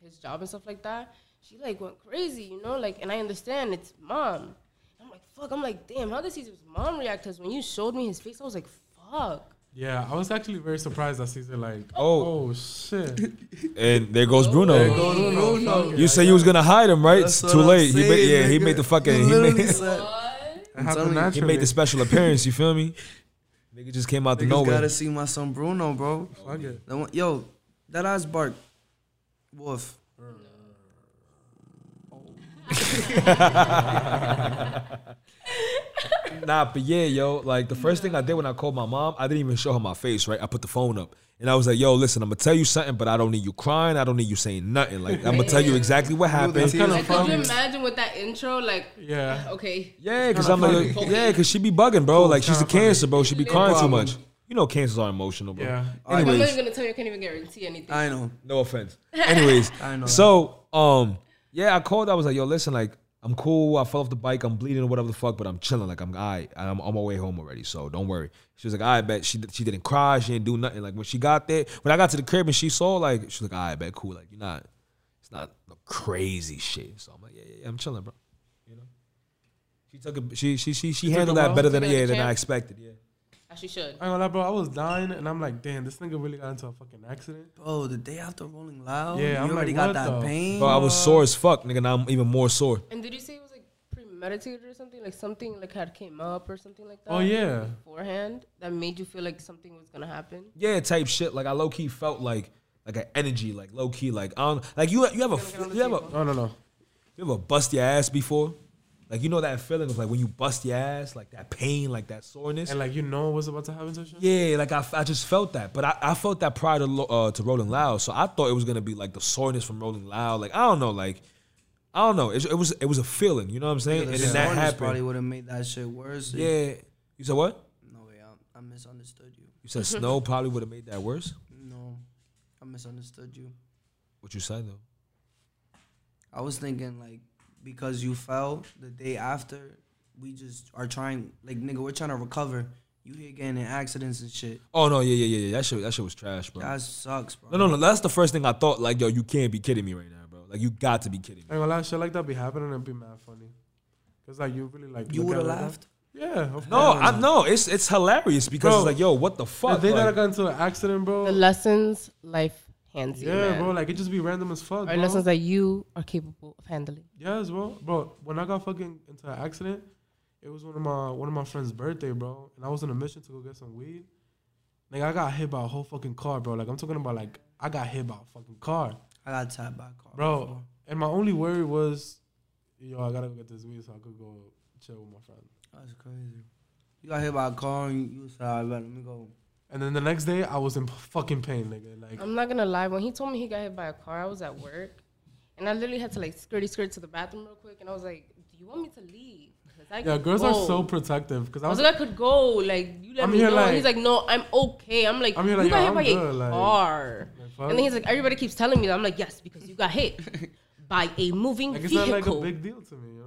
[SPEAKER 1] his job and stuff like that, she like went crazy, you know, like and I understand it's mom. I'm like, fuck, I'm like, damn, how does his mom react? Cause when you showed me his face, I was like, fuck.
[SPEAKER 2] Yeah, I was actually very surprised that Caesar like,
[SPEAKER 5] Oh.
[SPEAKER 2] oh, shit.
[SPEAKER 5] And there goes Bruno.
[SPEAKER 3] Bruno,
[SPEAKER 5] You said you was gonna hide him, right? It's
[SPEAKER 3] That's
[SPEAKER 5] too
[SPEAKER 3] what I'm
[SPEAKER 5] late. he made,
[SPEAKER 3] saying,
[SPEAKER 5] yeah, he
[SPEAKER 3] nigga.
[SPEAKER 5] made the fucking.
[SPEAKER 3] You
[SPEAKER 5] He
[SPEAKER 3] literally
[SPEAKER 5] made,
[SPEAKER 3] said-
[SPEAKER 2] It
[SPEAKER 3] I'm telling
[SPEAKER 2] happened
[SPEAKER 3] you, he
[SPEAKER 5] he
[SPEAKER 2] naturally.
[SPEAKER 5] made the special appearance. You feel me? Nigga just came out the
[SPEAKER 3] Niggas
[SPEAKER 5] nowhere.
[SPEAKER 3] gotta see my son Bruno, bro.
[SPEAKER 2] Fuck it.
[SPEAKER 3] The one- yo, that eyes bark. Wolf.
[SPEAKER 5] Nah, but yeah, yo, like the first thing I did when I called my mom, I didn't even show her my face, right? I put the phone up and I was like, yo, listen, I'm gonna tell you something, but I don't need you crying. I don't need you saying nothing. Like, I'm gonna tell you exactly what
[SPEAKER 2] That's
[SPEAKER 5] happened.
[SPEAKER 2] kind
[SPEAKER 1] Like,
[SPEAKER 2] of
[SPEAKER 1] could you
[SPEAKER 2] funny.
[SPEAKER 1] imagine with that intro? Like,
[SPEAKER 2] Yeah.
[SPEAKER 1] okay,
[SPEAKER 5] Yeah, cause I'm like, yeah, cause she be bugging, bro. Like, she's a
[SPEAKER 2] kinda funny.
[SPEAKER 5] cancer, bro. She be
[SPEAKER 1] No
[SPEAKER 5] crying too
[SPEAKER 3] problem.
[SPEAKER 5] much. You know, cancers are emotional, bro.
[SPEAKER 2] Yeah.
[SPEAKER 3] All right,
[SPEAKER 1] I'm not
[SPEAKER 5] Anyways,
[SPEAKER 1] even gonna tell you. I can't even guarantee anything.
[SPEAKER 2] Uh,
[SPEAKER 3] I know.
[SPEAKER 5] No offense. Anyways,
[SPEAKER 3] I know.
[SPEAKER 5] So, um, yeah, I called. I was like, yo, listen, like, I'm cool. I fell off the bike. I'm bleeding or whatever the fuck, but I'm chilling. Like, I'm all right. I'm on my way home already, so don't worry. She was like, I bet she she didn't cry. She didn't do nothing. Like when she got there, when I got to the crib and she saw, like, she was like, I bet cool. Like you're not, it's not no crazy shit. So I'm like, yeah, yeah, yeah I'm chilling, bro. You know, she took it. She she she she handled
[SPEAKER 2] it
[SPEAKER 5] that
[SPEAKER 2] well?
[SPEAKER 5] better than
[SPEAKER 1] Took it as a
[SPEAKER 5] yeah than I
[SPEAKER 1] champ?
[SPEAKER 5] expected. Yeah.
[SPEAKER 1] As she should.
[SPEAKER 2] I ain't gonna lie, bro. I was dying, and I'm like, damn, this nigga really got into a fucking accident.
[SPEAKER 3] Bro, the day after Rolling Loud,
[SPEAKER 2] Yeah,
[SPEAKER 3] you
[SPEAKER 2] I'm
[SPEAKER 3] already
[SPEAKER 2] like,
[SPEAKER 3] got
[SPEAKER 2] what
[SPEAKER 3] that
[SPEAKER 2] the
[SPEAKER 3] pain.
[SPEAKER 5] Bro, I was sore as fuck, nigga. Now I'm even more sore.
[SPEAKER 1] And did you say it was like premeditated or something? Like something like had came up or something like that?
[SPEAKER 2] Oh yeah.
[SPEAKER 1] Beforehand, that made you feel like something was gonna happen.
[SPEAKER 5] yeah type shit. Like I low key felt like like an energy, like low key, like I don't like you you have a you have a
[SPEAKER 2] No, no, no.
[SPEAKER 5] you ever bust your ass before? Like you know that feeling of like when you bust your ass, like that pain, like that soreness.
[SPEAKER 2] And like, you know what's about to happen to you.
[SPEAKER 5] yeah, like I, I just felt that, but I, I felt that prior to Lo- uh, to Rolling Loud, so I thought it was gonna be like the soreness from Rolling Loud. Like I don't know, like I don't know. It, it was it was a feeling, you know what I'm saying?
[SPEAKER 3] The
[SPEAKER 5] and then that
[SPEAKER 3] soreness
[SPEAKER 5] happened.
[SPEAKER 3] probably would have made that shit worse.
[SPEAKER 5] yeah, you said what?
[SPEAKER 3] No way, I, I misunderstood you.
[SPEAKER 5] You said snow probably would have made that worse.
[SPEAKER 3] No, I misunderstood you.
[SPEAKER 5] What you said though?
[SPEAKER 3] I was thinking like because you fell the day after, we just are trying like nigga, we're trying to recover. You here getting in accidents and shit.
[SPEAKER 5] Oh no, yeah, yeah, yeah, yeah. That shit, that shit was trash, bro.
[SPEAKER 3] That sucks, bro.
[SPEAKER 5] No, no, no. That's the first thing I thought. Like, yo, you can't be kidding me right now, bro. Like, you got to be kidding
[SPEAKER 2] I
[SPEAKER 5] me.
[SPEAKER 2] ain't gonna lie, shit like that be happening and be mad funny. Cause like you really like.
[SPEAKER 3] You
[SPEAKER 2] look at
[SPEAKER 3] would have
[SPEAKER 2] it like
[SPEAKER 3] laughed.
[SPEAKER 2] that. Yeah. Of
[SPEAKER 5] No,
[SPEAKER 2] course.
[SPEAKER 5] I no. It's it's hilarious because
[SPEAKER 2] Bro,
[SPEAKER 5] it's like, yo, what the
[SPEAKER 2] The
[SPEAKER 5] fuck?
[SPEAKER 2] day that I
[SPEAKER 5] Like,
[SPEAKER 2] got into an accident,
[SPEAKER 1] The
[SPEAKER 2] bro.
[SPEAKER 1] lessons life hands you.
[SPEAKER 2] Yeah, bro. Like it just be random as fuck.
[SPEAKER 1] are
[SPEAKER 2] bro.
[SPEAKER 1] lessons that you are capable of handling.
[SPEAKER 2] Yes, bro. Bro, when I got fucking into an accident, it was one of my one of my friend's birthday, bro. And I was on a mission to go get some weed. Like I got hit by a whole fucking car, bro. Like I'm talking about like I got hit by a fucking car.
[SPEAKER 3] I got tapped by a car.
[SPEAKER 2] Bro. And my only worry was, yo, I gotta go get this weed so I could go chill with my friend.
[SPEAKER 3] That's crazy. You got hit by a car and you said, "All right, let me go."
[SPEAKER 2] And then the next day I was in fucking pain, nigga. Like
[SPEAKER 1] I'm not gonna lie. When he told me he got hit by a car, I was at work, and I literally had to like skirty skirt to the bathroom real quick, and I was like, "Do you want me to leave?" 'Cause I
[SPEAKER 2] Yeah,
[SPEAKER 1] could
[SPEAKER 2] girls
[SPEAKER 1] go."
[SPEAKER 2] are so protective. Cause I
[SPEAKER 1] I
[SPEAKER 2] was
[SPEAKER 1] was like, I could go. Like you let
[SPEAKER 2] I'm
[SPEAKER 1] me
[SPEAKER 2] here
[SPEAKER 1] know.
[SPEAKER 2] like-
[SPEAKER 1] and he's like, no, I'm okay. I'm like,
[SPEAKER 2] I'm here
[SPEAKER 1] you
[SPEAKER 2] like,
[SPEAKER 1] got
[SPEAKER 2] yo,
[SPEAKER 1] hit
[SPEAKER 2] I'm
[SPEAKER 1] by a
[SPEAKER 2] good, like-
[SPEAKER 1] car.
[SPEAKER 2] fuck.
[SPEAKER 1] and then he's like, everybody keeps telling me that. I'm like, yes, because you got hit by a moving
[SPEAKER 2] like it's
[SPEAKER 1] vehicle.
[SPEAKER 2] not like a big deal to me, you know?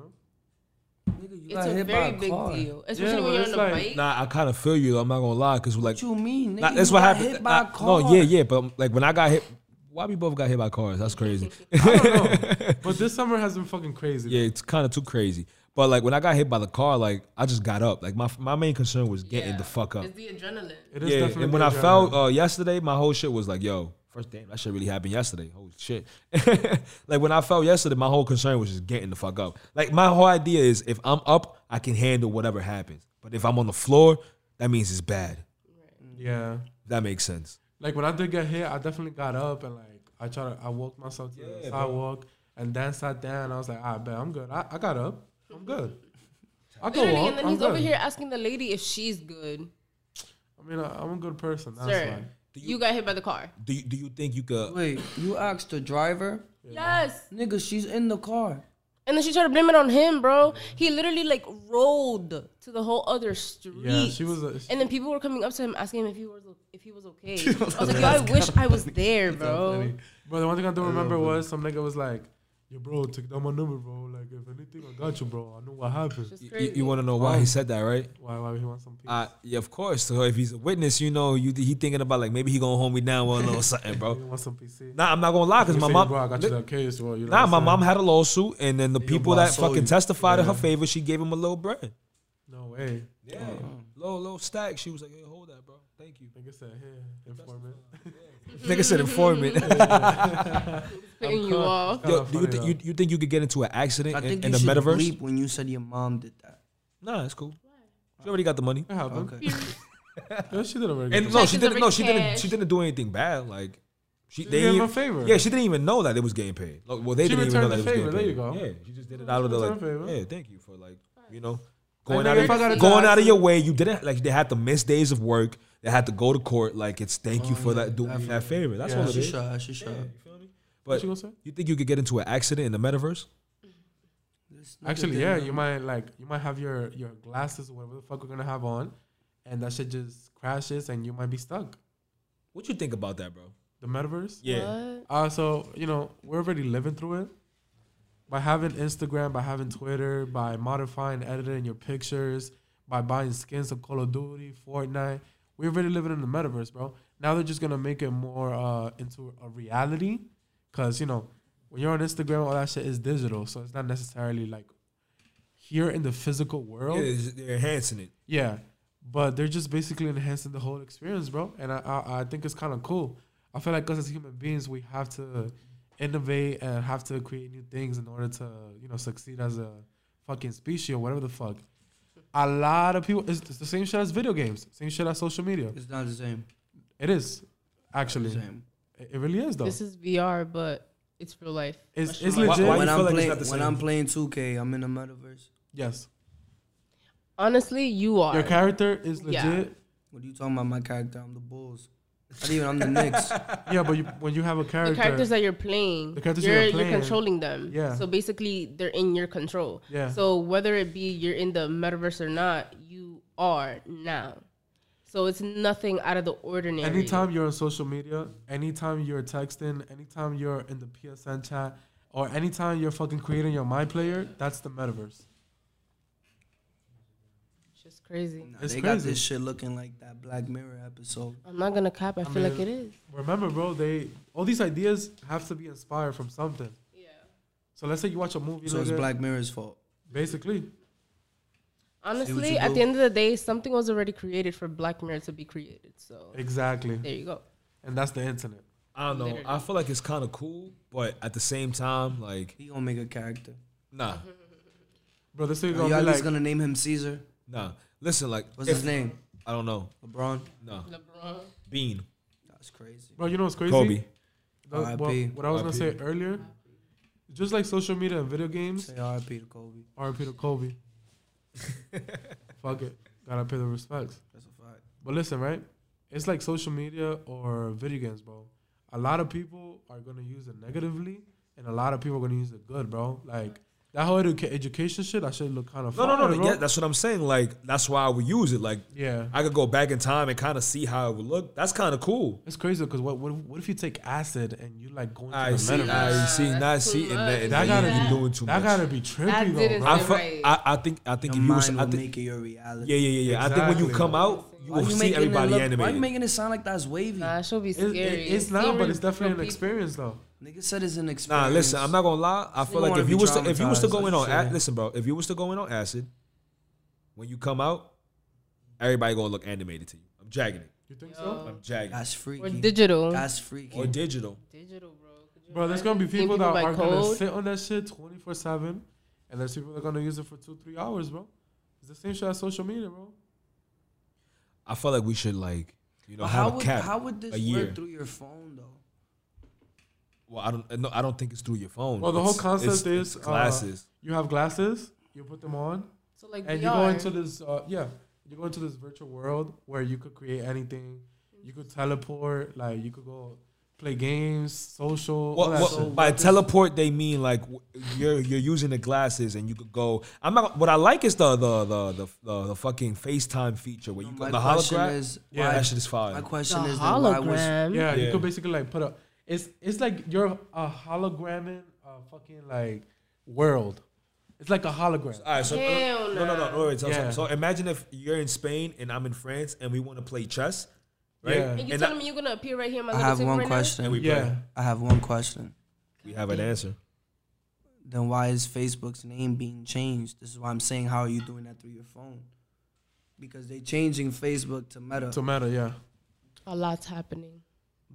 [SPEAKER 3] Nigga, you
[SPEAKER 1] it's
[SPEAKER 3] got
[SPEAKER 1] a
[SPEAKER 3] hit by
[SPEAKER 1] very
[SPEAKER 3] a
[SPEAKER 1] big
[SPEAKER 3] car.
[SPEAKER 1] deal, especially
[SPEAKER 2] but
[SPEAKER 1] when you're on
[SPEAKER 2] it's
[SPEAKER 1] the
[SPEAKER 2] like-
[SPEAKER 1] bike.
[SPEAKER 5] nah, I kind of feel you. though. I'm not gonna lie, cause like,
[SPEAKER 3] What you mean? Nigga,
[SPEAKER 5] nah, that's
[SPEAKER 3] you
[SPEAKER 5] what
[SPEAKER 3] got
[SPEAKER 5] happened.
[SPEAKER 3] Hit by a
[SPEAKER 5] Nah,
[SPEAKER 3] car.
[SPEAKER 5] No, yeah, yeah, but um, like when I got hit, why we both got hit by cars? That's crazy.
[SPEAKER 2] But this summer has been fucking crazy.
[SPEAKER 5] yeah, it's kind of too crazy. But like when I got hit by the car, like I just got up. Like my my main concern was getting the fuck up.
[SPEAKER 1] It's the adrenaline.
[SPEAKER 2] It is
[SPEAKER 5] yeah,
[SPEAKER 2] definitely
[SPEAKER 5] and when I
[SPEAKER 2] adrenaline.
[SPEAKER 5] felt uh, yesterday, my whole shit was like, yo, first damn, that shit really happened yesterday. Holy shit. like when I felt yesterday, my whole concern was just getting the fuck up. Like my whole idea is if I'm up, I can handle whatever happens. But if I'm on the floor, that means it's bad.
[SPEAKER 2] Yeah.
[SPEAKER 5] That makes sense.
[SPEAKER 2] Like when I did get hit, I definitely got up and like I tried to I walked myself to the sidewalk and then sat down. I was like, I bet I'm good. I, I got up. I'm good. I go
[SPEAKER 1] Literally,
[SPEAKER 2] walk.
[SPEAKER 1] and then
[SPEAKER 2] I'm
[SPEAKER 1] he's
[SPEAKER 2] good.
[SPEAKER 1] over here asking the lady if she's good.
[SPEAKER 2] I mean, I, I'm a good person. That's
[SPEAKER 1] Sir,
[SPEAKER 2] why.
[SPEAKER 1] you, got hit by the car.
[SPEAKER 5] Do you, do you think you could?
[SPEAKER 3] Wait, you asked the driver?
[SPEAKER 1] Yes.
[SPEAKER 3] Nigga, she's in the car.
[SPEAKER 1] And then she tried to blame it on him, bro. He literally like rolled to the whole other street.
[SPEAKER 2] Yeah, she was. A,
[SPEAKER 1] And then people were coming up to him asking him if he was if he was okay. I was like, yo, I wish I was there, bro.
[SPEAKER 2] But the one thing I do remember was some nigga was like, Yo, bro, take down my number, bro. Like, if anything, I got you, bro. I know what happened.
[SPEAKER 1] It's
[SPEAKER 5] You,
[SPEAKER 1] crazy.
[SPEAKER 5] you want to know why
[SPEAKER 2] Um,
[SPEAKER 5] he said that, right?
[SPEAKER 2] Why, why he wants some peace?
[SPEAKER 5] Uh, yeah, of course. So if he's a witness, you know, you he thinking about like maybe he gonna hold me down with a little something,
[SPEAKER 2] he
[SPEAKER 5] bro.
[SPEAKER 2] wants some PC.
[SPEAKER 5] Nah, I'm not gonna lie, cause
[SPEAKER 2] You
[SPEAKER 5] my
[SPEAKER 2] say,
[SPEAKER 5] mom.
[SPEAKER 2] bro, I got you that case, bro. You know
[SPEAKER 5] Nah,
[SPEAKER 2] what
[SPEAKER 5] my
[SPEAKER 2] I'm
[SPEAKER 5] mom
[SPEAKER 2] saying?
[SPEAKER 5] had a lawsuit, and then the people
[SPEAKER 3] boy, I
[SPEAKER 5] that
[SPEAKER 3] saw
[SPEAKER 5] fucking
[SPEAKER 3] you.
[SPEAKER 5] testified in her favor, she gave him a little bread.
[SPEAKER 2] No way.
[SPEAKER 5] Yeah, low low stack. She was like, "Hey, hold that, bro. Thank you."
[SPEAKER 2] Nigga said, here, informant.
[SPEAKER 5] Nigga said informant.
[SPEAKER 1] Spitting you
[SPEAKER 5] Yo,
[SPEAKER 1] off.
[SPEAKER 2] Kinda
[SPEAKER 5] do you,
[SPEAKER 2] funny,
[SPEAKER 5] think you, you think you could get into an accident
[SPEAKER 3] I
[SPEAKER 5] in,
[SPEAKER 3] think
[SPEAKER 5] in
[SPEAKER 3] you
[SPEAKER 5] the
[SPEAKER 3] should
[SPEAKER 5] metaverse?
[SPEAKER 3] bleep when you said your mom did that.
[SPEAKER 5] Nah, it's cool. She already got the money.
[SPEAKER 2] It happened.
[SPEAKER 3] Okay.
[SPEAKER 2] Yo, she did already.
[SPEAKER 5] And no,
[SPEAKER 1] Check
[SPEAKER 5] she
[SPEAKER 1] is
[SPEAKER 5] didn't. No,
[SPEAKER 1] already
[SPEAKER 5] she didn't.
[SPEAKER 1] cashed.
[SPEAKER 5] She didn't do anything bad. Like she,
[SPEAKER 2] She
[SPEAKER 5] they
[SPEAKER 2] did him
[SPEAKER 5] even,
[SPEAKER 2] a favor.
[SPEAKER 5] Yeah, she didn't even know that it was getting paid. Like, well, they
[SPEAKER 2] She
[SPEAKER 5] didn't even know
[SPEAKER 2] returned
[SPEAKER 5] that it was
[SPEAKER 2] the
[SPEAKER 5] getting paid.
[SPEAKER 2] favor. There you go.
[SPEAKER 5] Yeah, she just did it out of the
[SPEAKER 2] returned
[SPEAKER 5] like.
[SPEAKER 2] the favor.
[SPEAKER 5] Yeah, thank you for like you know going out
[SPEAKER 2] nigga,
[SPEAKER 5] of
[SPEAKER 2] if I got a
[SPEAKER 5] going
[SPEAKER 2] tax-
[SPEAKER 5] out of your way. You didn't like they had to miss days of work. They had to go to court. Like it's thank you for that doing that favor. That's
[SPEAKER 2] Oh, Yeah.
[SPEAKER 5] all it
[SPEAKER 3] She
[SPEAKER 5] is.
[SPEAKER 3] shy. She shy.
[SPEAKER 5] But
[SPEAKER 2] she gonna say?
[SPEAKER 5] you think you could get into an accident in the metaverse?
[SPEAKER 3] This nigga
[SPEAKER 2] Actually,
[SPEAKER 3] did
[SPEAKER 2] yeah,
[SPEAKER 3] that.
[SPEAKER 2] you might like you might have your your glasses or whatever the fuck we're gonna have on, and that shit just crashes and you might be stuck.
[SPEAKER 5] What you think about that, bro?
[SPEAKER 2] The metaverse.
[SPEAKER 5] Yeah,
[SPEAKER 2] Uh, so you know we're already living through it. By having Instagram, by having Twitter, by modifying, editing your pictures, by buying skins of Call of Duty, Fortnite, we're already living in the metaverse, bro. Now they're just gonna make it more uh, into a reality, cause you know when you're on Instagram, all that shit is digital, so it's not necessarily like here in the physical world.
[SPEAKER 5] Yeah, it's- they're enhancing it.
[SPEAKER 2] Yeah, but they're just basically enhancing the whole experience, bro. And I I, I think it's kind of cool. I feel like us as human beings, we have to innovate and have to create new things in order to you know succeed as a fucking species or whatever the fuck. A lot of people, it's, it's the same shit as video games, same shit as social media.
[SPEAKER 3] It's not the same.
[SPEAKER 2] It is
[SPEAKER 3] The
[SPEAKER 2] actually,
[SPEAKER 3] same.
[SPEAKER 2] it, it really is though.
[SPEAKER 1] This is VR, but it's real life.
[SPEAKER 2] It's, it's
[SPEAKER 5] Why-
[SPEAKER 2] legit.
[SPEAKER 5] why-
[SPEAKER 3] when
[SPEAKER 5] you
[SPEAKER 3] I'm
[SPEAKER 5] feel like it's
[SPEAKER 3] playing,
[SPEAKER 5] not the
[SPEAKER 3] when
[SPEAKER 5] same?
[SPEAKER 3] I'm playing 2K, I'm in the metaverse.
[SPEAKER 2] Yes,
[SPEAKER 1] Honestly, you are.
[SPEAKER 2] your character is legit.
[SPEAKER 1] Yeah.
[SPEAKER 3] What are you talking about? My character, I'm the Bulls. Not even I'm the Knicks.
[SPEAKER 2] Yeah, but you, when you have a
[SPEAKER 1] the
[SPEAKER 2] character,
[SPEAKER 1] characters that you're playing,
[SPEAKER 2] The characters
[SPEAKER 1] you're,
[SPEAKER 2] you're
[SPEAKER 1] you're
[SPEAKER 2] playing,
[SPEAKER 1] controlling them.
[SPEAKER 2] yeah.
[SPEAKER 1] So basically, they're in your control.
[SPEAKER 2] Yeah.
[SPEAKER 1] So whether it be you're in the metaverse or not, you are now. So it's nothing out of the ordinary.
[SPEAKER 2] Anytime you're on social media, anytime you're texting, anytime you're in the PSN chat, or anytime you're fucking creating your My Player, that's the metaverse.
[SPEAKER 1] It's just crazy.
[SPEAKER 3] Nah,
[SPEAKER 2] It's
[SPEAKER 3] they got
[SPEAKER 2] crazy.
[SPEAKER 3] this shit looking like that Black Mirror episode.
[SPEAKER 1] I'm not gonna cap. I,
[SPEAKER 2] mean-
[SPEAKER 1] feel like it is.
[SPEAKER 2] Remember, bro, they all these ideas have to be inspired from something.
[SPEAKER 1] Yeah.
[SPEAKER 2] So let's say you watch a movie.
[SPEAKER 3] so it's
[SPEAKER 2] nigga,
[SPEAKER 3] Black Mirror's fault.
[SPEAKER 2] Basically,
[SPEAKER 1] Honestly,
[SPEAKER 3] you
[SPEAKER 1] at the
[SPEAKER 3] do.
[SPEAKER 1] end of the day, something was already created for Black Mirror to be created. So
[SPEAKER 2] exactly,
[SPEAKER 1] there you go.
[SPEAKER 2] and that's the internet.
[SPEAKER 5] I don't know. I feel like it's kind of cool, but at the same time, like
[SPEAKER 3] He gonna make a character.
[SPEAKER 5] nah,
[SPEAKER 2] Bro, this is
[SPEAKER 3] Are you
[SPEAKER 2] gonna
[SPEAKER 3] at
[SPEAKER 2] be
[SPEAKER 3] least
[SPEAKER 2] like
[SPEAKER 3] gonna name him Caesar?
[SPEAKER 5] nah. Listen, like
[SPEAKER 3] What's
[SPEAKER 5] if-
[SPEAKER 3] his name?
[SPEAKER 5] I don't know.
[SPEAKER 3] LeBron.
[SPEAKER 5] No.
[SPEAKER 1] LeBron.
[SPEAKER 5] Bean.
[SPEAKER 3] That's crazy.
[SPEAKER 2] Bro, you know what's crazy?
[SPEAKER 5] Kobe.
[SPEAKER 2] That-
[SPEAKER 3] RIP.
[SPEAKER 2] well, what I was gonna say
[SPEAKER 5] RIP.
[SPEAKER 2] earlier, just like social media and video games,
[SPEAKER 3] Say R.I.P. to Kobe.
[SPEAKER 2] RIP to Kobe. Fuck it, gotta pay the respects.
[SPEAKER 3] That's a fact.
[SPEAKER 2] But listen, right? It's like social media or video games, bro. A lot of people are gonna use it negatively, and a lot of people are gonna use it good, bro. Like that whole educa- education shit, that shit look kind of
[SPEAKER 5] No, no, no.
[SPEAKER 2] Bro.
[SPEAKER 5] Yeah, that's what I'm saying. Like, that's why I would use it. Like,
[SPEAKER 2] yeah.
[SPEAKER 5] I could go back in time and kind of see how it would look. That's kind of cool.
[SPEAKER 2] it's crazy because what, what what if you take acid and you like going to
[SPEAKER 5] I
[SPEAKER 2] the
[SPEAKER 5] see.
[SPEAKER 2] metaverse?
[SPEAKER 5] I see.
[SPEAKER 1] that's
[SPEAKER 5] Not
[SPEAKER 1] too
[SPEAKER 5] see. And
[SPEAKER 1] much.
[SPEAKER 5] that, and
[SPEAKER 2] That
[SPEAKER 5] that,
[SPEAKER 2] gotta
[SPEAKER 5] you
[SPEAKER 2] be
[SPEAKER 5] doing too
[SPEAKER 2] that
[SPEAKER 5] much.
[SPEAKER 2] gotta be trippy
[SPEAKER 1] That
[SPEAKER 2] though,
[SPEAKER 1] didn't
[SPEAKER 2] bro.
[SPEAKER 5] I,
[SPEAKER 1] You're
[SPEAKER 5] fe-
[SPEAKER 1] right.
[SPEAKER 5] I, I think. I
[SPEAKER 3] Your
[SPEAKER 5] think you
[SPEAKER 3] mind
[SPEAKER 5] was. I
[SPEAKER 3] will
[SPEAKER 5] think.
[SPEAKER 3] make it your reality.
[SPEAKER 5] yeah, yeah, yeah, yeah. I think when you
[SPEAKER 2] Exactly.
[SPEAKER 5] come out, you
[SPEAKER 3] Why
[SPEAKER 5] will
[SPEAKER 3] you
[SPEAKER 5] see
[SPEAKER 3] making
[SPEAKER 5] everybody
[SPEAKER 3] it look, Why you
[SPEAKER 5] animated.
[SPEAKER 3] making it sound like that's wavy?
[SPEAKER 1] Nah, she'll be
[SPEAKER 2] It- it-
[SPEAKER 1] scary.
[SPEAKER 2] it's not, but
[SPEAKER 1] Hearing
[SPEAKER 2] it's definitely an
[SPEAKER 1] from people-
[SPEAKER 2] experience though.
[SPEAKER 3] Nigga said it's an
[SPEAKER 5] Nah,
[SPEAKER 3] experience.
[SPEAKER 5] listen. I'm not gonna lie. I feel
[SPEAKER 3] Nigga
[SPEAKER 5] like
[SPEAKER 3] wanna
[SPEAKER 5] if you
[SPEAKER 3] be
[SPEAKER 5] was to, if you was to go
[SPEAKER 3] traumatized,
[SPEAKER 5] in on
[SPEAKER 3] that's
[SPEAKER 5] ac-
[SPEAKER 3] it.
[SPEAKER 5] listen, bro. If you was to go in on acid, when you come out, everybody gonna look animated to you. I'm jagging it.
[SPEAKER 2] You think so?
[SPEAKER 3] Oh.
[SPEAKER 5] I'm jagging. it.
[SPEAKER 3] That's freaky.
[SPEAKER 1] Or digital.
[SPEAKER 3] That's freaky.
[SPEAKER 5] Or digital.
[SPEAKER 1] digital, bro. Could you
[SPEAKER 2] Bro, there's
[SPEAKER 1] imagine
[SPEAKER 2] gonna be
[SPEAKER 1] seeing
[SPEAKER 2] people, that
[SPEAKER 1] by
[SPEAKER 2] are gonna
[SPEAKER 1] code?
[SPEAKER 2] sit on that shit twenty four seven, and there's people that are gonna use it for two three hours, bro. It's the same shit as social media, bro.
[SPEAKER 5] I feel like we should like you know
[SPEAKER 3] But
[SPEAKER 5] have
[SPEAKER 3] how
[SPEAKER 5] a
[SPEAKER 3] would
[SPEAKER 5] cap.
[SPEAKER 3] how would this
[SPEAKER 5] a year.
[SPEAKER 3] work through your phone though?
[SPEAKER 5] Well, I don't. No, I don't think it's through your phone.
[SPEAKER 2] Well, the whole
[SPEAKER 5] It's-
[SPEAKER 2] concept
[SPEAKER 5] it's-
[SPEAKER 2] is
[SPEAKER 5] it's
[SPEAKER 2] uh,
[SPEAKER 5] glasses.
[SPEAKER 2] you have glasses, you put them on,
[SPEAKER 1] So like
[SPEAKER 2] and
[SPEAKER 1] VR.
[SPEAKER 2] you go into this. Uh, yeah, you go into this virtual world where you could create anything. You could teleport, like you could go play games, social. all
[SPEAKER 5] well,
[SPEAKER 2] that
[SPEAKER 5] well,
[SPEAKER 2] shit.
[SPEAKER 5] by teleport, they mean like w- you're you're using the glasses and you could go. I'm not. What I like is the the the the, the, the fucking FaceTime feature where you
[SPEAKER 3] Um, My
[SPEAKER 5] can, the
[SPEAKER 3] question
[SPEAKER 5] hologram.
[SPEAKER 3] is
[SPEAKER 5] yeah,
[SPEAKER 3] why-
[SPEAKER 5] that shit is
[SPEAKER 3] My
[SPEAKER 5] fire.
[SPEAKER 1] the
[SPEAKER 3] question is then why was
[SPEAKER 1] hologram.
[SPEAKER 2] yeah, you
[SPEAKER 5] Yeah.
[SPEAKER 2] could basically like put a. It's it's like you're a hologramming uh, a fucking like world. It's like a hologram.
[SPEAKER 5] All right, so
[SPEAKER 1] Hell
[SPEAKER 5] no, no, no, no. Wait, so,
[SPEAKER 2] Yeah.
[SPEAKER 5] so imagine if you're in Spain and I'm in France and we want to play chess, right?
[SPEAKER 2] Yeah.
[SPEAKER 1] And you
[SPEAKER 5] And
[SPEAKER 1] telling
[SPEAKER 5] I-
[SPEAKER 1] me you're gonna appear right here in my
[SPEAKER 3] I
[SPEAKER 1] living
[SPEAKER 3] have
[SPEAKER 1] table
[SPEAKER 3] one
[SPEAKER 1] right now?
[SPEAKER 5] And we
[SPEAKER 3] question.
[SPEAKER 5] play.
[SPEAKER 2] Yeah.
[SPEAKER 3] I have one question.
[SPEAKER 5] We have an answer.
[SPEAKER 3] Then why is Facebook's name being changed? This is why I'm saying, how are you doing that through your phone? Because they're changing Facebook to Meta.
[SPEAKER 2] To matter, yeah.
[SPEAKER 1] A lot's happening.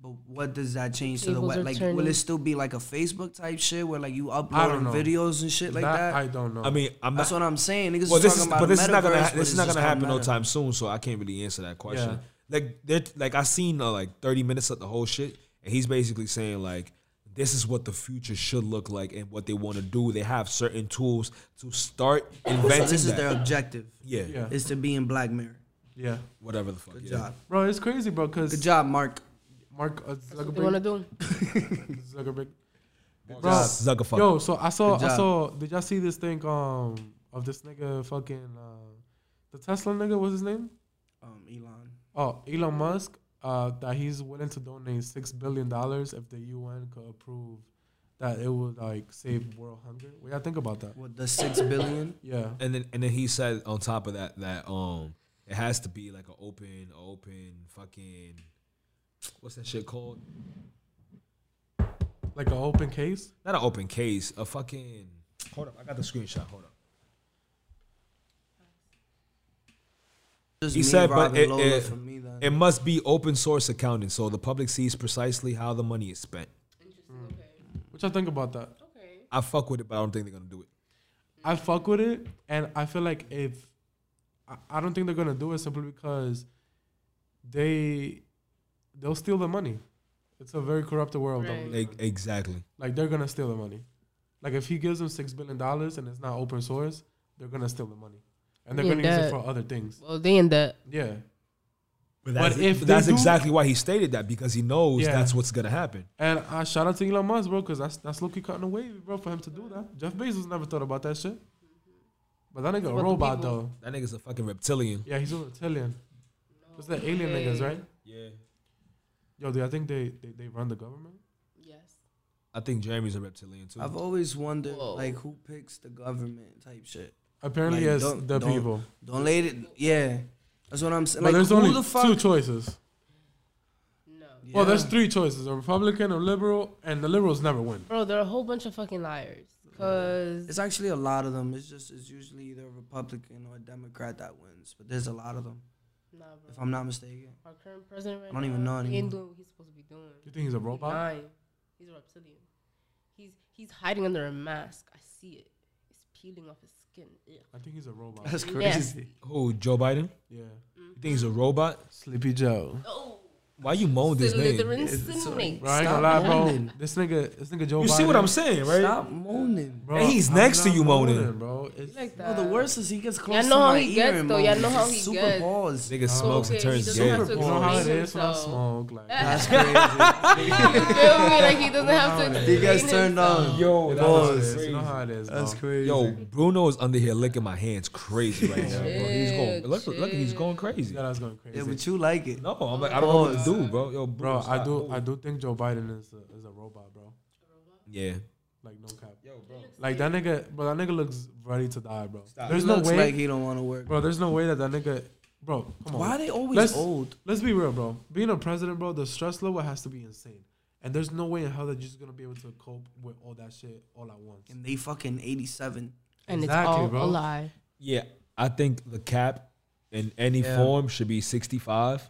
[SPEAKER 3] But what does that change to the
[SPEAKER 1] Tables are
[SPEAKER 3] web? Like, will
[SPEAKER 1] turning.
[SPEAKER 3] it still be like a Facebook type shit where like you
[SPEAKER 2] know.
[SPEAKER 3] uploading videos and shit like that?
[SPEAKER 2] I don't know.
[SPEAKER 5] I mean, I'm
[SPEAKER 3] That's
[SPEAKER 5] not.
[SPEAKER 3] what I'm saying. Niggas
[SPEAKER 5] Well,
[SPEAKER 3] is
[SPEAKER 5] this
[SPEAKER 3] talking
[SPEAKER 5] is,
[SPEAKER 3] about
[SPEAKER 5] but this is not gonna.
[SPEAKER 3] metaverse,
[SPEAKER 5] ha-
[SPEAKER 3] but
[SPEAKER 5] This is
[SPEAKER 3] it's
[SPEAKER 5] not
[SPEAKER 3] just
[SPEAKER 5] gonna
[SPEAKER 3] called
[SPEAKER 5] happen no
[SPEAKER 3] meta.
[SPEAKER 5] time soon. So I can't really answer that question.
[SPEAKER 2] Yeah.
[SPEAKER 5] Like, they're, like I seen uh, like 30 minutes of the whole shit, and he's basically saying like, this is what the future should look like and what they want to do. They have certain tools to start
[SPEAKER 3] So
[SPEAKER 5] inventing
[SPEAKER 3] this is
[SPEAKER 5] that.
[SPEAKER 3] their objective.
[SPEAKER 5] yeah.
[SPEAKER 2] yeah,
[SPEAKER 3] Is to be in Black Mirror.
[SPEAKER 2] yeah,
[SPEAKER 5] whatever the fuck.
[SPEAKER 3] Good
[SPEAKER 5] yeah.
[SPEAKER 3] job.
[SPEAKER 2] bro, it's crazy, bro. Cause
[SPEAKER 3] Good job, Mark.
[SPEAKER 2] Mark uh,
[SPEAKER 1] What they wanna
[SPEAKER 2] Zuckerberg,
[SPEAKER 1] do?
[SPEAKER 2] Zuckerberg, bro,
[SPEAKER 5] Zucker fuck.
[SPEAKER 2] Yo, so I saw,
[SPEAKER 3] Good
[SPEAKER 2] I
[SPEAKER 3] job.
[SPEAKER 2] saw. Did y'all see this thing um of this nigga fucking uh, the Tesla nigga? What's his name?
[SPEAKER 3] Um, Elon.
[SPEAKER 2] Oh, Elon Musk. Uh, that he's willing to donate six billion dollars if the UN could approve that it would like save world hunger. What y'all think about that?
[SPEAKER 3] What the six billion?
[SPEAKER 2] Yeah,
[SPEAKER 5] and then and then he said on top of that that um it has to be like an open open fucking what's that shit called?
[SPEAKER 2] like an open case.
[SPEAKER 5] Not an open case, a fucking hold up. I got the screenshot. Hold up.
[SPEAKER 3] Just
[SPEAKER 5] He
[SPEAKER 3] me,
[SPEAKER 5] said,
[SPEAKER 3] Rob,
[SPEAKER 5] but
[SPEAKER 3] and
[SPEAKER 5] it,
[SPEAKER 3] Lola
[SPEAKER 5] it,
[SPEAKER 3] from me, then.
[SPEAKER 5] it must be open source accounting, so the public sees precisely how the money is spent.
[SPEAKER 1] Mm.
[SPEAKER 2] What y'all think about that?
[SPEAKER 1] Okay.
[SPEAKER 5] I fuck with it, but I don't think they're gonna do it.
[SPEAKER 2] I fuck with it, and I feel like if I, I don't think they're gonna do it simply because they they'll steal the money. It's a very corrupt world. that we
[SPEAKER 1] Right.
[SPEAKER 2] live in.
[SPEAKER 5] E- exactly.
[SPEAKER 2] Like they're gonna steal the money. Like if he gives them six billion dollars and it's not open source, they're gonna steal the money, and they're
[SPEAKER 1] Yeah,
[SPEAKER 2] gonna use
[SPEAKER 1] that-
[SPEAKER 2] it for other things.
[SPEAKER 1] Well, they in the
[SPEAKER 2] Yeah,
[SPEAKER 5] But
[SPEAKER 2] that's- if they
[SPEAKER 5] that's
[SPEAKER 2] do-
[SPEAKER 5] exactly why he stated that because he knows
[SPEAKER 2] Yeah.
[SPEAKER 5] that's what's gonna happen.
[SPEAKER 2] and I shout out to Elon Musk, bro, because that's that's Loki cutting a wave, bro, for him to do that. Jeff Bezos never thought about that shit, but that nigga
[SPEAKER 1] About the
[SPEAKER 2] a robot
[SPEAKER 1] people.
[SPEAKER 2] though.
[SPEAKER 5] That nigga's a fucking reptilian.
[SPEAKER 2] Yeah, he's a reptilian. What's that alien niggas, right?
[SPEAKER 5] Yeah.
[SPEAKER 2] Yo, do I think they, they they run the government?
[SPEAKER 1] yes.
[SPEAKER 5] I think Jeremy's a reptilian too.
[SPEAKER 3] I've always wondered,
[SPEAKER 1] Whoa.
[SPEAKER 3] like, who picks the government type shit.
[SPEAKER 2] Apparently,
[SPEAKER 3] Like,
[SPEAKER 2] it's
[SPEAKER 3] don't-
[SPEAKER 2] the
[SPEAKER 3] don't-
[SPEAKER 2] people.
[SPEAKER 3] Don't let it. Yeah, that's what I'm
[SPEAKER 2] but
[SPEAKER 3] saying. Like,
[SPEAKER 2] there's
[SPEAKER 3] who
[SPEAKER 2] only
[SPEAKER 3] the fuck?
[SPEAKER 2] two choices.
[SPEAKER 1] No.
[SPEAKER 2] Well, there's
[SPEAKER 3] Yeah.
[SPEAKER 2] three choices: a Republican, a liberal, and the liberals never win.
[SPEAKER 1] Bro, there are a whole bunch of fucking liars. Cause
[SPEAKER 3] It's actually a lot of them. It's just it's usually either a Republican or a Democrat that wins, but there's a lot of them.
[SPEAKER 1] nah, bro.
[SPEAKER 3] If I'm not mistaken,
[SPEAKER 1] Our current president right
[SPEAKER 3] I don't
[SPEAKER 1] now,
[SPEAKER 3] even know
[SPEAKER 1] he
[SPEAKER 3] anymore.
[SPEAKER 1] ain't doing what he's supposed to be doing.
[SPEAKER 2] You think he's a
[SPEAKER 1] He's
[SPEAKER 2] robot?
[SPEAKER 1] lying. He's a reptilian. He's he's hiding under a mask. I see it. It's peeling off his skin. Ugh.
[SPEAKER 2] I think he's a robot.
[SPEAKER 3] that's
[SPEAKER 1] Nasty.
[SPEAKER 3] crazy.
[SPEAKER 5] Who, Joe Biden?
[SPEAKER 2] Yeah.
[SPEAKER 5] You think he's a robot?
[SPEAKER 2] Sleepy Joe.
[SPEAKER 1] Oh,
[SPEAKER 5] Why you moan this name?
[SPEAKER 1] Slytherin snakes.
[SPEAKER 2] Bro, I ain't
[SPEAKER 3] Stop
[SPEAKER 2] gonna lie,
[SPEAKER 3] moaning.
[SPEAKER 2] bro. This nigga, this nigga Joe
[SPEAKER 5] You
[SPEAKER 2] Biden.
[SPEAKER 5] see what I'm saying, right?
[SPEAKER 3] Stop moaning.
[SPEAKER 2] Bro,
[SPEAKER 5] And he's
[SPEAKER 2] I'm
[SPEAKER 5] next to
[SPEAKER 2] not
[SPEAKER 5] you moaning.
[SPEAKER 2] bro. It's,
[SPEAKER 1] Like
[SPEAKER 3] No,
[SPEAKER 1] that.
[SPEAKER 3] the worst is he gets close
[SPEAKER 1] know
[SPEAKER 3] to
[SPEAKER 1] how
[SPEAKER 3] my
[SPEAKER 1] he
[SPEAKER 3] ear
[SPEAKER 1] gets,
[SPEAKER 3] and
[SPEAKER 1] though. Y'all
[SPEAKER 3] moans.
[SPEAKER 1] know how
[SPEAKER 3] It's
[SPEAKER 1] he
[SPEAKER 3] super
[SPEAKER 1] gets.
[SPEAKER 3] pause.
[SPEAKER 5] Nigga smokes and
[SPEAKER 1] Oh, Okay, he
[SPEAKER 5] turns
[SPEAKER 1] doesn't
[SPEAKER 5] gay.
[SPEAKER 1] have to
[SPEAKER 2] you know how it
[SPEAKER 1] explain
[SPEAKER 2] is when I
[SPEAKER 1] himself.
[SPEAKER 2] smoke. Like,
[SPEAKER 3] That's crazy.
[SPEAKER 1] You feel me? Like he doesn't have to.
[SPEAKER 3] he gets
[SPEAKER 1] explain
[SPEAKER 3] turned
[SPEAKER 1] himself.
[SPEAKER 3] on.
[SPEAKER 5] Yo,
[SPEAKER 2] you know how it
[SPEAKER 3] Pause.
[SPEAKER 2] is, you know how it is,
[SPEAKER 3] That's
[SPEAKER 2] bro.
[SPEAKER 3] crazy.
[SPEAKER 5] Yo, Bruno is under here licking my hands crazy right now, bro. He's going look, look, he's going crazy.
[SPEAKER 2] Yeah, that's going crazy.
[SPEAKER 3] Yeah, but you like it.
[SPEAKER 5] No, I'm like, I don't know what to do, bro. Yo, Bruno,
[SPEAKER 2] bro, I
[SPEAKER 5] stop.
[SPEAKER 2] do, I do think Joe Biden is a, is a robot, bro.
[SPEAKER 5] Yeah.
[SPEAKER 2] Like no cap. Yo, bro. Like that nigga, bro. That nigga looks ready to die, bro. There's
[SPEAKER 3] He
[SPEAKER 2] no
[SPEAKER 3] looks
[SPEAKER 2] way,
[SPEAKER 3] like he don't want to work.
[SPEAKER 2] bro. There's no way that that nigga, bro. Come on.
[SPEAKER 3] Why are they always
[SPEAKER 2] Let's-
[SPEAKER 3] old?
[SPEAKER 2] Let's be real, bro. Being a president, bro, the stress level has to be insane. And there's no way in hell that you're just gonna be able to cope with all that shit all at once.
[SPEAKER 3] And they fucking 87.
[SPEAKER 1] And
[SPEAKER 2] Exactly,
[SPEAKER 1] it's all
[SPEAKER 2] bro.
[SPEAKER 1] a lie.
[SPEAKER 5] Yeah. I think the cap in any form should be 65.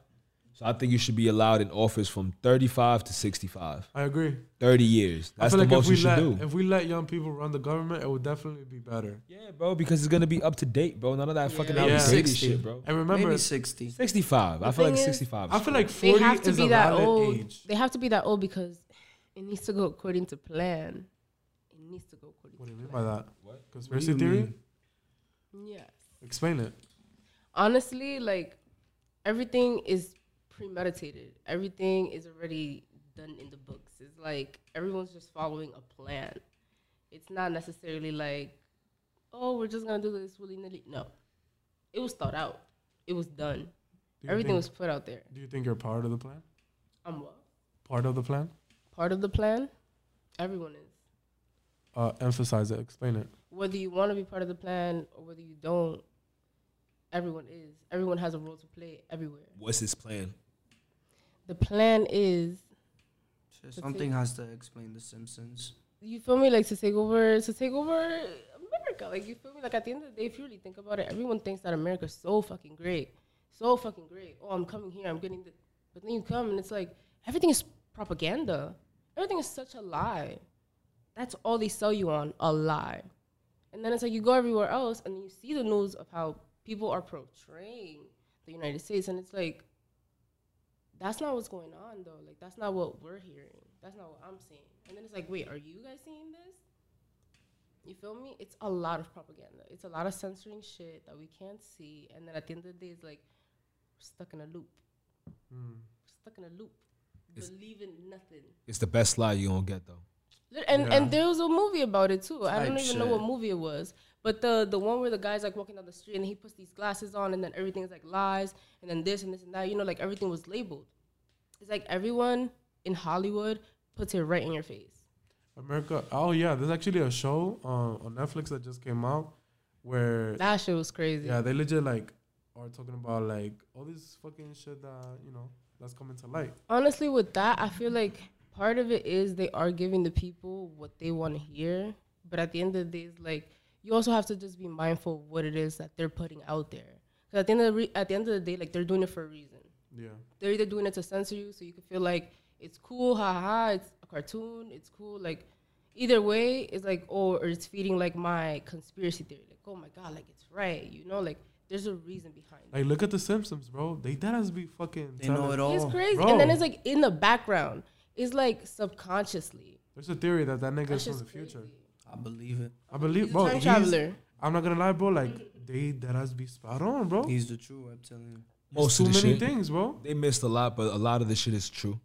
[SPEAKER 5] So I think you should be allowed in office from 35 to 65.
[SPEAKER 2] I agree.
[SPEAKER 5] 30 years.
[SPEAKER 2] I
[SPEAKER 5] That's
[SPEAKER 2] feel
[SPEAKER 5] the
[SPEAKER 2] like
[SPEAKER 5] most
[SPEAKER 2] if we
[SPEAKER 5] you should
[SPEAKER 2] let
[SPEAKER 5] do.
[SPEAKER 2] if we let young people run the government, it would definitely be better.
[SPEAKER 5] yeah, bro, because it's gonna be up to date, bro. None of that fucking
[SPEAKER 2] Yeah.
[SPEAKER 5] outdated
[SPEAKER 3] 60.
[SPEAKER 5] shit, bro.
[SPEAKER 2] And remember,
[SPEAKER 3] Maybe 60.
[SPEAKER 5] 65. I feel
[SPEAKER 1] thing
[SPEAKER 5] like
[SPEAKER 1] is,
[SPEAKER 5] 65.
[SPEAKER 2] I feel like
[SPEAKER 1] They
[SPEAKER 2] forty
[SPEAKER 1] have to
[SPEAKER 2] is
[SPEAKER 1] be
[SPEAKER 2] a
[SPEAKER 1] that
[SPEAKER 2] valid
[SPEAKER 1] old.
[SPEAKER 2] age.
[SPEAKER 1] They have to be that old because it needs to go according to plan. It needs to go according
[SPEAKER 2] What do
[SPEAKER 1] to
[SPEAKER 2] you mean
[SPEAKER 1] plan.
[SPEAKER 2] by that? What conspiracy
[SPEAKER 3] What do you
[SPEAKER 2] theory?
[SPEAKER 3] mean?
[SPEAKER 1] Yes.
[SPEAKER 2] Explain it.
[SPEAKER 1] Honestly, like everything is premeditated. Everything is already done in the books. It's like everyone's just following a plan. It's not necessarily like, oh, we're just gonna do this willy nilly. No, it was thought out. It was done.
[SPEAKER 2] Do you
[SPEAKER 1] Everything
[SPEAKER 2] think-
[SPEAKER 1] was put out there.
[SPEAKER 2] Do you think you're part of the plan?
[SPEAKER 1] I'm what?
[SPEAKER 2] Part of the plan?
[SPEAKER 1] Part of the plan. Everyone is.
[SPEAKER 2] uh, emphasize it, explain it.
[SPEAKER 1] whether you want to be part of the plan or whether you don't, everyone is. Everyone has a role to play everywhere.
[SPEAKER 5] What's his plan?
[SPEAKER 1] The plan is,
[SPEAKER 3] Something has to explain The Simpsons.
[SPEAKER 1] you feel me, like to take over, to take over America. Like you feel me, like at the end of the day, if you really think about it, everyone thinks that America's so fucking great, so fucking great. Oh, I'm coming here, I'm getting the, but then you come and it's like everything is propaganda. Everything is such a lie. That's all they sell you on, a lie. And then it's like you go everywhere else and you see the news of how people are portraying the United States. And it's like, that's not what's going on, though. Like, that's not what we're hearing. That's not what I'm seeing. And then it's like, wait, are you guys seeing this? You feel me? It's a lot of propaganda. It's a lot of censoring shit that we can't see. And then at the end of the day, it's like, we're stuck in a loop. Stuck in a loop. Believing nothing.
[SPEAKER 5] It's the best lie you gonna get though.
[SPEAKER 1] Lit- And and there was a movie about it too. I don't
[SPEAKER 3] Type
[SPEAKER 1] even know what
[SPEAKER 3] shit.
[SPEAKER 1] movie it was, but the the one where the guy's like walking down the street and he puts these glasses on, and then everything is like lies, and then this and this and that. You know, like everything was labeled. It's like everyone in Hollywood puts it right in your face.
[SPEAKER 2] America. Oh yeah, there's actually a show uh, on Netflix that just came out where
[SPEAKER 1] That shit was crazy.
[SPEAKER 2] yeah they legit like are talking about like all this fucking shit that you know that's coming to light.
[SPEAKER 1] honestly with that i feel like part of it is they are giving the people what they want to hear but at the end of the day it's like you also have to just be mindful of what it is that they're putting out there because at the end of the re- at the end of the day like they're doing it for a reason
[SPEAKER 2] Yeah,
[SPEAKER 1] they're either doing it to censor you so you can feel like it's cool haha it's a cartoon it's cool like either way it's like oh or it's feeding like my conspiracy theory like oh my god like it's right you know like there's a reason behind it
[SPEAKER 2] like look at the Simpsons, bro. They that has be fucking.
[SPEAKER 3] They know
[SPEAKER 2] telling-
[SPEAKER 3] it
[SPEAKER 1] It's
[SPEAKER 3] all.
[SPEAKER 1] crazy.
[SPEAKER 2] bro.
[SPEAKER 1] And then it's like in the background. It's like subconsciously.
[SPEAKER 2] There's a theory that that nigga's
[SPEAKER 1] That's
[SPEAKER 2] from
[SPEAKER 1] just
[SPEAKER 2] the future.
[SPEAKER 1] crazy.
[SPEAKER 3] I believe it.
[SPEAKER 2] I believe,
[SPEAKER 1] He's a
[SPEAKER 2] bro.
[SPEAKER 1] time
[SPEAKER 2] he's-
[SPEAKER 1] traveler.
[SPEAKER 2] I'm not gonna lie, bro. Like they that has be spot on, bro.
[SPEAKER 3] He's the true reptilian.
[SPEAKER 2] There's
[SPEAKER 5] Most
[SPEAKER 2] too
[SPEAKER 5] of the
[SPEAKER 2] many
[SPEAKER 5] shit,
[SPEAKER 2] things, bro.
[SPEAKER 5] They missed a lot, but a lot of the shit is true.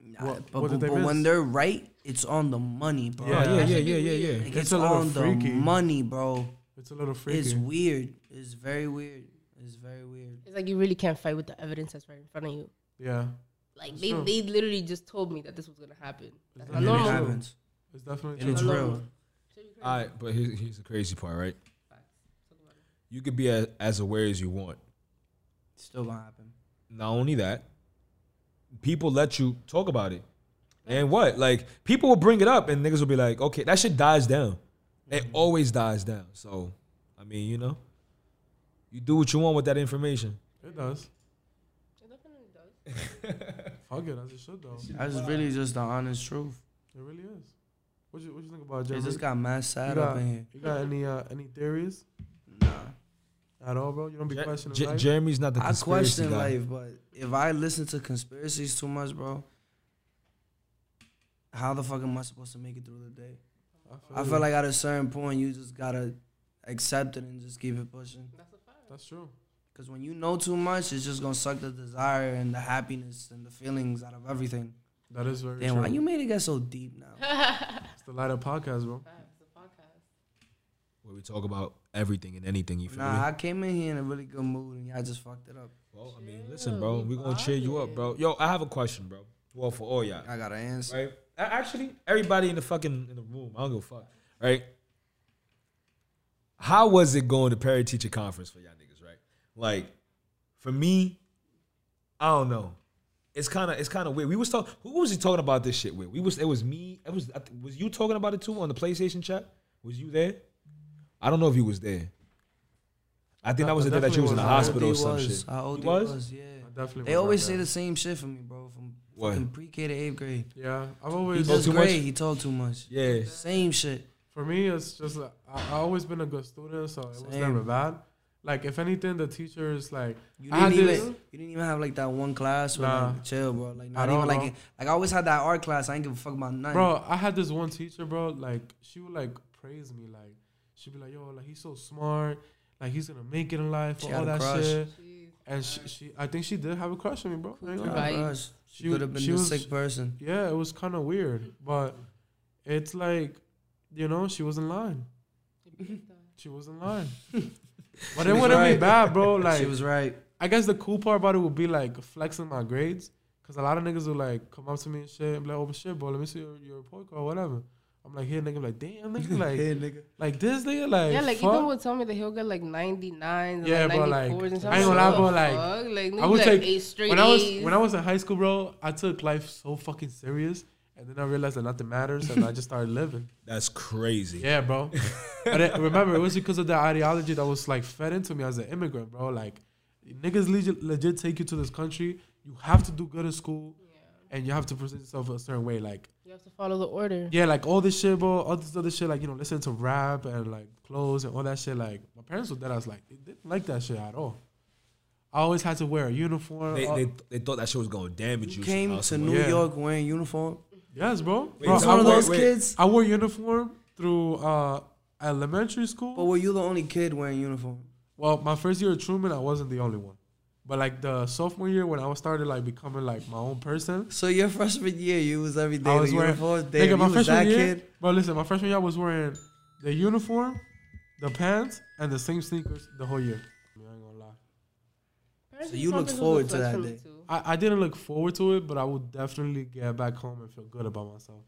[SPEAKER 3] Nah,
[SPEAKER 2] What-
[SPEAKER 3] but
[SPEAKER 2] what did they
[SPEAKER 3] but when
[SPEAKER 2] miss?
[SPEAKER 3] they're right, it's on the money, bro.
[SPEAKER 2] Yeah.
[SPEAKER 5] Oh, yeah, yeah, yeah, yeah, yeah.
[SPEAKER 3] Like,
[SPEAKER 2] It's
[SPEAKER 3] it's
[SPEAKER 2] a little
[SPEAKER 3] on the
[SPEAKER 2] freaky.
[SPEAKER 3] money, bro.
[SPEAKER 2] It's a little freaky.
[SPEAKER 3] It's weird. It's very weird. It's very weird.
[SPEAKER 1] It's like you really can't fight with the evidence that's right in front of you.
[SPEAKER 2] yeah,
[SPEAKER 1] Like
[SPEAKER 2] That's
[SPEAKER 1] they,
[SPEAKER 2] true.
[SPEAKER 1] they literally just told me that this was gonna happen. That's
[SPEAKER 2] And
[SPEAKER 1] not
[SPEAKER 3] And it
[SPEAKER 2] normal.
[SPEAKER 1] normal.
[SPEAKER 3] happens.
[SPEAKER 2] it's definitely.
[SPEAKER 3] And it's
[SPEAKER 2] true.
[SPEAKER 3] real.
[SPEAKER 5] All right, but here's, here's the crazy part, right? You could be as, as aware as you want.
[SPEAKER 3] It's still gonna happen.
[SPEAKER 5] Not only that, people let you talk about it. And what? Like, people will bring it up and niggas will be like, okay, that shit dies down. It
[SPEAKER 3] Mm-hmm.
[SPEAKER 5] always dies down. So, I mean, you know, you do what you want with that information.
[SPEAKER 2] It does. Fuck it, as it should though. It
[SPEAKER 3] That's really just the honest truth.
[SPEAKER 2] really is. What you what you think about
[SPEAKER 3] It
[SPEAKER 2] Jeremy?
[SPEAKER 3] just got mad
[SPEAKER 2] you
[SPEAKER 3] sad up
[SPEAKER 2] got,
[SPEAKER 3] in here.
[SPEAKER 2] you got any uh, any theories
[SPEAKER 3] Nah.
[SPEAKER 2] at all, bro? You don't be
[SPEAKER 5] Je-
[SPEAKER 2] questioning
[SPEAKER 5] Je-
[SPEAKER 2] life?
[SPEAKER 5] Jeremy's not the
[SPEAKER 3] I
[SPEAKER 5] conspiracy
[SPEAKER 3] question
[SPEAKER 5] guy.
[SPEAKER 3] life, but if I listen to conspiracies too much, bro, how the fuck am I supposed to make it through the day? I
[SPEAKER 2] you.
[SPEAKER 3] feel like at a certain point, you just gotta accept it and just keep it pushing.
[SPEAKER 2] that's true.
[SPEAKER 3] Because when you know too much, it's just gonna suck the desire and the happiness and the feelings out of everything.
[SPEAKER 2] That is very
[SPEAKER 3] Damn,
[SPEAKER 2] true.
[SPEAKER 3] why you made it get so deep now?
[SPEAKER 2] it's the light up podcast, bro.
[SPEAKER 5] Where we talk about everything and anything, you feel me?
[SPEAKER 3] nah, I came in here in a really good mood and y'all just fucked it up.
[SPEAKER 5] Well, I mean, listen, bro, we're gonna cheer you up,
[SPEAKER 1] vibing.
[SPEAKER 5] bro. Yo, I have a question, bro. Well, for all y'all,
[SPEAKER 3] I gotta answer.
[SPEAKER 5] right? A- Actually, everybody in the fucking in the room, I don't give a fuck, right? How was it going to parent teacher conference for y'all niggas, right? Like, for me, I don't know. It's kind of it's kind of weird. We was talking. Who was he talking about this shit with? We was it was me. It was I th- was you talking about it too on the PlayStation chat? Was you there? I don't know if you was there. I think
[SPEAKER 2] I-
[SPEAKER 5] that was
[SPEAKER 2] I
[SPEAKER 5] the day that
[SPEAKER 2] definitely
[SPEAKER 5] you was in the
[SPEAKER 2] was.
[SPEAKER 3] How old
[SPEAKER 5] hospital
[SPEAKER 3] he
[SPEAKER 5] or some
[SPEAKER 3] was,
[SPEAKER 5] shit.
[SPEAKER 3] How old
[SPEAKER 5] He
[SPEAKER 3] he
[SPEAKER 5] was?
[SPEAKER 3] was? Yeah.
[SPEAKER 2] I definitely.
[SPEAKER 3] They
[SPEAKER 2] was
[SPEAKER 3] always
[SPEAKER 2] like
[SPEAKER 3] say
[SPEAKER 2] that.
[SPEAKER 3] the same shit for me, bro. From
[SPEAKER 5] What?
[SPEAKER 3] fucking pre-K to eighth grade.
[SPEAKER 2] Yeah, I've
[SPEAKER 3] He
[SPEAKER 2] always
[SPEAKER 5] Talk
[SPEAKER 3] just
[SPEAKER 5] too much?
[SPEAKER 3] great. He talked too much.
[SPEAKER 5] Yeah.
[SPEAKER 3] Same shit.
[SPEAKER 2] For me, it's just like, I I always been a good student, so it was
[SPEAKER 3] Same.
[SPEAKER 2] never bad. Like if anything, the teachers like
[SPEAKER 3] You
[SPEAKER 2] I had
[SPEAKER 3] didn't even
[SPEAKER 2] this.
[SPEAKER 3] you didn't even have like that one class where
[SPEAKER 2] Nah.
[SPEAKER 3] like chill, bro. Like not
[SPEAKER 2] At
[SPEAKER 3] even
[SPEAKER 2] all,
[SPEAKER 3] like
[SPEAKER 2] bro.
[SPEAKER 3] like I always had that art class. I ain't give a fuck about nothing.
[SPEAKER 2] Bro, I had this one teacher, bro. Like she would like praise me, like she'd be like, "Yo, like he's so smart, like he's gonna make it in life,
[SPEAKER 3] She
[SPEAKER 2] and
[SPEAKER 3] had
[SPEAKER 2] all
[SPEAKER 3] a
[SPEAKER 2] that
[SPEAKER 3] crush.
[SPEAKER 2] shit." And she, she, I think she did have a crush on me, bro. I ain't gonna lie.
[SPEAKER 1] Right.
[SPEAKER 3] Gosh, she,
[SPEAKER 2] She-
[SPEAKER 3] could have been
[SPEAKER 2] she
[SPEAKER 3] the
[SPEAKER 2] was-
[SPEAKER 3] sick person.
[SPEAKER 2] Yeah, it was kind of weird, but it's like, you know, she was in line. She was in line, but
[SPEAKER 3] She
[SPEAKER 2] it
[SPEAKER 3] was
[SPEAKER 2] wouldn't be
[SPEAKER 3] right.
[SPEAKER 2] bad, bro.
[SPEAKER 3] she
[SPEAKER 2] Like
[SPEAKER 3] was right.
[SPEAKER 2] I guess the cool part about it would be like flexing my grades, cause a lot of niggas will like come up to me and shit and be like, "Oh shit, bro, let me see your, your report card, whatever." I'm like, here, nigga. I'm like, damn, nigga. Like,
[SPEAKER 3] Here, nigga.
[SPEAKER 2] like this, nigga. Like,
[SPEAKER 1] Yeah, like
[SPEAKER 2] fuck.
[SPEAKER 1] even would tell me that he'll get like 99s
[SPEAKER 2] Yeah,
[SPEAKER 1] and
[SPEAKER 2] bro,
[SPEAKER 1] like
[SPEAKER 2] like,
[SPEAKER 1] 94s and stuff.
[SPEAKER 2] I ain't gonna lie,
[SPEAKER 1] What
[SPEAKER 2] bro,
[SPEAKER 1] the
[SPEAKER 2] like,
[SPEAKER 1] fuck? like,
[SPEAKER 2] I
[SPEAKER 1] nigga,
[SPEAKER 2] would
[SPEAKER 1] like
[SPEAKER 2] take
[SPEAKER 1] eight straight
[SPEAKER 2] when I was
[SPEAKER 1] A's.
[SPEAKER 2] when I was in high school, bro. I took life so fucking serious, and then I realized that nothing matters, and I just started living.
[SPEAKER 5] That's crazy.
[SPEAKER 2] Yeah, bro. but it, remember, it was because of the ideology that was like fed into me as an immigrant, bro. Like niggas legit, legit take you to this country. You have to do good in school, and you have to present yourself a certain way. Like
[SPEAKER 1] you have to follow the order.
[SPEAKER 2] yeah, like all this shit, bro. All this other shit, like you know, listen to rap and like clothes and all that shit. Like my parents were dead. I was like, they didn't like that shit at all. I always had to wear a uniform. Uh,
[SPEAKER 5] They,
[SPEAKER 2] all-
[SPEAKER 5] they, they thought that shit was gonna damage you.
[SPEAKER 3] You came
[SPEAKER 5] somehow,
[SPEAKER 3] to
[SPEAKER 5] some way.
[SPEAKER 3] New
[SPEAKER 2] Yeah.
[SPEAKER 3] York wearing uniform.
[SPEAKER 2] yes, bro.
[SPEAKER 5] Wait,
[SPEAKER 2] Bro, I,
[SPEAKER 5] so-
[SPEAKER 3] One of
[SPEAKER 5] wait,
[SPEAKER 3] those
[SPEAKER 5] wait.
[SPEAKER 3] kids.
[SPEAKER 2] I wore uniform through uh, elementary school.
[SPEAKER 3] But were you the only kid wearing uniform?
[SPEAKER 2] Well, my first year at Truman, I wasn't the only one. But like the sophomore year when I was started like becoming like my own person,
[SPEAKER 3] So your freshman year, you was every day
[SPEAKER 2] I
[SPEAKER 3] in
[SPEAKER 2] was
[SPEAKER 3] the
[SPEAKER 2] wearing
[SPEAKER 3] uniform. Damn,
[SPEAKER 2] nigga, my
[SPEAKER 3] you was
[SPEAKER 2] freshman
[SPEAKER 3] that
[SPEAKER 2] year.
[SPEAKER 3] kid.
[SPEAKER 2] Bro, listen, my freshman year I was wearing the uniform, the pants, and the same sneakers the whole year. I, mean, I ain't gonna lie.
[SPEAKER 1] Parents
[SPEAKER 3] So
[SPEAKER 1] is
[SPEAKER 3] you look
[SPEAKER 1] something was a
[SPEAKER 3] forward to
[SPEAKER 1] flex
[SPEAKER 3] that
[SPEAKER 1] for me
[SPEAKER 3] day.
[SPEAKER 1] too.
[SPEAKER 2] I, I didn't look forward to it, but I would definitely get back home and feel good about myself.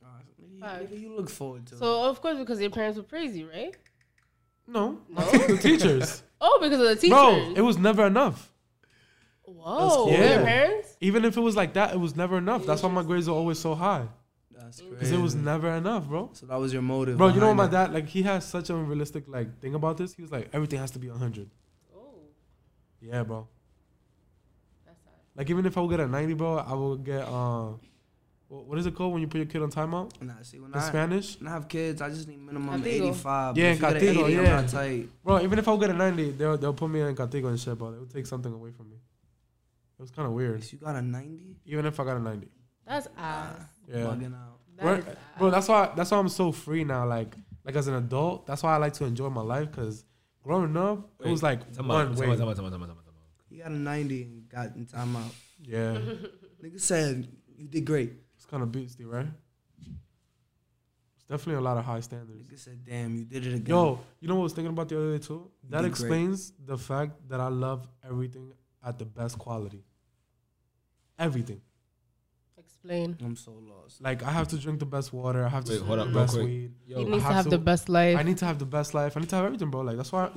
[SPEAKER 1] Facts.
[SPEAKER 3] What do you look forward to?
[SPEAKER 1] So of course, because your parents were crazy, right?
[SPEAKER 2] No, the teachers,
[SPEAKER 1] Oh, because of the teachers.
[SPEAKER 2] bro, it was never enough.
[SPEAKER 1] Whoa,
[SPEAKER 2] That's
[SPEAKER 1] their
[SPEAKER 2] cool.
[SPEAKER 1] parents.
[SPEAKER 2] Even if it was like that, it was never enough. That's why my grades are always so high,
[SPEAKER 3] That's
[SPEAKER 2] because
[SPEAKER 3] crazy.
[SPEAKER 2] it was never enough, bro.
[SPEAKER 3] so that was your motive.
[SPEAKER 2] Bro, you know what
[SPEAKER 3] behind
[SPEAKER 2] my
[SPEAKER 3] it.
[SPEAKER 2] dad like? He has such an unrealistic like thing about this. He was like, everything has to be hundred.
[SPEAKER 1] Oh,
[SPEAKER 2] Yeah, bro.
[SPEAKER 1] that's sad.
[SPEAKER 2] Like even if I would get a ninety, bro, I would get um, wha- what is it called when you put your kid on timeout
[SPEAKER 3] Nah, see, when
[SPEAKER 2] in
[SPEAKER 3] I,
[SPEAKER 2] Spanish?
[SPEAKER 3] when I have kids, I just need minimum
[SPEAKER 1] Castigo.
[SPEAKER 3] 85.
[SPEAKER 2] Yeah,
[SPEAKER 3] if you get an
[SPEAKER 2] castigo,
[SPEAKER 3] 80,
[SPEAKER 2] yeah.
[SPEAKER 3] I'm not tight.
[SPEAKER 2] Bro, even if I would get a ninety, they'll they'll put me in Catigo and shit, bro. They would take something away from me. It was kind of weird.
[SPEAKER 3] If you got a 90,
[SPEAKER 2] Even if I got a ninety,
[SPEAKER 1] That's ass.
[SPEAKER 2] yeah.
[SPEAKER 3] bugging out.
[SPEAKER 1] That is
[SPEAKER 2] Bro-
[SPEAKER 1] ass.
[SPEAKER 2] Bro, that's why that's why I'm so free now. Like like as an adult, that's why I like to enjoy my life. Cause growing up, it was like
[SPEAKER 6] Time out,
[SPEAKER 2] one
[SPEAKER 6] time out, time
[SPEAKER 2] way.
[SPEAKER 6] out, time out, time out, time out, time out.
[SPEAKER 3] You got a 90 and got in timeout.
[SPEAKER 2] Yeah,
[SPEAKER 3] Nigga said you did great.
[SPEAKER 2] it's kind of beastie, right? It's definitely a lot of high standards.
[SPEAKER 3] Nigga said, damn, you did it again.
[SPEAKER 2] Yo, you know what I was thinking about the other day too? That
[SPEAKER 3] did great.
[SPEAKER 2] explains the fact that I love everything at the best quality. Everything.
[SPEAKER 1] Explain.
[SPEAKER 3] I'm so lost.
[SPEAKER 2] Like I have to drink the best water. I have to
[SPEAKER 6] Wait,
[SPEAKER 2] smoke
[SPEAKER 6] hold up,
[SPEAKER 2] the
[SPEAKER 6] real
[SPEAKER 2] best
[SPEAKER 6] quick.
[SPEAKER 2] weed.
[SPEAKER 1] he
[SPEAKER 2] I
[SPEAKER 1] needs to have the best life.
[SPEAKER 2] I need to have the best life. I need to have everything, bro. Like that's why,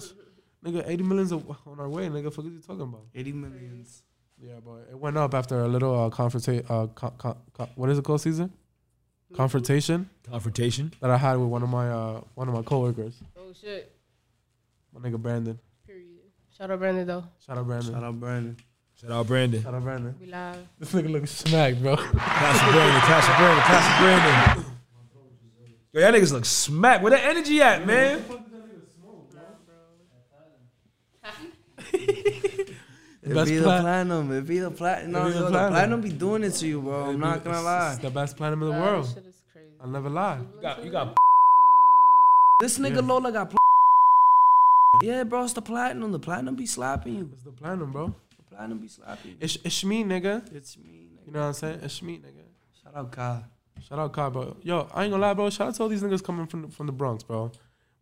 [SPEAKER 2] nigga, eighty millions of- on our way, nigga. Fuck is you talking about?
[SPEAKER 3] 80 millions.
[SPEAKER 2] Yeah, but it went up after a little uh, confrontation. Uh, co- co- co- what is it called, Caesar? Confrontation
[SPEAKER 6] Confrontation.
[SPEAKER 2] that I had with one of my uh, one of my coworkers,
[SPEAKER 1] oh shit.
[SPEAKER 2] my nigga Brandon.
[SPEAKER 1] Period. Shout out Brandon though.
[SPEAKER 2] Shout out Brandon.
[SPEAKER 3] Shout out Brandon.
[SPEAKER 6] Shout out Brandon.
[SPEAKER 2] Shout out Brandon.
[SPEAKER 1] We live.
[SPEAKER 2] This nigga looks smacked, bro.
[SPEAKER 5] Cash for Brandon, cash for Brandon, cash for Brandon. Yo, that niggas look smack. Where that energy at, man?
[SPEAKER 3] It
[SPEAKER 2] Best
[SPEAKER 3] be the
[SPEAKER 2] plat-
[SPEAKER 3] platinum. It be the platinum.
[SPEAKER 2] It be the
[SPEAKER 3] yo, the
[SPEAKER 2] platinum.
[SPEAKER 3] platinum be doing it to you, bro. I'm not gonna
[SPEAKER 2] It's-
[SPEAKER 3] lie.
[SPEAKER 2] It's the best platinum in the
[SPEAKER 1] Wow,
[SPEAKER 2] world.
[SPEAKER 1] This shit is crazy.
[SPEAKER 2] I'll never lie.
[SPEAKER 6] You got, you got
[SPEAKER 3] This nigga
[SPEAKER 2] Yeah.
[SPEAKER 3] Lola got. Pl- yeah, bro, it's the platinum. The platinum be slapping you.
[SPEAKER 2] It's the platinum, bro.
[SPEAKER 3] The platinum be slapping you.
[SPEAKER 2] It's, it's me, nigga.
[SPEAKER 3] It's me. Nigga.
[SPEAKER 2] You know what I'm saying? It's me, nigga.
[SPEAKER 3] Shout out Kai.
[SPEAKER 2] Shout out Kai, bro. Yo, I ain't gonna lie, bro. Shout out to all these niggas coming from the, from the Bronx, bro.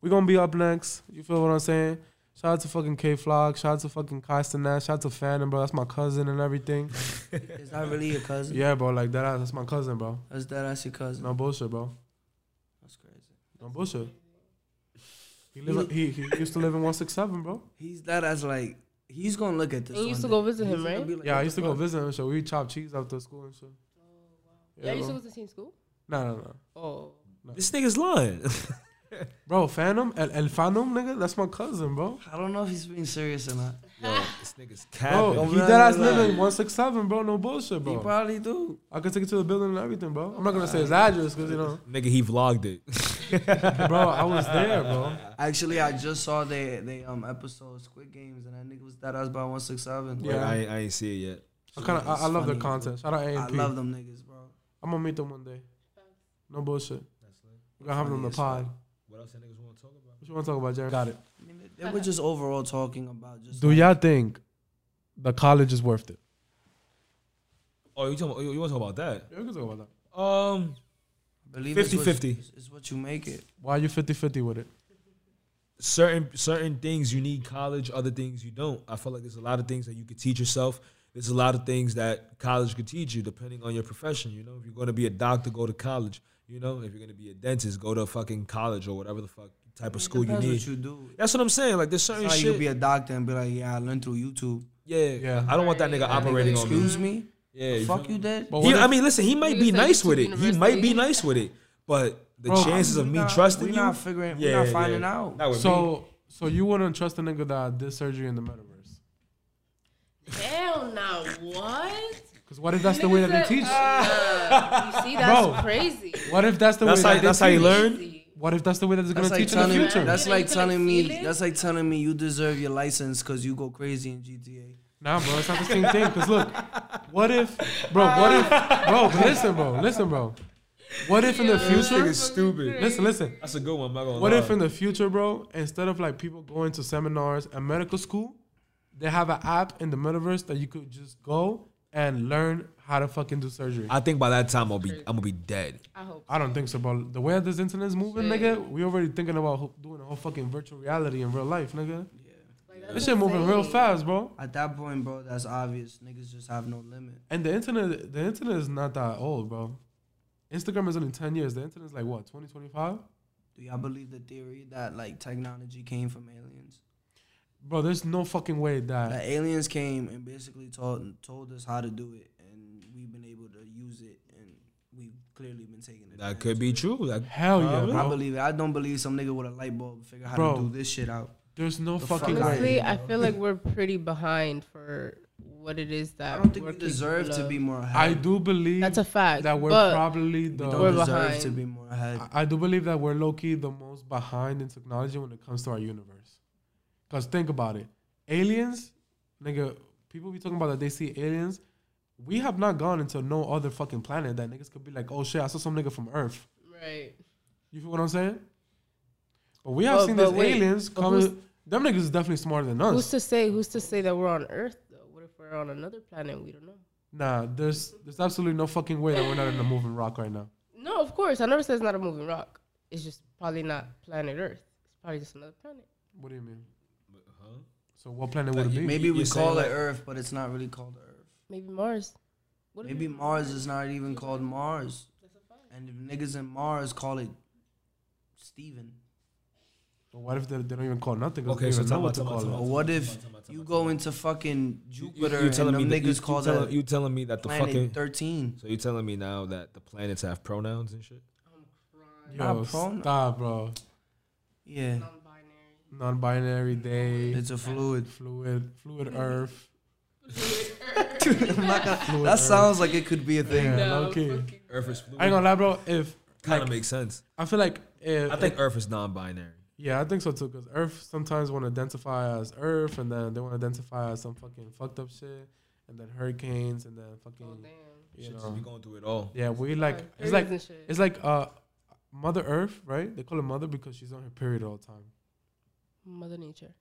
[SPEAKER 2] We gonna be up next. You feel what I'm saying? Shout out to fucking K Flock. Shout out to fucking Kai Sinat. Shout out to Fannin, bro. That's my cousin and everything.
[SPEAKER 3] Is that really your cousin?
[SPEAKER 2] yeah, bro. Like that. ass, That's my cousin, bro.
[SPEAKER 3] That's that. That's your cousin.
[SPEAKER 2] No bullshit, bro.
[SPEAKER 3] That's crazy.
[SPEAKER 2] No bullshit. He, live, he, he used to live in 167, bro.
[SPEAKER 3] He's that as like. He's gonna look at
[SPEAKER 1] And
[SPEAKER 3] this.
[SPEAKER 1] you
[SPEAKER 3] one
[SPEAKER 1] used to
[SPEAKER 3] day.
[SPEAKER 1] go visit
[SPEAKER 3] He's
[SPEAKER 1] him,
[SPEAKER 3] gonna
[SPEAKER 1] right?
[SPEAKER 3] be like,
[SPEAKER 2] Yeah,
[SPEAKER 3] what
[SPEAKER 2] I
[SPEAKER 3] the
[SPEAKER 2] used to go
[SPEAKER 3] fuck?
[SPEAKER 2] visit him and shit. We chop cheese after school and shit.
[SPEAKER 1] Yeah, you
[SPEAKER 2] bro.
[SPEAKER 1] still was the same school?
[SPEAKER 2] No, no, no.
[SPEAKER 1] Oh.
[SPEAKER 5] This nigga's lying.
[SPEAKER 2] Bro, Phantom, El, El Phantom, nigga, that's my cousin, bro.
[SPEAKER 3] I don't know if he's being serious or not.
[SPEAKER 5] this nigga's
[SPEAKER 2] Bro,
[SPEAKER 5] capping.
[SPEAKER 2] he
[SPEAKER 3] Don't
[SPEAKER 2] dead ass
[SPEAKER 3] lie, don't
[SPEAKER 2] live in
[SPEAKER 3] lie.
[SPEAKER 2] 167, bro. No bullshit,
[SPEAKER 3] He
[SPEAKER 2] bro.
[SPEAKER 3] probably do.
[SPEAKER 2] I could take it to the building and everything, bro. I'm not gonna say his address, cause you know,
[SPEAKER 6] nigga. He vlogged it.
[SPEAKER 2] bro, I was there, bro.
[SPEAKER 3] Actually, I just saw they they um episode Squid Games and that nigga was that us by one six seven.
[SPEAKER 2] Yeah.
[SPEAKER 6] Yeah, I, ain't- I ain't see it yet.
[SPEAKER 2] I kind of, I, I love their content. Shout out A
[SPEAKER 3] I
[SPEAKER 2] and P.
[SPEAKER 3] love them niggas, bro.
[SPEAKER 2] I'm gonna meet them one day. No bullshit. We're gonna have them on the pod.
[SPEAKER 6] What else niggas want to talk about?
[SPEAKER 2] What you wanna talk about, Jerry? Got it.
[SPEAKER 3] I mean, they- they were just overall talking about just.
[SPEAKER 2] Do y'all think the college is worth it?
[SPEAKER 6] Oh, you talking? About, you, you want to talk about
[SPEAKER 2] Yeah, we can talk about that.
[SPEAKER 6] that? Um,
[SPEAKER 3] Believe it's what-
[SPEAKER 5] 50-50.
[SPEAKER 3] It's, it's what you make it.
[SPEAKER 2] Why you 50-50 with it?
[SPEAKER 6] certain certain things you need college, other things you don't. I feel like there's a lot of things that you could teach yourself. There's a lot of things that college could teach you, depending on your profession. You know, if you're going to be a doctor, go to college. You know, if you're gonna be a dentist, go to fucking college or whatever the fuck type of school you
[SPEAKER 3] That's
[SPEAKER 6] need.
[SPEAKER 3] what you do.
[SPEAKER 6] That's what I'm saying. Like there's certain
[SPEAKER 3] It's not like you
[SPEAKER 6] shit.
[SPEAKER 3] could be a doctor and be like, yeah, I learned through YouTube.
[SPEAKER 6] yeah, yeah. I don't want that nigga operating on me.
[SPEAKER 3] Excuse me?
[SPEAKER 6] Yeah, you
[SPEAKER 3] Fuck you, did.
[SPEAKER 2] But
[SPEAKER 6] He,
[SPEAKER 2] what
[SPEAKER 6] I
[SPEAKER 2] if-
[SPEAKER 6] mean, listen, he might
[SPEAKER 1] Nigga
[SPEAKER 6] be
[SPEAKER 1] said
[SPEAKER 6] nice
[SPEAKER 1] YouTube
[SPEAKER 6] with it. He might be
[SPEAKER 1] University.
[SPEAKER 6] nice with it, but the
[SPEAKER 2] Bro,
[SPEAKER 6] chances of
[SPEAKER 3] we
[SPEAKER 6] me
[SPEAKER 3] not-
[SPEAKER 6] trusting
[SPEAKER 3] we
[SPEAKER 6] you,
[SPEAKER 3] not figuring- we not finding out.
[SPEAKER 6] Not with me.
[SPEAKER 2] So, so you wouldn't trust a nigga that did surgery in the metaverse?
[SPEAKER 1] Hell no, what?
[SPEAKER 2] Because what if that's the way that they teach?
[SPEAKER 1] "Ah." Nah, you see, that's
[SPEAKER 2] Bro.
[SPEAKER 1] crazy.
[SPEAKER 2] What if that's the
[SPEAKER 6] That's
[SPEAKER 2] way
[SPEAKER 6] how
[SPEAKER 2] that they
[SPEAKER 6] that's how you
[SPEAKER 2] teach?
[SPEAKER 6] learn.
[SPEAKER 1] Crazy.
[SPEAKER 2] What if that's the way that they're
[SPEAKER 3] That's
[SPEAKER 2] gonna
[SPEAKER 3] like
[SPEAKER 2] teach in the
[SPEAKER 3] telling
[SPEAKER 2] future?
[SPEAKER 3] that's
[SPEAKER 1] You know,
[SPEAKER 3] like
[SPEAKER 1] you can, like,
[SPEAKER 3] telling me
[SPEAKER 1] feel it.
[SPEAKER 3] that's like telling me you deserve your license because you go crazy in GTA.
[SPEAKER 2] Nah, bro, it's not the same thing. Cause look, what if, bro? What if, bro? but Listen, bro. Listen, bro. What if in the future?
[SPEAKER 6] Nigga's stupid.
[SPEAKER 2] Listen, listen.
[SPEAKER 6] That's a good one. I'm not gonna
[SPEAKER 2] What
[SPEAKER 6] lie.
[SPEAKER 5] Uh-huh.
[SPEAKER 2] if in the future, bro? Instead of like people going to seminars and medical school, they have an app in the metaverse that you could just go and learn how to fucking do surgery. I,
[SPEAKER 6] I think by that time I'll be I'm gonna be dead.
[SPEAKER 1] I hope.
[SPEAKER 2] don't think so, bro. The way this internet is moving, nigga, we already thinking about ho- doing a whole fucking virtual reality in real life, nigga. This shit moving real fast, bro.
[SPEAKER 3] At that point, bro, that's obvious. Niggas just have no limit.
[SPEAKER 2] And the internet, the internet is not that old, bro. Instagram is only ten years. The internet is like what, twenty twenty five?
[SPEAKER 3] Do y'all believe the theory that like technology came from aliens?
[SPEAKER 2] Bro, there's no fucking way that
[SPEAKER 3] That aliens came and basically told told us how to do it, and we've been able to use it, and we've clearly been taking it.
[SPEAKER 6] That could be true. That,
[SPEAKER 2] hell yeah,
[SPEAKER 6] Probably.
[SPEAKER 3] I
[SPEAKER 2] bro.
[SPEAKER 3] believe it. I don't believe some nigga with a light bulb figure out how
[SPEAKER 2] Bro.
[SPEAKER 3] to do this shit out.
[SPEAKER 2] There's no
[SPEAKER 3] fuck
[SPEAKER 2] fucking
[SPEAKER 3] out of
[SPEAKER 2] way.
[SPEAKER 1] Honestly, I feel like we're pretty behind for what it is that
[SPEAKER 3] I don't think we
[SPEAKER 1] we're
[SPEAKER 3] deserve
[SPEAKER 1] capable
[SPEAKER 3] to
[SPEAKER 1] of.
[SPEAKER 3] be more ahead.
[SPEAKER 2] I do believe
[SPEAKER 1] That's a fact,
[SPEAKER 2] that we're
[SPEAKER 1] but-
[SPEAKER 2] probably the.
[SPEAKER 3] We don't
[SPEAKER 1] We're
[SPEAKER 3] deserve
[SPEAKER 1] behind.
[SPEAKER 3] to be more ahead.
[SPEAKER 2] I- I do believe that we're low key the most behind in technology when it comes to our universe. Cause think about it, aliens, nigga, people be talking about that they see aliens. We have not gone into no other fucking planet that niggas could be like, oh shit, I saw some nigga from Earth.
[SPEAKER 1] Right.
[SPEAKER 2] You feel what I'm saying? But we have
[SPEAKER 1] But-
[SPEAKER 2] seen
[SPEAKER 1] but
[SPEAKER 2] these
[SPEAKER 1] wait,
[SPEAKER 2] aliens
[SPEAKER 1] but who's-
[SPEAKER 2] coming. Them niggas is definitely smarter than
[SPEAKER 1] Who's
[SPEAKER 2] us.
[SPEAKER 1] to say? Who's to say that we're on Earth though? What if we're on another planet? We don't know.
[SPEAKER 2] Nah, there's there's absolutely no fucking way that we're not in a moving rock right now.
[SPEAKER 1] No, of course. I never said it's not a moving rock. It's just probably not planet Earth. It's probably just another planet.
[SPEAKER 2] What do you mean? So what planet would
[SPEAKER 6] Like,
[SPEAKER 2] it be?
[SPEAKER 3] Maybe
[SPEAKER 6] you-
[SPEAKER 3] we
[SPEAKER 6] you're saying
[SPEAKER 3] call it
[SPEAKER 6] like-
[SPEAKER 3] Earth, but it's not really called Earth.
[SPEAKER 1] Maybe Mars. What if
[SPEAKER 3] Maybe
[SPEAKER 1] it-
[SPEAKER 3] Mars is not even called Mars. And if niggas in Mars call it Steven.
[SPEAKER 2] But what if they, they don't even call nothing? 'cause
[SPEAKER 6] Okay,
[SPEAKER 2] they
[SPEAKER 6] so
[SPEAKER 2] don't even
[SPEAKER 6] time
[SPEAKER 2] know what
[SPEAKER 6] out,
[SPEAKER 2] to
[SPEAKER 6] time out,
[SPEAKER 2] call
[SPEAKER 6] time
[SPEAKER 2] it.
[SPEAKER 6] out.
[SPEAKER 3] Or what if you go into fucking Jupiter
[SPEAKER 6] you telling me
[SPEAKER 3] and them
[SPEAKER 6] that you,
[SPEAKER 3] niggas call
[SPEAKER 6] you telling,
[SPEAKER 3] that
[SPEAKER 6] you telling me that the
[SPEAKER 3] planet
[SPEAKER 6] fucking
[SPEAKER 3] 13?
[SPEAKER 6] so you telling me now that the planets have pronouns and shit.
[SPEAKER 2] Yo,
[SPEAKER 3] Not prone-
[SPEAKER 2] stop, bro.
[SPEAKER 3] Yeah,
[SPEAKER 2] Non-binary day.
[SPEAKER 3] it's a fluid.
[SPEAKER 2] fluid, fluid Earth.
[SPEAKER 3] That sounds like it could be a thing.
[SPEAKER 2] Yeah, low-key.
[SPEAKER 6] Earth is fluid.
[SPEAKER 2] I ain't gonna lie, bro. If
[SPEAKER 6] Kind of makes sense.
[SPEAKER 2] I feel like if
[SPEAKER 6] I think Earth is non-binary.
[SPEAKER 2] yeah, I think so too. Cause Earth sometimes want to identify as Earth, and then they want to identify as some fucking fucked up shit, and then hurricanes, and then fucking
[SPEAKER 1] Oh damn.
[SPEAKER 2] you
[SPEAKER 6] Shit,
[SPEAKER 2] know.
[SPEAKER 6] just be going through it all.
[SPEAKER 2] Mm. Yeah, we like
[SPEAKER 1] Like,
[SPEAKER 2] it's like it's like uh, Mother Earth, right? They call her Mother because she's on her period all the time.
[SPEAKER 1] Mother Nature.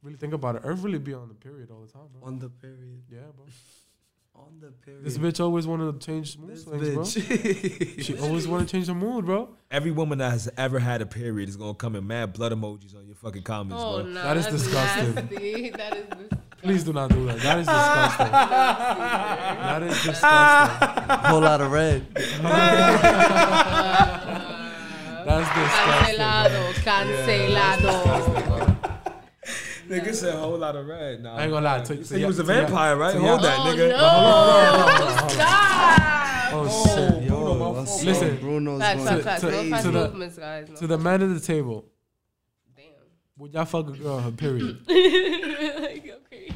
[SPEAKER 2] Really think about it. Earth really be on the period all the time, bro.
[SPEAKER 3] On the period.
[SPEAKER 2] Yeah, bro.
[SPEAKER 3] On the period.
[SPEAKER 2] This bitch always wanted to change mood
[SPEAKER 3] This
[SPEAKER 2] swings, bro.
[SPEAKER 3] bitch.
[SPEAKER 2] She always want to change the mood, bro.
[SPEAKER 6] Every woman that has ever had a period is gonna come in mad blood emojis on your fucking comments,
[SPEAKER 1] Oh
[SPEAKER 6] bro.
[SPEAKER 1] no,
[SPEAKER 2] That is
[SPEAKER 1] that's
[SPEAKER 2] disgusting.
[SPEAKER 1] Nasty. That is disgusting.
[SPEAKER 2] Please do not do that. That is disgusting. that is disgusting.
[SPEAKER 3] Whole lot of red.
[SPEAKER 2] That's disgusting.
[SPEAKER 1] Cancelado, cancelado.
[SPEAKER 6] Nigga said a whole lot of red. Nah,
[SPEAKER 2] I ain't gonna lie. To, to
[SPEAKER 6] So he
[SPEAKER 2] ya-
[SPEAKER 6] was a
[SPEAKER 2] to ya-
[SPEAKER 6] vampire, right?
[SPEAKER 2] So
[SPEAKER 6] Hold
[SPEAKER 2] yeah.
[SPEAKER 6] that, nigga.
[SPEAKER 1] Oh no! Stop!
[SPEAKER 2] Oh, shit.
[SPEAKER 3] Yo, what's
[SPEAKER 2] Listen.
[SPEAKER 3] up? Bruno's
[SPEAKER 1] Facts,
[SPEAKER 3] going
[SPEAKER 1] facts, facts.
[SPEAKER 2] to-
[SPEAKER 1] Real fast
[SPEAKER 2] to the-
[SPEAKER 1] movements, guys. No.
[SPEAKER 2] To the man at the table,
[SPEAKER 1] Damn.
[SPEAKER 2] would y'all fuck a girl on her Uh, period?
[SPEAKER 1] like, okay.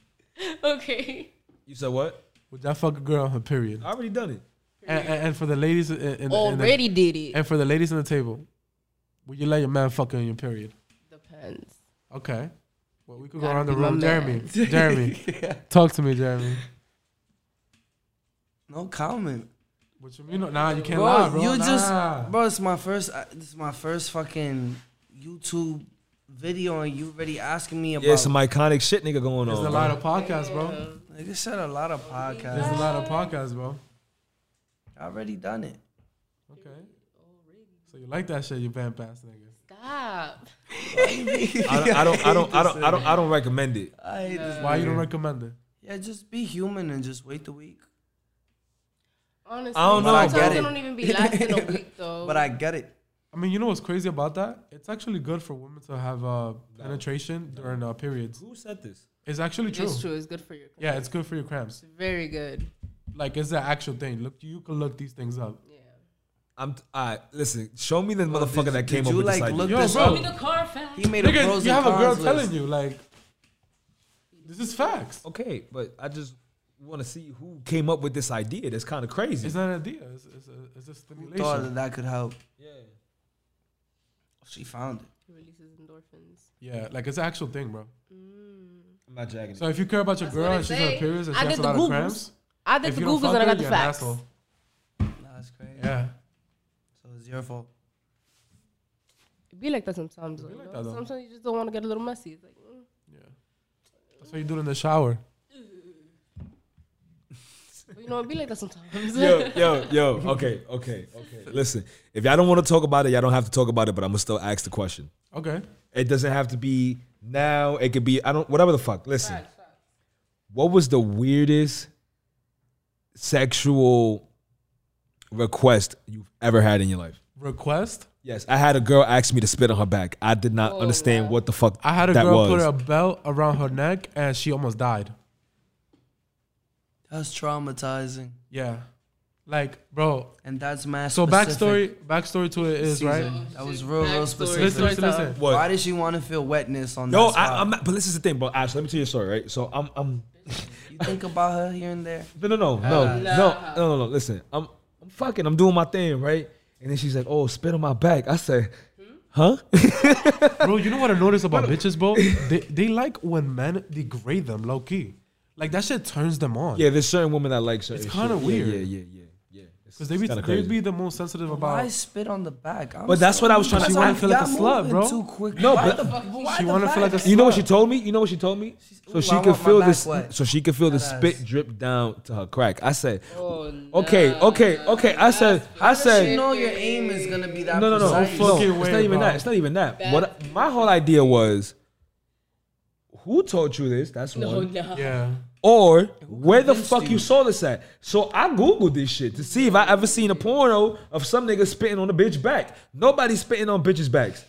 [SPEAKER 1] Okay.
[SPEAKER 6] You said what?
[SPEAKER 2] Would y'all fuck a girl on her period?
[SPEAKER 6] I already done it.
[SPEAKER 2] And, and, and for the ladies, in, in, in the-
[SPEAKER 1] Already did it.
[SPEAKER 2] and for the ladies on the table, would you let your man fuck her on your period?
[SPEAKER 1] Depends.
[SPEAKER 2] Okay. Well, we could go
[SPEAKER 1] Gotta
[SPEAKER 2] around the
[SPEAKER 1] be my
[SPEAKER 2] room. Jeremy,
[SPEAKER 1] man.
[SPEAKER 2] Jeremy, talk to me, Jeremy.
[SPEAKER 3] No comment.
[SPEAKER 2] What you mean? Nah, you can't
[SPEAKER 3] Bro,
[SPEAKER 2] lie, bro.
[SPEAKER 3] you
[SPEAKER 2] nah.
[SPEAKER 3] just, bro. It's my first. I- This is my first fucking YouTube video, and you already asking me about.
[SPEAKER 6] Yeah, some iconic shit, nigga, going
[SPEAKER 2] There's
[SPEAKER 6] on.
[SPEAKER 2] a lot of podcasts, bro.
[SPEAKER 1] Damn.
[SPEAKER 3] Nigga said a lot of
[SPEAKER 2] There's a
[SPEAKER 3] podcasts.
[SPEAKER 2] lot of podcasts, bro.
[SPEAKER 3] I already done it.
[SPEAKER 2] Okay. So you like that shit, you vamp ass nigga.
[SPEAKER 1] Stop.
[SPEAKER 6] I, I don't, I don't, I don't, I don't, I don't recommend it.
[SPEAKER 3] I hate this.
[SPEAKER 2] Why you don't recommend it?
[SPEAKER 3] Yeah, just be human and just wait the week.
[SPEAKER 1] Honestly,
[SPEAKER 5] I don't know.
[SPEAKER 1] Sometimes
[SPEAKER 3] But I get
[SPEAKER 1] they
[SPEAKER 3] it.
[SPEAKER 1] don't even be lasting a week
[SPEAKER 2] Oh.
[SPEAKER 1] though.
[SPEAKER 3] But I get it.
[SPEAKER 2] I mean, you know what's crazy about that? It's actually good for women to have uh, penetration during uh, periods.
[SPEAKER 5] Who said this?
[SPEAKER 2] It's actually true.
[SPEAKER 1] it's true. It's good for your.
[SPEAKER 2] Yeah, it's good for your cramps.
[SPEAKER 1] Very good.
[SPEAKER 2] Like it's the actual thing. Look, you can look these things up.
[SPEAKER 1] Yeah.
[SPEAKER 5] I'm. All right, listen. Show me the motherfucker that
[SPEAKER 3] did
[SPEAKER 5] came
[SPEAKER 3] you,
[SPEAKER 5] up with
[SPEAKER 3] like,
[SPEAKER 5] this idea.
[SPEAKER 3] look
[SPEAKER 2] Yo,
[SPEAKER 3] this
[SPEAKER 2] bro.
[SPEAKER 3] up?
[SPEAKER 1] Give me the car fast.
[SPEAKER 3] He made a
[SPEAKER 2] Nigga,
[SPEAKER 3] pros
[SPEAKER 2] you
[SPEAKER 3] and
[SPEAKER 2] have a girl
[SPEAKER 3] cons
[SPEAKER 2] telling
[SPEAKER 3] list.
[SPEAKER 2] you like, this is facts.
[SPEAKER 5] Okay, but I just want to see who came up with this idea. That's kind of crazy.
[SPEAKER 2] It's not an idea. It's, it's, a, it's a
[SPEAKER 3] Thought
[SPEAKER 2] stimulation.
[SPEAKER 3] that that could help.
[SPEAKER 5] yeah.
[SPEAKER 3] She found it.
[SPEAKER 1] He releases endorphins. Mm.
[SPEAKER 2] Yeah, like it's an actual thing, bro.
[SPEAKER 5] I'm not jacking
[SPEAKER 2] So if you care about your
[SPEAKER 1] That's
[SPEAKER 2] girl
[SPEAKER 1] what
[SPEAKER 2] and
[SPEAKER 1] I
[SPEAKER 2] she's on
[SPEAKER 1] say.
[SPEAKER 2] periods and
[SPEAKER 1] I
[SPEAKER 2] she has
[SPEAKER 1] did
[SPEAKER 2] a
[SPEAKER 1] the
[SPEAKER 2] lot of
[SPEAKER 1] Googles.
[SPEAKER 2] cramps,
[SPEAKER 1] I did
[SPEAKER 2] if
[SPEAKER 1] the
[SPEAKER 2] you don't
[SPEAKER 1] Googles
[SPEAKER 2] fuck
[SPEAKER 1] and I
[SPEAKER 2] her,
[SPEAKER 1] got the
[SPEAKER 2] you're an
[SPEAKER 1] facts.
[SPEAKER 2] asshole.
[SPEAKER 3] Nah, that's crazy.
[SPEAKER 2] Yeah.
[SPEAKER 3] So it's your fault.
[SPEAKER 1] It be like that sometimes.
[SPEAKER 2] It be
[SPEAKER 1] though,
[SPEAKER 2] like
[SPEAKER 1] you
[SPEAKER 2] that,
[SPEAKER 1] know?
[SPEAKER 2] though.
[SPEAKER 1] sometimes you just don't want to get a little messy. It's like, mm.
[SPEAKER 2] Yeah. That's what you do in the shower.
[SPEAKER 1] but you know, it be like that sometimes.
[SPEAKER 5] yo, yo, yo. Okay, okay, okay. Listen, if y'all don't want to talk about it, y'all don't have to talk about it. But I'm gonna still ask the question.
[SPEAKER 2] Okay.
[SPEAKER 5] It doesn't have to be now. It could be I don't whatever the fuck. Listen, what was the weirdest sexual request you've ever had in your life?
[SPEAKER 2] Request.
[SPEAKER 5] Yes, I had a girl ask me to spit on her back. I did not
[SPEAKER 1] Oh,
[SPEAKER 5] understand
[SPEAKER 1] wow.
[SPEAKER 5] what the fuck
[SPEAKER 2] I had a
[SPEAKER 5] that
[SPEAKER 2] girl
[SPEAKER 5] was.
[SPEAKER 2] put a belt around her neck and she almost died.
[SPEAKER 3] That's traumatizing.
[SPEAKER 2] Yeah. Like, bro.
[SPEAKER 3] And that's mass.
[SPEAKER 2] So
[SPEAKER 3] specific.
[SPEAKER 2] backstory backstory to it is,
[SPEAKER 3] Season.
[SPEAKER 2] right?
[SPEAKER 3] That was real, real
[SPEAKER 1] Backstory.
[SPEAKER 3] specific.
[SPEAKER 2] Listen, listen,
[SPEAKER 1] Story
[SPEAKER 2] listen.
[SPEAKER 5] What?
[SPEAKER 3] Why did she want to feel wetness on
[SPEAKER 5] Yo,
[SPEAKER 3] that spot?
[SPEAKER 5] I, I'm not, but this is the thing, bro. Ash, let me tell you a story, right? So I'm, I'm,
[SPEAKER 3] you think about her here and there.
[SPEAKER 5] no, no, no, no, no, no, no, no. Listen, I'm, I'm fucking, I'm doing my thing, right? And then she's like, "Oh, spit on my back." I said, "Huh?"
[SPEAKER 2] Bro, you know what I noticed about bitches, bro? They, they like when men degrade them low key. Like that shit turns them on.
[SPEAKER 5] yeah, there's certain women that like certain.
[SPEAKER 2] It's
[SPEAKER 5] shit.
[SPEAKER 2] kinda
[SPEAKER 5] Yeah,
[SPEAKER 2] weird.
[SPEAKER 5] Yeah, yeah, yeah, yeah. It's-
[SPEAKER 2] Cause they
[SPEAKER 5] it's
[SPEAKER 2] be
[SPEAKER 5] kinda
[SPEAKER 2] they
[SPEAKER 5] crazy.
[SPEAKER 2] be the most sensitive
[SPEAKER 3] Why
[SPEAKER 2] about.
[SPEAKER 3] spit on the back? I'm
[SPEAKER 5] But that's what I was trying to-
[SPEAKER 2] She
[SPEAKER 5] She
[SPEAKER 2] wanna
[SPEAKER 5] wanna
[SPEAKER 2] feel like a slut, bro.
[SPEAKER 3] Too quick.
[SPEAKER 5] No,
[SPEAKER 3] Why
[SPEAKER 5] but-
[SPEAKER 3] the fuck- why
[SPEAKER 2] She
[SPEAKER 3] the
[SPEAKER 2] wanna feel like
[SPEAKER 3] back?
[SPEAKER 2] a
[SPEAKER 5] You know what she told me? You know what she told me? so
[SPEAKER 3] ooh,
[SPEAKER 5] she
[SPEAKER 3] I
[SPEAKER 5] could
[SPEAKER 3] want my
[SPEAKER 5] feel
[SPEAKER 3] back
[SPEAKER 5] this.
[SPEAKER 3] wet.
[SPEAKER 5] So she could feel the
[SPEAKER 3] That
[SPEAKER 5] spit
[SPEAKER 3] ass.
[SPEAKER 5] drip down to her crack. I said,
[SPEAKER 1] Oh, no.
[SPEAKER 5] okay, okay, okay. I said, I said,
[SPEAKER 3] You know your aim is gonna be that.
[SPEAKER 5] no, no, no, no.
[SPEAKER 3] precise.
[SPEAKER 2] fuck fucking
[SPEAKER 5] it's
[SPEAKER 2] way,
[SPEAKER 5] not even
[SPEAKER 2] bro.
[SPEAKER 5] that. It's not even that. What I- my whole idea was, who told you this? That's
[SPEAKER 1] Oh, No,
[SPEAKER 5] one.
[SPEAKER 1] no.
[SPEAKER 2] Yeah.
[SPEAKER 5] Or where the fuck you?
[SPEAKER 3] you?
[SPEAKER 5] saw this at? So I googled this shit to see if I ever seen a porno of some nigga spitting on a bitch back. Nobody spitting on bitches' backs.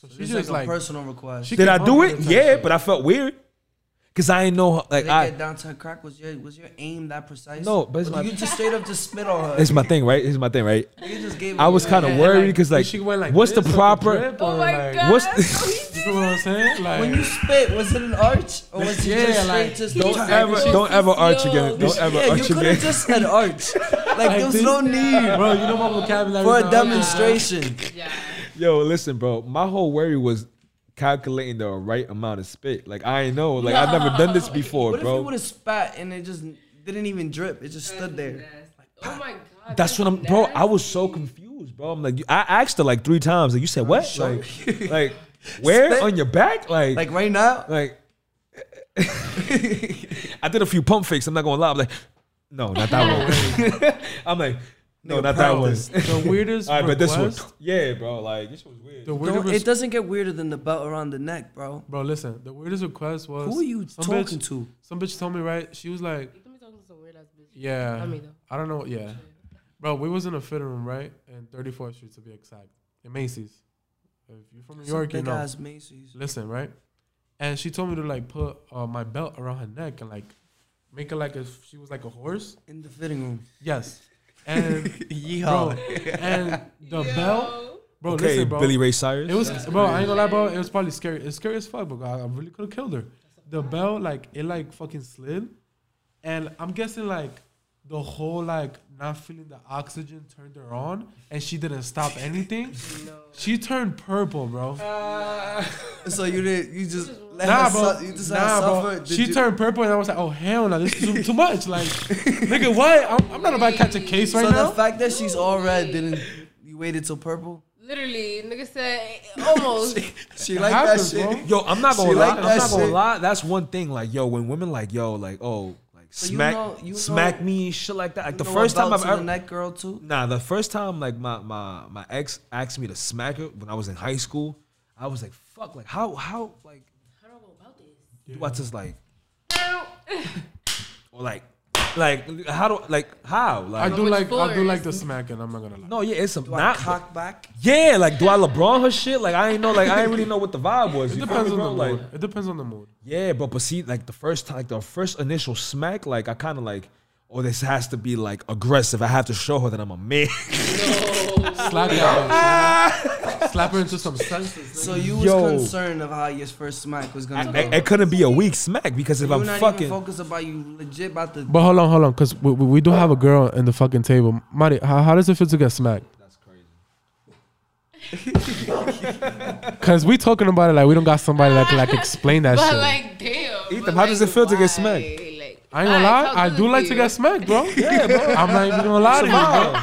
[SPEAKER 2] So she's
[SPEAKER 3] It's
[SPEAKER 2] just
[SPEAKER 3] like a
[SPEAKER 2] like,
[SPEAKER 3] personal request.
[SPEAKER 2] she
[SPEAKER 5] Did I
[SPEAKER 2] came
[SPEAKER 5] do
[SPEAKER 2] up
[SPEAKER 5] it?
[SPEAKER 2] with that
[SPEAKER 5] Yeah,
[SPEAKER 2] shit.
[SPEAKER 5] but I felt weird because I didn't know. Like
[SPEAKER 3] Did
[SPEAKER 5] I.
[SPEAKER 3] it get down to her crack? Was your was your aim that precise?
[SPEAKER 5] No, but it's
[SPEAKER 3] Or
[SPEAKER 5] my-
[SPEAKER 3] you just straight up just spit on her.
[SPEAKER 5] It's my thing, right? Here's my thing, right?
[SPEAKER 3] you just gave.
[SPEAKER 5] I
[SPEAKER 3] her
[SPEAKER 5] was
[SPEAKER 3] your
[SPEAKER 5] kind of
[SPEAKER 3] hand.
[SPEAKER 5] worried because, like,
[SPEAKER 2] she went like
[SPEAKER 5] what's the
[SPEAKER 2] this with
[SPEAKER 5] proper?
[SPEAKER 2] drip
[SPEAKER 1] Oh
[SPEAKER 2] or,
[SPEAKER 1] my
[SPEAKER 2] like-
[SPEAKER 1] god.
[SPEAKER 5] what's-
[SPEAKER 1] So he
[SPEAKER 2] You
[SPEAKER 1] did
[SPEAKER 2] know what I'm saying? Like,
[SPEAKER 3] When you spit, was it an arch or was it
[SPEAKER 2] Yeah,
[SPEAKER 3] just straight
[SPEAKER 2] like,
[SPEAKER 3] just?
[SPEAKER 5] Don't ever,
[SPEAKER 1] She-
[SPEAKER 5] don't ever arch
[SPEAKER 1] Yo.
[SPEAKER 5] again. Don't ever
[SPEAKER 3] yeah, you
[SPEAKER 5] arch
[SPEAKER 3] could have
[SPEAKER 5] again.
[SPEAKER 3] just said arch. Like there was
[SPEAKER 2] this-
[SPEAKER 3] no need
[SPEAKER 2] bro, you know my vocabulary
[SPEAKER 3] for
[SPEAKER 2] now.
[SPEAKER 3] a demonstration.
[SPEAKER 5] Yo, listen, bro. My whole worry was calculating the right amount of spit. Like I ain't know. Like I've never done this before,
[SPEAKER 3] What if you
[SPEAKER 5] bro.
[SPEAKER 3] would have spat and it just didn't even drip? It just stood there.
[SPEAKER 1] Oh my god.
[SPEAKER 5] That's what I'm, bro. I was so confused, bro. I'm like, you- I asked her like three times. Like you said, what?
[SPEAKER 3] sure.
[SPEAKER 5] Like, like where
[SPEAKER 3] Spit?
[SPEAKER 5] on your back? Like,
[SPEAKER 3] Like right now,
[SPEAKER 5] like. I did a few pump fakes. I'm not gonna lie. I'm like, no, not that one. I'm like, no, not that one.
[SPEAKER 3] practice.
[SPEAKER 2] The weirdest
[SPEAKER 5] All right, but this
[SPEAKER 2] request.
[SPEAKER 5] one, yeah, bro. Like this was weird.
[SPEAKER 2] The
[SPEAKER 3] Don't-
[SPEAKER 2] weirdest.
[SPEAKER 3] it doesn't get weirder than the belt around the neck, bro.
[SPEAKER 2] bro, listen. The weirdest request was.
[SPEAKER 3] Who are you
[SPEAKER 2] some
[SPEAKER 3] talking
[SPEAKER 2] bitch,
[SPEAKER 3] to?
[SPEAKER 2] Some bitch told me right. She was like,
[SPEAKER 1] Let me talk to some weird ass bitch.
[SPEAKER 2] yeah.
[SPEAKER 1] Not me, though.
[SPEAKER 2] I don't know. Yeah, bro, we was in a fitting room right, and 34th Street to be exact, in Macy's. If you're from New
[SPEAKER 3] Some
[SPEAKER 2] York, you
[SPEAKER 3] big
[SPEAKER 2] know.
[SPEAKER 3] ass Macy's.
[SPEAKER 2] Listen, right, and she told me to like put uh, my belt around her neck and like make it like if she was like a horse.
[SPEAKER 3] In the fitting room.
[SPEAKER 2] Yes. And bro,
[SPEAKER 3] Yeehaw.
[SPEAKER 2] and the belt, bro.
[SPEAKER 5] okay,
[SPEAKER 2] listen, bro.
[SPEAKER 5] Billy Ray Cyrus.
[SPEAKER 2] It was, bro. I ain't gonna lie, bro. It was probably scary. It's scary as fuck, but I, I really could have killed her. The bell, like it, like fucking slid, and I'm guessing like the whole like not feeling the oxygen turned her on, and she didn't stop anything. She turned purple, bro. Uh,
[SPEAKER 3] So you did you just let
[SPEAKER 2] Nah,
[SPEAKER 3] her
[SPEAKER 2] bro.
[SPEAKER 3] su- you just let her
[SPEAKER 2] nah, bro.
[SPEAKER 3] suffer. Did
[SPEAKER 2] She
[SPEAKER 3] you-
[SPEAKER 2] turned purple, and I was like, "Oh hell no, this is too, too much." Like, nigga, what? I'm, I'm not about to catch a case right
[SPEAKER 3] So
[SPEAKER 2] now.
[SPEAKER 3] the fact that she's all red didn't you waited till purple?
[SPEAKER 1] Literally, nigga said eh, almost.
[SPEAKER 3] She
[SPEAKER 2] It
[SPEAKER 3] liked
[SPEAKER 2] happens,
[SPEAKER 3] that shit.
[SPEAKER 2] bro.
[SPEAKER 5] Yo, I'm not gonna
[SPEAKER 3] She
[SPEAKER 5] lie.
[SPEAKER 3] like
[SPEAKER 5] I'm
[SPEAKER 3] that
[SPEAKER 5] not gonna
[SPEAKER 3] shit.
[SPEAKER 5] lie. That's one thing. Like, yo, when women like, yo, like, oh, like
[SPEAKER 3] you
[SPEAKER 5] smack,
[SPEAKER 3] know- you
[SPEAKER 5] smack
[SPEAKER 3] know-
[SPEAKER 5] me and shit like that. Like the
[SPEAKER 3] You know
[SPEAKER 5] first
[SPEAKER 3] about
[SPEAKER 5] time I've
[SPEAKER 3] to the
[SPEAKER 5] ever,
[SPEAKER 3] neck girl too.
[SPEAKER 5] nah, the first time like my my my ex asked me to smack her when I was in high school. I was like, fuck, like how how like
[SPEAKER 1] How do I go about this?
[SPEAKER 5] do I just like or like Like how do like how
[SPEAKER 2] I
[SPEAKER 5] like?
[SPEAKER 2] do
[SPEAKER 1] Which
[SPEAKER 2] like I do
[SPEAKER 1] floors?
[SPEAKER 2] like the smacking. I'm not gonna lie.
[SPEAKER 5] No, yeah, it's some
[SPEAKER 3] Do I
[SPEAKER 5] not.
[SPEAKER 3] cock back?
[SPEAKER 5] yeah, like do I LeBron her shit? Like I ain't know. Like I ain't really know what the vibe was.
[SPEAKER 2] it
[SPEAKER 5] You
[SPEAKER 2] depends
[SPEAKER 5] feel
[SPEAKER 2] on the
[SPEAKER 5] me, bro? Like
[SPEAKER 2] mood. It depends on the mood.
[SPEAKER 5] yeah, but but see, like the first time, like the first initial smack, like I kind of like. Oh, this has to be like aggressive. I have to show her that I'm a man.
[SPEAKER 2] Slap that. bitch. Slap her into some senses.
[SPEAKER 3] So you was
[SPEAKER 5] Yo.
[SPEAKER 3] concerned of how your first smack was gonna
[SPEAKER 5] it,
[SPEAKER 3] go.
[SPEAKER 5] it couldn't be a weak smack because if
[SPEAKER 3] You're
[SPEAKER 5] I'm
[SPEAKER 3] not
[SPEAKER 5] fucking,
[SPEAKER 3] even focused about you legit about the.
[SPEAKER 2] But hold on, hold on, because we, we, we do have a girl in the fucking table. Mari, how, how does it feel to get smacked? That's crazy. Cause we talking about it like we don't got somebody that can like explain that
[SPEAKER 1] But
[SPEAKER 2] shit.
[SPEAKER 1] like, damn.
[SPEAKER 5] Ethan,
[SPEAKER 1] but
[SPEAKER 5] how does
[SPEAKER 1] like,
[SPEAKER 5] it feel to get
[SPEAKER 1] why?
[SPEAKER 5] smacked?
[SPEAKER 1] Like,
[SPEAKER 2] I ain't gonna
[SPEAKER 1] alright,
[SPEAKER 2] lie,
[SPEAKER 1] how
[SPEAKER 2] I
[SPEAKER 1] good
[SPEAKER 2] do
[SPEAKER 1] it
[SPEAKER 2] like to
[SPEAKER 1] feel?
[SPEAKER 2] get smacked, bro. yeah, bro. I'm not even gonna lie to you, bro.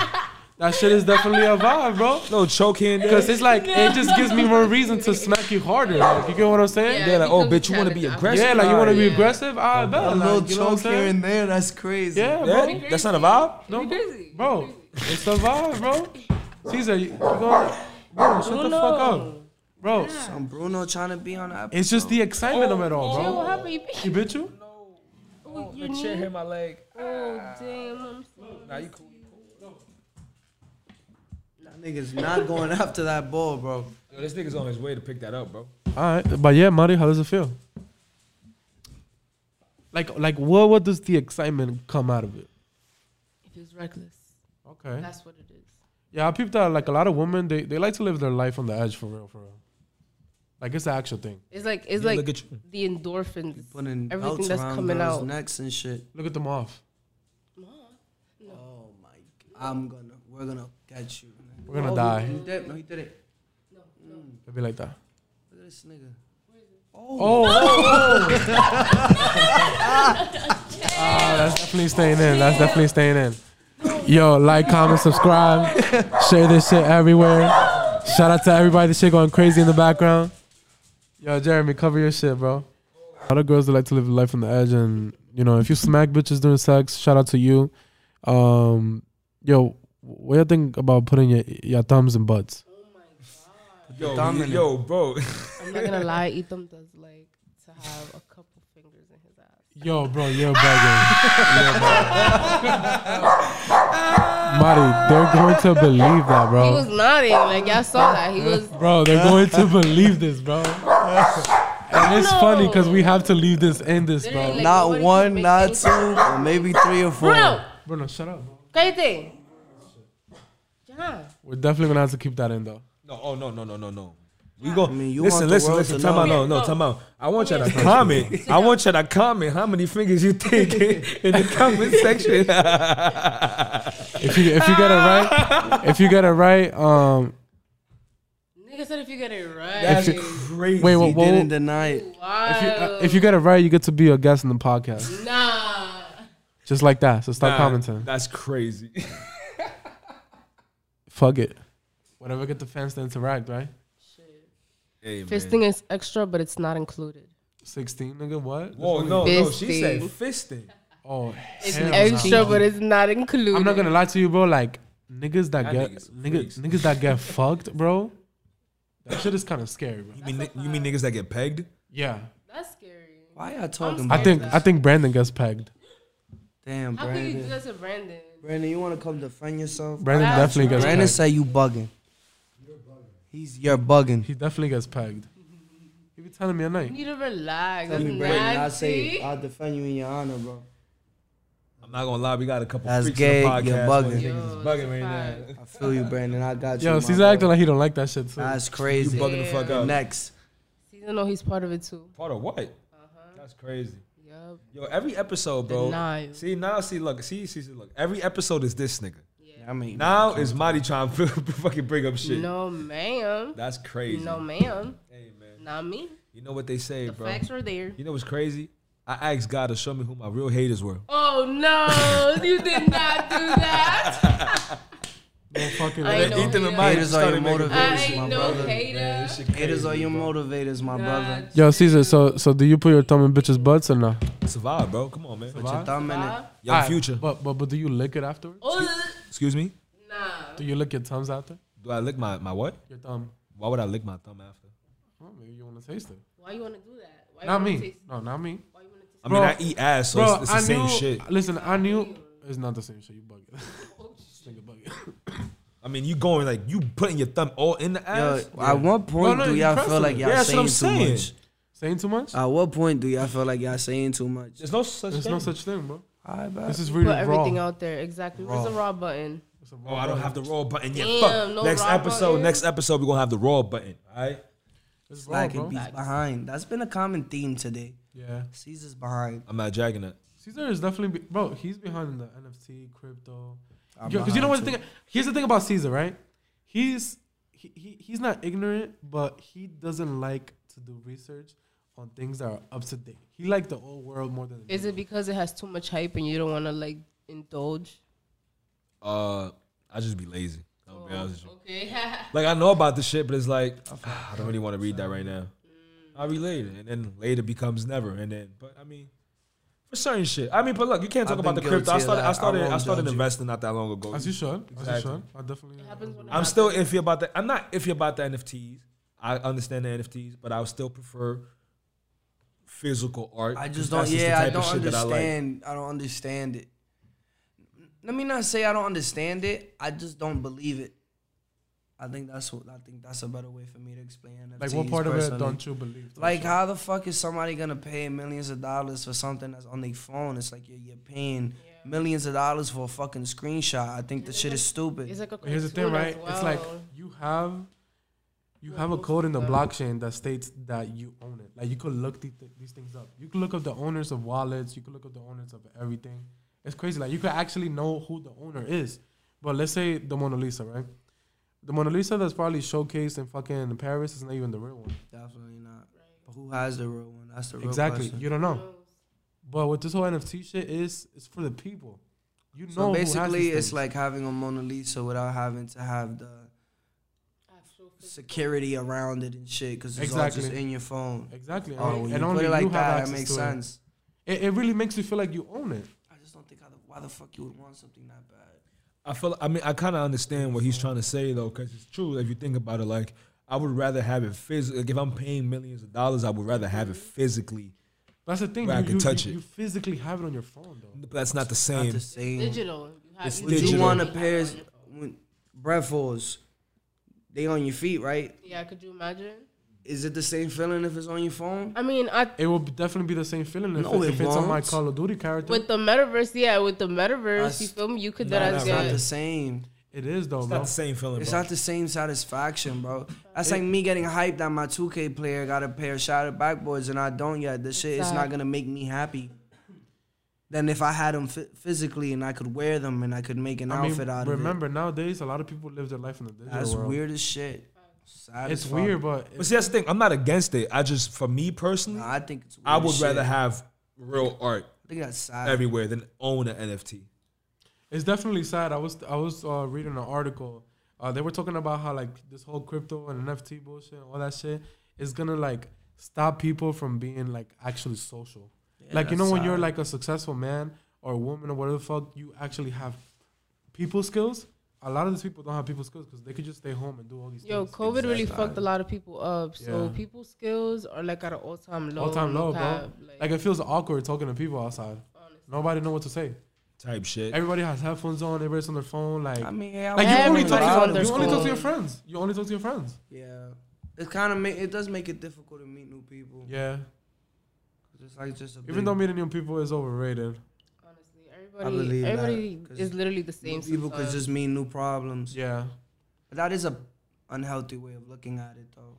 [SPEAKER 2] That shit is definitely a vibe, bro.
[SPEAKER 5] no choke hand.
[SPEAKER 2] Cause it's like it just gives me more reason to smack you harder. Like, you get what I'm saying?
[SPEAKER 5] They're like,
[SPEAKER 1] it
[SPEAKER 5] oh,
[SPEAKER 1] becomes
[SPEAKER 5] bitch, you want to be
[SPEAKER 1] challenging.
[SPEAKER 5] aggressive?
[SPEAKER 2] Yeah, like you want to be
[SPEAKER 1] Yeah.
[SPEAKER 2] aggressive? I bet.
[SPEAKER 3] A
[SPEAKER 2] Like,
[SPEAKER 3] little
[SPEAKER 2] you know what I'm
[SPEAKER 3] choke here
[SPEAKER 2] saying?
[SPEAKER 3] and there, that's crazy.
[SPEAKER 2] Yeah,
[SPEAKER 5] Yeah,
[SPEAKER 2] bro.
[SPEAKER 5] that's not a vibe.
[SPEAKER 2] No,
[SPEAKER 1] crazy.
[SPEAKER 2] bro. It's a vibe, bro. Caesar, you, you go, bro, shut the fuck up, bro.
[SPEAKER 3] Some Bruno trying to be on the episode.
[SPEAKER 2] It's just the excitement of it all,
[SPEAKER 1] Yo, what
[SPEAKER 2] bro.
[SPEAKER 1] happened? You
[SPEAKER 2] She bit you?
[SPEAKER 1] oh, your knee?
[SPEAKER 3] my leg.
[SPEAKER 1] Oh, damn. I'm
[SPEAKER 3] Nah, you cool. That nigga's not going after that ball, bro.
[SPEAKER 5] Yo, this nigga's on his way to pick that up, bro.
[SPEAKER 2] All right, but yeah, Mari, how does it feel? Like, like, what, what does the excitement come out of it?
[SPEAKER 1] It feels reckless.
[SPEAKER 2] Okay.
[SPEAKER 1] That's what it is.
[SPEAKER 2] Yeah, I peeped out. Like a lot of women, they, they like to live their life on the edge for real, for real. Like it's the actual thing.
[SPEAKER 1] It's like it's
[SPEAKER 5] Yeah,
[SPEAKER 1] like
[SPEAKER 5] look at you.
[SPEAKER 1] the endorphins,
[SPEAKER 3] Putting
[SPEAKER 1] everything
[SPEAKER 3] belts
[SPEAKER 1] that's
[SPEAKER 3] around
[SPEAKER 1] coming
[SPEAKER 3] girls'
[SPEAKER 1] out.
[SPEAKER 3] necks and shit.
[SPEAKER 2] Look at them off.
[SPEAKER 3] Oh my! g- I'm gonna. We're gonna catch you. nigga.
[SPEAKER 2] We're gonna
[SPEAKER 3] Oh,
[SPEAKER 2] die.
[SPEAKER 3] He, he did. No, he did it.
[SPEAKER 2] It'd be like that.
[SPEAKER 3] Look at this nigga.
[SPEAKER 2] Oh, Ah, that's definitely staying in. That's definitely staying in. Yo, like, comment, subscribe, share this shit everywhere. Shout out to everybody. This shit going crazy in the background. Yo, Jeremy, cover your shit, bro. A lot of girls that like to live life on the edge, and you know, if you smack bitches during sex, shout out to you. Um, yo, what you think about putting your your thumbs in butts?
[SPEAKER 5] Yo,
[SPEAKER 3] dominant.
[SPEAKER 5] yo, bro.
[SPEAKER 1] I'm not gonna lie, Ethan does like to have a couple fingers in his ass.
[SPEAKER 2] Yo, bro, you're bugging. Marty, they're going to believe that,
[SPEAKER 1] He was
[SPEAKER 2] bro.
[SPEAKER 1] nodding, like y'all saw that. He was
[SPEAKER 2] Bro, they're going to believe this, bro. And it's
[SPEAKER 1] No.
[SPEAKER 2] funny because we have to leave this in this,
[SPEAKER 1] Literally,
[SPEAKER 2] bro.
[SPEAKER 1] like,
[SPEAKER 3] not
[SPEAKER 1] nobody
[SPEAKER 3] one,
[SPEAKER 1] can make
[SPEAKER 3] not
[SPEAKER 1] things-
[SPEAKER 3] two, but maybe three or four.
[SPEAKER 1] Bruno,
[SPEAKER 2] Bruno, shut up. bro.
[SPEAKER 1] cállate. Yeah.
[SPEAKER 2] We're definitely gonna have to keep that in, though.
[SPEAKER 5] No, oh no, no, no, no, no. We go.
[SPEAKER 3] mean, you want
[SPEAKER 5] listen,
[SPEAKER 3] the
[SPEAKER 5] listen,
[SPEAKER 3] world
[SPEAKER 5] listen.
[SPEAKER 3] to
[SPEAKER 5] Time
[SPEAKER 3] know.
[SPEAKER 5] out, no,
[SPEAKER 1] Oh.
[SPEAKER 5] no, time out. I want y'all to comment. I want y'all to comment how many fingers you think in in the comment section.
[SPEAKER 2] If you if you get it right, if you get it right, um,
[SPEAKER 1] Nigga said if you get it right,
[SPEAKER 5] That's crazy.
[SPEAKER 2] wait,
[SPEAKER 3] He
[SPEAKER 2] what?
[SPEAKER 3] didn't
[SPEAKER 2] what
[SPEAKER 3] deny it.
[SPEAKER 2] if, you, uh,
[SPEAKER 1] wow.
[SPEAKER 2] if you get it right, you get to be a guest in the podcast,
[SPEAKER 1] nah.
[SPEAKER 2] just like that. So start
[SPEAKER 5] Nah,
[SPEAKER 2] commenting.
[SPEAKER 5] That's crazy.
[SPEAKER 2] Fuck it. Whatever get the fans to interact, right?
[SPEAKER 5] Hey, man.
[SPEAKER 1] Fisting is extra, but it's not included.
[SPEAKER 2] Sixteen, nigga. What?
[SPEAKER 5] Whoa, no, no. She
[SPEAKER 1] Fisting.
[SPEAKER 5] said fisting.
[SPEAKER 2] Oh,
[SPEAKER 1] It's
[SPEAKER 2] hell no.
[SPEAKER 1] extra, but it's not included.
[SPEAKER 2] I'm not gonna lie to you, bro. Like niggas that
[SPEAKER 5] Y'all
[SPEAKER 2] get
[SPEAKER 5] niggas some
[SPEAKER 2] niggas
[SPEAKER 5] freaks.
[SPEAKER 2] niggas that get fucked, bro. That shit is kind of scary, bro.
[SPEAKER 5] You mean ni- you mean niggas that get pegged?
[SPEAKER 2] Yeah,
[SPEAKER 1] That's scary.
[SPEAKER 3] Why y'all talking
[SPEAKER 2] I
[SPEAKER 3] about
[SPEAKER 2] think
[SPEAKER 3] this?
[SPEAKER 2] I think Brandon gets pegged.
[SPEAKER 3] Damn,
[SPEAKER 1] How could you do
[SPEAKER 3] Brandon.
[SPEAKER 1] that to Brandon?
[SPEAKER 3] Brandon, you want to come defend yourself?
[SPEAKER 2] Brandon
[SPEAKER 1] That's
[SPEAKER 2] definitely gets
[SPEAKER 3] Brandon
[SPEAKER 2] pegged.
[SPEAKER 3] say you bugging. He's you're bugging.
[SPEAKER 2] He definitely gets pegged. He be telling me at
[SPEAKER 1] You
[SPEAKER 2] night.
[SPEAKER 1] need to relax.
[SPEAKER 3] Tell
[SPEAKER 1] That's
[SPEAKER 3] me, Brandon. I say uh,
[SPEAKER 1] nasty.
[SPEAKER 3] I'll defend you in your honor, bro.
[SPEAKER 5] I'm not gonna lie, we got a couple
[SPEAKER 3] That's
[SPEAKER 5] freaks
[SPEAKER 3] gay,
[SPEAKER 5] in the
[SPEAKER 3] you're
[SPEAKER 5] podcast.
[SPEAKER 3] bugging.
[SPEAKER 1] Yo,
[SPEAKER 5] Niggas is bugging right now.
[SPEAKER 1] that's a
[SPEAKER 3] I feel you, Brandon. I got you.
[SPEAKER 2] Yo,
[SPEAKER 3] my
[SPEAKER 2] Caesar
[SPEAKER 3] bro.
[SPEAKER 2] acting like he don't like that shit too.
[SPEAKER 3] That's
[SPEAKER 5] You
[SPEAKER 3] crazy.
[SPEAKER 5] bugging the fuck up.
[SPEAKER 3] Next,
[SPEAKER 1] Season, no, he's part of it too.
[SPEAKER 5] Part of what?
[SPEAKER 1] Uh-huh.
[SPEAKER 5] That's crazy.
[SPEAKER 1] Yup.
[SPEAKER 5] Yo, every episode, bro.
[SPEAKER 1] Denial.
[SPEAKER 5] See now, see look, see, see, see, look. Every episode is this nigga.
[SPEAKER 3] I mean,
[SPEAKER 5] Now is Marty trying to fucking bring up shit.
[SPEAKER 1] No, ma'am.
[SPEAKER 5] That's crazy.
[SPEAKER 1] No, ma'am.
[SPEAKER 5] Hey man,
[SPEAKER 1] Not me.
[SPEAKER 5] you know what they say,
[SPEAKER 1] The
[SPEAKER 5] bro.
[SPEAKER 1] facts are there.
[SPEAKER 5] You know what's crazy? I asked God to show me who my real haters were.
[SPEAKER 1] Oh no, you did not do that.
[SPEAKER 2] No fucking
[SPEAKER 1] I
[SPEAKER 2] way.
[SPEAKER 1] know. Ethan and Mike
[SPEAKER 3] haters are your
[SPEAKER 1] I
[SPEAKER 3] motivators, my
[SPEAKER 1] ain't no
[SPEAKER 3] brother.
[SPEAKER 1] hater.
[SPEAKER 3] Haters are your motivators, my brother.
[SPEAKER 2] Yo, Caesar. So so do you put your thumb in bitches' butts or no?
[SPEAKER 5] Survive, bro. Come on, man.
[SPEAKER 3] Put your thumb in it.
[SPEAKER 5] Young
[SPEAKER 2] Alright,
[SPEAKER 5] future.
[SPEAKER 2] But but but do you lick it afterwards?
[SPEAKER 1] Oh,
[SPEAKER 5] Excuse me.
[SPEAKER 1] nah.
[SPEAKER 2] Do you lick your thumbs after?
[SPEAKER 5] Do I lick my my what?
[SPEAKER 2] Your thumb.
[SPEAKER 5] Why would I lick my thumb after?
[SPEAKER 2] Well, maybe you want to taste it.
[SPEAKER 1] Why you wanna do that? Why you
[SPEAKER 2] Not
[SPEAKER 1] wanna
[SPEAKER 2] me.
[SPEAKER 1] taste-
[SPEAKER 2] No, not me.
[SPEAKER 1] why you wanna taste
[SPEAKER 5] I mean,
[SPEAKER 2] Bro,
[SPEAKER 5] I eat ass, so it's, it's the
[SPEAKER 2] I
[SPEAKER 5] same
[SPEAKER 2] knew,
[SPEAKER 5] shit.
[SPEAKER 2] Listen, I knew it's not the same shit. You bugging. This nigga bugging.
[SPEAKER 5] I mean, you going like you putting your thumb all in the
[SPEAKER 3] Yo,
[SPEAKER 5] ass.
[SPEAKER 3] at what point
[SPEAKER 2] no,
[SPEAKER 3] do
[SPEAKER 2] you
[SPEAKER 3] y'all
[SPEAKER 2] pressing
[SPEAKER 3] feel like
[SPEAKER 2] it.
[SPEAKER 5] yeah,
[SPEAKER 3] y'all
[SPEAKER 5] that's what
[SPEAKER 3] saying
[SPEAKER 5] I'm
[SPEAKER 3] too
[SPEAKER 5] saying.
[SPEAKER 3] much?
[SPEAKER 2] Saying too much?
[SPEAKER 3] At what point do y'all feel like y'all saying too much?
[SPEAKER 5] There's no such
[SPEAKER 2] There's
[SPEAKER 5] thing.
[SPEAKER 2] no such thing, bro.
[SPEAKER 3] All right, bro.
[SPEAKER 2] This is
[SPEAKER 1] Put
[SPEAKER 2] really
[SPEAKER 1] everything
[SPEAKER 2] raw.
[SPEAKER 1] out there. Exactly. Where's the raw button?
[SPEAKER 2] It's a raw
[SPEAKER 5] Oh, I don't
[SPEAKER 2] button.
[SPEAKER 5] have the roll button yet.
[SPEAKER 1] Damn,
[SPEAKER 5] Fuck.
[SPEAKER 1] no
[SPEAKER 5] next
[SPEAKER 1] raw
[SPEAKER 5] episode,
[SPEAKER 1] button.
[SPEAKER 5] next episode, we're gonna have the raw button. All right.
[SPEAKER 2] It's raw,
[SPEAKER 3] Slack
[SPEAKER 2] bro.
[SPEAKER 3] and be behind. That's been a common theme today.
[SPEAKER 2] Yeah.
[SPEAKER 3] Caesar's behind.
[SPEAKER 5] I'm not dragging it.
[SPEAKER 2] Caesar is definitely be- bro. He's behind in the NFT, crypto.
[SPEAKER 3] I'm
[SPEAKER 2] Because you know
[SPEAKER 3] behind
[SPEAKER 2] what's the
[SPEAKER 3] too.
[SPEAKER 2] thing? Here's the thing about Caesar, right? He's he, he he's not ignorant, but he doesn't like to do research on things that are up to date. He like the old world more than the
[SPEAKER 1] Is
[SPEAKER 2] new
[SPEAKER 1] it because it has too much hype and you don't want to like indulge?
[SPEAKER 5] Uh, I just be lazy. I'll be honest with you.
[SPEAKER 1] Okay.
[SPEAKER 5] Like I know about the shit, but it's like ah, I don't really want to read that right
[SPEAKER 1] Mm.
[SPEAKER 5] now. I relate it, and then later becomes never, and then. But I mean, for certain shit, I mean, but look, you can't talk
[SPEAKER 3] I've
[SPEAKER 5] about the
[SPEAKER 3] been
[SPEAKER 5] crypto. I
[SPEAKER 3] guilty of
[SPEAKER 5] started,
[SPEAKER 3] that.
[SPEAKER 5] I
[SPEAKER 3] I
[SPEAKER 5] started, I
[SPEAKER 3] won't
[SPEAKER 5] started
[SPEAKER 3] judge you.
[SPEAKER 5] investing not that long ago.
[SPEAKER 2] As you should. As
[SPEAKER 5] Exactly.
[SPEAKER 2] you should. I definitely.
[SPEAKER 1] happens when it
[SPEAKER 5] I'm still iffy about that. I'm not iffy about the NFTs. I understand the NFTs, but I would still prefer physical art.
[SPEAKER 3] I
[SPEAKER 5] 'cause
[SPEAKER 3] just don't.
[SPEAKER 5] that's the
[SPEAKER 3] Yeah, I
[SPEAKER 5] type of
[SPEAKER 3] don't
[SPEAKER 5] shit that I like.
[SPEAKER 3] understand. I, don't understand it. Let me not say I don't understand it. I just don't believe it. I think that's what. I think that's a better way for me to explain.
[SPEAKER 2] Like,
[SPEAKER 3] NFTs
[SPEAKER 2] what part of it
[SPEAKER 3] personally.
[SPEAKER 2] don't you believe?
[SPEAKER 3] Like, how the fuck is somebody gonna pay millions of dollars for something that's on their phone? It's like you're, you're paying millions of dollars for a fucking screenshot. I think the shit is stupid.
[SPEAKER 1] It's like a
[SPEAKER 2] But here's the thing,
[SPEAKER 1] cartoon
[SPEAKER 2] right?
[SPEAKER 1] as
[SPEAKER 2] It's like
[SPEAKER 1] well.
[SPEAKER 2] you have you have a code in the blockchain that states that you own it. Like you could look the, these things up. You could look up the owners of wallets. You could look up the owners of everything. It's crazy. Like you could actually know who the owner is. But let's say the Mona Lisa, right? The Mona Lisa that's probably showcased in fucking Paris is not even the real one.
[SPEAKER 3] Definitely not. But who has the real one? That's the real
[SPEAKER 2] exactly.
[SPEAKER 3] question.
[SPEAKER 2] You don't know. But with this whole NFT shit is it's for the people. You know.
[SPEAKER 3] So
[SPEAKER 2] who has these
[SPEAKER 3] basically, it's
[SPEAKER 2] things.
[SPEAKER 3] like having a Mona Lisa without having to have the security around it and shit because it's all just
[SPEAKER 2] Exactly.
[SPEAKER 3] in your phone.
[SPEAKER 2] exactly.
[SPEAKER 3] Oh,
[SPEAKER 2] and
[SPEAKER 3] when
[SPEAKER 2] and
[SPEAKER 3] you
[SPEAKER 2] only
[SPEAKER 3] put it
[SPEAKER 2] you
[SPEAKER 3] like
[SPEAKER 2] have
[SPEAKER 3] that, that
[SPEAKER 2] access
[SPEAKER 3] makes
[SPEAKER 2] to it.
[SPEAKER 3] sense.
[SPEAKER 2] It, it really makes you feel like you own it.
[SPEAKER 3] I just don't think how the, why the fuck you would want something that bad.
[SPEAKER 5] I feel. I mean, I kind of understand what he's trying to say though, because it's true. If you think about it, like I would rather have it physically. Like if I'm paying millions of dollars, I would rather have it physically.
[SPEAKER 2] That's the thing.
[SPEAKER 5] Where I
[SPEAKER 2] you,
[SPEAKER 5] can
[SPEAKER 2] you-
[SPEAKER 5] touch
[SPEAKER 2] you-
[SPEAKER 5] it.
[SPEAKER 2] You physically have it on your phone, though.
[SPEAKER 5] But that's not the
[SPEAKER 3] Not
[SPEAKER 5] same.
[SPEAKER 3] the same.
[SPEAKER 1] Digital. You have-
[SPEAKER 5] It's
[SPEAKER 1] you
[SPEAKER 3] Would
[SPEAKER 1] literally
[SPEAKER 3] you
[SPEAKER 5] digital.
[SPEAKER 3] want a
[SPEAKER 1] have it
[SPEAKER 3] pair
[SPEAKER 1] on your phone.
[SPEAKER 3] when breath holds? They on your feet, right?
[SPEAKER 1] Yeah, could you imagine?
[SPEAKER 3] Is it the same feeling if it's on your phone?
[SPEAKER 1] I mean, I
[SPEAKER 2] It will be- definitely be the same feeling if,
[SPEAKER 3] No,
[SPEAKER 2] it-
[SPEAKER 3] it
[SPEAKER 2] if it's on my
[SPEAKER 3] won't.
[SPEAKER 2] Call of Duty character.
[SPEAKER 1] with the metaverse, yeah, with the metaverse,
[SPEAKER 3] That's-
[SPEAKER 1] you feel me? You could
[SPEAKER 5] No,
[SPEAKER 1] that
[SPEAKER 5] that's
[SPEAKER 1] as
[SPEAKER 3] It's not
[SPEAKER 1] yeah.
[SPEAKER 3] the same.
[SPEAKER 2] it is though,
[SPEAKER 5] It's
[SPEAKER 2] bro.
[SPEAKER 5] not the same feeling.
[SPEAKER 3] It's
[SPEAKER 5] bro.
[SPEAKER 3] not the same satisfaction, bro. That's like me getting hyped that my 2K player got a pair of shattered backboards and I don't yet. This shit is not
[SPEAKER 1] Exact-
[SPEAKER 3] gonna make me happy. Than if I had them phy- physically and I could wear them and I could make an
[SPEAKER 2] I mean,
[SPEAKER 3] outfit out of
[SPEAKER 2] remember nowadays a lot of people live their life in the
[SPEAKER 3] it.
[SPEAKER 2] digital
[SPEAKER 3] That's
[SPEAKER 2] world.
[SPEAKER 3] weird as shit. Sad
[SPEAKER 2] It's
[SPEAKER 3] as fuck.
[SPEAKER 2] weird, but
[SPEAKER 5] But see, that's the thing. I'm not against it. I just, for me personally,
[SPEAKER 3] Nah, I think it's. Weird
[SPEAKER 5] I would
[SPEAKER 3] as
[SPEAKER 5] rather
[SPEAKER 3] shit.
[SPEAKER 5] have real art
[SPEAKER 3] I think that's sad.
[SPEAKER 5] everywhere than own an NFT.
[SPEAKER 2] it's definitely sad. I was I was uh, reading an article. Uh, they were talking about how like this whole crypto and NFT bullshit, and all that shit, is gonna like stop people from being like actually social. like you know
[SPEAKER 3] that's
[SPEAKER 2] when you're
[SPEAKER 3] sad.
[SPEAKER 2] like a successful man or woman or whatever the fuck, you actually have people skills. A lot of these people don't have people skills because they could just stay home and do all these.
[SPEAKER 1] Yo,
[SPEAKER 2] things.
[SPEAKER 1] COVID really fucked a lot of people up. So
[SPEAKER 2] Yeah.
[SPEAKER 1] people's skills are like at an all time low.
[SPEAKER 2] all time
[SPEAKER 1] no
[SPEAKER 2] low, bro.
[SPEAKER 1] cap, Like,
[SPEAKER 2] Like it feels awkward talking to people outside. Nobody know what to say.
[SPEAKER 5] Type shit.
[SPEAKER 2] Everybody has headphones on. Everybody's on their phone. Like,
[SPEAKER 3] I mean, yeah, I
[SPEAKER 2] like you only
[SPEAKER 1] Everybody's
[SPEAKER 2] talk
[SPEAKER 1] on
[SPEAKER 2] to
[SPEAKER 1] their
[SPEAKER 2] you only talk to your
[SPEAKER 1] phone.
[SPEAKER 2] friends. You only talk to your friends.
[SPEAKER 3] Yeah, it kind of make it does make it difficult to meet new people.
[SPEAKER 2] Yeah.
[SPEAKER 3] Just like just a
[SPEAKER 2] Even
[SPEAKER 3] big-
[SPEAKER 2] though meeting new people is overrated.
[SPEAKER 1] honestly,
[SPEAKER 3] believe
[SPEAKER 1] everybody,
[SPEAKER 3] that,
[SPEAKER 1] everybody
[SPEAKER 3] 'cause
[SPEAKER 1] is literally the same.
[SPEAKER 3] new people could
[SPEAKER 1] sometimes.
[SPEAKER 3] just mean new problems.
[SPEAKER 2] Yeah.
[SPEAKER 3] But that is a unhealthy way of looking at it, though.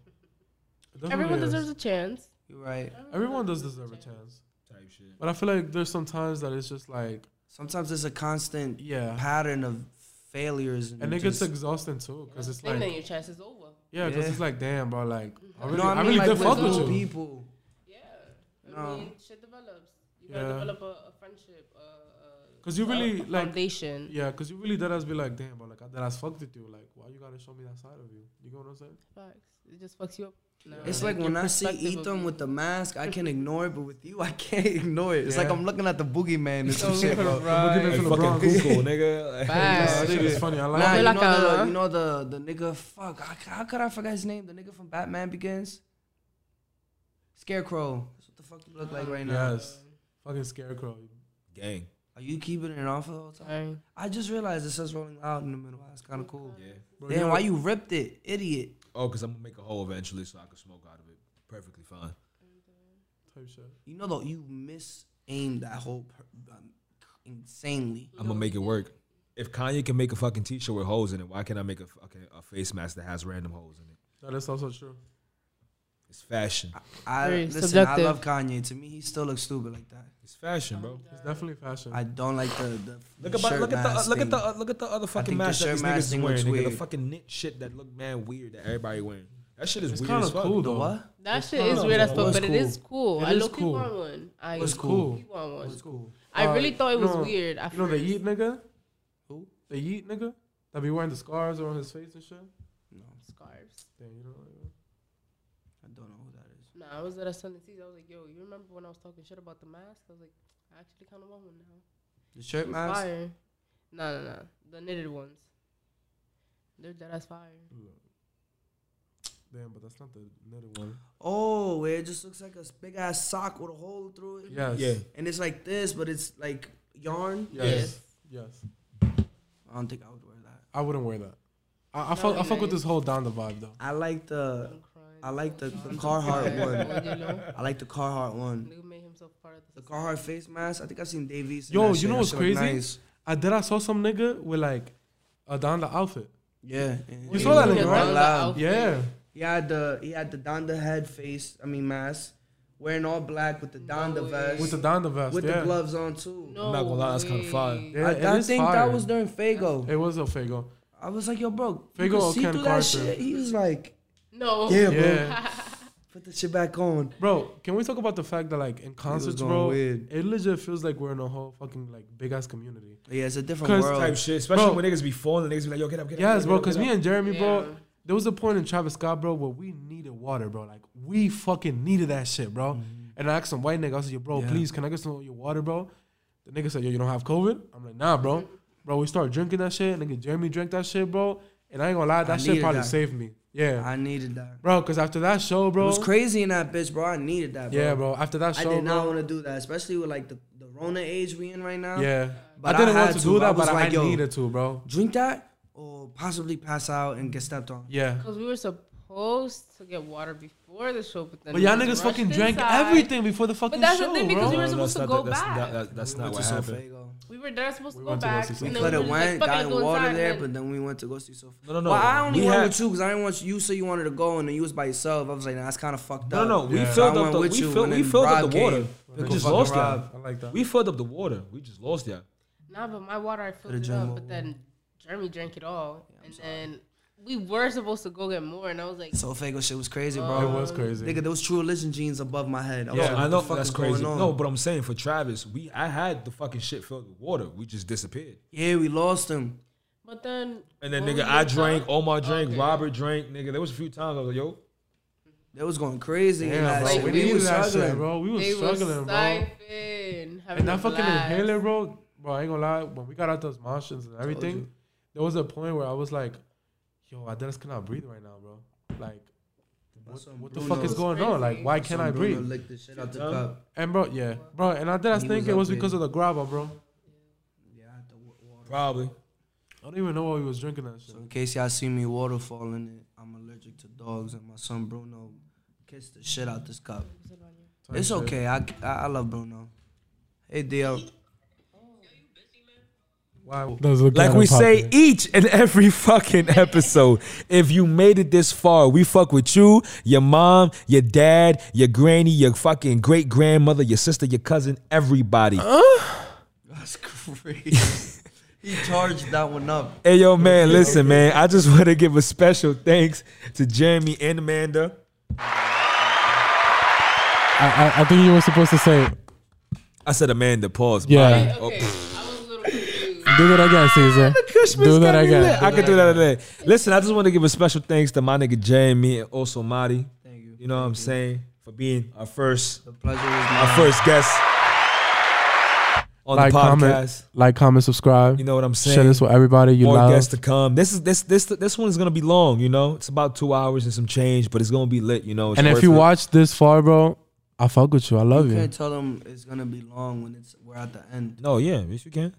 [SPEAKER 2] It definitely
[SPEAKER 1] Everyone
[SPEAKER 2] is.
[SPEAKER 1] deserves a chance.
[SPEAKER 3] You're right.
[SPEAKER 2] Everyone does deserve a chance.
[SPEAKER 5] Type shit.
[SPEAKER 2] But I feel like there's some times that it's just like,
[SPEAKER 3] Sometimes it's a constant
[SPEAKER 2] yeah.
[SPEAKER 3] pattern of failures, and,
[SPEAKER 2] And it
[SPEAKER 3] just,
[SPEAKER 2] gets exhausting too, because it's
[SPEAKER 1] and then
[SPEAKER 2] like,
[SPEAKER 1] your chance is over.
[SPEAKER 2] yeah, because
[SPEAKER 3] Yeah.
[SPEAKER 2] it's like, damn, bro, like, I
[SPEAKER 3] You
[SPEAKER 2] really,
[SPEAKER 3] know what
[SPEAKER 2] I
[SPEAKER 3] I
[SPEAKER 2] really
[SPEAKER 3] mean?
[SPEAKER 2] did
[SPEAKER 3] Like
[SPEAKER 2] fuck
[SPEAKER 3] with
[SPEAKER 2] with
[SPEAKER 3] new
[SPEAKER 2] you.
[SPEAKER 3] people.
[SPEAKER 1] Yeah. I
[SPEAKER 3] No.
[SPEAKER 1] mean, shit develops. You
[SPEAKER 2] Yeah.
[SPEAKER 1] gotta develop a, a friendship. a-
[SPEAKER 2] Because you
[SPEAKER 1] a-
[SPEAKER 2] really,
[SPEAKER 1] a
[SPEAKER 2] like,
[SPEAKER 1] foundation.
[SPEAKER 2] yeah, because you really did us be like, damn, bro, like, I did us fucked with you. Like, why you gotta show me that side of you? You know what I'm saying?
[SPEAKER 1] Facts. It just fucks you up. No,
[SPEAKER 3] It's like
[SPEAKER 1] your
[SPEAKER 3] when I see
[SPEAKER 1] perspective of
[SPEAKER 3] Ethan
[SPEAKER 1] you.
[SPEAKER 3] with the mask, I can ignore it, but with you, I can't ignore it. It's like
[SPEAKER 2] Yeah.
[SPEAKER 3] I'm looking at the boogeyman or some shit, bro.
[SPEAKER 2] We're
[SPEAKER 5] Like
[SPEAKER 2] giving for
[SPEAKER 5] fucking
[SPEAKER 2] LeBron.
[SPEAKER 5] Google, nigga.
[SPEAKER 2] Yeah,
[SPEAKER 5] Like,
[SPEAKER 1] Facts.
[SPEAKER 2] that shit is funny. I like
[SPEAKER 3] Nah,
[SPEAKER 1] Hombre
[SPEAKER 3] you
[SPEAKER 1] la
[SPEAKER 3] know, the,
[SPEAKER 1] cama.
[SPEAKER 3] you know the the nigga. Fuck, I, how could I forget his name? The nigga from Batman Begins. Scarecrow. That's what the fuck you look like right now.
[SPEAKER 2] Yes. Fucking scarecrow.
[SPEAKER 5] Gang.
[SPEAKER 3] Are you keeping it on for the whole time?
[SPEAKER 1] Alright.
[SPEAKER 3] I just realized it says Rolling Loud in the middle. That's kind of cool.
[SPEAKER 5] Yeah.
[SPEAKER 2] Bro,
[SPEAKER 3] Damn,
[SPEAKER 2] you
[SPEAKER 3] why you ripped it, idiot?
[SPEAKER 5] Oh, because I'm gonna make a hole eventually, so I can smoke out of it. Perfectly fine.
[SPEAKER 2] Type shit.
[SPEAKER 3] You know though, you miss aimed that whole per- um, insanely.
[SPEAKER 5] I'm gonna make it work. If Kanye can make a fucking t-shirt with holes in it, why can't I make a fucking a face mask that has random holes in it?
[SPEAKER 2] That is also true.
[SPEAKER 5] It's fashion.
[SPEAKER 3] I
[SPEAKER 1] Very
[SPEAKER 3] listen.
[SPEAKER 1] subjective.
[SPEAKER 3] I love Kanye. To me, he still looks stupid like that.
[SPEAKER 5] It's fashion, bro.
[SPEAKER 2] It's definitely fashion.
[SPEAKER 3] I don't like the, the
[SPEAKER 5] Look
[SPEAKER 3] the
[SPEAKER 5] about
[SPEAKER 3] shirt
[SPEAKER 5] look at the
[SPEAKER 3] mask
[SPEAKER 5] look at the
[SPEAKER 3] thing.
[SPEAKER 5] uh, look at the other fucking
[SPEAKER 3] think the
[SPEAKER 5] masks that
[SPEAKER 3] shirt
[SPEAKER 5] these
[SPEAKER 3] mask
[SPEAKER 5] niggas is
[SPEAKER 3] thing looks
[SPEAKER 5] wearing. Nigga, the
[SPEAKER 3] weird.
[SPEAKER 5] fucking knit shit that look man weird that everybody wearing. That shit is
[SPEAKER 2] It's
[SPEAKER 5] weird
[SPEAKER 2] kind
[SPEAKER 5] as
[SPEAKER 2] of
[SPEAKER 5] fuck.
[SPEAKER 2] cool
[SPEAKER 3] the
[SPEAKER 2] though.
[SPEAKER 3] what?
[SPEAKER 1] That
[SPEAKER 2] It's
[SPEAKER 1] shit
[SPEAKER 2] kinda
[SPEAKER 1] is weird as
[SPEAKER 2] cool.
[SPEAKER 1] fuw,
[SPEAKER 2] It's
[SPEAKER 1] but it is cool.
[SPEAKER 2] It
[SPEAKER 1] I
[SPEAKER 2] is
[SPEAKER 1] look
[SPEAKER 2] cool.
[SPEAKER 1] want one. I
[SPEAKER 3] It's
[SPEAKER 1] low-key
[SPEAKER 2] cool.
[SPEAKER 1] want one.
[SPEAKER 3] Oh, It's cool.
[SPEAKER 1] I
[SPEAKER 2] Uh,
[SPEAKER 1] really thought it
[SPEAKER 2] you
[SPEAKER 1] was
[SPEAKER 2] know-
[SPEAKER 1] weird. I
[SPEAKER 2] You know the
[SPEAKER 1] first.
[SPEAKER 2] Yeet nigga?
[SPEAKER 3] Who?
[SPEAKER 2] The Yeet nigga? That be wearing the scars around his face and shit?
[SPEAKER 3] No,
[SPEAKER 1] scarves.
[SPEAKER 2] Damn, you don't like that?
[SPEAKER 3] I don't know who that is.
[SPEAKER 1] Nah, I was at a Sunday Seas. I was like, yo, you remember when I was talking shit about the mask? I was like, I actually kind of want one now.
[SPEAKER 3] The shirt
[SPEAKER 1] It's
[SPEAKER 3] mask.
[SPEAKER 1] fire. No, no, no. The knitted ones. They're dead as fire.
[SPEAKER 2] Damn, but that's not the knitted one.
[SPEAKER 3] Oh, where it just looks like a big ass sock with a hole through it.
[SPEAKER 2] Yes.
[SPEAKER 5] Yeah.
[SPEAKER 3] And it's like this, but it's like yarn.
[SPEAKER 2] Yes. Yes.
[SPEAKER 3] I don't think I would wear that.
[SPEAKER 2] I wouldn't wear that. I, I fuck. I fuck with this whole down the vibe though.
[SPEAKER 3] I like the
[SPEAKER 1] I'm crying.
[SPEAKER 3] I like the, the Carhartt one.
[SPEAKER 1] Well, you know,
[SPEAKER 3] I like the Carhartt one.
[SPEAKER 1] Nigga made himself part of
[SPEAKER 3] The
[SPEAKER 1] the
[SPEAKER 3] Carhartt face mask. I think I've seen Davies.
[SPEAKER 2] Yo, you know what's crazy? I did. I saw some nigga with like a down the outfit.
[SPEAKER 3] Yeah.
[SPEAKER 2] You saw that nigga, right?
[SPEAKER 1] Loud.
[SPEAKER 2] Yeah.
[SPEAKER 3] He had the he had the Donda head face. I mean mask, wearing all black with the Donda
[SPEAKER 1] No way.
[SPEAKER 3] vest
[SPEAKER 2] With
[SPEAKER 3] with
[SPEAKER 2] the down the vest.
[SPEAKER 3] the
[SPEAKER 2] yeah.
[SPEAKER 3] gloves on too.
[SPEAKER 1] No
[SPEAKER 5] I'm not gonna lie, that's kinda
[SPEAKER 1] way.
[SPEAKER 5] fire.
[SPEAKER 2] Yeah,
[SPEAKER 3] I,
[SPEAKER 2] it
[SPEAKER 3] I
[SPEAKER 2] is
[SPEAKER 3] think
[SPEAKER 2] fire.
[SPEAKER 3] that was during Fago.
[SPEAKER 2] It was a fago.
[SPEAKER 3] I was like, yo, bro, you
[SPEAKER 2] Faygo
[SPEAKER 3] could
[SPEAKER 2] or
[SPEAKER 3] see
[SPEAKER 2] Ken
[SPEAKER 3] through
[SPEAKER 2] Carson?
[SPEAKER 3] that shit. He was like,
[SPEAKER 1] No.
[SPEAKER 3] yeah, bro,
[SPEAKER 2] Yeah.
[SPEAKER 3] put the shit back on.
[SPEAKER 2] Bro, can we talk about the fact that like in concerts,
[SPEAKER 3] going
[SPEAKER 2] bro,
[SPEAKER 3] weird.
[SPEAKER 2] it legit feels like we're in a whole fucking like big ass community.
[SPEAKER 3] Yeah, it's a different
[SPEAKER 2] 'Cause
[SPEAKER 3] world.
[SPEAKER 5] Type shit. Especially
[SPEAKER 2] Bro.
[SPEAKER 5] when niggas be falling, niggas be like, yo, get up, get up.
[SPEAKER 2] Yes,
[SPEAKER 5] get
[SPEAKER 2] bro.
[SPEAKER 5] up, get
[SPEAKER 2] Because me
[SPEAKER 5] up.
[SPEAKER 2] and Jeremy,
[SPEAKER 1] Yeah.
[SPEAKER 2] bro, there was a point in Travis Scott, bro, where we needed water, bro. Like we fucking needed that shit, bro. And I asked some white nigga, I said, "Yo, bro,
[SPEAKER 3] Mm-hmm. Yeah.
[SPEAKER 2] please, can I get some of your water, bro?" The nigga said, "Yo, you don't have COVID?" I'm like, "Nah, bro." Bro, we started drinking that shit. Nigga, Jeremy drank that shit, bro. And I ain't gonna lie, that shit
[SPEAKER 3] needed
[SPEAKER 2] probably
[SPEAKER 3] that.
[SPEAKER 2] saved me. Yeah,
[SPEAKER 3] I needed that.
[SPEAKER 2] bro. Because after that show, bro,
[SPEAKER 3] It was crazy in that bitch, bro. I needed that. Bro.
[SPEAKER 2] yeah, bro. After that
[SPEAKER 3] I
[SPEAKER 2] show,
[SPEAKER 3] did not
[SPEAKER 2] bro,
[SPEAKER 3] want to do that, especially with like the, the Rona age we in right now.
[SPEAKER 2] yeah.
[SPEAKER 3] But
[SPEAKER 2] I didn't
[SPEAKER 3] I
[SPEAKER 2] want
[SPEAKER 3] had
[SPEAKER 2] to
[SPEAKER 3] to.
[SPEAKER 2] do
[SPEAKER 3] I
[SPEAKER 2] that,
[SPEAKER 3] was
[SPEAKER 2] but I
[SPEAKER 3] like, yo.
[SPEAKER 2] needed to, bro.
[SPEAKER 3] Drink that or possibly pass out and get stepped on.
[SPEAKER 2] Yeah.
[SPEAKER 1] Because we were supposed to get water before the show, but then
[SPEAKER 2] But y'all
[SPEAKER 1] we
[SPEAKER 2] niggas
[SPEAKER 1] rushed
[SPEAKER 2] fucking drank
[SPEAKER 1] inside.
[SPEAKER 2] everything before the fucking
[SPEAKER 1] that's the
[SPEAKER 2] show,
[SPEAKER 1] thing,
[SPEAKER 2] bro.
[SPEAKER 1] because we were
[SPEAKER 5] No, that's
[SPEAKER 1] supposed to
[SPEAKER 5] not
[SPEAKER 1] go
[SPEAKER 5] the- that's
[SPEAKER 1] back.
[SPEAKER 5] not- that- That's not
[SPEAKER 3] Went to
[SPEAKER 5] what happened.
[SPEAKER 3] Sofago.
[SPEAKER 1] We were there supposed
[SPEAKER 2] We
[SPEAKER 1] to go
[SPEAKER 2] went to go
[SPEAKER 1] back.
[SPEAKER 2] see
[SPEAKER 1] and
[SPEAKER 2] something.
[SPEAKER 1] then
[SPEAKER 3] Could have
[SPEAKER 1] we were just like,
[SPEAKER 3] went,
[SPEAKER 1] fuck it,
[SPEAKER 3] got
[SPEAKER 1] let's go
[SPEAKER 3] water
[SPEAKER 1] inside,
[SPEAKER 3] there,
[SPEAKER 1] and
[SPEAKER 3] but
[SPEAKER 1] then-
[SPEAKER 3] then we went to go see Sofa.
[SPEAKER 5] No, no, no.
[SPEAKER 3] Well, I only
[SPEAKER 5] We
[SPEAKER 3] went
[SPEAKER 5] had-
[SPEAKER 3] with you because I didn't want you said you wanted to go and then you was by yourself. I was like, nah, that's kind of fucked
[SPEAKER 5] No,
[SPEAKER 3] up.
[SPEAKER 5] no, no. We
[SPEAKER 2] Yeah.
[SPEAKER 5] filled
[SPEAKER 3] I
[SPEAKER 5] up
[SPEAKER 3] went
[SPEAKER 5] the we
[SPEAKER 3] with you,
[SPEAKER 5] filled,
[SPEAKER 3] and
[SPEAKER 5] we
[SPEAKER 3] then
[SPEAKER 5] filled up
[SPEAKER 3] Rob
[SPEAKER 5] the water.
[SPEAKER 3] came.
[SPEAKER 5] We
[SPEAKER 2] Nigga
[SPEAKER 5] just
[SPEAKER 2] fucking
[SPEAKER 5] lost
[SPEAKER 2] Rob.
[SPEAKER 5] that.
[SPEAKER 2] I like that.
[SPEAKER 5] We filled up the water. We just lost that.
[SPEAKER 1] Nah, but my water I filled
[SPEAKER 3] Coulda
[SPEAKER 1] it
[SPEAKER 3] drank
[SPEAKER 1] up,
[SPEAKER 3] more
[SPEAKER 1] but then Jeremy drank it all, and then we were supposed to go get more, and I was like,
[SPEAKER 3] Sofago shit was crazy,
[SPEAKER 1] Uh,
[SPEAKER 2] It
[SPEAKER 3] bro.
[SPEAKER 2] was crazy.
[SPEAKER 3] Nigga, those true religion jeans above my head. I was
[SPEAKER 5] Yeah,
[SPEAKER 3] like,
[SPEAKER 5] I
[SPEAKER 3] what
[SPEAKER 5] know
[SPEAKER 3] the fuck
[SPEAKER 5] that's
[SPEAKER 3] is going
[SPEAKER 5] crazy.
[SPEAKER 3] on?
[SPEAKER 5] No, but I'm saying for Travis, we I had the fucking shit filled with water. We just disappeared.
[SPEAKER 3] yeah, we lost him.
[SPEAKER 1] but then.
[SPEAKER 5] And then
[SPEAKER 1] when we
[SPEAKER 5] nigga, I
[SPEAKER 1] looked
[SPEAKER 5] drank,
[SPEAKER 1] up-
[SPEAKER 5] Omar drank,
[SPEAKER 1] Okay.
[SPEAKER 5] Robert drank, nigga. There was a few times I was like, yo,
[SPEAKER 3] They was going crazy. in
[SPEAKER 2] Damn,
[SPEAKER 3] that
[SPEAKER 2] bro.
[SPEAKER 3] shit.
[SPEAKER 2] We
[SPEAKER 1] we
[SPEAKER 2] needed
[SPEAKER 1] was
[SPEAKER 2] that shit, bro. We was
[SPEAKER 1] They were
[SPEAKER 2] struggling, bro.
[SPEAKER 1] siphon, having
[SPEAKER 2] And
[SPEAKER 1] a
[SPEAKER 2] that fucking
[SPEAKER 1] blast.
[SPEAKER 2] inhaler, bro. Bro, I ain't gonna lie. When we got out those motions and everything, there was a point where I was like, "Yo, I just cannot breathe right now, bro." Like, what,
[SPEAKER 3] some
[SPEAKER 2] what the
[SPEAKER 3] Bruno-
[SPEAKER 2] fuck is going on? Like, why can't I
[SPEAKER 3] Some Bruno
[SPEAKER 2] breathe?
[SPEAKER 3] licked the shit out the cup.
[SPEAKER 2] And bro, yeah, bro. And I did. I
[SPEAKER 3] He
[SPEAKER 2] think
[SPEAKER 3] was
[SPEAKER 2] it
[SPEAKER 3] up
[SPEAKER 2] was
[SPEAKER 3] there.
[SPEAKER 2] because of the grabber, bro.
[SPEAKER 3] Yeah, I had the wa- water.
[SPEAKER 5] probably.
[SPEAKER 2] I don't even know why we was drinking that shit.
[SPEAKER 3] So in case y'all see me waterfalling it, I'm allergic to dogs, and my son Bruno kissed the shit out this cup. It's okay. I, I, I love Bruno. Hey, Dio.
[SPEAKER 2] Wow.
[SPEAKER 5] Like we say each and every fucking episode. if you made it this far, we fuck with you, your mom, your dad, your granny, your fucking great grandmother, your sister, your cousin, everybody.
[SPEAKER 3] That's crazy. he charged that one up.
[SPEAKER 5] Hey yo, man, listen, man. I just want to give a special thanks to Jeremy and Amanda.
[SPEAKER 2] I, I, I think you were supposed to say,
[SPEAKER 5] I said Amanda. Pause.
[SPEAKER 2] Yeah.
[SPEAKER 5] Oh,
[SPEAKER 1] Okay, I was a little confused.
[SPEAKER 2] "Do that again, Caesar."
[SPEAKER 5] Christmas
[SPEAKER 2] Do that
[SPEAKER 5] got me
[SPEAKER 2] again.
[SPEAKER 5] lit. I
[SPEAKER 2] Do
[SPEAKER 5] can do that again. Listen, I just want to give a special thanks to my nigga Jeremy and also Marty.
[SPEAKER 3] Thank you.
[SPEAKER 5] You know what I'm saying for being our first,
[SPEAKER 3] The pleasure was
[SPEAKER 5] our
[SPEAKER 3] mine.
[SPEAKER 5] first guest on
[SPEAKER 2] Like,
[SPEAKER 5] the podcast.
[SPEAKER 2] comment, like, comment, subscribe.
[SPEAKER 5] You know what I'm saying?
[SPEAKER 2] Share this with everybody you
[SPEAKER 5] More
[SPEAKER 2] love.
[SPEAKER 5] guests to come. This is this this this one is gonna be long. You know, it's about two hours and some change, but it's gonna be lit. You know, It's
[SPEAKER 2] and
[SPEAKER 5] worth
[SPEAKER 2] if you
[SPEAKER 5] it.
[SPEAKER 2] watch this far, bro, I fuck with you. I love
[SPEAKER 3] You
[SPEAKER 2] you.
[SPEAKER 3] can't tell them it's gonna be long when it's we're at the end.
[SPEAKER 5] No, yeah, yes you can.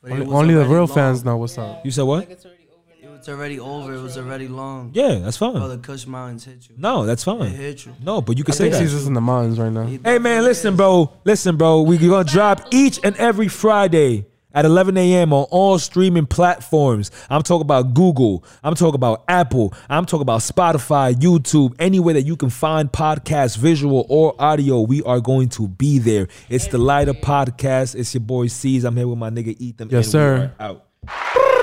[SPEAKER 3] But it
[SPEAKER 2] Only,
[SPEAKER 3] was
[SPEAKER 2] only the
[SPEAKER 3] already
[SPEAKER 2] real
[SPEAKER 3] long.
[SPEAKER 2] fans know what's up.
[SPEAKER 5] You said what?
[SPEAKER 8] Like it's already over
[SPEAKER 3] It
[SPEAKER 8] now.
[SPEAKER 3] was already over. It was already long.
[SPEAKER 5] Yeah, that's fine.
[SPEAKER 3] Brother Kush Mountains hit you.
[SPEAKER 5] No, that's
[SPEAKER 3] It
[SPEAKER 5] fine.
[SPEAKER 3] hit you.
[SPEAKER 5] No, but
[SPEAKER 2] I
[SPEAKER 5] you can say
[SPEAKER 2] think he's
[SPEAKER 5] that.
[SPEAKER 2] just in the mountains right now.
[SPEAKER 3] It-
[SPEAKER 5] Hey man, listen, bro. Listen, bro. we gonna drop each and every Friday at 11 a.m. on all streaming platforms. I'm talking about Google. I'm talking about Apple. I'm talking about Spotify, YouTube, anywhere that you can find podcasts, visual or audio. We are going to be there. It's the Lighter Podcast. It's your boy C's. I'm here with my nigga Ethan.
[SPEAKER 2] Yes,
[SPEAKER 5] and we
[SPEAKER 2] sir.
[SPEAKER 5] are out.